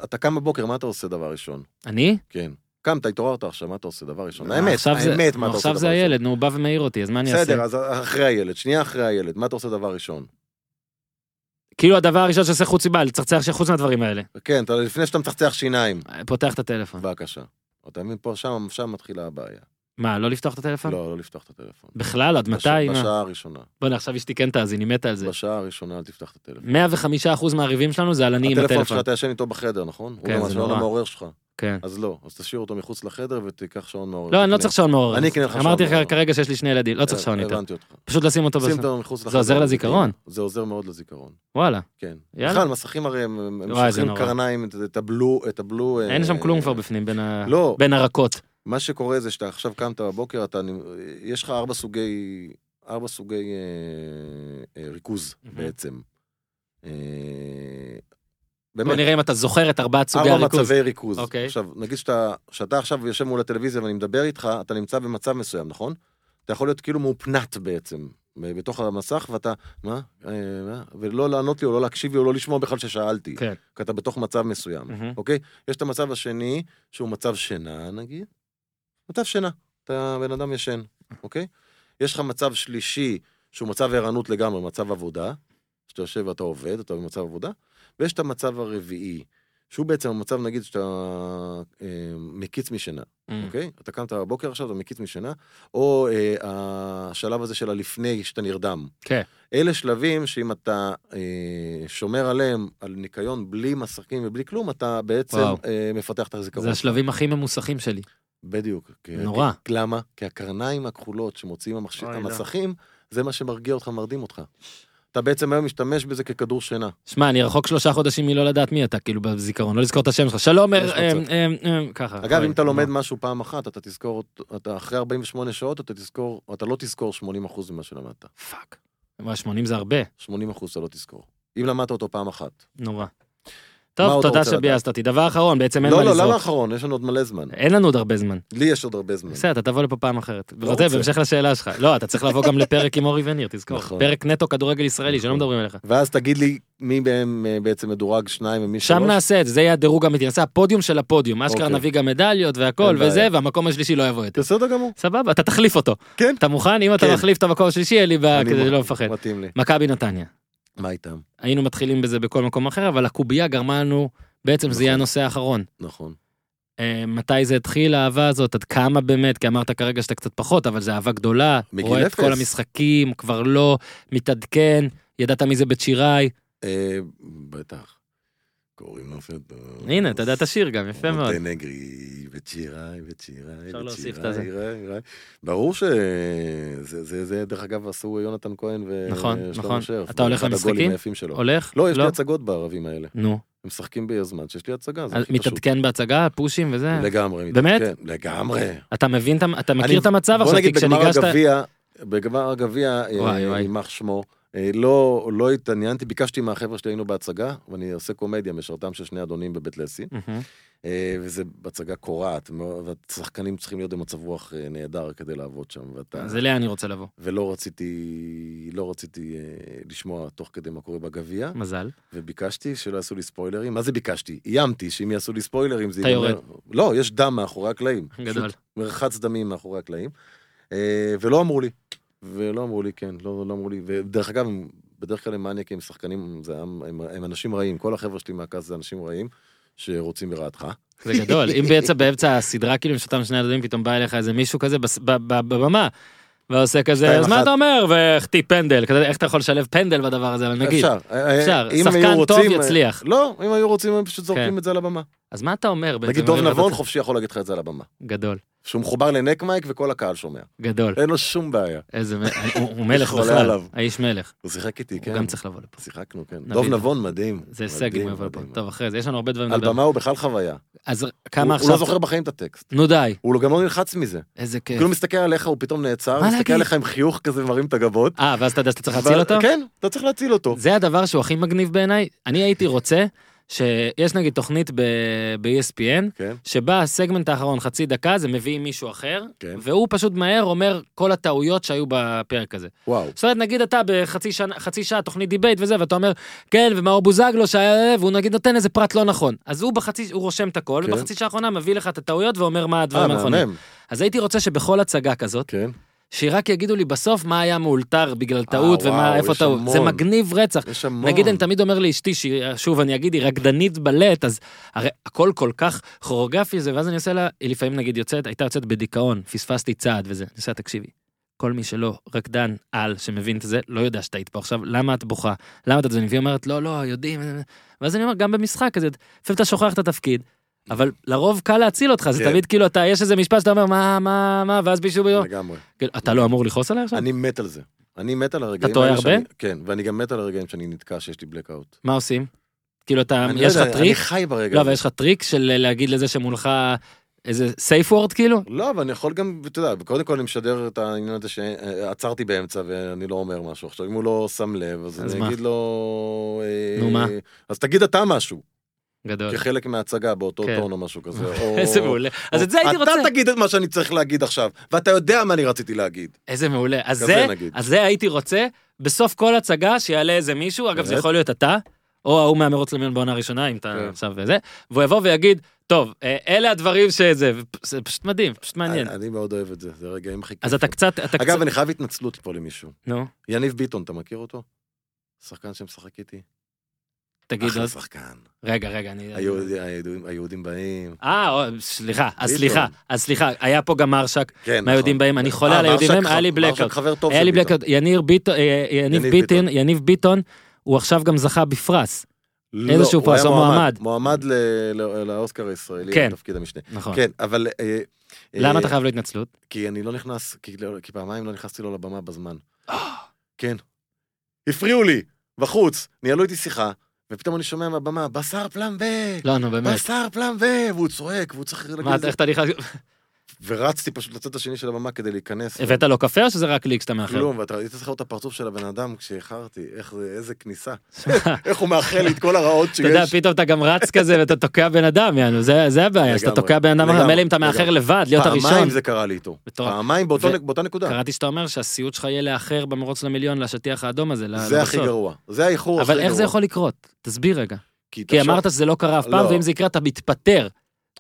[SPEAKER 2] אתה קם בבוקר, מה אתה עושה דבר ראשון?
[SPEAKER 1] אני?
[SPEAKER 2] כן. קמת, התעוררת עכשיו, מה אתה עושה דבר ראשון?
[SPEAKER 1] אה,
[SPEAKER 2] האמת,
[SPEAKER 1] עכשיו זה-
[SPEAKER 2] האמת, מה אתה עושה
[SPEAKER 1] עכשיו
[SPEAKER 2] דבר
[SPEAKER 1] זה
[SPEAKER 2] ראשון?
[SPEAKER 1] הילד, נו, הוא בא ומעיר אותי, אז מה אני אעשה?
[SPEAKER 2] בסדר, אז אחרי הילד, שנייה אחרי הילד, מה אתה עושה דבר ראשון?
[SPEAKER 1] כאילו הדבר הראשון שעושה חוץ מבעל, לצחצח חוץ מהדברים האלה.
[SPEAKER 2] כן, אתה- לפני שאתה מצחצח שיניים.
[SPEAKER 1] פותח את הטלפון.
[SPEAKER 2] בבקשה. אתה מבין, פה, שם, שם מתחילה הבעיה.
[SPEAKER 1] מה, לא לפתוח את הטלפון?
[SPEAKER 2] לא, לא לפתוח את הטלפון.
[SPEAKER 1] בכלל, עד
[SPEAKER 2] בשעה-
[SPEAKER 1] מתי? מה?
[SPEAKER 2] בשעה הראשונה.
[SPEAKER 1] בוא'נה, עכשיו אשתי כן תאזין, היא מתה על זה.
[SPEAKER 2] בשעה הראשונה אל תפתח את הטלפון.
[SPEAKER 1] 105% מהריבים שלנו זה על אני עם
[SPEAKER 2] הטלפון
[SPEAKER 1] הטלפון.
[SPEAKER 2] שלך, אתה ישן איתו בחדר, נכון?
[SPEAKER 1] כן,
[SPEAKER 2] הוא גם
[SPEAKER 1] זה
[SPEAKER 2] השעון
[SPEAKER 1] נורא.
[SPEAKER 2] המעורר שלך.
[SPEAKER 1] כן.
[SPEAKER 2] אז לא, אז תשאיר אותו מחוץ לחדר ותיקח שעון מעורר.
[SPEAKER 1] לא, אני לא
[SPEAKER 2] תקנה.
[SPEAKER 1] צריך שעון מעורר.
[SPEAKER 2] אני אקנה לך שעון
[SPEAKER 1] אמרתי לך
[SPEAKER 2] מעורר. אה,
[SPEAKER 1] כרגע שיש לי שני ילדים, לא צריך שעון איתו.
[SPEAKER 2] הבנתי אותך.
[SPEAKER 1] פשוט לשים אותו
[SPEAKER 2] שים
[SPEAKER 1] בסוף.
[SPEAKER 2] אותו מחוץ לחדר.
[SPEAKER 1] עוזר לזיכרון.
[SPEAKER 2] זה עוזר מאוד לזיכרון,
[SPEAKER 1] וואלה,
[SPEAKER 2] כן.
[SPEAKER 1] יאללה.
[SPEAKER 2] בכלל, מסכים הרי הם הם
[SPEAKER 1] וואי, זה
[SPEAKER 2] שולחים
[SPEAKER 1] נורא.
[SPEAKER 2] קרניים, את- את הבלו, את הבלו... אה,
[SPEAKER 1] אין שם כלום כבר בפנים בין ה-
[SPEAKER 2] לא,
[SPEAKER 1] בין הרקות.
[SPEAKER 2] מה שקורה זה שאתה עכשיו קמת בבוקר, אתה... נ- יש לך ארבע סוגי... ארבע סוגי אה, אה, ריכוז
[SPEAKER 1] מהמם.
[SPEAKER 2] בעצם. אה,
[SPEAKER 1] בוא
[SPEAKER 2] באמת,
[SPEAKER 1] נראה אם אתה זוכר את ארבעת סוגי
[SPEAKER 2] ארבע
[SPEAKER 1] הריכוז.
[SPEAKER 2] מצבי ריכוז.
[SPEAKER 1] אוקיי.
[SPEAKER 2] עכשיו, נגיד שאתה, שאתה עכשיו יושב מול הטלוויזיה ואני מדבר איתך, אתה נמצא במצב מסוים, נכון? אתה יכול להיות כאילו מאופנת בעצם, ב- בתוך המסך, ואתה, מה? אה, מה? ולא לענות לי או לא להקשיב לי או לא לשמוע בכלל ששאלתי.
[SPEAKER 1] כן.
[SPEAKER 2] כי אתה בתוך מצב מסוים,
[SPEAKER 1] מהמם.
[SPEAKER 2] אוקיי? יש את המצב השני, שהוא מצב שינה, נגיד. מצב שינה, אתה בן אדם ישן, אוקיי? יש לך מצב שלישי, שהוא מצב ערנות לגמרי, מצב עבודה, שאתה יושב ואתה עובד, אתה במצב עבודה, ויש את המצב הרביעי, שהוא בעצם המצב, נגיד, שאתה אה, מקיץ משינה,
[SPEAKER 1] Mm.
[SPEAKER 2] אוקיי? אתה קמת בבוקר עכשיו, אתה מקיץ משינה, או אה, השלב הזה של הלפני שאתה נרדם.
[SPEAKER 1] כן.
[SPEAKER 2] אלה שלבים שאם אתה אה, שומר עליהם, על ניקיון, בלי מסכים ובלי כלום, אתה בעצם
[SPEAKER 1] וואו.
[SPEAKER 2] אה, מפתח את הזיכרון.
[SPEAKER 1] זה השלבים הכי ממוסכים שלי.
[SPEAKER 2] בדיוק. כי-
[SPEAKER 1] נורא.
[SPEAKER 2] כי- למה? כי הקרניים הכחולות שמוציאים המחש...
[SPEAKER 1] אוי, לא.
[SPEAKER 2] המסכים, זה מה שמרגיע אותך, מרדים אותך. אתה בעצם היום משתמש בזה ככדור שינה.
[SPEAKER 1] שמע, אני רחוק שלושה חודשים מלא לדעת מי אתה, כאילו, בזיכרון, לא לזכור את השם שלך. שלום,
[SPEAKER 2] יש
[SPEAKER 1] אה, אה,
[SPEAKER 2] מצב.
[SPEAKER 1] אה, אה, ככה.
[SPEAKER 2] אגב,
[SPEAKER 1] אוי,
[SPEAKER 2] אם אתה
[SPEAKER 1] נורא.
[SPEAKER 2] לומד משהו פעם אחת, אתה תזכור, אותו- אתה אחרי 48 שעות, אתה תזכור, אתה לא תזכור 80% ממה שלמדת.
[SPEAKER 1] פאק. מה, 80 זה הרבה,
[SPEAKER 2] 80% אתה לא תזכור. אם למדת אותו פעם אחת.
[SPEAKER 1] נורא.
[SPEAKER 2] מה
[SPEAKER 1] טוב,
[SPEAKER 2] עוד אתה
[SPEAKER 1] תודה
[SPEAKER 2] רוצה
[SPEAKER 1] שביאסת אותי. דבר אחרון, בעצם אין
[SPEAKER 2] לא,
[SPEAKER 1] מה
[SPEAKER 2] לא, למה
[SPEAKER 1] לזרוק.
[SPEAKER 2] אחרון? יש לנו עוד מלא זמן.
[SPEAKER 1] אין לנו עוד הרבה זמן.
[SPEAKER 2] לי יש עוד הרבה זמן.
[SPEAKER 1] בסדר, אתה תבוא לפה פעם אחרת.
[SPEAKER 2] לא
[SPEAKER 1] וזה,
[SPEAKER 2] רוצה.
[SPEAKER 1] בהמשך לשאלה שלך. לא, אתה צריך לבוא
[SPEAKER 2] <laughs>
[SPEAKER 1] גם לפרק עם אורי וניר, תזכור.
[SPEAKER 2] נכון.
[SPEAKER 1] פרק נטו כדורגל ישראלי, שלא
[SPEAKER 2] נכון.
[SPEAKER 1] מדברים עליך.
[SPEAKER 2] ואז תגיד לי מי מהם אה, בעצם מדורג שניים ומי שלוש.
[SPEAKER 1] שם נעשה את זה, זה יהיה הדירוג האמיתי, נעשה הפודיום של הפודיום, אשכרה
[SPEAKER 2] אוקיי.
[SPEAKER 1] נביא גם מדליות והכל
[SPEAKER 2] אין
[SPEAKER 1] וזה,
[SPEAKER 2] בעיה.
[SPEAKER 1] והמקום השלישי לא
[SPEAKER 2] <laughs>
[SPEAKER 1] יבוא יותר.
[SPEAKER 2] בסדר גמור.
[SPEAKER 1] סבבה, אתה תחליף אותו.
[SPEAKER 2] כן.
[SPEAKER 1] אתה מוכן? אם אתה
[SPEAKER 2] כן.
[SPEAKER 1] מחליף את המקום השלישי, אין לי בעיה,
[SPEAKER 2] אני
[SPEAKER 1] כדי
[SPEAKER 2] מ-
[SPEAKER 1] לא לפחד.
[SPEAKER 2] מתאים לי.
[SPEAKER 1] מכבי נתניה.
[SPEAKER 2] מה איתם?
[SPEAKER 1] היינו מתחילים בזה בכל מקום אחר, אבל הקובייה גרמה לנו, בעצם זה יהיה
[SPEAKER 2] נכון.
[SPEAKER 1] הנושא האחרון.
[SPEAKER 2] נכון.
[SPEAKER 1] אה, מתי זה התחיל האהבה הזאת, עד כמה באמת, כי אמרת כרגע שאתה קצת פחות, אבל זה אהבה גדולה.
[SPEAKER 2] מגיל
[SPEAKER 1] רואה את
[SPEAKER 2] אפס.
[SPEAKER 1] כל המשחקים, כבר לא, מתעדכן, ידעת מי זה בית שיראי.
[SPEAKER 2] אה, בטח. קוראים לו פדוס.
[SPEAKER 1] הנה, אתה יודע את השיר גם, יפה מאוד.
[SPEAKER 2] מונטנגרי, וצ'יראי, וצ'יראי,
[SPEAKER 1] אפשר להוסיף את
[SPEAKER 2] וצ'יראי,
[SPEAKER 1] הזה.
[SPEAKER 2] ראי, ראי. ברור שזה, זה, זה, דרך אגב, עשו יונתן כהן ו-
[SPEAKER 1] נכון,
[SPEAKER 2] ושלמה
[SPEAKER 1] נכון.
[SPEAKER 2] שרף.
[SPEAKER 1] אתה הולך
[SPEAKER 2] אחד
[SPEAKER 1] למשחקים?
[SPEAKER 2] הגולים היפים שלו.
[SPEAKER 1] הולך?
[SPEAKER 2] לא, יש לי הצגות בערבים האלה.
[SPEAKER 1] נו,
[SPEAKER 2] הם משחקים בי הזמן שיש לי הצגה, זה
[SPEAKER 1] אז
[SPEAKER 2] הכי פשוט.
[SPEAKER 1] מתעדכן בהצגה, פושים וזה?
[SPEAKER 2] לגמרי.
[SPEAKER 1] באמת?
[SPEAKER 2] מתעדכן, לגמרי.
[SPEAKER 1] אתה מבין, את ה- אתה מכיר
[SPEAKER 2] אני-
[SPEAKER 1] את המצב
[SPEAKER 2] בוא
[SPEAKER 1] עכשיו, כי
[SPEAKER 2] נגיד בגמר
[SPEAKER 1] כשניגשת...
[SPEAKER 2] הגביע, בגמר הגביע, אה,
[SPEAKER 1] וואי, וואי.
[SPEAKER 2] יימח שמו, אה, לא לא התעניינתי, ביקשתי מהחבר'ה שלי, היינו בהצגה, ואני עושה קומדיה, משרתם של שני אדונים בבית לסין,
[SPEAKER 1] מהמם.
[SPEAKER 2] אה, וזה הצגה קורעת, מאוד, והשחקנים צריכים להיות במצב רוח אה, נהדר כדי לעבוד שם, ואתה...
[SPEAKER 1] אז אליה אני רוצה לבוא.
[SPEAKER 2] ולא רציתי, לא רציתי אה, לשמוע תוך כדי מה קורה בגביע,
[SPEAKER 1] מזל.
[SPEAKER 2] וביקשתי שלא יעשו לי ספוילרים. מה זה ביקשתי? איימתי שאם יעשו לי ספוילרים זה
[SPEAKER 1] אתה
[SPEAKER 2] לא, יש דם מאחורי הקלעים.
[SPEAKER 1] <laughs> גדול.
[SPEAKER 2] מרחץ דמים מאחורי הקלעים, אה, ולא אמרו לי, ולא אמרו לי, כן, לא, לא אמרו לי, ודרך אגב, הם- בדרך כלל הם מניאקים, שחקנים, זה, הם, הם, הם אנשים רעים, כל החבר'ה שלי מהקאסט זה אנשים רעים, שרוצים ברעתך.
[SPEAKER 1] זה גדול. אם בעצם באמצע הסדרה, כאילו, עם שאותם שני ילדים, פתאום בא אליך איזה מישהו כזה בס- ב- ב- בבמה. ועושה כזה,
[SPEAKER 2] שתיים
[SPEAKER 1] אז מה
[SPEAKER 2] אחת.
[SPEAKER 1] אתה אומר? והחטיא פנדל. כזה, איך אתה יכול לשלב פנדל בדבר הזה? אבל נגיד.
[SPEAKER 2] אפשר, אה,
[SPEAKER 1] אפשר,
[SPEAKER 2] אם
[SPEAKER 1] שחקן
[SPEAKER 2] היו
[SPEAKER 1] טוב
[SPEAKER 2] רוצים, אה,
[SPEAKER 1] יצליח.
[SPEAKER 2] לא, אם היו רוצים, הם פשוט זורקים
[SPEAKER 1] כן.
[SPEAKER 2] את זה על הבמה.
[SPEAKER 1] אז מה אתה אומר? בעצם?
[SPEAKER 2] נגיד דוב
[SPEAKER 1] אני לא
[SPEAKER 2] נבון
[SPEAKER 1] בטוח.
[SPEAKER 2] חופשי יכול להגיד לך את זה על הבמה.
[SPEAKER 1] גדול,
[SPEAKER 2] שהוא מחובר לנק מייק וכל הקהל שומע.
[SPEAKER 1] גדול.
[SPEAKER 2] אין לו שום בעיה.
[SPEAKER 1] איזה, מ- הוא הוא מלך
[SPEAKER 2] חולה
[SPEAKER 1] בכלל.
[SPEAKER 2] עליו.
[SPEAKER 1] האיש מלך.
[SPEAKER 2] הוא שיחק איתי,
[SPEAKER 1] הוא
[SPEAKER 2] כן.
[SPEAKER 1] גם צריך לבוא לפה.
[SPEAKER 2] שיחקנו, כן.
[SPEAKER 1] נביא
[SPEAKER 2] דוב
[SPEAKER 1] לו.
[SPEAKER 2] נבון מדהים.
[SPEAKER 1] זה הישג אם
[SPEAKER 2] מדהים,
[SPEAKER 1] הוא יבוא לפה.
[SPEAKER 2] מדהים.
[SPEAKER 1] טוב, אחרי זה, יש לנו הרבה דברים
[SPEAKER 2] על
[SPEAKER 1] לדבר.
[SPEAKER 2] במה הוא בכלל חוויה.
[SPEAKER 1] אז
[SPEAKER 2] הוא
[SPEAKER 1] כמה
[SPEAKER 2] הוא לא
[SPEAKER 1] עכשיו...
[SPEAKER 2] זוכר בחיים את הטקסט.
[SPEAKER 1] נו די,
[SPEAKER 2] הוא גם לא נלחץ מזה.
[SPEAKER 1] איזה כיף.
[SPEAKER 2] כאילו הוא מסתכל עליך, הוא פתאום נעצר,
[SPEAKER 1] מה
[SPEAKER 2] מסתכל
[SPEAKER 1] להגיד?
[SPEAKER 2] עליך עם חיוך כזה ומרים את הגבות.
[SPEAKER 1] אה, ואז אתה יודע שאתה צריך להציל
[SPEAKER 2] ו-
[SPEAKER 1] אותו?
[SPEAKER 2] כן, אתה צריך להציל אותו.
[SPEAKER 1] זה הדבר שהוא הכי מגניב בעיניי. אני הייתי רוצה שיש נגיד תוכנית ב-ESPN,
[SPEAKER 2] כן.
[SPEAKER 1] שבה הסגמנט האחרון, חצי דקה, זה מביאים מישהו אחר,
[SPEAKER 2] כן.
[SPEAKER 1] והוא פשוט מהר אומר כל הטעויות שהיו בפרק הזה.
[SPEAKER 2] וואו.
[SPEAKER 1] זאת אומרת, נגיד אתה בחצי שנה, חצי שעה תוכנית דיבייט וזה, ואתה אומר, כן, ומאור בוזגלו שהיה, והוא נגיד נותן איזה פרט לא נכון. אז הוא בחצי, הוא רושם את הכל,
[SPEAKER 2] כן.
[SPEAKER 1] ובחצי שעה האחרונה מביא לך את הטעויות ואומר מה
[SPEAKER 2] אה,
[SPEAKER 1] הדברים הנכונים.
[SPEAKER 2] מהמם.
[SPEAKER 1] אז הייתי רוצה שבכל הצגה כזאת,
[SPEAKER 2] כן.
[SPEAKER 1] שרק יגידו לי בסוף מה היה מאולתר בגלל טעות ומה,
[SPEAKER 2] אה, וואו,
[SPEAKER 1] איפה
[SPEAKER 2] יש
[SPEAKER 1] טעות. זה
[SPEAKER 2] המון.
[SPEAKER 1] מגניב רצח.
[SPEAKER 2] יש המון.
[SPEAKER 1] נגיד אני תמיד אומר לאשתי, שהיא- שוב אני אגיד, היא רקדנית בלט, אז הרי הכל כל כך כוריאוגרפי זה, ואז אני עושה לה, היא לפעמים נגיד יוצאת, הייתה יוצאת בדיכאון, פספסתי צעד וזה, אני עושה לה, תקשיבי. כל מי שלא רקדן על שמבין את זה, לא יודע שאת היית פה עכשיו, למה את בוכה? למה את עצבנית? והיא אומרת, לא, לא, יודעים. ואז אני אומר, גם במשחק כזה, לפעמים אתה שוכח את התפקיד, אבל לרוב קל להציל אותך, זה
[SPEAKER 2] כן.
[SPEAKER 1] תמיד כאילו, אתה, יש איזה משפט שאתה אומר, מה, מה, מה, ואז מישהו ביום,
[SPEAKER 2] לגמרי.
[SPEAKER 1] כאילו, אתה לא אמור לכעוס עליי עכשיו?
[SPEAKER 2] אני מת על זה. אני מת על הרגעים
[SPEAKER 1] אתה טועה
[SPEAKER 2] האלה
[SPEAKER 1] הרבה?
[SPEAKER 2] שאני- כן, ואני גם מת על הרגעים שאני נתקע שיש לי blackout.
[SPEAKER 1] מה עושים? כאילו אתה,
[SPEAKER 2] אני לא
[SPEAKER 1] יש
[SPEAKER 2] יודע,
[SPEAKER 1] לך טריק?
[SPEAKER 2] אני חי ברגע
[SPEAKER 1] לא,
[SPEAKER 2] הזה.
[SPEAKER 1] אבל יש לך טריק של להגיד לזה שמולך איזה סייף וורד כאילו?
[SPEAKER 2] לא, אבל אני יכול גם, אתה יודע, קודם כל אני משדר את העניין הזה שעצרתי באמצע ואני לא אומר משהו. עכשיו, אם הוא לא שם לב, אז
[SPEAKER 1] אז
[SPEAKER 2] אני
[SPEAKER 1] מה?
[SPEAKER 2] אגיד לו... אה,
[SPEAKER 1] נו, מה?
[SPEAKER 2] אז תגיד אתה משהו.
[SPEAKER 1] גדול.
[SPEAKER 2] כחלק מההצגה באותו
[SPEAKER 1] כן.
[SPEAKER 2] טון או משהו כזה. כן.
[SPEAKER 1] <laughs>
[SPEAKER 2] או-
[SPEAKER 1] איזה מעולה. אז את זה הייתי רוצה.
[SPEAKER 2] אתה תגיד את מה שאני צריך להגיד עכשיו, ואתה יודע מה אני רציתי להגיד.
[SPEAKER 1] איזה מעולה. אז
[SPEAKER 2] כזה
[SPEAKER 1] זה,
[SPEAKER 2] נגיד.
[SPEAKER 1] אז זה הייתי רוצה, בסוף כל הצגה שיעלה איזה מישהו, אגב זה
[SPEAKER 2] באמת?
[SPEAKER 1] יכול להיות אתה, או ההוא מהמרוץ למיון בעונה הראשונה, אם אתה
[SPEAKER 2] כן.
[SPEAKER 1] עכשיו וזה, והוא יבוא ויגיד, טוב, אה, אלה הדברים שזה, ופ- זה פשוט מדהים, פשוט מעניין.
[SPEAKER 2] אני- אני מאוד אוהב את זה, זה רגעים חיכים.
[SPEAKER 1] אז אתה קצת, אתה קצת,
[SPEAKER 2] אה, אגב, אני חייב התנצלות פה למישהו.
[SPEAKER 1] נו,
[SPEAKER 2] יניב ביטון, אתה מכיר אותו? שחקן שמשחק איתי?
[SPEAKER 1] תגיד כן.
[SPEAKER 2] אחלה
[SPEAKER 1] עוד,
[SPEAKER 2] שחקן.
[SPEAKER 1] רגע, רגע, אני...
[SPEAKER 2] אה, היהודי- היהודים- היהודים באים.
[SPEAKER 1] אה, או, סליחה, אז
[SPEAKER 2] ביטון.
[SPEAKER 1] סליחה, אז סליחה, היה פה גם מרשק,
[SPEAKER 2] כן, נכון.
[SPEAKER 1] מהיהודים באים, אני חולה
[SPEAKER 2] אה,
[SPEAKER 1] על היהודים
[SPEAKER 2] מרשק
[SPEAKER 1] באים,
[SPEAKER 2] ח-
[SPEAKER 1] היה לי
[SPEAKER 2] מרשק
[SPEAKER 1] blackout.
[SPEAKER 2] חבר טוב
[SPEAKER 1] היה
[SPEAKER 2] של
[SPEAKER 1] לי
[SPEAKER 2] ביטון.
[SPEAKER 1] בלקאוט, יניר ביטון, אה, יניב
[SPEAKER 2] יניב
[SPEAKER 1] ביטון,
[SPEAKER 2] ביטון.
[SPEAKER 1] יניב ביטון, הוא עכשיו גם זכה בפרס,
[SPEAKER 2] לא,
[SPEAKER 1] איזשהו
[SPEAKER 2] הוא היה
[SPEAKER 1] פרס, או מועמד.
[SPEAKER 2] מועמד ל- ל- לאוסקר הישראלי,
[SPEAKER 1] כן.
[SPEAKER 2] לתפקיד המשנה.
[SPEAKER 1] נכון.
[SPEAKER 2] כן, אבל... אה,
[SPEAKER 1] למה
[SPEAKER 2] אה,
[SPEAKER 1] אתה חייב לו התנצלות?
[SPEAKER 2] כי אני לא נכנס, כי לא- כי פעמיים לא נכנסתי לו לבמה בזמן.
[SPEAKER 1] אה.
[SPEAKER 2] כן. הפריעו לי, בחוץ, ניהלו איתי שיחה, ופתאום אני שומע מהבמה, בשר פלמבה!
[SPEAKER 1] לא, נו, באמת.
[SPEAKER 2] בשר פלמבה! והוא צועק, והוא צריך להגיד
[SPEAKER 1] מה,
[SPEAKER 2] את
[SPEAKER 1] אתה-
[SPEAKER 2] זה.
[SPEAKER 1] איך אתה נכנס?
[SPEAKER 2] ורצתי פשוט לצד השני של הבמה כדי להיכנס.
[SPEAKER 1] הבאת לו קפה או שזה רק לי כשאתה מאחר?
[SPEAKER 2] כלום, ואתה היית צריך לראות את הפרצוף של הבן אדם כשאיחרתי, איך זה, איזה כניסה. <laughs> איך הוא מאחל לי את כל הרעות שיש.
[SPEAKER 1] אתה יודע, פתאום אתה גם רץ כזה ואתה תוקע בן אדם, יענו, זה זה הבעיה, שאתה
[SPEAKER 2] לגמרי,
[SPEAKER 1] תוקע בן אדם, אחר.
[SPEAKER 2] לגמרי,
[SPEAKER 1] מילא אם אתה מאחר
[SPEAKER 2] לגמרי.
[SPEAKER 1] לבד, להיות הראשון.
[SPEAKER 2] פעמיים זה לא. קרה לי איתו.
[SPEAKER 1] מטורף.
[SPEAKER 2] פעמיים באותו
[SPEAKER 1] ו-
[SPEAKER 2] נק- באותה נקודה.
[SPEAKER 1] קראתי שאתה אומר שהסיוט שלך יהיה לאחר במרוץ למיליון לשטיח האדום הזה, ל-
[SPEAKER 2] זה הכי
[SPEAKER 1] לבסוף.
[SPEAKER 2] גרוע. זה האיחור הכי
[SPEAKER 1] אבל
[SPEAKER 2] גרוע.
[SPEAKER 1] איך זה יכול לקרות? תסביר רגע. כי
[SPEAKER 2] תחשוב-
[SPEAKER 1] אמרת שזה לא קרה אף פעם,
[SPEAKER 2] לא.
[SPEAKER 1] ואם זה יקרה אתה מתפטר.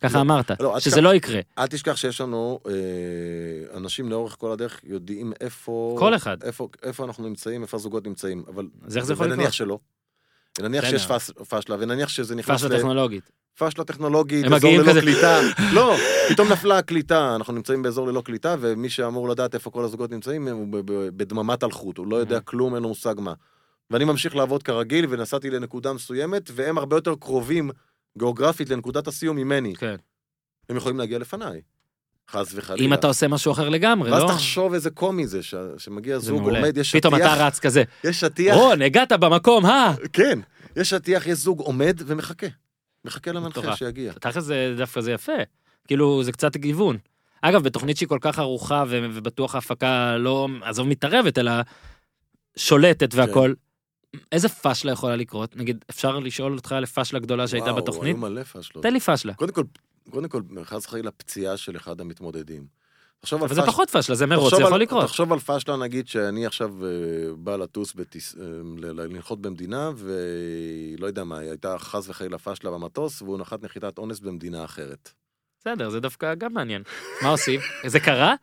[SPEAKER 1] ככה
[SPEAKER 2] לא,
[SPEAKER 1] אמרת,
[SPEAKER 2] לא, עד
[SPEAKER 1] שזה
[SPEAKER 2] כמה-
[SPEAKER 1] לא יקרה.
[SPEAKER 2] אל תשכח שיש לנו אה, אנשים לאורך כל הדרך יודעים איפה...
[SPEAKER 1] כל אחד.
[SPEAKER 2] איפה, איפה אנחנו נמצאים, איפה הזוגות נמצאים. אבל...
[SPEAKER 1] אז איך זה יכול לקרות?
[SPEAKER 2] ונניח שלא. ונניח
[SPEAKER 1] בסדר.
[SPEAKER 2] שיש פס- פשלה, ונניח שזה נכנס
[SPEAKER 1] פאשלה טכנולוגית.
[SPEAKER 2] פשלה טכנולוגית,
[SPEAKER 1] הם
[SPEAKER 2] אזור
[SPEAKER 1] מגיעים
[SPEAKER 2] ללא
[SPEAKER 1] כזה. <laughs>
[SPEAKER 2] קליטה. לא, פתאום נפלה הקליטה, אנחנו נמצאים באזור ללא קליטה, ומי שאמור לדעת איפה כל הזוגות נמצאים, הוא ב- ב- בדממת אלחוט, הוא לא יודע כלום, אין לו מושג מה. ואני ממשיך לעבוד כרגיל, ונסעתי לנקודה מסוימת, והם הרבה יותר קרובים גיאוגרפית לנקודת הסיום ממני.
[SPEAKER 1] כן.
[SPEAKER 2] הם יכולים להגיע לפניי, חס וחלילה.
[SPEAKER 1] אם אתה עושה משהו אחר לגמרי,
[SPEAKER 2] ואז
[SPEAKER 1] לא?
[SPEAKER 2] תחשוב איזה קומי זה, ש- שמגיע
[SPEAKER 1] זה
[SPEAKER 2] זוג,
[SPEAKER 1] מעולה.
[SPEAKER 2] עומד, יש
[SPEAKER 1] פתאום אתה
[SPEAKER 2] שטיח,
[SPEAKER 1] רץ כזה,
[SPEAKER 2] יש שטיח,
[SPEAKER 1] רון, הגעת במקום, אה?
[SPEAKER 2] כן, יש שטיח, יש זוג עומד ומחכה. מחכה למנחה
[SPEAKER 1] מטורף.
[SPEAKER 2] שיגיע.
[SPEAKER 1] תכל'ס זה דווקא זה יפה. כאילו, זה קצת גיוון. אגב, בתוכנית שהיא כל כך ערוכה, ו- ובטוח ההפקה לא, עזוב מתערבת, אלא שולטת והכל,
[SPEAKER 2] כן.
[SPEAKER 1] איזה פאשלה יכולה לקרות? נגיד, אפשר לשאול אותך על פאשלה גדולה שהייתה
[SPEAKER 2] וואו,
[SPEAKER 1] בתוכנית?
[SPEAKER 2] היו מלא פשלות.
[SPEAKER 1] תן לי פאשלה.
[SPEAKER 2] קודם כל, קודם כל, חס וחלילה, פציעה של אחד המתמודדים. תחשוב על
[SPEAKER 1] אבל זה
[SPEAKER 2] פש-
[SPEAKER 1] פחות פאשלה, זה מרוץ,
[SPEAKER 2] תחשוב
[SPEAKER 1] זה יכול
[SPEAKER 2] על-
[SPEAKER 1] לקרות.
[SPEAKER 2] תחשוב על פשלה, נגיד, שאני עכשיו אה, בא לטוס, בטיס- אה, ל- ל- לנחות במדינה, ולא יודע מה, הייתה חס וחלילה פשלה במטוס, והוא נחת נחיתת אונס במדינה אחרת.
[SPEAKER 1] בסדר, זה דווקא גם מעניין. מה עושים? זה קרה?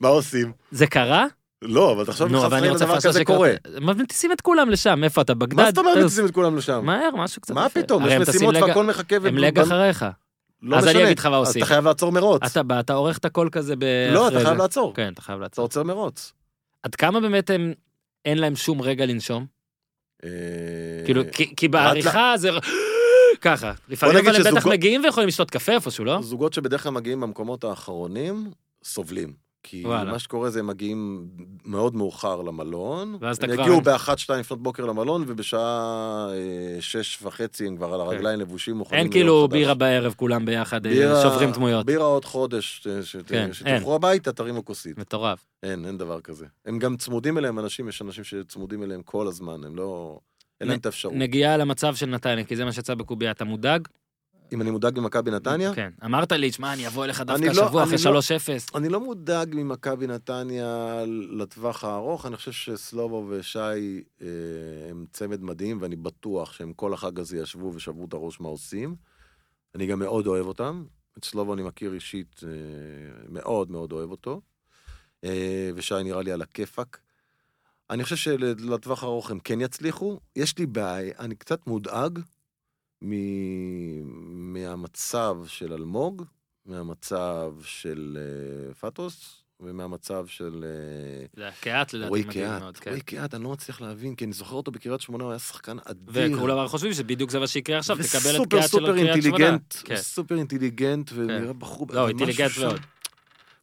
[SPEAKER 2] מה עושים?
[SPEAKER 1] זה קרה?
[SPEAKER 2] לא, אבל תחשוב,
[SPEAKER 1] נו,
[SPEAKER 2] חס
[SPEAKER 1] אבל אני
[SPEAKER 2] וחלילה
[SPEAKER 1] רוצה
[SPEAKER 2] דבר
[SPEAKER 1] פאשלה
[SPEAKER 2] כזה קורה.
[SPEAKER 1] שקורית. מטיסים את כולם לשם, איפה אתה? בגדד?
[SPEAKER 2] מה זאת אומרת
[SPEAKER 1] טוס.
[SPEAKER 2] מטיסים את כולם לשם?
[SPEAKER 1] מהר, משהו קצת...
[SPEAKER 2] מה
[SPEAKER 1] יפה.
[SPEAKER 2] פתאום?
[SPEAKER 1] הרי הם
[SPEAKER 2] יש
[SPEAKER 1] טסים
[SPEAKER 2] משימות
[SPEAKER 1] לג-
[SPEAKER 2] והכל מחכה, ו-
[SPEAKER 1] הם לג
[SPEAKER 2] ו-
[SPEAKER 1] אחריך.
[SPEAKER 2] לא
[SPEAKER 1] אז אני
[SPEAKER 2] משנה.
[SPEAKER 1] אגיד לך מה
[SPEAKER 2] אז
[SPEAKER 1] עושים.
[SPEAKER 2] אתה חייב לעצור מרוץ.
[SPEAKER 1] אתה בא, אתה עורך את הכל כזה ב...
[SPEAKER 2] לא, אתה
[SPEAKER 1] אחרי
[SPEAKER 2] חייב
[SPEAKER 1] זה.
[SPEAKER 2] לעצור.
[SPEAKER 1] כן, אתה חייב
[SPEAKER 2] אתה
[SPEAKER 1] לעצור.
[SPEAKER 2] עוצר מרוץ.
[SPEAKER 1] עד כמה באמת הם... אין להם שום רגע לנשום?
[SPEAKER 2] אה, לא-
[SPEAKER 1] כאילו, כי- כי בעריכה זה... <gasps> ככה. לפעמים
[SPEAKER 2] נגיד
[SPEAKER 1] אבל הם בטח
[SPEAKER 2] שזוגו-
[SPEAKER 1] מגיעים ויכולים לשתות קפה איפשהו, לא?
[SPEAKER 2] זוגות שבדרך כלל מגיעים במקומות האחרונים, סובלים. כי
[SPEAKER 1] וואלה.
[SPEAKER 2] וואלה. מה שקורה זה הם מגיעים מאוד מאוחר למלון,
[SPEAKER 1] ואז אתה
[SPEAKER 2] הם
[SPEAKER 1] כבר-
[SPEAKER 2] יגיעו באחת, שתיים לפנות בוקר למלון, ובשעה אה, שש וחצי הם כבר על הרגליים לבושים מוכנים.
[SPEAKER 1] כן. אין
[SPEAKER 2] ליום
[SPEAKER 1] כאילו
[SPEAKER 2] חדש.
[SPEAKER 1] בירה בערב כולם ביחד, אה,
[SPEAKER 2] בירה-
[SPEAKER 1] שוברים דמויות.
[SPEAKER 2] בירה עוד חודש, אה, שת-
[SPEAKER 1] כן, אין.
[SPEAKER 2] שתלכו הביתה, תרימו כוסית.
[SPEAKER 1] מטורף.
[SPEAKER 2] אין, אין דבר כזה. הם גם צמודים אליהם אנשים, יש אנשים שצמודים אליהם כל הזמן, הם לא... אין להם את האפשרות.
[SPEAKER 1] נגיעה למצב של נתניה, כי זה מה שיצא בקובייה, אתה מודאג?
[SPEAKER 2] אם אני מודאג ממכבי נתניה?
[SPEAKER 1] כן. אמרת לי, שמע, אני אבוא אליך
[SPEAKER 2] אני
[SPEAKER 1] דווקא
[SPEAKER 2] לא-
[SPEAKER 1] השבוע
[SPEAKER 2] אני
[SPEAKER 1] אחרי
[SPEAKER 2] לא-
[SPEAKER 1] 3-0.
[SPEAKER 2] אני לא מודאג ממכבי נתניה לטווח הארוך, אני חושב שסלובו ושי אה, הם צמד מדהים, ואני בטוח שהם כל החג הזה ישבו ושברו את הראש מה עושים. אני גם מאוד אוהב אותם. את סלובו אני מכיר אישית, אה, מאוד מאוד אוהב אותו. אה, ושי נראה לי על הכיפאק. אני חושב שלטווח הארוך הם כן יצליחו. יש לי בעיה, אני קצת מודאג מ... מהמצב של אלמוג, מהמצב של אה, פטוס ומהמצב של אה,
[SPEAKER 1] זה היה קהת
[SPEAKER 2] רועי
[SPEAKER 1] לדעתי מדהים מאוד,
[SPEAKER 2] קיאט.
[SPEAKER 1] כן.
[SPEAKER 2] רועי קיאט, אני לא מצליח להבין, כי אני זוכר אותו בקריית שמונה, הוא היה שחקן אדיר.
[SPEAKER 1] וכולם חושבים שבדיוק זה מה שיקרה עכשיו, תקבל את
[SPEAKER 2] וסופר
[SPEAKER 1] קהת של
[SPEAKER 2] סופר
[SPEAKER 1] קריית שמונה.
[SPEAKER 2] אינטליגנט,
[SPEAKER 1] כן.
[SPEAKER 2] סופר אינטליגנט, ונראה בחור...
[SPEAKER 1] לא,
[SPEAKER 2] אבל
[SPEAKER 1] אינטליגנט
[SPEAKER 2] משהו שם-
[SPEAKER 1] מאוד.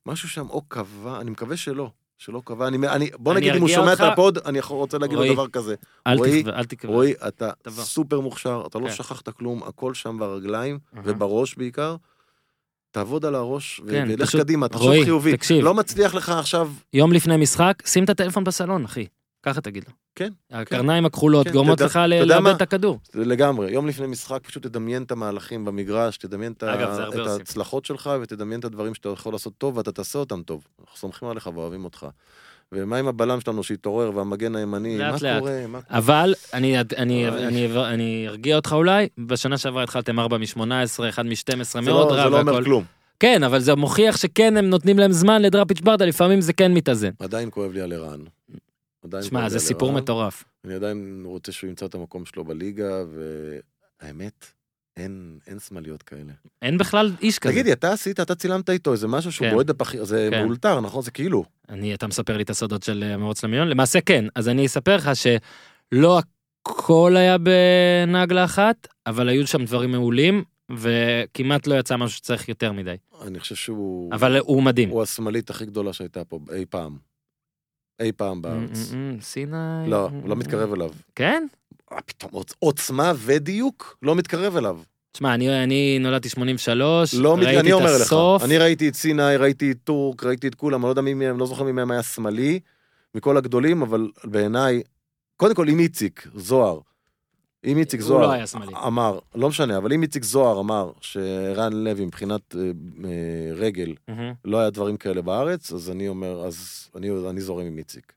[SPEAKER 2] משהו שם או קבע, אני מקווה שלא, שלא קבע, אני, אני, בוא
[SPEAKER 1] אני
[SPEAKER 2] נגיד אם הוא
[SPEAKER 1] ארגיע
[SPEAKER 2] שומע את
[SPEAKER 1] אותך.
[SPEAKER 2] הפוד, אני יכול- רוצה להגיד
[SPEAKER 1] רועי.
[SPEAKER 2] לו דבר כזה.
[SPEAKER 1] אל
[SPEAKER 2] רועי,
[SPEAKER 1] תכווה, אל תכווה.
[SPEAKER 2] רועי, אתה
[SPEAKER 1] תבוא.
[SPEAKER 2] סופר מוכשר, אתה לא
[SPEAKER 1] כן.
[SPEAKER 2] שכחת כלום, הכל שם ברגליים,
[SPEAKER 1] אהה.
[SPEAKER 2] ובראש בעיקר. תעבוד על הראש, ו-
[SPEAKER 1] כן,
[SPEAKER 2] ולך
[SPEAKER 1] פשוט-
[SPEAKER 2] קדימה,
[SPEAKER 1] רועי,
[SPEAKER 2] תחשוב חיובי.
[SPEAKER 1] תקשיב.
[SPEAKER 2] לא מצליח לך עכשיו,
[SPEAKER 1] יום לפני משחק, שים את הטלפון בסלון, אחי. ככה תגיד לו.
[SPEAKER 2] כן,
[SPEAKER 1] הקרניים הכחולות
[SPEAKER 2] כן,
[SPEAKER 1] גורמות
[SPEAKER 2] תדע-
[SPEAKER 1] לך
[SPEAKER 2] אתה
[SPEAKER 1] ל-
[SPEAKER 2] יודע
[SPEAKER 1] לאבד
[SPEAKER 2] מה?
[SPEAKER 1] את הכדור.
[SPEAKER 2] זה לגמרי. יום לפני משחק, פשוט תדמיין את המהלכים במגרש, תדמיין את, ה-
[SPEAKER 1] אגב, זה הרבה
[SPEAKER 2] את
[SPEAKER 1] עושים.
[SPEAKER 2] ההצלחות שלך, ותדמיין את הדברים שאתה יכול לעשות טוב, ואתה תעשה אותם טוב. אנחנו סומכים עליך ואוהבים אותך. ומה עם הבלם שלנו שהתעורר, והמגן הימני,
[SPEAKER 1] לאט,
[SPEAKER 2] מה
[SPEAKER 1] לאט.
[SPEAKER 2] קורה? מה...
[SPEAKER 1] אבל אני, אני,
[SPEAKER 2] אוי.
[SPEAKER 1] אני, אני ארגיע אותך אולי, בשנה שעברה התחלתם 4 מ-18, 1 מ-12,
[SPEAKER 2] זה לא,
[SPEAKER 1] מאוד
[SPEAKER 2] זה
[SPEAKER 1] רע
[SPEAKER 2] לא אומר
[SPEAKER 1] והכל.
[SPEAKER 2] כלום.
[SPEAKER 1] כן, אבל זה מוכיח שכן, הם נותנים להם זמן לדראפיץ' ברדה, לפעמים זה כן מתאזן.
[SPEAKER 2] עדיין כואב לי על ערן. עדיין כואב
[SPEAKER 1] שמע,
[SPEAKER 2] לי
[SPEAKER 1] זה
[SPEAKER 2] על
[SPEAKER 1] סיפור
[SPEAKER 2] ערן.
[SPEAKER 1] מטורף.
[SPEAKER 2] אני עדיין רוצה שהוא ימצא את המקום שלו בליגה, והאמת, אין, אין שמאליות כאלה.
[SPEAKER 1] אין בכלל איש כזה.
[SPEAKER 2] תגידי, אתה עשית, אתה צילמת איתו איזה משהו שהוא
[SPEAKER 1] כן.
[SPEAKER 2] בועט בפחי... זה
[SPEAKER 1] כן.
[SPEAKER 2] מאולתר, נכון? זה כאילו.
[SPEAKER 1] אני, אתה מספר לי את הסודות של אה, המרוץ למיליון? למעשה כן. אז אני אספר לך שלא הכל היה בנגלה אחת, אבל היו שם דברים מעולים, וכמעט לא יצא משהו שצריך יותר מדי.
[SPEAKER 2] אני חושב שהוא...
[SPEAKER 1] אבל הוא מדהים.
[SPEAKER 2] הוא השמאלית הכי גדולה שהייתה פה אי פעם. אי פעם בארץ.
[SPEAKER 1] מ- מ- מ- Mm, סיני...
[SPEAKER 2] לא, הוא לא מתקרב אליו.
[SPEAKER 1] כן?
[SPEAKER 2] אה, פתאום עוצ- עוצמה ודיוק לא מתקרב אליו.
[SPEAKER 1] תשמע, אני, אני נולדתי 83,
[SPEAKER 2] לא מת...
[SPEAKER 1] ראיתי
[SPEAKER 2] אני
[SPEAKER 1] את
[SPEAKER 2] אומר לך.
[SPEAKER 1] הסוף.
[SPEAKER 2] אני ראיתי את סיני, ראיתי את טורק, ראיתי את כולם, אני לא יודע מי מהם, לא זוכר מי מהם היה שמאלי, מכל הגדולים, אבל בעיניי, קודם כל אם איציק זוהר, אם איציק
[SPEAKER 1] הוא
[SPEAKER 2] זוהר
[SPEAKER 1] לא היה שמאלי.
[SPEAKER 2] אמר, לא משנה, אבל אם איציק זוהר אמר שערן לוי מבחינת אה, אה, רגל
[SPEAKER 1] מהמם.
[SPEAKER 2] לא היה דברים כאלה בארץ, אז אני אומר, אז אני, אני זורם עם איציק.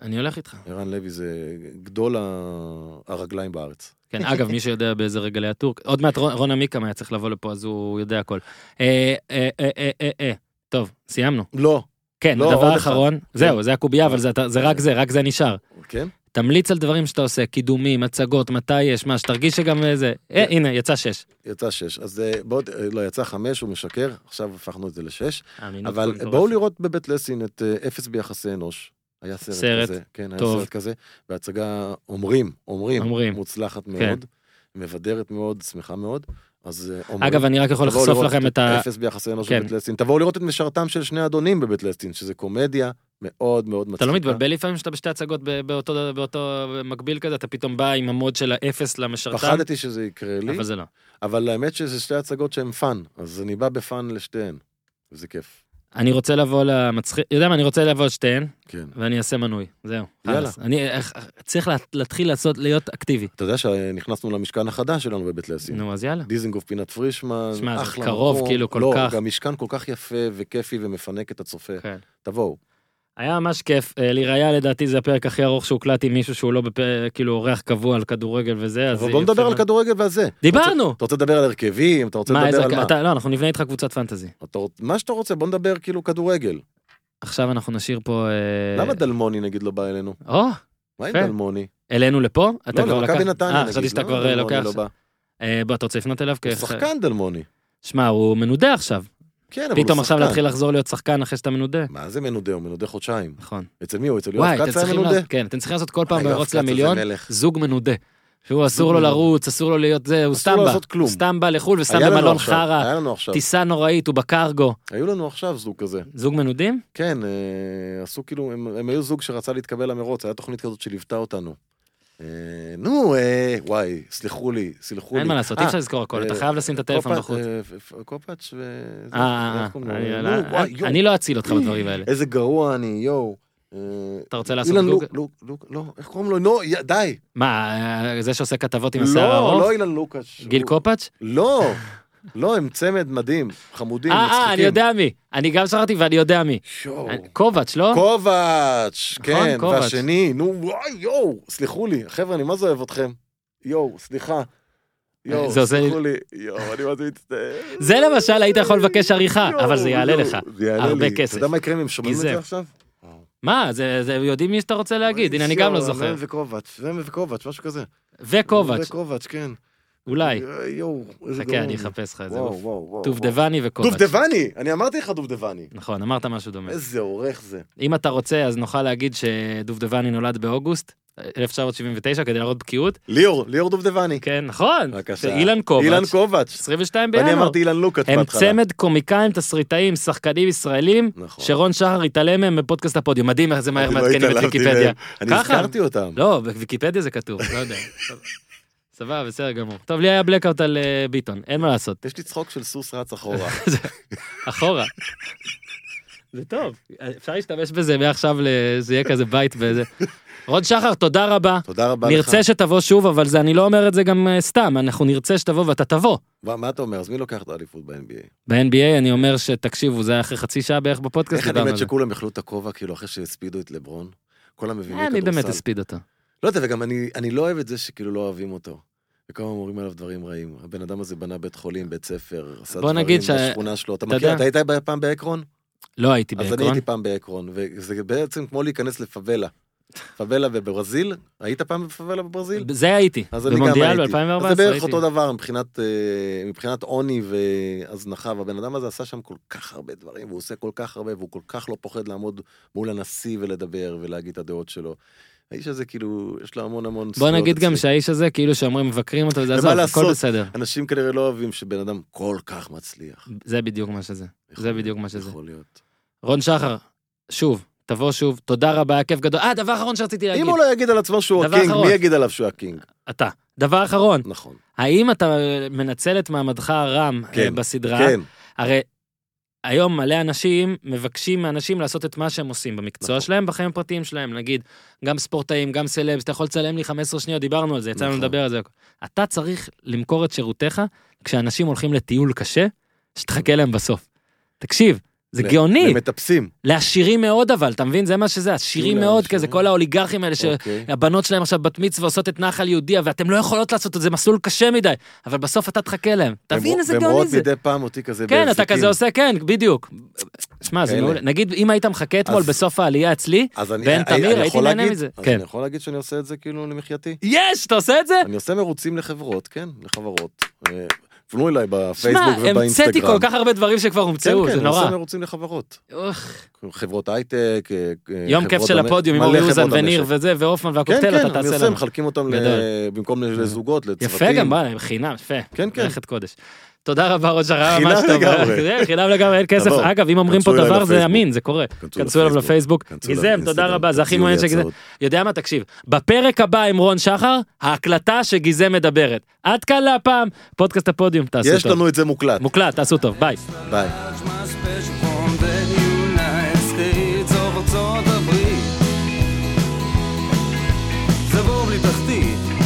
[SPEAKER 1] אני הולך איתך.
[SPEAKER 2] ערן לוי זה גדול ה- הרגליים בארץ. <laughs>
[SPEAKER 1] כן, אגב, מי שיודע באיזה רגע היה טורק, עוד מעט רון- רון עמיקם היה צריך לבוא לפה, אז הוא יודע הכל. אה, אה, אה, אה, אה, אה. טוב, סיימנו.
[SPEAKER 2] לא.
[SPEAKER 1] כן,
[SPEAKER 2] לא,
[SPEAKER 1] דבר
[SPEAKER 2] עוד אה.
[SPEAKER 1] אחרון, זהו, זה הקובייה, אבל זה- זה רק זה, רק זה נשאר.
[SPEAKER 2] כן?
[SPEAKER 1] תמליץ על דברים שאתה עושה, קידומים, הצגות, מתי יש, מה, שתרגיש שגם אה, זה. אה,
[SPEAKER 2] כן.
[SPEAKER 1] הנה, יצא שש.
[SPEAKER 2] יצא שש. אז אה, בואו, אה, לא, יצא חמש, הוא משקר, עכשיו הפכנו את זה לשש.
[SPEAKER 1] האמינות
[SPEAKER 2] אבל
[SPEAKER 1] פה
[SPEAKER 2] בואו
[SPEAKER 1] מטורפת.
[SPEAKER 2] לראות בבית לסין את אה, אפס ביחסי אנוש. היה סרט,
[SPEAKER 1] סרט,
[SPEAKER 2] כזה. כן, היה
[SPEAKER 1] טוב.
[SPEAKER 2] סרט כזה. בהצגה, אומרים, אומרים,
[SPEAKER 1] אומרים.
[SPEAKER 2] מוצלחת
[SPEAKER 1] כן.
[SPEAKER 2] מאוד, מבדרת מאוד, שמחה מאוד. אז אה, אומרים.
[SPEAKER 1] אגב, אני רק יכול
[SPEAKER 2] תבואו
[SPEAKER 1] לחשוף
[SPEAKER 2] לראות
[SPEAKER 1] לכם את ה...
[SPEAKER 2] אפס ביחסי אנוש
[SPEAKER 1] כן.
[SPEAKER 2] בבית לסין. תבואו לראות את משרתם של שני אדונים בבית לסין, שזה קומדיה מאוד מאוד מצחיקה.
[SPEAKER 1] אתה לא מתבלבל לפעמים שאתה בשתי הצגות ב- באותו באותו מקביל כזה, אתה פתאום בא עם המוד של האפס למשרתן,
[SPEAKER 2] פחדתי שזה יקרה לי.
[SPEAKER 1] אבל זה לא.
[SPEAKER 2] אבל האמת שזה שתי הצגות שהן פאן, אז אני בא בפאן לשתיהן, וזה כיף.
[SPEAKER 1] אני רוצה לבוא למצחיק, יודע מה, אני רוצה לבוא על שתיהן,
[SPEAKER 2] כן.
[SPEAKER 1] ואני אעשה מנוי, זהו.
[SPEAKER 2] יאללה.
[SPEAKER 1] חלאס. אני איך- צריך לה- להתחיל לעשות, להיות אקטיבי.
[SPEAKER 2] אתה יודע שנכנסנו למשכן החדש שלנו בבית לסין.
[SPEAKER 1] נו, אז יאללה.
[SPEAKER 2] דיזנגוף פינת פרישמן,
[SPEAKER 1] שמע, זה
[SPEAKER 2] אחלה
[SPEAKER 1] קרוב,
[SPEAKER 2] מקום.
[SPEAKER 1] כאילו, כל כך.
[SPEAKER 2] לא, גם משכן כל כך יפה וכיפי ומפנק את הצופה.
[SPEAKER 1] כן.
[SPEAKER 2] תבואו.
[SPEAKER 1] היה ממש כיף, אה, לראיה לדעתי זה הפרק הכי ארוך שהוקלט עם מישהו שהוא לא בפרק, כאילו אורח קבוע על כדורגל וזה, אז...
[SPEAKER 2] אבל בואו
[SPEAKER 1] יפה
[SPEAKER 2] נדבר על
[SPEAKER 1] מאוד.
[SPEAKER 2] כדורגל ועל זה.
[SPEAKER 1] דיברנו!
[SPEAKER 2] אתה רוצה לדבר על הרכבים? אתה רוצה
[SPEAKER 1] מה,
[SPEAKER 2] לדבר
[SPEAKER 1] איזה...
[SPEAKER 2] על מה?
[SPEAKER 1] אתה- לא, אנחנו נבנה איתך קבוצת פנטזי.
[SPEAKER 2] אתה רוצ- מה שאתה רוצה, בוא נדבר כאילו כדורגל.
[SPEAKER 1] עכשיו אנחנו נשאיר פה... אה,
[SPEAKER 2] למה דלמוני נגיד לא בא אלינו?
[SPEAKER 1] או,
[SPEAKER 2] מה עם
[SPEAKER 1] יפה.
[SPEAKER 2] דלמוני?
[SPEAKER 1] אלינו לפה? אתה
[SPEAKER 2] לא,
[SPEAKER 1] כבר לקח...
[SPEAKER 2] למכבי נתניה נגיד.
[SPEAKER 1] אה, חשבתי שאתה
[SPEAKER 2] למה
[SPEAKER 1] כבר אה,
[SPEAKER 2] דלמוני
[SPEAKER 1] לוקח...
[SPEAKER 2] לא בא?
[SPEAKER 1] אה, בוא, אתה רוצה לפנות אליו?
[SPEAKER 2] הוא
[SPEAKER 1] כ-
[SPEAKER 2] שחקן דלמוני.
[SPEAKER 1] שמע, הוא מנודה עכשיו.
[SPEAKER 2] כן, אבל הוא שחקן.
[SPEAKER 1] פתאום עכשיו להתחיל לחזור להיות שחקן אחרי שאתה מנודה.
[SPEAKER 2] מה זה מנודה? הוא מנודה חודשיים.
[SPEAKER 1] נכון.
[SPEAKER 2] אצל מי הוא? אצל יואב
[SPEAKER 1] וואי, אתם
[SPEAKER 2] כץ היה
[SPEAKER 1] צריכים
[SPEAKER 2] מנודה?
[SPEAKER 1] לעשות- כן, אתם צריכים לעשות כל פעם
[SPEAKER 2] אה, יואב
[SPEAKER 1] במרוץ
[SPEAKER 2] כץ הזה
[SPEAKER 1] למיליון,
[SPEAKER 2] מלך.
[SPEAKER 1] זוג מנודה. שהוא אסור לו
[SPEAKER 2] מנודה.
[SPEAKER 1] לרוץ, אסור לו להיות זה, הוא
[SPEAKER 2] אסור
[SPEAKER 1] סתם
[SPEAKER 2] לו
[SPEAKER 1] בא.
[SPEAKER 2] לעשות כלום.
[SPEAKER 1] הוא סתם בא לחו"ל וסתם
[SPEAKER 2] היה לנו
[SPEAKER 1] במלון
[SPEAKER 2] עכשיו,
[SPEAKER 1] חרא,
[SPEAKER 2] היה לנו עכשיו.
[SPEAKER 1] טיסה נוראית, הוא בקרגו.
[SPEAKER 2] היו לנו עכשיו זוג כזה.
[SPEAKER 1] זוג מנודים?
[SPEAKER 2] כן, אה, עשו כאילו, הם הם היו זוג שרצה להתקבל למרוץ, הייתה תוכנית כזאת שליוותה אותנו. אה, נו, אה, וואי, סלחו לי, סלחו לי.
[SPEAKER 1] אין מה לעשות, אי
[SPEAKER 2] אה,
[SPEAKER 1] אפשר לזכור הכל,
[SPEAKER 2] אה,
[SPEAKER 1] אתה חייב לשים את הטלפון
[SPEAKER 2] קופץ,
[SPEAKER 1] בחוץ.
[SPEAKER 2] אה, פ- פ- קופץ' ו...
[SPEAKER 1] אה, אה,
[SPEAKER 2] איך קוראים לו?
[SPEAKER 1] אה,
[SPEAKER 2] נו,
[SPEAKER 1] אני-
[SPEAKER 2] וואי, יואו,
[SPEAKER 1] אני לא אציל אותך בדברים האלה.
[SPEAKER 2] איזה גרוע אני, יואו. אה,
[SPEAKER 1] אתה רוצה לעשות
[SPEAKER 2] אילן
[SPEAKER 1] גוגל?
[SPEAKER 2] לוק, לוק, לוק, לא, איך קוראים לו? נו, יא, די.
[SPEAKER 1] מה, אה, זה שעושה כתבות עם השיער
[SPEAKER 2] לא,
[SPEAKER 1] הארוך?
[SPEAKER 2] לא אילן לוקאץ'.
[SPEAKER 1] גיל
[SPEAKER 2] הוא-
[SPEAKER 1] קופץ'? <laughs>
[SPEAKER 2] לא, לא, הם צמד מדהים, חמודים,
[SPEAKER 1] אה, אה, אני
[SPEAKER 2] מצחיקים.
[SPEAKER 1] יודע מי. אני גם שכחתי ואני יודע מי.
[SPEAKER 2] יואו.
[SPEAKER 1] קובץ', לא?
[SPEAKER 2] קובץ',
[SPEAKER 1] נכון,
[SPEAKER 2] כן,
[SPEAKER 1] קובץ'.
[SPEAKER 2] והשני, נו וואי, יואו, סלחו לי, חבר'ה, אני מה זה אוהב אתכם? יואו, סליחה. יואו,
[SPEAKER 1] זה עושה לי-
[SPEAKER 2] סלחו לי, יואו, אני מה זה מצטער.
[SPEAKER 1] זה למשל, היית יכול לבקש עריכה,
[SPEAKER 2] יואו,
[SPEAKER 1] אבל זה יעלה
[SPEAKER 2] יואו,
[SPEAKER 1] לך.
[SPEAKER 2] זה יעלה
[SPEAKER 1] הרבה
[SPEAKER 2] לי.
[SPEAKER 1] כסף.
[SPEAKER 2] אתה יודע מה יקרה אם הם שומעים את
[SPEAKER 1] גיזם.
[SPEAKER 2] זה עכשיו?
[SPEAKER 1] מה, זה זה- יודעים מי שאתה רוצה להגיד, הנה, אני גם לא
[SPEAKER 2] יואו,
[SPEAKER 1] זוכר.
[SPEAKER 2] מהם וקובץ', מהם וקובץ', משהו כזה.
[SPEAKER 1] וקובץ',
[SPEAKER 2] וקובץ', כן. אה,
[SPEAKER 1] אולי.
[SPEAKER 2] יואו, איזה
[SPEAKER 1] חכה,
[SPEAKER 2] גרוע.
[SPEAKER 1] אני אחפש לך איזה
[SPEAKER 2] וואו,
[SPEAKER 1] אוף.
[SPEAKER 2] וואו, וואו.
[SPEAKER 1] דובדבני
[SPEAKER 2] וואו.
[SPEAKER 1] וקובץ'.
[SPEAKER 2] דובדבני, אני אמרתי לך דובדבני.
[SPEAKER 1] נכון, אמרת משהו דומה.
[SPEAKER 2] איזה עורך זה.
[SPEAKER 1] אם אתה רוצה, אז נוכל להגיד שדובדבני נולד באוגוסט 1979, כדי להראות בקיאות.
[SPEAKER 2] ליאור, ליאור דובדבני.
[SPEAKER 1] כן, נכון.
[SPEAKER 2] בבקשה.
[SPEAKER 1] זה אילן קובץ',
[SPEAKER 2] אילן קובץ'.
[SPEAKER 1] 22
[SPEAKER 2] ואני
[SPEAKER 1] בינואר.
[SPEAKER 2] אמרתי אילן לוקאץ'
[SPEAKER 1] הם
[SPEAKER 2] בהתחלה.
[SPEAKER 1] צמד קומיקאים, תסריטאים, שחקנים ישראלים,
[SPEAKER 2] נכון.
[SPEAKER 1] שרון שחר התעלם מהם בפודקאסט הפודיום. מדהים איך זה מהר
[SPEAKER 2] אני לא
[SPEAKER 1] מעדכנים את
[SPEAKER 2] התעלמתי
[SPEAKER 1] ויקיפדיה.
[SPEAKER 2] מהם. אני
[SPEAKER 1] ככה.
[SPEAKER 2] הזכרתי אותם.
[SPEAKER 1] לא, בוויקיפדיה זה כתוב, לא יודע. <laughs> סבבה, בסדר גמור. טוב, לי היה בלקאוט על אה, ביטון, אין מה לעשות. <laughs>
[SPEAKER 2] יש לי צחוק של סוס רץ אחורה.
[SPEAKER 1] אחורה. זה טוב. אפשר להשתמש בזה מעכשיו, ל- זה יהיה כזה בית וזה. רון שחר, תודה רבה.
[SPEAKER 2] תודה רבה לך.
[SPEAKER 1] נרצה שתבוא שוב, אבל זה, אני לא אומר את זה גם אה, סתם, אנחנו נרצה שתבוא ואתה תבוא.
[SPEAKER 2] מה- מה אתה אומר? אז מי לוקח את האליפות ב-NBA?
[SPEAKER 1] ב-NBA אני אומר שתקשיבו, זה היה אחרי חצי שעה בערך בפודקאסט,
[SPEAKER 2] איך אני
[SPEAKER 1] דיברנו על
[SPEAKER 2] מת
[SPEAKER 1] זה.
[SPEAKER 2] שכולם יאכלו את הכובע, כאילו, אחרי שהספידו את לברון? כל המבינים
[SPEAKER 1] אה, מי באמת הספיד אותו?
[SPEAKER 2] לא יודע, וגם אני, אני לא אוהב את זה שכאילו לא אוהבים אותו. וכמה אומרים עליו דברים רעים. הבן אדם הזה בנה בית חולים, בית ספר, עשה
[SPEAKER 1] בוא
[SPEAKER 2] דברים
[SPEAKER 1] נגיד ש-
[SPEAKER 2] בשכונה שלו. אתה
[SPEAKER 1] אתה
[SPEAKER 2] מכיר?
[SPEAKER 1] יודע-
[SPEAKER 2] אתה היית פעם בעקרון?
[SPEAKER 1] לא הייתי
[SPEAKER 2] אז אני
[SPEAKER 1] בעקרון.
[SPEAKER 2] הייתי פעם בעקרון, וזה בעצם כמו להיכנס לפאבלה. פאבלה בברזיל? היית פעם בפאבלה בברזיל?
[SPEAKER 1] זה הייתי,
[SPEAKER 2] אז אני גם
[SPEAKER 1] במונדיאל
[SPEAKER 2] הייתי.
[SPEAKER 1] ב-2014
[SPEAKER 2] אז זה בערך
[SPEAKER 1] הייתי.
[SPEAKER 2] אותו דבר מבחינת, אה, מבחינת עוני והזנחה, והבן אדם הזה עשה שם כל כך הרבה דברים, והוא עושה כל כך הרבה, והוא כל כך לא פוחד לעמוד מול הנשיא ולדבר ולהגיד את הדעות שלו. האיש הזה כאילו, יש לו המון המון
[SPEAKER 1] בוא נגיד גם
[SPEAKER 2] אצלי.
[SPEAKER 1] שהאיש הזה, כאילו שאומרים, מבקרים אותו, זה
[SPEAKER 2] ומה
[SPEAKER 1] עזוב, הכל
[SPEAKER 2] לעשות?
[SPEAKER 1] בסדר.
[SPEAKER 2] אנשים כנראה לא אוהבים שבן אדם כל כך מצליח.
[SPEAKER 1] זה בדיוק מה שזה.
[SPEAKER 2] יכול
[SPEAKER 1] זה
[SPEAKER 2] להיות,
[SPEAKER 1] בדיוק מה שזה.
[SPEAKER 2] יכול להיות.
[SPEAKER 1] רון שחר, שוב, תבוא שוב, תודה רבה, היה כיף גדול. אה, דבר אחרון שרציתי להגיד.
[SPEAKER 2] אם הוא לא יגיד על עצמו שהוא
[SPEAKER 1] דבר
[SPEAKER 2] הקינג,
[SPEAKER 1] אחרון.
[SPEAKER 2] מי יגיד עליו שהוא הקינג?
[SPEAKER 1] אתה. דבר אחרון,
[SPEAKER 2] נכון.
[SPEAKER 1] האם אתה מנצל את מעמדך הרם
[SPEAKER 2] כן,
[SPEAKER 1] אה, בסדרה?
[SPEAKER 2] כן.
[SPEAKER 1] הרי היום מלא אנשים מבקשים מאנשים לעשות את מה שהם עושים במקצוע
[SPEAKER 2] נכון.
[SPEAKER 1] שלהם, בחיים הפרטיים שלהם, נגיד, גם ספורטאים, גם סלבס, אתה יכול לצלם לי 15 שניות, דיברנו על זה, יצא לנו
[SPEAKER 2] נכון.
[SPEAKER 1] לדבר על זה. אתה צריך למכור את שירותיך כשאנשים הולכים לטיול קשה, שתחכה להם בסוף. תקשיב, זה
[SPEAKER 2] ל-
[SPEAKER 1] גאוני,
[SPEAKER 2] למטפסים.
[SPEAKER 1] לעשירים מאוד אבל, אתה מבין? זה מה שזה, עשירים
[SPEAKER 2] טיול
[SPEAKER 1] מאוד,
[SPEAKER 2] כאילו, לעשירים.
[SPEAKER 1] כזה, כל האוליגרכים האלה ש...
[SPEAKER 2] אוקיי.
[SPEAKER 1] הבנות שלהם עכשיו בת מצווה עושות את נחל יהודיה ואתם לא יכולות לעשות את זה, מסלול קשה מדי, אבל בסוף אתה תחכה להם. תבין איזה
[SPEAKER 2] והם
[SPEAKER 1] גאוני
[SPEAKER 2] רואות
[SPEAKER 1] זה.
[SPEAKER 2] מדי פעם אותי כזה
[SPEAKER 1] כן, אתה
[SPEAKER 2] בהפסקים.
[SPEAKER 1] כזה עושה, כן, בדיוק. שמע, זה
[SPEAKER 2] כאלה.
[SPEAKER 1] מעולה. נגיד, אם היית מחכה אתמול
[SPEAKER 2] אז-
[SPEAKER 1] בסוף העלייה אצלי,
[SPEAKER 2] אז אני, אה,
[SPEAKER 1] בן
[SPEAKER 2] אני-
[SPEAKER 1] תמיר,
[SPEAKER 2] אני
[SPEAKER 1] הייתי
[SPEAKER 2] יכול
[SPEAKER 1] נהנה
[SPEAKER 2] להגיד-
[SPEAKER 1] מזה.
[SPEAKER 2] אז
[SPEAKER 1] כן.
[SPEAKER 2] אני יכול להגיד שאני עושה את זה כאילו למחייתי.
[SPEAKER 1] יש, אתה עושה את זה?
[SPEAKER 2] אני עושה מרוצים לחברות, כן, לחברות. אה, פנו אליי
[SPEAKER 1] שמע,
[SPEAKER 2] בפייסבוק ובאינסטגרם.
[SPEAKER 1] המצאתי כל כך הרבה דברים שכבר
[SPEAKER 2] כן,
[SPEAKER 1] הומצאו,
[SPEAKER 2] כן,
[SPEAKER 1] זה
[SPEAKER 2] אני
[SPEAKER 1] נורא.
[SPEAKER 2] עושה מרוצים לחברות.
[SPEAKER 1] אוח,
[SPEAKER 2] חברות הייטק, אה, אה,
[SPEAKER 1] יום כיף
[SPEAKER 2] חברות
[SPEAKER 1] של
[SPEAKER 2] המ-
[SPEAKER 1] הפודיום עם
[SPEAKER 2] מלא
[SPEAKER 1] אורי
[SPEAKER 2] חברות
[SPEAKER 1] אוזן
[SPEAKER 2] המשק.
[SPEAKER 1] וניר וזה, והופמן
[SPEAKER 2] כן,
[SPEAKER 1] והקוקטייל,
[SPEAKER 2] כן,
[SPEAKER 1] אתה
[SPEAKER 2] אני
[SPEAKER 1] תעשה
[SPEAKER 2] עושה,
[SPEAKER 1] לנו.
[SPEAKER 2] מחלקים אותם ל-
[SPEAKER 1] גדול.
[SPEAKER 2] במקום לזוגות, לצוותים.
[SPEAKER 1] יפה גם, בא, בחינם, יפה.
[SPEAKER 2] כן, כן.
[SPEAKER 1] מלאכת קודש. תודה רבה, ראש הרע,
[SPEAKER 2] חינם
[SPEAKER 1] ממש טוב.
[SPEAKER 2] לגמרי.
[SPEAKER 1] זה, חינם לגמרי, אין כסף.
[SPEAKER 2] תבואו,
[SPEAKER 1] אגב, אם אומרים פה
[SPEAKER 2] כנסו אליי
[SPEAKER 1] דבר, זה
[SPEAKER 2] לפייסבוק.
[SPEAKER 1] אמין, זה קורה. כנסו אליו לפייסבוק.
[SPEAKER 2] כנסו אליו
[SPEAKER 1] גיזם, תודה
[SPEAKER 2] לאינסטגרם,
[SPEAKER 1] רבה, זה הכי
[SPEAKER 2] תציעו לי
[SPEAKER 1] מעניין שגיזם.
[SPEAKER 2] הצעות.
[SPEAKER 1] יודע מה, תקשיב, בפרק הבא עם רון שחר, ההקלטה שגיזם מדברת. עד כאן להפעם, פודקאסט הפודיום, תעשו
[SPEAKER 2] יש
[SPEAKER 1] טוב.
[SPEAKER 2] לנו את זה מוקלט.
[SPEAKER 1] מוקלט, תעשו טוב, ביי.
[SPEAKER 2] ביי.
[SPEAKER 3] That's my special from the United States of ארצות הברית. זה בור בלי תחתית.